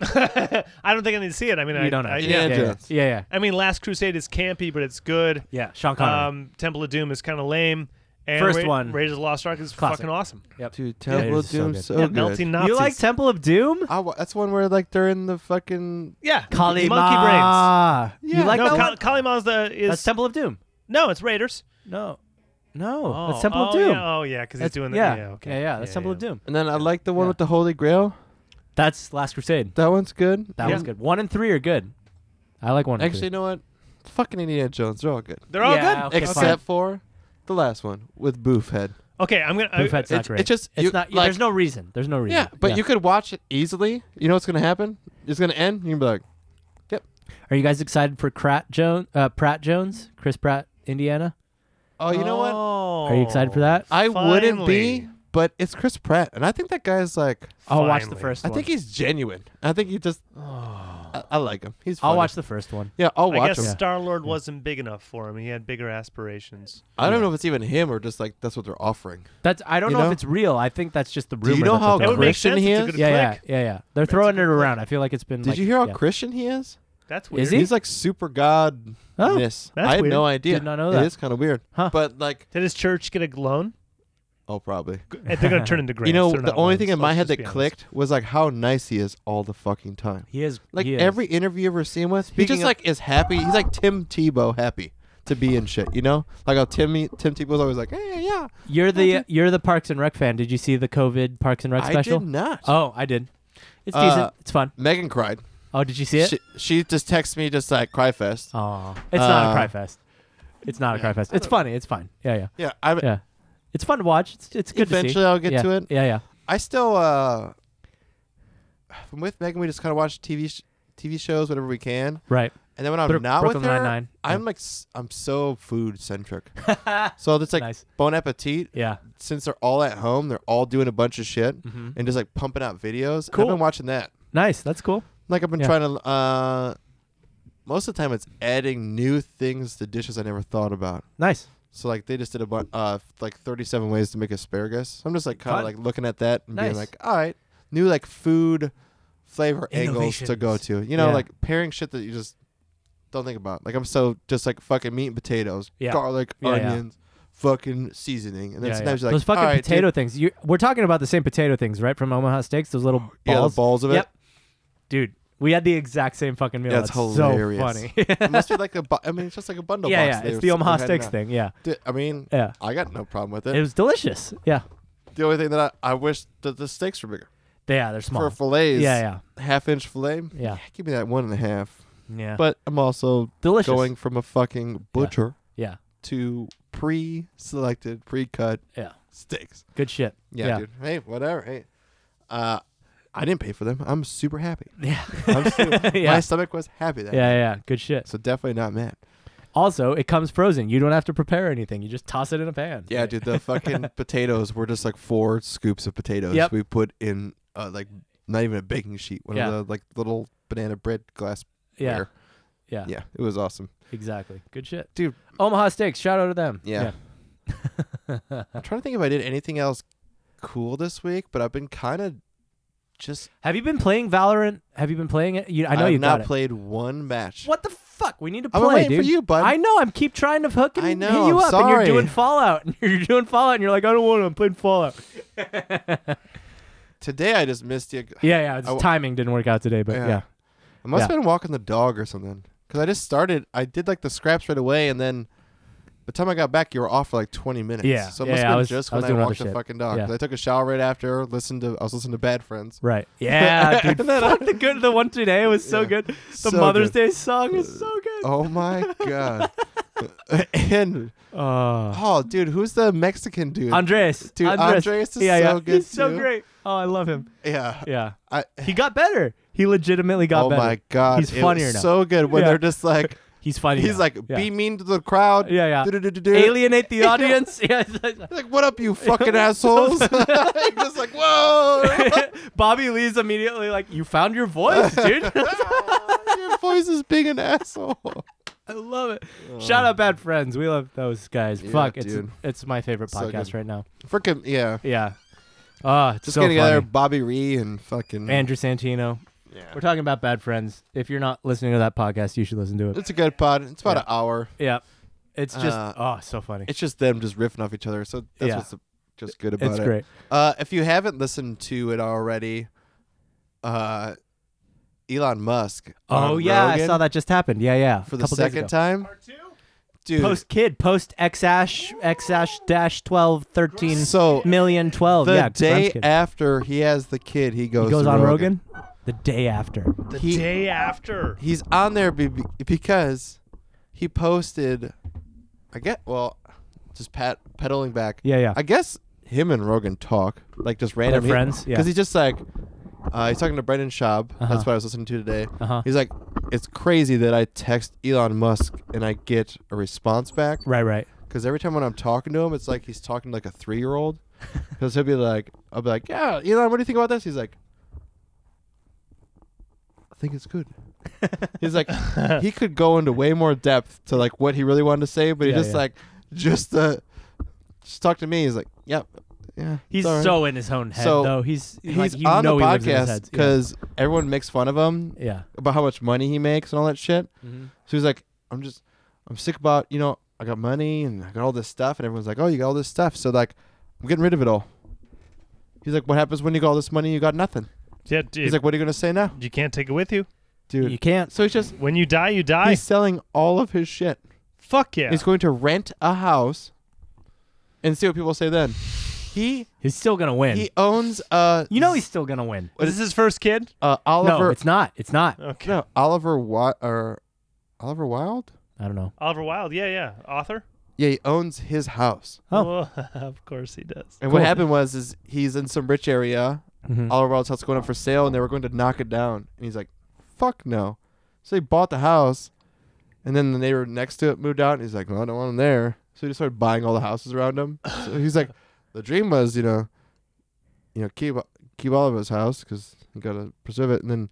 B: I don't think I need to see it. I mean,
A: You
B: I
A: don't have
B: I,
A: to.
B: yeah.
C: Yeah.
A: yeah, yeah,
C: Jones.
A: yeah, yeah.
B: I mean, Last Crusade is campy, but it's good.
A: yeah. Sean Connery.
B: Um, Temple of Doom is kind of lame. And
A: First
B: Ra-
A: one.
B: Raiders of the Lost Ark is
A: Classic.
B: fucking awesome.
A: yep.
C: Dude,
A: Yeah, it
C: Temple of
A: is so
C: Doom
A: Oh, good.
C: so
B: yeah,
C: good.
B: melting Nazis. Uh,
A: You like Temple of Doom?
C: I wa- that's one where like they're in the fucking
B: yeah,
A: Kalima.
B: monkey brains.
A: You
C: Yeah.
A: like
B: no,
A: that
B: Kal-
A: one?
B: Kalima's the is
A: That's Temple of Doom.
B: no, it's Raiders.
A: No. No,
B: Oh,
A: that's Temple
B: oh,
A: of Doom.
B: Yeah, oh yeah, because he's
A: That's-
B: doing the
A: yeah.
B: yeah, okay.
A: yeah, yeah, that's Temple of Doom.
C: And then I like the one
A: Yeah.
C: with the Holy Grail.
A: That's Last Crusade.
C: That one's good.
A: That
B: Yeah.
A: was good. One and three are good. I like one.
C: Actually, you
A: and
C: know what? Fucking Indiana Jones, they're all good.
B: They're all
A: Yeah,
B: good.
A: okay.
C: Except for the last one with Boofhead.
B: Okay, I'm gonna.
A: three.
B: I,
A: Boofhead's not
C: It's,
A: great.
C: it's just
A: It's
C: you-
A: not.
C: like-
A: there's no reason. There's no reason.
C: Yeah, but you could watch it easily. You know what's gonna happen? It's gonna end. You can be like,
A: Are you guys excited for Pratt Jones? Uh, Pratt Jones, Chris Pratt, Indiana.
C: oh, you know what?
A: Are you excited for that?
C: I wouldn't be,
B: finally.
C: but it's Chris Pratt, and I think that guy's like,
A: I'll watch the
B: Finally.
A: first.
C: I
A: One.
C: think he's genuine. I think he just, I, I like him. He's.
A: Oh. I'll
C: funny.
A: watch the first one.
C: Yeah, I'll
B: I
C: watch
B: guess
C: him.
B: Star Lord wasn't big enough for him. He had bigger aspirations.
C: I don't know if it's even him or just like that's what they're offering.
A: That's. I don't
C: You
A: know,
C: know?
A: if it's real. I think that's just the rumor.
C: you know
A: that's
C: how
A: out there.
B: That would make
C: Christian
B: sense.
C: he
B: It's a
C: is?
B: good
A: Yeah, yeah,
B: click.
A: yeah, yeah. They're throwing it
B: good
A: around. I feel like it's been.
C: Did
A: like,
C: you hear how
A: yeah.
C: Christian he is?
B: That's weird.
A: Is he?
C: He's like super godness.
A: Oh,
C: I had
B: weird.
C: no idea.
A: Did not know
C: It
A: that.
C: is kind of weird.
A: Huh.
C: But like,
B: Did his church get a loan?
C: Oh, probably.
B: And they're gonna turn into grants.
C: you know,
B: They're
C: the
B: not
C: only
B: wins.
C: thing in
B: Let's
C: my head
B: just
C: that
B: be honest.
C: clicked was like how nice he is all the fucking time.
A: He is
C: Like
A: he is.
C: every interview you've ever seen with, he
A: Speaking
C: just
A: of-
C: like is happy. He's like Tim Tebow happy to be in shit. You know, like how Timmy Tim Tebow's always like, hey, yeah.
A: You're the you're the Parks and Rec fan. Did you see the COVID Parks and Rec
C: I
A: special?
C: did not.
A: Oh, I did. It's
C: Uh,
A: decent. It's fun.
C: Megan cried.
A: Oh, did you see it?
C: She, she just texted me just like cry fest.
A: oh, it's not a
C: uh,
A: cry fest. It's not a cry fest. It's funny. It's fine. Yeah, yeah,
C: Yeah, I
A: yeah. It's fun to watch. It's it's good. to see.
C: Eventually I'll get
A: Yeah,
C: to it.
A: Yeah, yeah.
C: I still uh, I'm with Megan. We just kind of watch TV sh- TV shows whatever we can.
A: Right.
C: And then when I'm
A: Bro-
C: not
A: Brooklyn
C: with her,
A: Nine-Nine.
C: I'm
A: Yeah.
C: like s- I'm so food centric. so it's like
A: Nice.
C: Bon Appetit.
A: Yeah.
C: Since they're all at home, they're all doing a bunch of shit and just like pumping out videos. Cool. I've
A: Mm-hmm. Cool.
C: been watching that.
A: Nice. That's cool.
C: Like I've been
A: Yeah.
C: trying to. uh Most of the time, it's adding new things to dishes I never thought about.
A: Nice.
C: So like they just did a bunch, uh, f- like 37 ways to make asparagus. I'm just like kind of
A: Fun.
C: like looking at that and being
A: Nice.
C: like, all right, new like food flavor angles to go to. You know,
A: Yeah.
C: like pairing shit that you just don't think about. Like I'm so just like fucking meat and potatoes,
A: Yeah.
C: garlic,
A: Yeah, yeah.
C: onions, fucking seasoning, and then
A: Yeah,
C: sometimes
A: yeah.
C: you're like,
A: those fucking
C: all right,
A: potato
C: dude.
A: things. You, we're talking about the same potato things, right? From Omaha Steaks, those little balls.
C: yeah, the balls of it.
A: Yep. Dude, we had the exact same fucking meal.
C: That's
A: That's
C: hilarious.
A: so funny.
C: it must be like a, bu- I mean, it's just like a bundle.
A: yeah,
C: box
A: yeah.
C: they
A: It's
C: were
A: the
C: s-
A: Omaha
C: had
A: Steaks
C: now.
A: thing. Yeah,
C: Di- I mean,
A: yeah.
C: I got no problem with
A: It
C: it.
A: was delicious. Yeah,
C: The only thing that I, I wish that the steaks were bigger
A: yeah. They're small.
C: for fillets.
A: Yeah,
C: half inch filet.
A: Yeah.
C: give me that one and a half.
A: yeah, yeah.
C: But I'm also
A: delicious.
C: going from a fucking butcher
A: yeah,
C: to pre-selected, pre-cut
A: yeah.
C: steaks.
A: Good shit.
C: Yeah, dude. Hey, whatever. Hey, uh, I didn't pay for them. I'm super happy.
A: Yeah.
C: I'm super,
A: Yeah.
C: My stomach was happy that.
A: yeah, yeah,
C: night.
A: yeah. Good shit.
C: So definitely not mad.
A: Also, it comes frozen. You don't have to prepare anything. You just toss it in a pan.
C: Yeah, dude. The fucking potatoes were just like four scoops of potatoes
A: Yep.
C: we put in uh, like not even a baking sheet, one
A: Yeah.
C: of the like little banana bread glass.
A: Yeah.
C: ware.
A: Yeah.
C: Yeah, it was awesome,
A: Exactly. Good shit.
C: dude.
A: Omaha Steaks. Shout out to them.
C: Yeah. I'm trying to think if I did anything else cool this week, but I've been kind of just.
A: Have you been playing Valorant? Have you been playing it? You, I know
C: have
A: you've
C: not
A: got it.
C: played one match.
A: What the fuck? We need to play,
C: I've been waiting
A: dude.
C: for you, bud.
A: I know. I'm keep trying to hook and
C: I know,
A: hit you
C: I'm
A: up, and you're
C: sorry.
A: doing Fallout, and you're doing Fallout, and you're like, I don't want to. I'm playing Fallout.
C: Today I just missed you.
A: Yeah, yeah.
C: I w-
A: It's timing didn't work out today, but
C: Yeah.
A: yeah,
C: I
A: yeah.
C: must have been walking the dog or something. Because I just started. I did like the scraps right away, and then by the time I got back, you were off for like 20 minutes.
A: Yeah,
C: So it
A: yeah,
C: must
A: yeah, I
C: have been
A: was-
C: just
A: I was
C: when I,
A: doing other
C: walked the
A: shit.
C: fucking dog.
A: Yeah.
C: 'Cause I took a shower right after. Listened to. I was listening to Bad Friends.
A: right. Yeah, dude. fuck, the good, the one today was so
C: Yeah.
A: good. The
C: So
A: Mother's
C: good.
A: Day song is so good.
C: Oh my god. and
A: Oh,
C: oh, dude, who's the Mexican dude?
A: Andres,
C: Dude,
A: Andres,
C: Andres is
A: yeah, yeah.
C: so good,
A: He's so
C: too.
A: great. Oh, I love him.
C: yeah.
A: Yeah,
C: I,
A: he got better. He legitimately got
C: oh
A: better.
C: my god,
A: He's
C: it was
A: funnier now.
C: So good when
A: Yeah.
C: they're just like
A: He's funny.
C: he's
A: now.
C: like
A: Yeah.
C: be mean to the crowd.
A: Yeah, yeah.
C: Do-do-do-do-do.
A: alienate the audience. yeah. it's like-
C: He's like what up, you fucking assholes? He's just like whoa,
A: Bobby Lee's immediately like, "You found your voice, dude."
C: your voice is being an asshole.
A: I love it. Shout out Bad Friends. We love those guys.
C: Oh. Yeah,
A: Fuck, it's
C: dude.
A: it's my favorite
C: So
A: podcast
C: good.
A: right now.
C: Freaking yeah.
A: Yeah. Ah, it's
C: Just
A: so
C: getting together,
A: funny.
C: Bobby Ree and fucking
A: Andrew Santino.
C: Yeah.
A: We're talking about Bad Friends. If you're not listening to that podcast, you should listen to it.
C: It's a good pod. It's about
A: Yeah.
C: an hour.
A: Yeah. It's just
C: Uh,
A: oh, so funny.
C: It's just them just riffing off each other. So that's
A: Yeah.
C: what's just good about
A: It's
C: it.
A: great.
C: Uh, if you haven't listened to it already, uh, Elon Musk.
A: Oh
C: on
A: yeah, I
C: Rogan
A: saw that just happened. Yeah, yeah.
C: for
A: A
C: the
A: couple days ago.
C: second time. Dude,
A: Post kid, post X ash X ash dash 12, 13
C: So,
A: million 12.
C: the
A: oh, yeah,
C: day
A: Grimes kid.
C: after he has the kid, he goes.
A: He goes
C: to
A: on
C: Rogan.
A: Rogan. the day after.
C: The
B: The day after.
C: He's on there be- be- because he posted. I get well, just pat pedaling back.
A: Yeah, yeah.
C: I guess him and Rogan talk like just randomly.
A: friends? Yeah.
C: Because he's just like, uh, he's talking to Brendan Schaub.
A: Uh-huh.
C: That's what I was listening to today.
A: Uh-huh.
C: He's like, it's crazy that I text Elon Musk and I get a response back.
A: right, right.
C: Because every time when I'm talking to him, it's like he's talking to like a three year old. Because he'll be like, I'll be like, yeah, Elon, what do you think about this? He's like, I think it's good. he's like, he could go into way more depth to like what he really wanted to say, but
A: Yeah,
C: he just
A: yeah.
C: like, just uh, just talk to me. He's like, yep, yeah. it's
A: He's
C: all right."
A: so in his own head,
C: So,
A: though. He's
C: He's
A: like, you
C: on the
A: know he lives in his
C: podcast
A: head.
C: because everyone makes fun of him
A: yeah, yeah.
C: about how much money he makes and all that shit.
A: Mhm.
C: So he's like, I'm just, I'm sick about, you know, I got money and I got all this stuff, and everyone's like, oh, you got all this stuff. So like, I'm getting rid of it all. He's like, what happens when you got all this money and you got nothing?
B: Yeah, dude,
C: He's like, what are you gonna say now,
B: you can't take it with you.
C: dude?
A: You can't.
C: So he's just
B: When you die, you die.
C: he's selling all of his shit.
B: Fuck yeah.
C: He's going to rent a house and see what people say then. He
A: He's still gonna win.
C: he owns uh
A: you know he's still gonna win.
B: Is this his first kid?
C: uh, Oliver
A: no, it's not. It's not.
B: Okay.
C: no, Oliver Wi- or Oliver Wilde?
A: I don't know.
B: Oliver Wilde. Yeah, yeah. Author.
C: Yeah, he owns his house.
A: Oh.
B: Well, of course he does.
C: And
A: Cool.
C: what happened was is he's in some rich area.
A: Mhm.
C: Oliver Wilde's house going up for sale and they were going to knock it down. And he's like, Fuck no. So he bought the house and then the neighbor next to it moved out and he's like, Well, I don't want him there. So he just started buying all the houses around him. So he's like, The dream was, you know, you know, keep keep Oliver's house because you gotta preserve it and then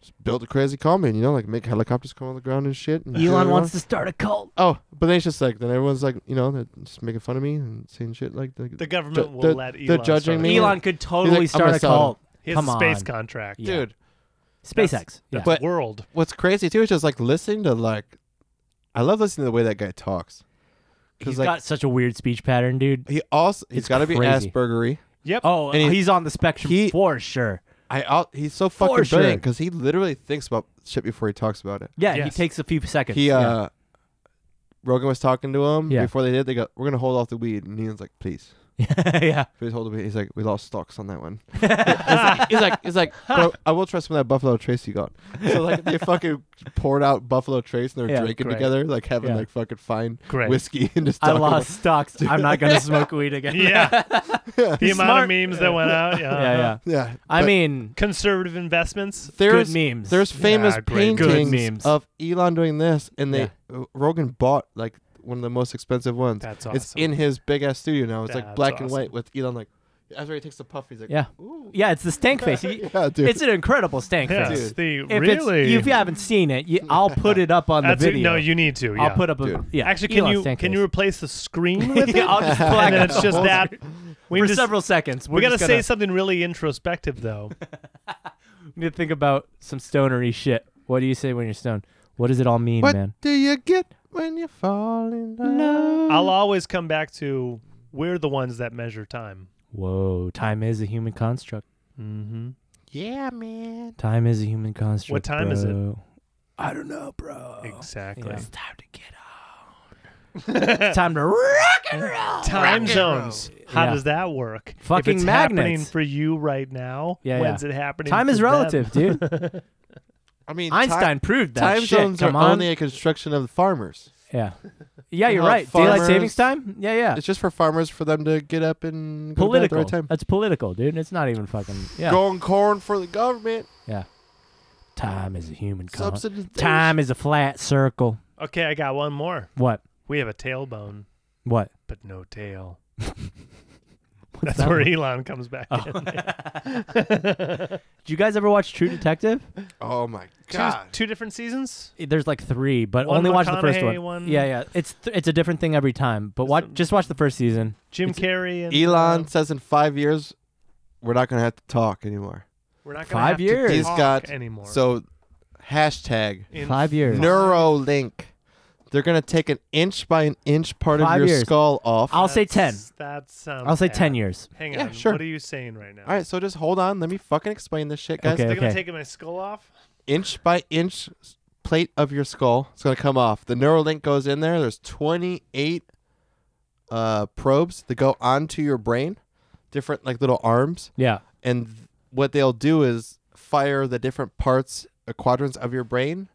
C: just build a crazy commune, you know, like make helicopters come on the ground and shit. And kill
A: Elon
C: everyone.
A: wants to start a cult.
C: Oh, but then it's just like then everyone's like, you know, they're just making fun of me and saying shit like the,
B: The government will
C: they're-
B: let Elon.
C: they're judging
B: start.
C: me.
A: Elon could
C: I'm
A: totally start
C: gonna
A: a
C: sell it.
A: cult.
B: He has
A: Come
B: a space
A: on.
B: contract.
A: Yeah.
C: dude.
A: SpaceX. Yeah.
C: But-
B: World.
C: What's crazy too is just like listening to like, I love listening to the way that guy talks.
A: he's
C: like
A: got such a weird speech pattern, dude.
C: he also he's
A: It's
C: got to be
A: crazy.
C: Aspergery.
B: Yep.
A: Oh,
C: And he-
A: he's on the spectrum
C: he-
A: for sure.
C: I out, he's so
A: For
C: fucking brilliant 'cause brilliant
A: sure.
C: because he literally thinks about shit before he talks about it.
A: Yeah,
B: Yes.
A: he takes a few seconds.
C: He uh,
A: yeah.
C: Rogan was talking to him
A: Yeah.
C: before they did. They go, "We're gonna hold off the weed," and Ian's like, "Please,
A: yeah.
C: please hold the weed." He's like, "We lost stocks on that one." he's like, he's like, "Bro, I will trust some of that Buffalo Trace you got. So like they fucking poured out Buffalo Trace and they're
A: Yeah,
C: drinking
B: great.
C: together, like having
A: Yeah.
C: like fucking fine
B: Great.
C: whiskey and just.
A: I
C: talking about-
A: lost stocks. I'm not gonna smoke weed again.
B: Yeah. the amount
A: Smart.
B: of memes that went out. Yeah.
A: yeah, yeah.
C: Yeah,
A: I
C: but
A: mean,
B: Conservative investments.
C: there's
A: good memes.
C: there's famous
B: great.
A: Good
C: paintings
A: memes.
C: of Elon doing this, and they uh, Rogan bought like one of the most expensive ones.
B: That's
C: It's
B: awesome.
C: in his big ass studio now. It's like
B: That's
C: black and
B: awesome.
C: white with Elon like after he takes the puff, he's like,
A: yeah,
C: Ooh.
A: yeah. It's the stank face. He-
C: yeah, dude.
A: It's an incredible stank
B: Yeah,
A: face.
B: it's the
A: If it's-
B: really.
A: if you haven't seen it, you, I'll put it up on the
B: That's it.
A: video.
B: No, you need to. Yeah.
A: I'll put up a
C: Dude.
A: yeah.
B: Actually, can
A: Elon
B: you
A: stank
B: can
A: face.
B: you replace the screen with
A: yeah,
B: it?
A: I'll just
B: and
A: flag
B: then
A: it
B: it's just that. We
A: for
B: just,
A: several seconds. We're
B: We gotta
A: just
B: say
A: gonna,
B: something really introspective though.
A: we need to think about some stonery shit. What do you say when you're stoned? What does it all mean,
C: what
A: man?
C: do you get when you fall in love?
B: I'll always come back to we're the ones that measure time.
A: Whoa, time is a human construct.
B: Mm-hmm.
C: Yeah, man.
A: Time is a human construct.
B: What time is it?
A: bro. I don't know, bro.
B: Exactly.
A: Oh, Yeah. It's time to get on. it's time to rock and roll.
B: Time zones. How
A: Yeah.
B: does that work? if
A: Fucking
B: it's happening
A: magnets.
B: for you right now,
A: Yeah,
B: when's
A: yeah.
B: it happening?
A: Time
B: for
A: is
B: them?
A: relative, dude.
C: I mean, ti-
A: Einstein proved that.
C: time
A: shit.
C: zones
A: Come
C: are
A: on.
C: only a construction of the farmers.
A: yeah. Yeah, you're
C: Not
A: right. Daylight
C: farmers.
A: savings time? Yeah, yeah.
C: It's just for farmers for them to get up and go to bed at the
A: political.
C: right time.
A: That's political, dude. It's not even fucking yeah.
C: Growing corn for the government.
A: Time is a human construct.
C: Subsidy.
A: Time is a flat circle.
B: Okay, I got one more.
A: What?
B: We have a tailbone,
A: What?
B: but no tail.
A: What's
B: That's
A: that
B: where
A: one?
B: Elon comes back in.
A: Did you guys ever watch True Detective?
C: Oh my
B: two,
C: god.
B: two different seasons.
A: There's like three, but
B: One
A: only watch the first
B: McConaughey,
A: one.
B: one-
A: Yeah, yeah. It's th- it's a different thing every time. But
B: Is
A: watch
B: it-
A: just watch the first season.
B: Jim
A: It's-
B: Carrey and
C: Elon
B: uh,
C: says in five years, we're not gonna have to talk anymore.
B: we're not gonna
A: Five
B: have to
A: years.
C: He's
B: talk
C: got-
B: anymore.
C: So, hashtag
B: In
A: Five years.
C: NeuroLink. They're gonna take an inch by an inch part
A: Five
C: of your
A: years.
C: skull off.
A: I'll say ten.
B: That's- That sounds.
A: I'll say ten
B: bad.
A: years.
B: Hang
C: Yeah,
B: on.
C: sure.
B: What are you saying right now?
C: All right, so just hold on. Let me fucking explain this shit, guys.
A: Okay.
B: They're gonna take my skull off.
C: Inch by inch s- plate of your skull. It's gonna come off. The NeuroLink goes in there. There's 28 uh, probes that go onto your brain, different like little arms.
A: Yeah.
C: and th- what they'll do is fire the different parts uh, quadrants of your brain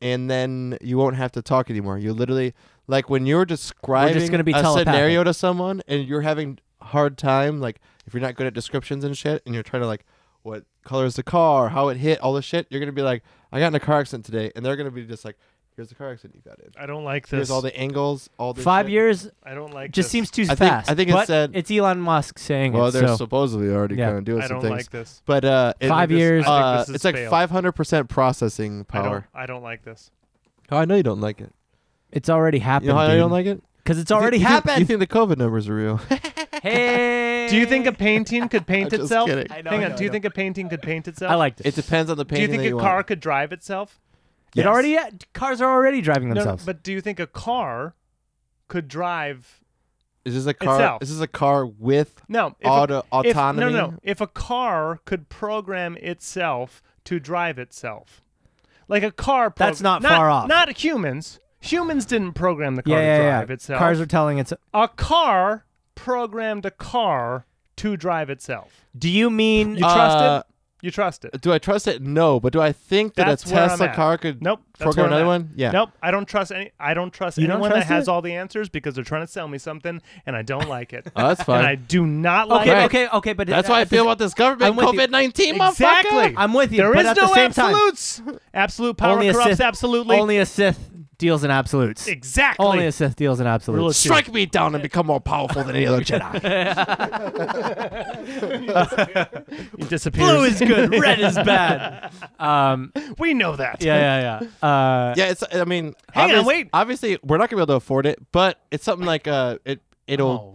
C: and then you won't have to talk anymore you literally like when you're describing
A: gonna be
C: a
A: telepathic.
C: scenario to someone and you're having hard time like if you're not good at descriptions and shit and you're trying to like what color is the car how it hit all this shit you're gonna be like i got in a car accident today and they're gonna be just like here's the car accident you got in
B: I don't like this.
C: here's all the angles all this
A: Five
C: shit.
A: years
B: I don't like.
A: just
B: this.
A: seems too
C: I think-
A: fast.
C: I think it
A: but
C: said-
A: it's Elon Musk saying
C: well
A: it.
C: they're
A: so-
C: supposedly already
A: Yeah.
C: kind of doing
B: I
C: some
B: don't
C: things
B: like this.
C: But uh, it-
A: Five
C: it is-
A: years.
B: I
C: Uh,
B: think this
C: it's
B: has
C: like
B: failed.
C: five hundred percent processing
B: I don't.
C: power.
B: I don't like this.
C: Oh, I know you don't like it.
A: it's already
C: You
A: happened.
C: know how
A: dude.
C: you don't like it?
A: Cause it's
C: You thi-
A: already
C: you think-
A: happened.
C: you think the COVID numbers are real?
A: hey.
B: Do you think a painting could paint
C: Just
B: itself?
C: kidding.
A: Eh. I know,
B: Hang
A: I
B: on.
A: know,
B: do you
A: I know.
B: think a painting could paint itself?
A: I liked
C: it
A: it.
C: depends on the
B: Do
C: painting.
B: you think
C: that
B: a
C: you
B: car
C: Want.
B: could drive itself?
A: It already cars are already driving
B: No, No,
A: themselves.
B: but do you think a car could drive
C: Is this a car?
B: Itself.
C: Is this a car with
B: No, if a-
C: auto
B: if-
C: autonomy?
B: no, no, no. If a car could program itself to drive itself, like a car. Pro-
A: That's not far off.
B: Not humans. Humans didn't program the car
A: yeah,
B: to
A: yeah,
B: drive
A: yeah.
B: itself.
A: Cars are telling it's.
B: a car programmed a car to drive itself.
A: Do you mean?
B: You trust
C: Uh,
B: it? You trust it?
C: Do I trust it? No, but do I think that
B: That's
C: a
B: where I'm
C: Tesla
B: at.
C: car could
B: Nope. that's where I'm
C: program another
B: at.
C: one? Yeah.
B: Nope. I don't trust any. I don't trust
A: You don't
B: anyone
A: trust
B: that has
A: it?
B: all the answers because they're trying to sell me something and I don't like it.
C: Oh, that's fine.
B: And I do not like
A: Uh, okay,
B: it.
C: Right.
A: okay, okay, but
C: That's why I
A: at
C: feel
A: the-
C: about this government
A: I'm with you.
C: COVID nineteen,
B: Exactly.
A: I'm with you.
B: There is
A: but at
B: no
A: the same time,
B: absolutes. Absolute power
A: Only a
B: corrupts
A: Sith-
B: absolutely.
A: Only a Sith deals in absolutes.
B: exactly.
A: Only a Sith deals in
B: Rule of
A: absolutes.
B: two.
C: Strike me down and become more powerful than any other Jedi.
B: it disappears.
A: Blue is good. Red is bad. Um,
B: we know that.
A: yeah, yeah, yeah. Uh,
C: yeah, it's. I mean,
B: Hang on,
C: obvious-
B: wait.
C: Obviously, we're not gonna be able to afford it, but it's something like uh, it. It'll.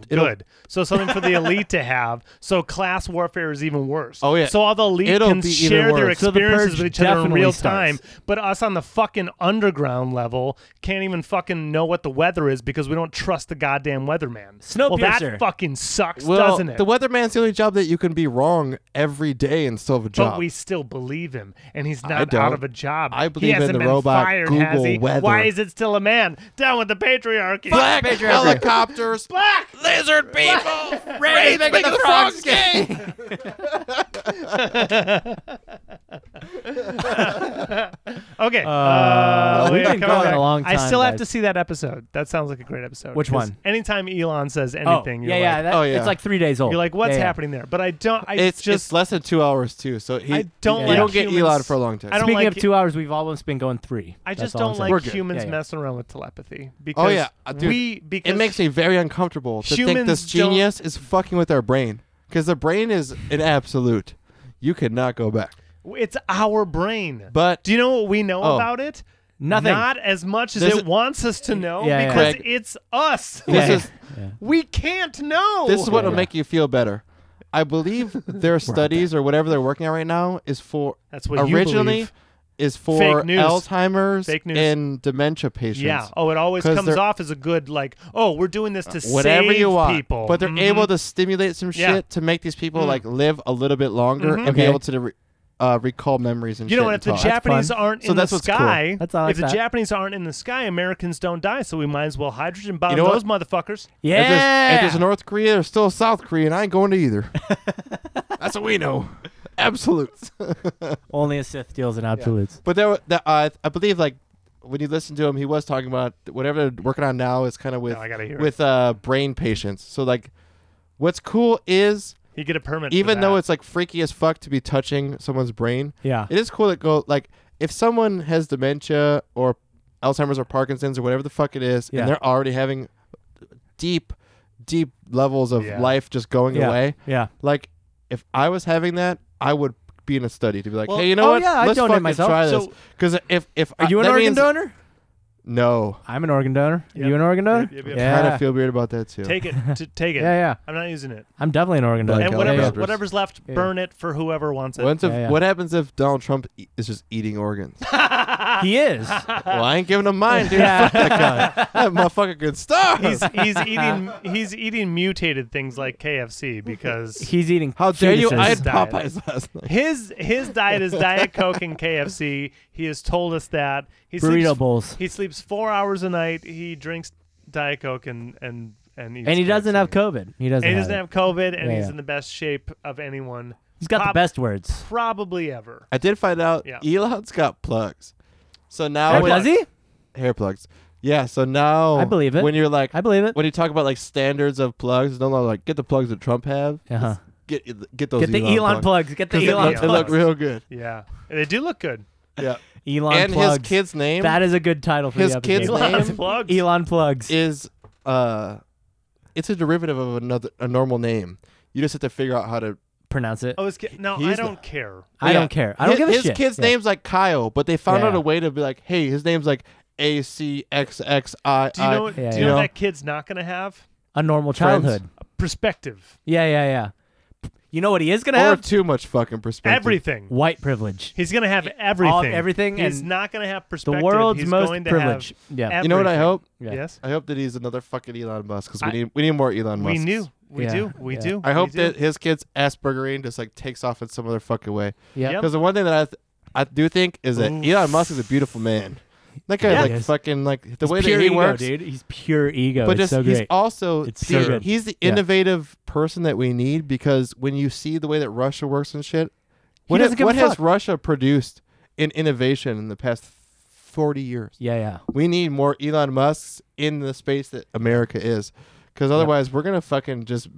B: Oh,
C: it'll
B: good. So something for the elite to have. So class warfare is even worse.
C: Oh, yeah.
B: So all the elite
C: It'll
B: can
C: be even
B: share their
C: worse.
A: So the
B: experiences
A: purge
B: with each other in
A: definitely
B: real
A: starts.
B: time, but us on the fucking underground level can't even fucking know what the weather is because we don't trust the goddamn weatherman. Well, that
A: Snowpiercer.
B: fucking sucks,
C: well,
B: doesn't it?
C: The weatherman's the only job that you can be wrong every day and still have a job.
B: But we still believe him, and he's
C: I
B: not
C: don't.
B: out of a job.
C: I
B: he
C: believe in
B: hasn't
C: the
B: been
C: robot
B: fired,
C: Google
B: has he?
C: weather.
B: Why is it still a man? Down with the patriarchy.
C: Black helicopters,
B: Black.
C: lizard people, Ray making the frogs gay.
B: Okay. Uh,
A: we've
B: we are coming
A: been going a
B: back.
A: long
B: I
A: time,
B: still have
A: guys.
B: to see that episode. That sounds like a great episode.
A: Which
B: 'Cause
A: one?
B: Anytime Elon says
A: Oh,
B: anything,
A: yeah,
B: you're
A: yeah,
B: like,
A: that-
C: Oh, yeah.
A: It's like three days old.
B: you're like, what's
A: Yeah, yeah.
B: happening there? But I don't. I
C: It's
B: just
C: just less than two hours too, so he,
B: I don't
C: You
A: like
C: don't get
B: humans.
C: Elon for a long time.
B: I don't
A: Speaking
B: like
A: of
B: it.
A: two hours, we've almost been going three.
B: I
A: That's
B: just
A: all I'm
B: don't
A: saying.
B: like
C: good.
B: humans
A: Yeah, yeah.
B: messing around with telepathy because
C: yeah. Uh, dude,
B: we because
C: it makes me very uncomfortable to think
B: humans
C: this
B: don't-
C: genius is fucking with our brain because the brain is an absolute. You cannot go back.
B: it's our brain.
C: But-
B: do you know what we know
C: Oh.
B: about it?
A: Nothing.
B: Not as much as
C: There's
B: it
C: a-
B: wants us to know
A: Yeah, yeah.
B: because
C: Craig.
B: it's us.
C: This
A: yeah.
C: is
A: Yeah.
B: we can't know.
C: this is what will
A: Yeah.
C: make you feel better. I believe their studies or whatever they're working on right now is for
B: That's what you
C: originally
B: believe.
C: is for
B: Fake news.
C: Alzheimer's
B: Fake news.
C: and dementia patients.
B: Yeah. Oh, it always
C: 'Cause
B: comes
C: they're-
B: off as a good like. Oh, we're doing this to
C: whatever
B: save
C: you want.
B: people.
C: But they're
B: Mhm.
C: able to stimulate some
B: Yeah.
C: shit to make these people
B: Mm.
C: like live a little bit longer and be
A: Okay.
C: able to re- uh, recall memories and
B: You
C: shit.
B: know, and if
C: and
B: the
C: talk.
B: Japanese
A: fun.
B: aren't
C: So
B: in
C: that's
B: the
C: what's cool.
B: sky,
A: That's- I like
B: if the
A: that.
B: Japanese aren't in the sky, Americans don't die. So we might as well hydrogen bomb
C: You know
B: those motherfuckers.
A: Yeah.
C: If there's, if there's a North Korea, there's still a South Korea, and I ain't going to either. That's what we know. Absolutes.
A: Only a Sith deals in absolutes.
C: But there, were- the, uh, I believe, like when you listen to him, he was talking about whatever they're working on now is kind of with
B: Now I gotta hear
C: with uh, brain patients. So like, what's cool is
B: You get a permit. for
C: even though
B: that.
C: it's like freaky as fuck to be touching someone's brain,
A: Yeah.
C: it is cool to go like if someone has dementia or Alzheimer's or Parkinson's or whatever the fuck it is,
A: Yeah.
C: and they're already having deep, deep levels of
B: Yeah.
C: life just going
A: yeah.
C: away.
B: Uh,
A: Yeah.
C: Like if I was having that, I would be in a study to be like,
A: Well,
C: hey, you know
A: oh,
C: what?
A: yeah, I'd
C: Let's
A: donate
C: fucking
A: myself.
C: try this.
A: So-
C: Because if if
A: Are
C: I-
A: you an
C: that
A: organ
C: means-
A: donor?
C: No,
A: I'm an organ donor.
B: Yep.
A: You an organ donor?
B: Yep, yep, yep.
A: Yeah.
C: kind of feel weird about that too.
B: take it, t- take it.
A: yeah, yeah.
B: I'm not using it.
A: I'm definitely an organ donor.
C: Like
B: and
C: Allen
B: whatever's,
C: Brothers.
B: whatever's left,
A: Yeah.
B: burn it for whoever wants it.
C: Once if,
A: Yeah, yeah.
C: What happens if Donald Trump e- is just eating organs?
A: He is.
C: well, I ain't giving him mine, dude.
A: Yeah.
C: Fuck that guy. That motherfucker could starve.
B: He's he's eating he's eating mutated things like KFC because
A: He's eating.
C: How dare you?
A: fetuses.
C: I had
B: diet.
C: Popeyes last night.
B: his his diet is Diet Coke and KFC. He has told us that he
A: burrito
B: sleeps,
A: bowls.
B: He sleeps four hours a night. He drinks Diet Coke and and and, eats
A: And he doesn't
B: KFC.
A: have COVID. He doesn't.
B: And he
A: have
B: doesn't
A: it.
B: have COVID, and
A: Yeah,
B: he's
A: yeah.
B: in the best shape of anyone
A: He's got the
B: Pop-
A: best words.
B: probably ever.
C: I did find out
B: Yeah.
C: Elon's got plugs. So now
A: Oh,
C: when-
A: does he?
C: hair plugs? Yeah. So now
A: I believe it.
C: When you're like
A: I believe it.
C: when you talk about like standards of plugs, it's no longer like get the plugs that Trump have.
A: Uh-huh.
C: Get get those
A: Get the Elon, plugs. Get the
C: They
A: Elon
C: look, they look
A: plugs.
C: real good.
B: Yeah, and they do look good.
C: Yeah.
A: Elon
C: and
A: plugs.
C: his kid's name
A: That is a good title for
C: His
A: the
C: kid's
A: episode.
B: Elon's
C: name
B: plugs.
A: Elon plugs.
C: is uh, it's a derivative of another a normal name. You just have to figure out how to.
A: Pronounce it.
B: Oh, it's, ki- no, I
C: He's the-
B: don't care.
A: I
C: Yeah.
A: don't care. I don't
C: his,
A: give a
C: his
A: shit.
C: kid's
A: Yeah.
C: name's like Kyle, but they found out
A: Yeah.
C: a way to be like, hey, his name's like A C X X I.
B: Do you know? what
A: Uh, yeah,
B: do you
A: yeah.
B: know what
C: Yeah.
B: that kid's not going to have
A: A normal
C: Friends.
A: childhood.
B: perspective.
A: Yeah, yeah, yeah. You know what he is gonna
C: Or
A: have?
C: too much fucking perspective.
B: Everything.
A: White privilege.
B: He's gonna have everything.
A: All- everything
B: He's
A: and
B: not gonna have
A: The
B: perspective.
A: world's
B: He's
A: most
B: going to
A: privilege.
B: have
A: Yeah.
C: You know what I
B: everything.
C: hope?
A: yeah.
B: Yes.
C: I hope that he's another fucking Elon Musk because we
B: I-
C: need we need more Elon Musk.
B: We knew. We
A: Yeah.
B: do. We
A: Yeah.
B: do.
C: I
B: We
C: hope
B: do.
C: that his kid's Aspergerine just like takes off in some other fucking way.
A: Yeah.
B: Yep.
C: Because the one thing that I th- I do think is that
B: Oof.
C: Elon Musk is a beautiful man. That guy
A: Yeah.
C: like
A: He is.
C: fucking like the
A: It's
C: way
A: pure
C: that he
A: ego,
C: works.
A: dude. He's pure ego.
C: But
A: it's
C: just
A: so
C: he's
A: great.
C: also
A: It's so
C: the-
A: good.
C: he's the
A: Yeah.
C: innovative person that we need because when you see the way that Russia works and shit, what,
A: doesn't
C: ha-
A: give a
C: what has
A: fuck.
C: Russia produced in innovation in the past forty years?
A: yeah, yeah.
C: We need more Elon Musk's in the space that America is, because otherwise we're gonna fucking just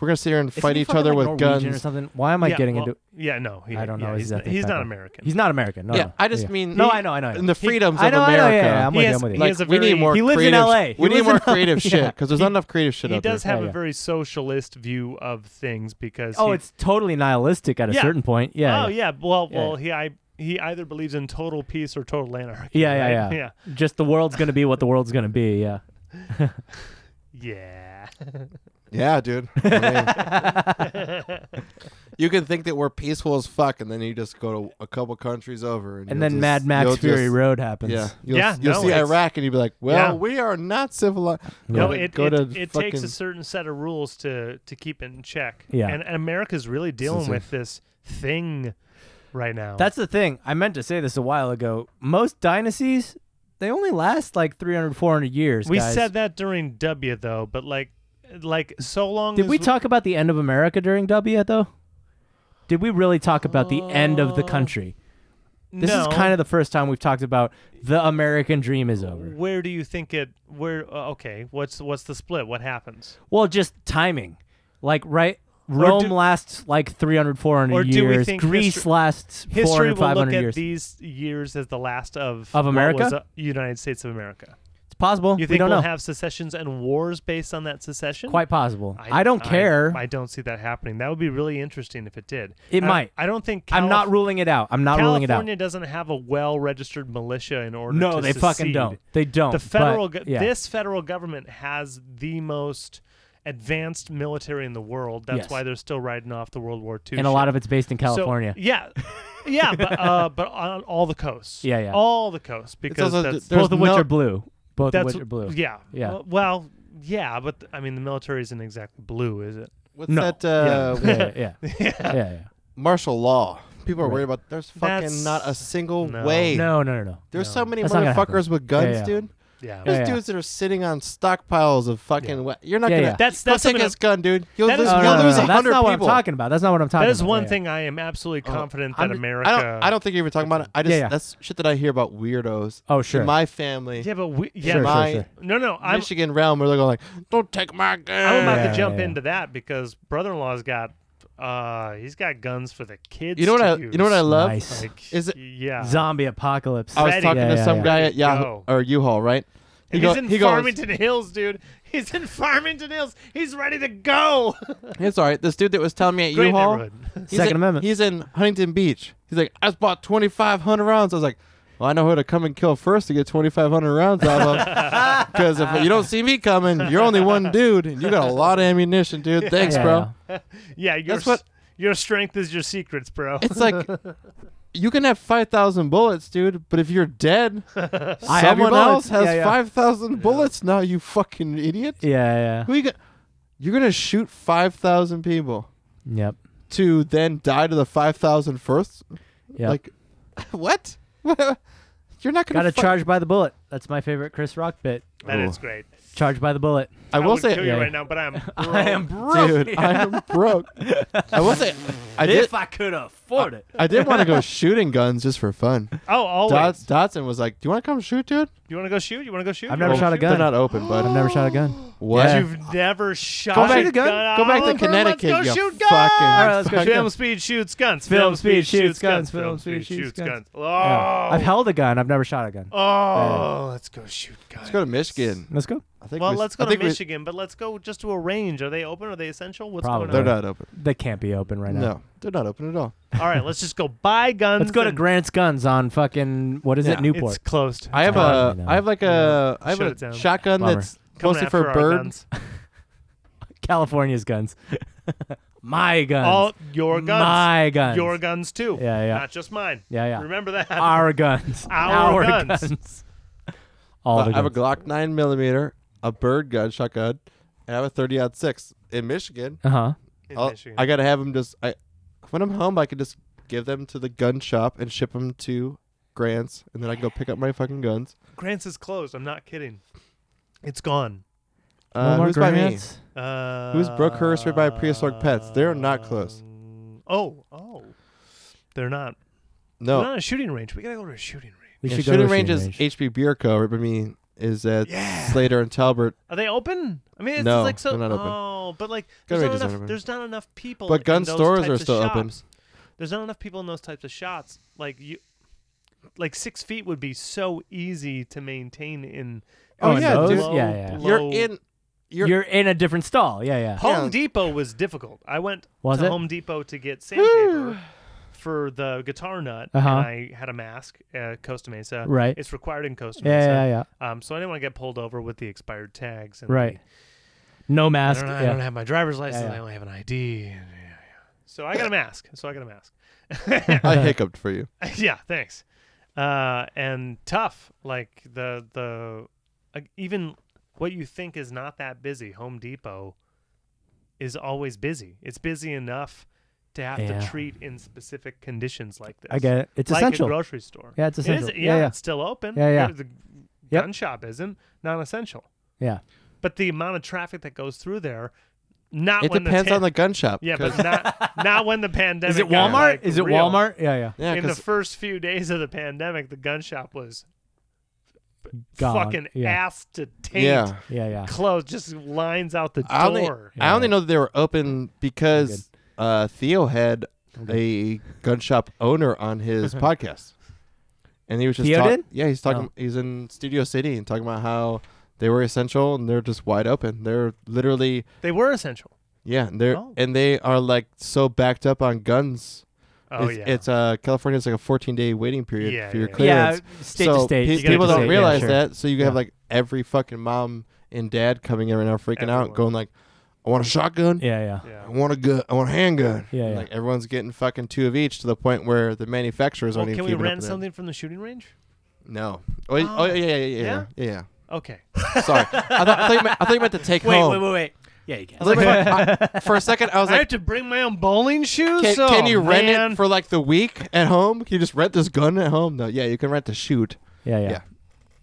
C: we're gonna sit here and
A: Isn't
C: fight
A: he
C: each
A: fucking,
C: other
A: like,
C: with
A: Norwegian or
C: guns.
A: something? Why am I
B: yeah,
A: getting
B: well,
A: into?
B: Yeah. No. He,
A: I don't know
B: yeah,
A: his
B: he's, not,
A: ethnic
B: he's not
A: background.
B: American.
A: He's not American. No,
C: yeah,
A: no.
C: I just
A: Yeah.
C: mean
A: No,
C: he-
A: I know, I know. I know.
C: in the
A: He-
C: freedoms
A: I
C: of
A: know, I
C: America.
A: know, yeah, yeah, I'm
B: He
A: with you.
B: has-
A: I'm with you.
B: he
C: like
B: has a
C: we need
B: very-
C: more.
A: He lives in
C: creative
A: LA.
C: sh-
A: He
C: We need
A: lives
C: more
A: in LA.
C: creative shit
A: Yeah.
C: because there's not enough creative shit
B: he
C: out there.
B: does have
A: Yeah,
B: a
A: yeah.
B: very socialist view of things because
A: Oh,
B: he-
A: it's totally nihilistic at a
B: Yeah.
A: certain point. Yeah.
B: oh
A: yeah.
B: yeah. Well,
A: Yeah.
B: well, he I he either believes in total peace or total anarchy.
A: Yeah, yeah,
B: right?
A: yeah. Just the world's gonna be what the world's gonna be. Yeah.
B: yeah, yeah.
C: Yeah, dude. I mean, you can think that we're peaceful as fuck, and then you just go to a couple countries over, and,
A: And
C: you'll
A: then
C: just-
A: Mad
C: you'll
A: Max Fury
C: just-
A: Road happens.
C: Yeah, you'll,
B: Yeah,
C: you'll
B: no,
C: see
B: it's-
C: Iraq, and you'll be like,
B: Yeah.
C: "Well, we are not civilized."
B: No,
C: Go to-
B: it,
C: go
B: it,
C: to
B: it takes
C: fucking-
B: a certain set of rules to to keep in check.
A: Yeah.
B: and, and America's really dealing
C: is
B: with this thing right now.
A: That's the thing. I meant to say this a while ago. Most dynasties, they only last like 300, 400 years.
B: we
A: guys.
B: said that during W though, but like like so long.
A: Did
B: as
A: we talk about the end of America during W though? Did we really talk about the end of the country? This is
B: Uh, No.
A: kind of the first time we've talked about the American dream is over.
B: Where do you think it? Where? Uh, okay, what's what's the split? What happens?
A: Well, just timing. Like right Rome
B: do-
A: lasts like 300 400
B: Or
A: years.
B: do we think
A: Greece
B: history-
A: lasts 400
B: History will look
A: 500
B: at
A: years.
B: these years as the last of what
A: Of America?
B: was, uh, United States of America.
A: it's possible.
B: You
A: we
B: think
A: don't
B: will
A: know.
B: have secessions and wars based on that secession?
A: Quite possible. I, don't care.
B: I, don't see that happening. That would be really interesting if it did.
A: It
B: I-
A: might.
B: I don't think.
A: I'm not
B: Calif-
A: ruling it out. I'm not ruling it out.
B: California doesn't have a well-registered militia in order.
A: No,
B: to
A: they fucking
B: secede.
A: don't. They don't.
B: The federal,
A: but,
B: go-
A: yeah.
B: this federal government has the most advanced military in the world. That's
A: Yes.
B: why they're still riding off the World War II.
A: and a
B: shit.
A: lot of it's based in
B: So,
A: California.
B: yeah, yeah, but uh, but on all the coasts.
A: Yeah, yeah.
B: all the coasts because
C: also-
B: that's,
C: there's
A: Both of which
C: no-
A: are blue. Both of
B: that's
A: which are blue.
B: Yeah,
A: Yeah.
B: Well- Well, yeah, but th- I mean, the military isn't exactly blue, is it?
C: What's
A: No.
C: that? Uh,
A: yeah, yeah, yeah, yeah, yeah.
C: martial law. People are worried about. There's fucking
B: That's-
C: not a single
B: no.
C: way.
A: No, no, no, no.
C: There's
B: No.
C: so many
A: That's not gonna happen.
C: motherfuckers with guns,
A: yeah.
C: dude.
B: Yeah.
A: Yeah,
C: There's dudes that are sitting on stockpiles of fucking.
B: Yeah.
C: we- You're not
A: Yeah,
C: gonna.
A: yeah.
B: That's-
C: go
B: that's
C: take
B: something
C: his gun, dude. You'll
B: That
C: lose.
B: is-
A: Oh,
C: You'll
A: no, no,
C: lose
A: no, That's
C: hundred
A: not what I'm
C: people.
A: talking about. That's not what I'm talking about.
B: That is one
A: Yeah, yeah.
B: thing I am absolutely confident
C: Oh, I'm
B: that
C: just-
B: America.
C: I don't, I don't think you're even talking about it. I just
A: Yeah, yeah.
C: that's shit that I hear about weirdos.
A: Oh, sure.
C: In my family,
B: Yeah, but we. Yeah,
A: Sure,
B: but-
A: sure,
C: my
A: sure.
B: no, no. I'm,
C: Michigan realm, where they're going like, "Don't take my gun."
B: I'm about
A: Yeah,
B: to jump
A: yeah.
B: into that because brother-in-law's got. Uh, he's got guns for the kids.
C: you know what
B: to
C: I?
B: Use.
C: You know what I love?
A: Nice.
B: Like,
C: Is it-
B: Yeah.
A: Zombie apocalypse.
C: I was
B: Ready.
C: talking
A: Yeah,
C: to
A: yeah,
C: some
A: yeah.
C: guy at Yahoo
B: Go.
C: or U-Haul, right?
B: And
C: go-
B: he's in
C: he goes-
B: Farmington Hills, dude. He's in Farmington Hills. He's ready to go.
C: It's all right. This dude that was telling me at
B: Great
C: U-Haul,
B: neighborhood.
C: he's
A: Second
C: in-
A: Amendment.
C: He's in Huntington Beach. He's like, "I just bought 2,500 rounds." I was like. Well, I know who to come and kill first to get 2,500 rounds out of. Because if you don't see me coming, you're only one dude, and you got a lot of ammunition, dude. Thanks,
A: Yeah,
C: bro.
A: yeah.
B: Yeah, your
C: That's what-
B: s- your strength is your secrets, bro.
C: It's like you can have five thousand bullets, dude, but if you're dead,
A: I have your
C: someone
A: bullets.
C: else has
A: Yeah, yeah.
C: five thousand bullets now. You fucking idiot!
A: Yeah,
C: Who you go- you're gonna shoot five thousand people
A: yeah. Yep.
C: to then die to the five thousand first?
A: Yep.
C: Like what? you're not gonna
A: Got to
C: fu-
A: charge by the bullet. That's my favorite Chris Rock bit.
B: That
C: Ooh.
B: is great.
A: Charge by the bullet.
C: I will
B: would
C: say,
B: kill
A: yeah,
B: you
A: yeah.
B: right now, but I'm.
A: I am broke.
C: dude, I am broke. I will say, I did.
A: if I could afford it.
C: I did want to go shooting guns just for fun.
B: Oh, always.
C: Dots, Dotson was like, "Do you want to come shoot, dude?" Oh,
B: You want to go shoot? You want to go shoot? You
A: I've never
B: wanna
A: shot a
B: shoot?
A: gun.
C: They're not open, bud.
A: I've never shot a gun.
C: What?
A: Yeah.
B: You've never shot.
C: Go back
B: a
C: to
B: gun.
C: Go back to
B: Oliver,
C: Connecticut.
B: Let's go
C: you
B: shoot
C: fucking.
B: guns.
A: All right, let's go
C: fucking-
B: Film speed shoots guns.
A: Film
B: Film speed
A: speed shoots
B: shoots guns.
A: guns. Film speed shoots guns.
B: Oh,
A: Yeah. I've held a gun. I've never shot a gun.
B: Oh, let's go shoot guns.
C: Let's go to Michigan.
A: Let's go.
C: I think
B: Well,
C: we-
B: let's
C: I
B: go to
C: think we-
B: Michigan, but let's go just to a range. Are they open? Are they essential? What's
A: Probably.
C: they're
B: going on?
C: not open.
A: They can't be open right now.
C: No, they're not open at all.
B: All right, let's just go buy guns.
A: Let's go to
B: and-
A: Grant's Guns on fucking what is it,
C: Yeah.
A: Newport?
B: It's closed.
C: I have
A: Probably
C: a,
A: not.
C: I have like a, I have
B: Shut it down.
C: a shotgun
A: Bummer.
C: that's
B: Coming
C: mostly
B: after
C: for
B: our
C: birds.
B: guns.
A: California's guns. My guns.
B: All your guns.
A: My guns.
B: Your guns too.
A: Yeah, yeah.
B: Not just mine.
A: Yeah, yeah.
B: Remember that.
A: Our guns.
B: Our guns.
A: All
C: Uh,
A: the
C: I have a
A: guns.
C: Glock nine millimeter, a bird gun shotgun, and I have a thirty out six in Michigan.
A: Uh huh.
B: in
C: I'll-
B: Michigan.
C: I gotta have them just. I when I'm home, I can just give them to the gun shop and ship them to Grants, and then I can go pick up my fucking guns.
B: Grants is closed. I'm not kidding. It's gone.
C: Uh, who's by me?
A: grants?
B: Uh,
C: Who's Brookhurst right by Prehistoric Pets? They're not close.
B: um, Oh, oh. They're not.
C: No,
B: They're not a shooting range. We gotta go to a shooting range.
A: We
C: Yeah,
A: should go to
C: shooting
A: a
C: range
A: shooting
C: is HB Beer Co. Right by me is at
B: Yeah.
C: Slater and Talbert.
B: Are they open? I mean, it's
C: No,
B: like so.
C: they're not open.
B: Oh, but like,
C: Gun
B: there's not,
C: ranges aren't
B: enough,
C: open.
B: there's not enough people.
C: But
B: in
C: gun
B: those
C: stores
B: types
C: are
B: of
C: still open.
B: shops. There's not enough people in those types of shots. Like you, like six feet would be so easy to maintain in.
A: Oh,
B: in
C: yeah,
B: those
C: dude.
B: low-
A: Yeah, yeah.
B: low-
C: You're in. You're,
A: You're, in a different stall. Yeah, yeah.
B: Home
C: Yeah.
B: Depot was difficult. I went
A: Was
B: to
A: it?
B: Home Depot to get sandpaper for the guitar nut,
A: Uh-huh.
B: and I had a mask, uh, Costa Mesa.
A: Right.
B: It's required in Costa
A: Yeah,
B: Mesa.
A: yeah, yeah.
B: Um, so I didn't want to get pulled over with the expired tags. And
A: Right. No
B: I
A: mask.
B: don't, I
A: yeah.
B: don't have my driver's license.
A: yeah.
B: I only have an ID. Yeah, yeah. So I got a mask. So I got a mask.
C: I hiccuped for you.
B: yeah, thanks. Uh, and tough, like the the uh, even what you think is not that busy, Home Depot is always busy. It's busy enough to have
A: Yeah.
B: to treat in specific conditions like this.
A: I get it. It's
B: like a
A: essential.
B: grocery store.
A: yeah, it's
B: It is,
A: essential.
B: yeah,
A: yeah, yeah.
B: it's still open.
A: Yeah, yeah.
B: The
A: Yep.
B: gun shop isn't non-essential,
A: Yeah.
B: but the amount of traffic that goes through there, not
C: It
B: when
C: depends
B: the
C: on the gun shop.
B: yeah,
C: 'cause-
B: but not not when the pandemic.
A: Is it
B: got,
A: Walmart?
B: like,
A: is it
B: real
A: Walmart? Yeah, yeah.
C: yeah,
B: in the
C: 'cause
B: first few days of the pandemic, the gun shop was f-
A: Gone.
B: fucking
A: Yeah.
B: ass to taint,
C: yeah.
A: Yeah, yeah.
B: closed, just lines out the
C: I only,
B: door.
A: Yeah.
C: I only know that they were open because uh, Theo had a gun shop owner on his podcast, and he was just
A: Theo
C: talk-
A: did?
C: yeah, he's talking.
B: Oh.
C: He's in Studio City and talking about how they were essential and they're just wide open. They're literally
B: They were essential.
C: yeah, they're
B: Oh.
C: and they are like so backed up on guns.
B: Oh
C: it's,
B: yeah,
C: it's uh California's like a 14 day waiting period
B: Yeah,
C: for your
B: yeah, yeah.
C: clearance.
A: Yeah, state
C: so
A: to state.
C: pe-
A: state
B: gotta
C: people
A: to
C: don't
A: state, yeah,
C: realize
A: sure.
C: that. So you have
A: Yeah.
C: like every fucking mom and dad coming in right now freaking out,
B: Everyone.
C: going like, "I want a shotgun.
A: Yeah, yeah.
B: yeah.
C: I want a gun. I want a handgun."
A: Yeah,
C: And,
A: yeah.
C: Like everyone's getting fucking two of each to the point where the manufacturers
B: Well,
C: aren't
B: Oh, can
C: even
B: we
C: keeping up
B: rent
C: with it.
B: something from the shooting range?
C: No. Oh, y- oh,
B: Oh.
C: yeah, yeah, yeah, yeah,
B: Yeah?
C: yeah. yeah,
B: Okay.
C: yeah. Sorry, I, thought, I, thought you meant, I thought you meant to take home.
A: wait, wait. Yeah, you can.
C: I was like, I- for a second, I was
B: I have
C: like,
B: to bring my own bowling shoes.
C: can,
B: Oh,
C: can you rent
B: man.
C: it for like the week at home? Can you just rent this gun at home? No, yeah, you can rent to shoot.
A: Yeah, yeah,
C: Yeah.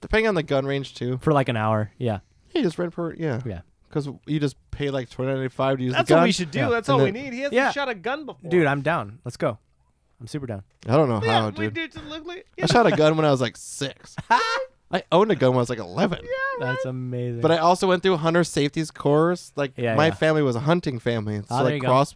C: Depending on the gun range too.
A: For like an hour. Yeah,
C: You just rent per yeah.
A: yeah.
C: Because you just pay like twenty ninety five to use
B: That's
C: the gun.
B: what we should do.
A: Yeah.
B: That's
C: And
B: all we
C: then-
B: need. He hasn't
A: Yeah.
B: shot a gun before.
A: Dude, I'm down. Let's go. I'm super down.
C: I don't know
B: yeah,
C: how,
B: we
C: Oh, dude.
B: do. To look like,
C: I shot a gun when I was like six. I owned a gun when I was like eleven.
A: That's amazing.
C: But I also went through hunter safety's course. Like
A: Yeah,
C: my
A: yeah.
C: family was a hunting family, and so
A: Ah, there you
C: like
A: go.
C: cross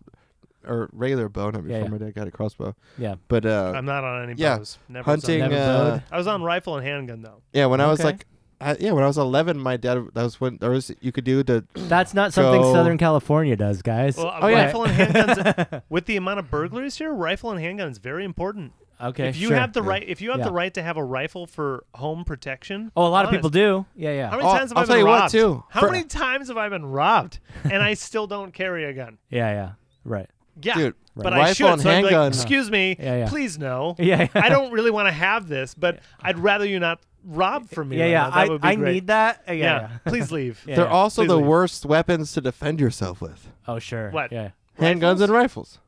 C: or regular bow. Not before
A: Yeah, yeah.
C: my dad got a crossbow.
A: yeah.
C: But uh,
B: I'm not on any
C: Yeah.
B: bows. Never was on
C: hunting.
A: Never
B: any-
C: uh,
A: bowed.
B: I was on rifle and handgun though.
C: yeah, when I was
A: Okay.
C: like, I, yeah, when I was eleven, my dad. That was when there was you could do the
A: That's not something
C: Go-
A: Southern California does, guys.
B: Well, uh,
C: Oh, yeah.
B: rifle and handguns. with the amount of burglaries here, rifle and handgun is very important.
A: okay.
B: if you
A: sure.
B: have the
C: Yeah.
B: right, if you have
A: Yeah.
B: the right to have a rifle for home protection.
A: Oh, a lot of
B: honest,
A: people do. Yeah, yeah.
B: How many
C: Oh,
B: times have
C: I'll
B: I been
C: tell you what,
B: robbed?
C: too.
B: How
C: For-
B: many times have I been robbed, and I still don't carry a gun?
A: yeah, yeah. Right.
B: Yeah,
C: Dude,
B: but
C: right.
B: I should.
C: Rifle and
B: so I'd be
C: handgun.
B: Like, Excuse me,
A: Yeah, yeah.
B: please no.
A: Yeah, yeah.
B: I don't really want to have this, but I'd rather you not rob from me.
A: yeah,
B: right
A: yeah.
B: now. That
A: I,
B: would be
A: I
B: great.
A: need that.
B: Yeah,
A: Uh, yeah. yeah.
B: please leave.
A: Yeah.
C: They're also
B: Please
C: the
B: leave.
C: worst weapons to defend yourself with.
A: Oh, sure.
B: What?
A: Yeah.
C: Handguns and rifles.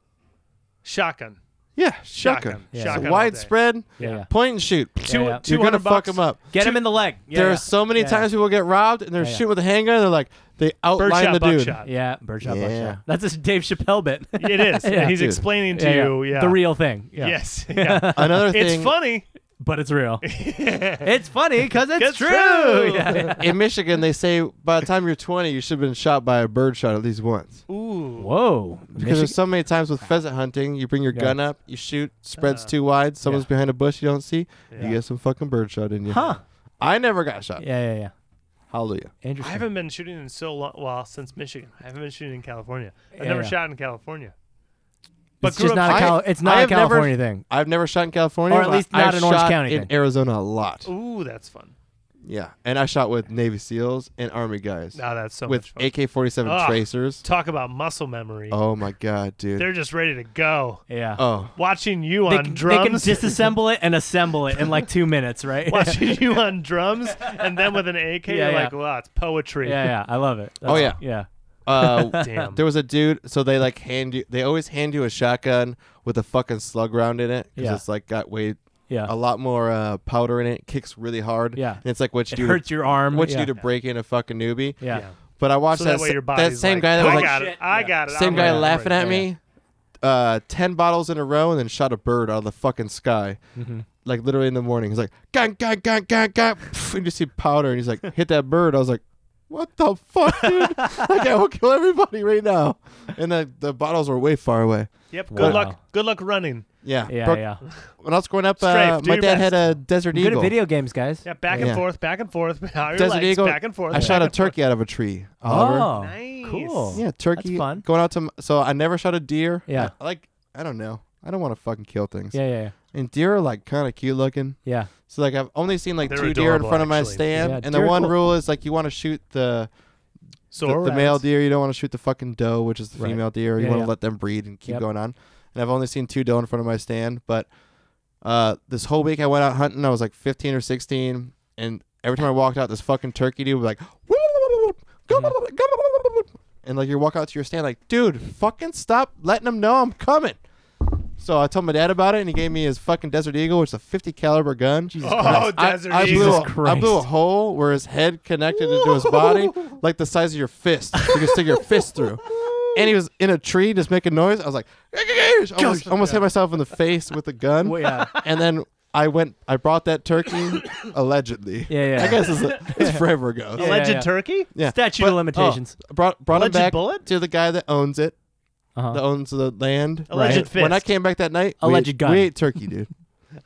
B: Shotgun.
C: Yeah, shotgun.
B: Shotgun.
A: Yeah.
C: It's
A: Shotgun
C: a
A: all
B: day.
C: widespread
A: Yeah, yeah.
C: point and shoot.
B: Two,
A: yeah.
C: You're
B: 200
C: gonna fuck
B: bucks.
C: them up.
A: Get him in the leg. Yeah,
C: there
A: yeah.
C: are so many
A: Yeah,
C: times people get robbed and they're
A: Yeah, yeah.
C: shooting with a handgun. They're like, they outline
B: Birdshot,
C: the dude.
B: buckshot.
A: Yeah, birdshot,
C: Yeah.
A: buckshot. That's a Dave Chappelle bit.
B: It is.
A: Yeah.
B: He's
C: Dude.
B: explaining to
A: Yeah, yeah.
B: you. Yeah.
A: The real thing. Yeah.
B: Yes. Yeah.
C: Another thing,
B: it's funny.
A: But it's real. it's funny because it's,
B: 'Cause
A: true.
B: true.
A: Yeah, yeah.
C: in Michigan, they say by the time you're 20, you should have been shot by a birdshot at least once.
B: Ooh.
A: Whoa.
C: Because
A: Michi-
C: there's so many times with pheasant hunting, you bring your
A: Yeah. Uh,
C: gun up, you shoot, spreads too wide, someone's behind a bush you don't see,
B: Yeah.
C: you get some fucking birdshot in you.
A: Huh.
C: I never got shot.
A: Yeah, yeah, yeah.
C: Hallelujah.
B: I
A: Interesting.
B: haven't been shooting in so long. Well, since Michigan, I haven't been shooting in California. I've
A: Yeah,
B: never
A: yeah.
B: shot in California. But
A: It's
B: grew
A: just
B: up-
A: not a
C: I-
A: Cal- it's
C: I
A: not a
C: have never-
A: California thing.
C: I've never shot in California,
A: Or at
C: but
A: least not
C: I've
A: in Orange
C: shot
A: County
C: In
A: then.
C: Arizona, a lot.
B: Ooh, that's fun.
C: Yeah, and I shot with Navy SEALs and Army guys
B: Oh, that's so
C: with
B: much fun. Ah,
C: AK-47
B: Ugh.
C: tracers.
B: Talk about muscle memory.
C: Oh my god, dude.
B: They're just ready to go.
A: Yeah.
C: oh,
B: Watching you
A: they,
B: on
A: can- they can
B: drums.
A: disassemble it and assemble it in like two minutes, right?
B: watching you on drums and then with an AK,
A: Yeah,
B: you're
A: yeah.
B: like, wow, it's poetry.
A: Yeah, yeah, I love it.
C: Oh,
A: That's-
C: yeah.
A: yeah.
C: uh,
B: Damn.
C: there was a dude. So they like hand you. They always hand you a shotgun with a fucking slug round in it because
A: Yeah.
C: it's like got way
A: Yeah,
C: a lot more uh, powder in it. Kicks really hard.
A: Yeah.
C: and it's like what you
A: it
C: do.
A: hurts your arm.
C: what
A: yeah.
C: you do to break in a fucking newbie.
A: Yeah.
B: Yeah.
C: But I watched
B: So
C: that
B: that way
C: sa-
B: your body's
C: same
B: like,
C: guy that
B: I
C: was like
B: got it. I
A: Yeah.
B: got it.
C: Same
B: I'm
C: guy
B: ready, I'm
C: laughing
B: ready."
C: at me. Uh, ten bottles in a row, and then shot a bird out of the fucking sky, like literally in the morning. He's like, "Gang, gang, gang, gang, gang," and you just see powder, and he's like, "Hit that bird." I was like, "What the fuck, dude? like, I will kill everybody right now." And the the bottles were way far away.
B: Yep. Good
A: Wow.
B: luck. Good luck running.
C: Yeah,
A: Yeah,
C: Broke-
A: yeah.
C: When I was growing up, uh,
B: Strafe, do
C: my
B: your
C: dad
B: best.
C: had a Desert
A: Good at
C: Eagle.
A: video games, guys.
B: Yeah. Back and
C: Yeah.
B: forth. Back and forth. Out your
C: Desert
B: legs,
C: Eagle.
B: Back and forth.
C: I
B: back
C: shot a
B: and forth.
C: turkey out of a tree. Oliver.
A: Oh,
B: Nice.
A: cool.
C: Yeah, turkey.
A: fun.
C: Going out to m- so I never shot a deer.
A: Yeah.
C: I like I don't know. I don't want to fucking kill things.
A: yeah, yeah, yeah.
C: And deer are like kind of cute looking.
A: yeah.
C: So like I've only seen like
B: They're
C: two deer in
B: adorable,
C: front of my
B: actually.
C: stand,
A: Yeah,
C: and the
A: deer are
C: one
A: cool.
C: rule is like you want to shoot the
B: So
C: the, the male
B: rats.
C: deer. You don't want to shoot the fucking doe, which is the
A: Right.
C: female deer. You
A: Yeah,
C: want to
A: yeah.
C: let them breed and keep
A: Yep.
C: going on. And I've only seen two doe in front of my stand, but uh, this whole week I went out hunting. I was like 15 or 16, and every time I walked out, this fucking turkey dude was like, and like you walk out to your stand, like, dude, fucking stop letting them know I'm coming. So I told my dad about it, and he gave me his fucking Desert Eagle, which is a 50 caliber gun.
A: Jesus
B: Oh,
A: Christ.
C: I,
B: Desert
C: I
B: Eagle.
C: blew a,
A: Jesus
C: I blew a
A: Christ.
C: hole where his head connected into his body, like the size of your fist. You could stick your fist through. And he was in a tree just making noise. I was like, almost, almost hit myself in the face with the gun.
A: Well, yeah.
C: And then I went, I brought that turkey, allegedly.
A: Yeah, yeah.
C: I guess it's, it's forever ago.
A: Yeah,
B: Alleged
A: yeah, yeah.
B: turkey?
C: Yeah.
A: Statute of limitations.
C: Oh, brought brought him
B: Alleged
C: back
B: bullet?
C: to the guy that owns it,
A: Uh-huh.
C: that owns the land.
B: Alleged
C: And When I
B: fist.
C: came back that night, we,
A: Alleged gun.
C: we ate turkey, dude.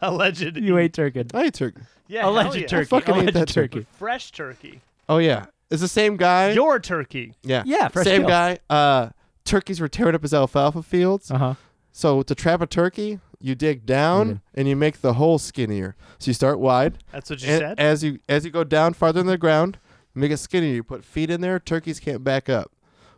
B: Alleged.
A: you ate turkey.
C: I ate turkey.
B: Yeah. hell
A: Alleged
B: yeah.
A: turkey.
C: fucking ate
A: Alleged
C: that turkey.
A: turkey.
B: Fresh turkey.
C: Oh, yeah. It's the same guy.
B: Your turkey.
C: Yeah.
A: Yeah, fresh
C: Same
A: kill.
C: guy. Uh, turkeys were tearing up his alfalfa fields.
A: Uh huh.
C: So to trap a turkey, you dig down
A: Mm.
C: and you make the hole skinnier. So you start wide.
B: That's what you
C: And
B: said?
C: as you as you go down farther in the ground, you make it skinnier. You put feet in there. Turkeys can't back up.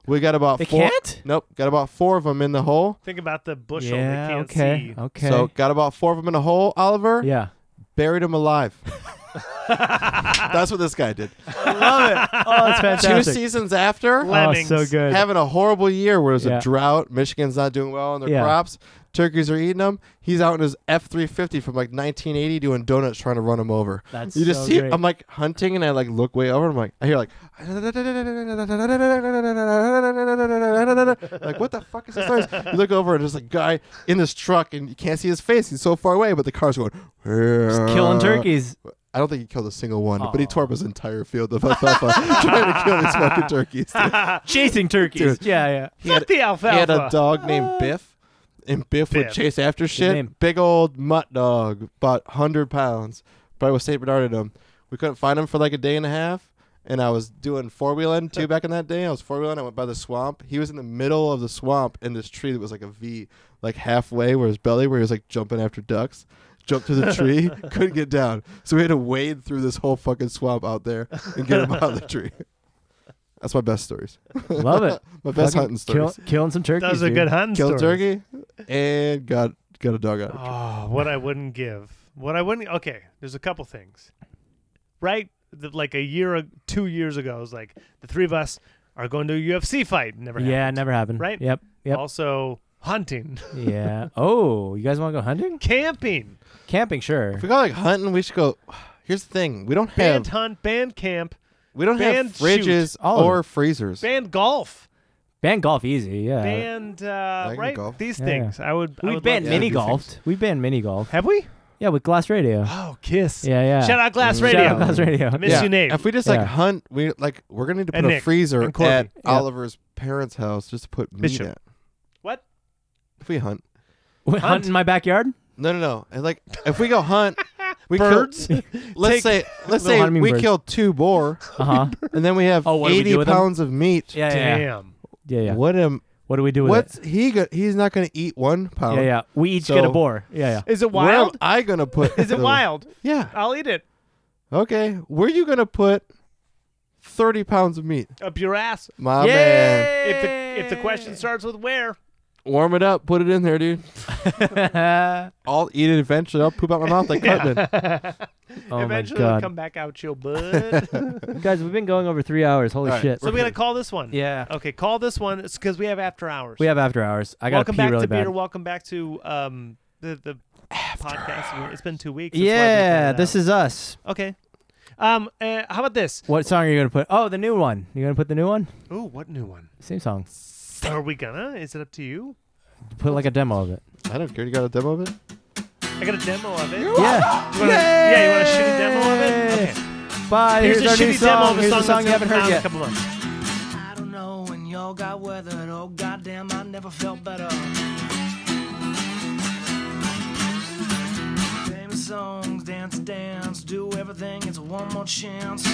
C: We got about
A: They
C: four.
A: can't?
C: Nope. Got about four of them in the hole.
B: Think about the bushel. They
A: Yeah.
B: can't
A: Okay.
B: see.
A: Okay.
C: So got about four of them in a hole. Oliver
A: yeah.
C: buried them alive. That's what this guy did.
A: Oh, that's
C: Two
A: fantastic.
C: seasons after,
A: Oh,
B: Lemmings.
A: so good.
C: having a horrible year where there's
A: Yeah.
C: a drought. Michigan's not doing well on their
A: Yeah.
C: crops. Turkeys are eating them. He's out in his F three fifty from like nineteen eighty doing donuts, trying to run them over.
A: That's
C: you just
A: so
C: see.
A: great.
C: I'm like hunting, and I like look way over. and I'm like, I hear like, like what the fuck is this noise? You look over, and there's a guy in this truck, and you can't see his face. He's so far away, but the car's going. Just
A: Killing turkeys.
C: I don't think he killed a single one, but he tore up his entire field of alfalfa trying to kill these fucking turkeys. dude.
A: Chasing turkeys. Yeah, yeah.
B: Fuck the alfalfa.
C: He had a dog named Biff, and Biff, would
B: Biff.
C: chase after
A: Uh, name.
C: shit. Big old mutt dog, about 100 pounds. But I was St. Bernard in him. We couldn't find him for like a day and a half, and I was doing four wheeling too back in that day. I was four wheeling. I went by the swamp. He was in the middle of the swamp in this tree that was like a V, like halfway where his belly, where he was like jumping after ducks. Jumped to the tree, couldn't get down. So we had to wade through this whole fucking swamp out there and get him out of the tree. That's my best stories.
A: Love it.
C: My best
A: Fucking
C: hunting
A: kill-
C: stories.
A: killing some turkeys.
B: That was a
A: dude.
B: good hunting
C: Killed
B: story.
C: turkey and got got a dog out. of it.
B: Oh, what I wouldn't give. What I wouldn't. Okay, there's a couple things. Right, th- like a year, ag- two years ago, it was like the three of us are going to a UFC fight. Never.
A: Yeah,
B: happened.
A: never happened.
B: Right?
A: Yep. Yep.
B: Also, hunting,
A: yeah. Oh, you guys want to go hunting?
B: camping,
A: Camping, sure.
C: If we go like hunting, we should go. Here's the thing: we don't have
B: band hunt, band camp,
C: we don't have
B: band
C: fridges
A: shoot. All of
C: or
A: it.
C: freezers.
B: band golf,
A: Band golf, easy. Yeah.
B: band. Uh,
C: can
B: right,
C: golf.
B: these
A: Yeah.
B: things. I would. I
A: We've
B: would love
A: been
C: to
A: mini
C: do
A: golfed. We've been mini
B: to-
A: golf.
B: Have we?
A: Yeah, with Glass Radio.
B: Oh, kiss.
A: Yeah, yeah.
B: Shout out Glass
C: Mm.
A: Shout
B: Radio.
A: out Glass Radio.
B: Miss you, Nate.
C: If we just
A: Yeah.
C: like hunt, we like we're gonna need to
B: And
C: put
B: Nick.
C: a freezer
B: And
C: at
B: Corby. Yeah.
C: Oliver's parents' house just to put meat
B: Bishop.
C: at.
B: What?
C: If we hunt,
A: Wait,
B: Hunt?
A: Hunt in my backyard?
C: no, no, no. And, like if we go hunt, we
B: Birds?
C: Kill, let's say let's
A: Little
C: say
A: hunting
C: we
A: birds.
C: kill two boar,
A: Uh huh.
C: and then we have
A: Oh, what do we
C: eighty
A: do with 'em?
C: pounds of meat.
A: Yeah, yeah, yeah.
B: Damn.
A: Yeah, yeah. What,
C: What am?
A: do we do with
C: What's
A: it?
C: he? Go, he's not gonna eat one pound.
A: Yeah, yeah. We each get a
C: So-
A: boar. Yeah, yeah.
B: Is it
C: Where am
B: wild?
C: I gonna put?
B: Is it
C: the-
B: wild?
C: Yeah.
B: I'll eat it.
C: Okay, where you gonna put thirty pounds of meat,
B: Up your ass.
C: my Oh, man?
A: Yay!
B: If the if the question starts with where,
C: Warm it up, put it in there, dude. I'll eat it eventually. I'll poop out my mouth like Cartman.
A: oh
B: eventually
A: my
B: it'll
A: god,
B: come back out your butt.
A: guys, we've been going over three hours. Holy
C: All right.
A: shit!
B: so we gotta call this one.
A: yeah,
B: Okay, call this one. It's because we have after hours.
A: we have after hours. I got to
B: welcome
A: pee
B: back
A: really
B: to
A: bad.
B: beer. Welcome back to um the the podcast. It's been two weeks. That's why we put
A: yeah,
B: it
A: this
B: out.
A: is us.
B: okay. Um, uh, how about this?
A: What song are you gonna put? Oh, the new one. You gonna put the new one?
B: Ooh, what new one?
A: Same song.
B: Are we gonna? Is it up to you?
A: Put like a demo of it.
C: I don't care. You got a demo of it?
B: I got a demo of it.
A: Yeah.
B: You wanna- yeah, you want a shitty demo of it? Okay.
A: Bye.
B: Here's,
A: Here's,
B: a
A: our new
B: shitty
A: song.
B: demo of a
A: Here's
B: song,
A: a
B: that's
A: song you haven't
B: gonna come
A: heard
B: out in a
A: yet.
B: couple months.
E: I don't know when y'all got weathered. Oh goddamn, I never felt better. Famous songs, dance, dance, do everything. It's one more chance.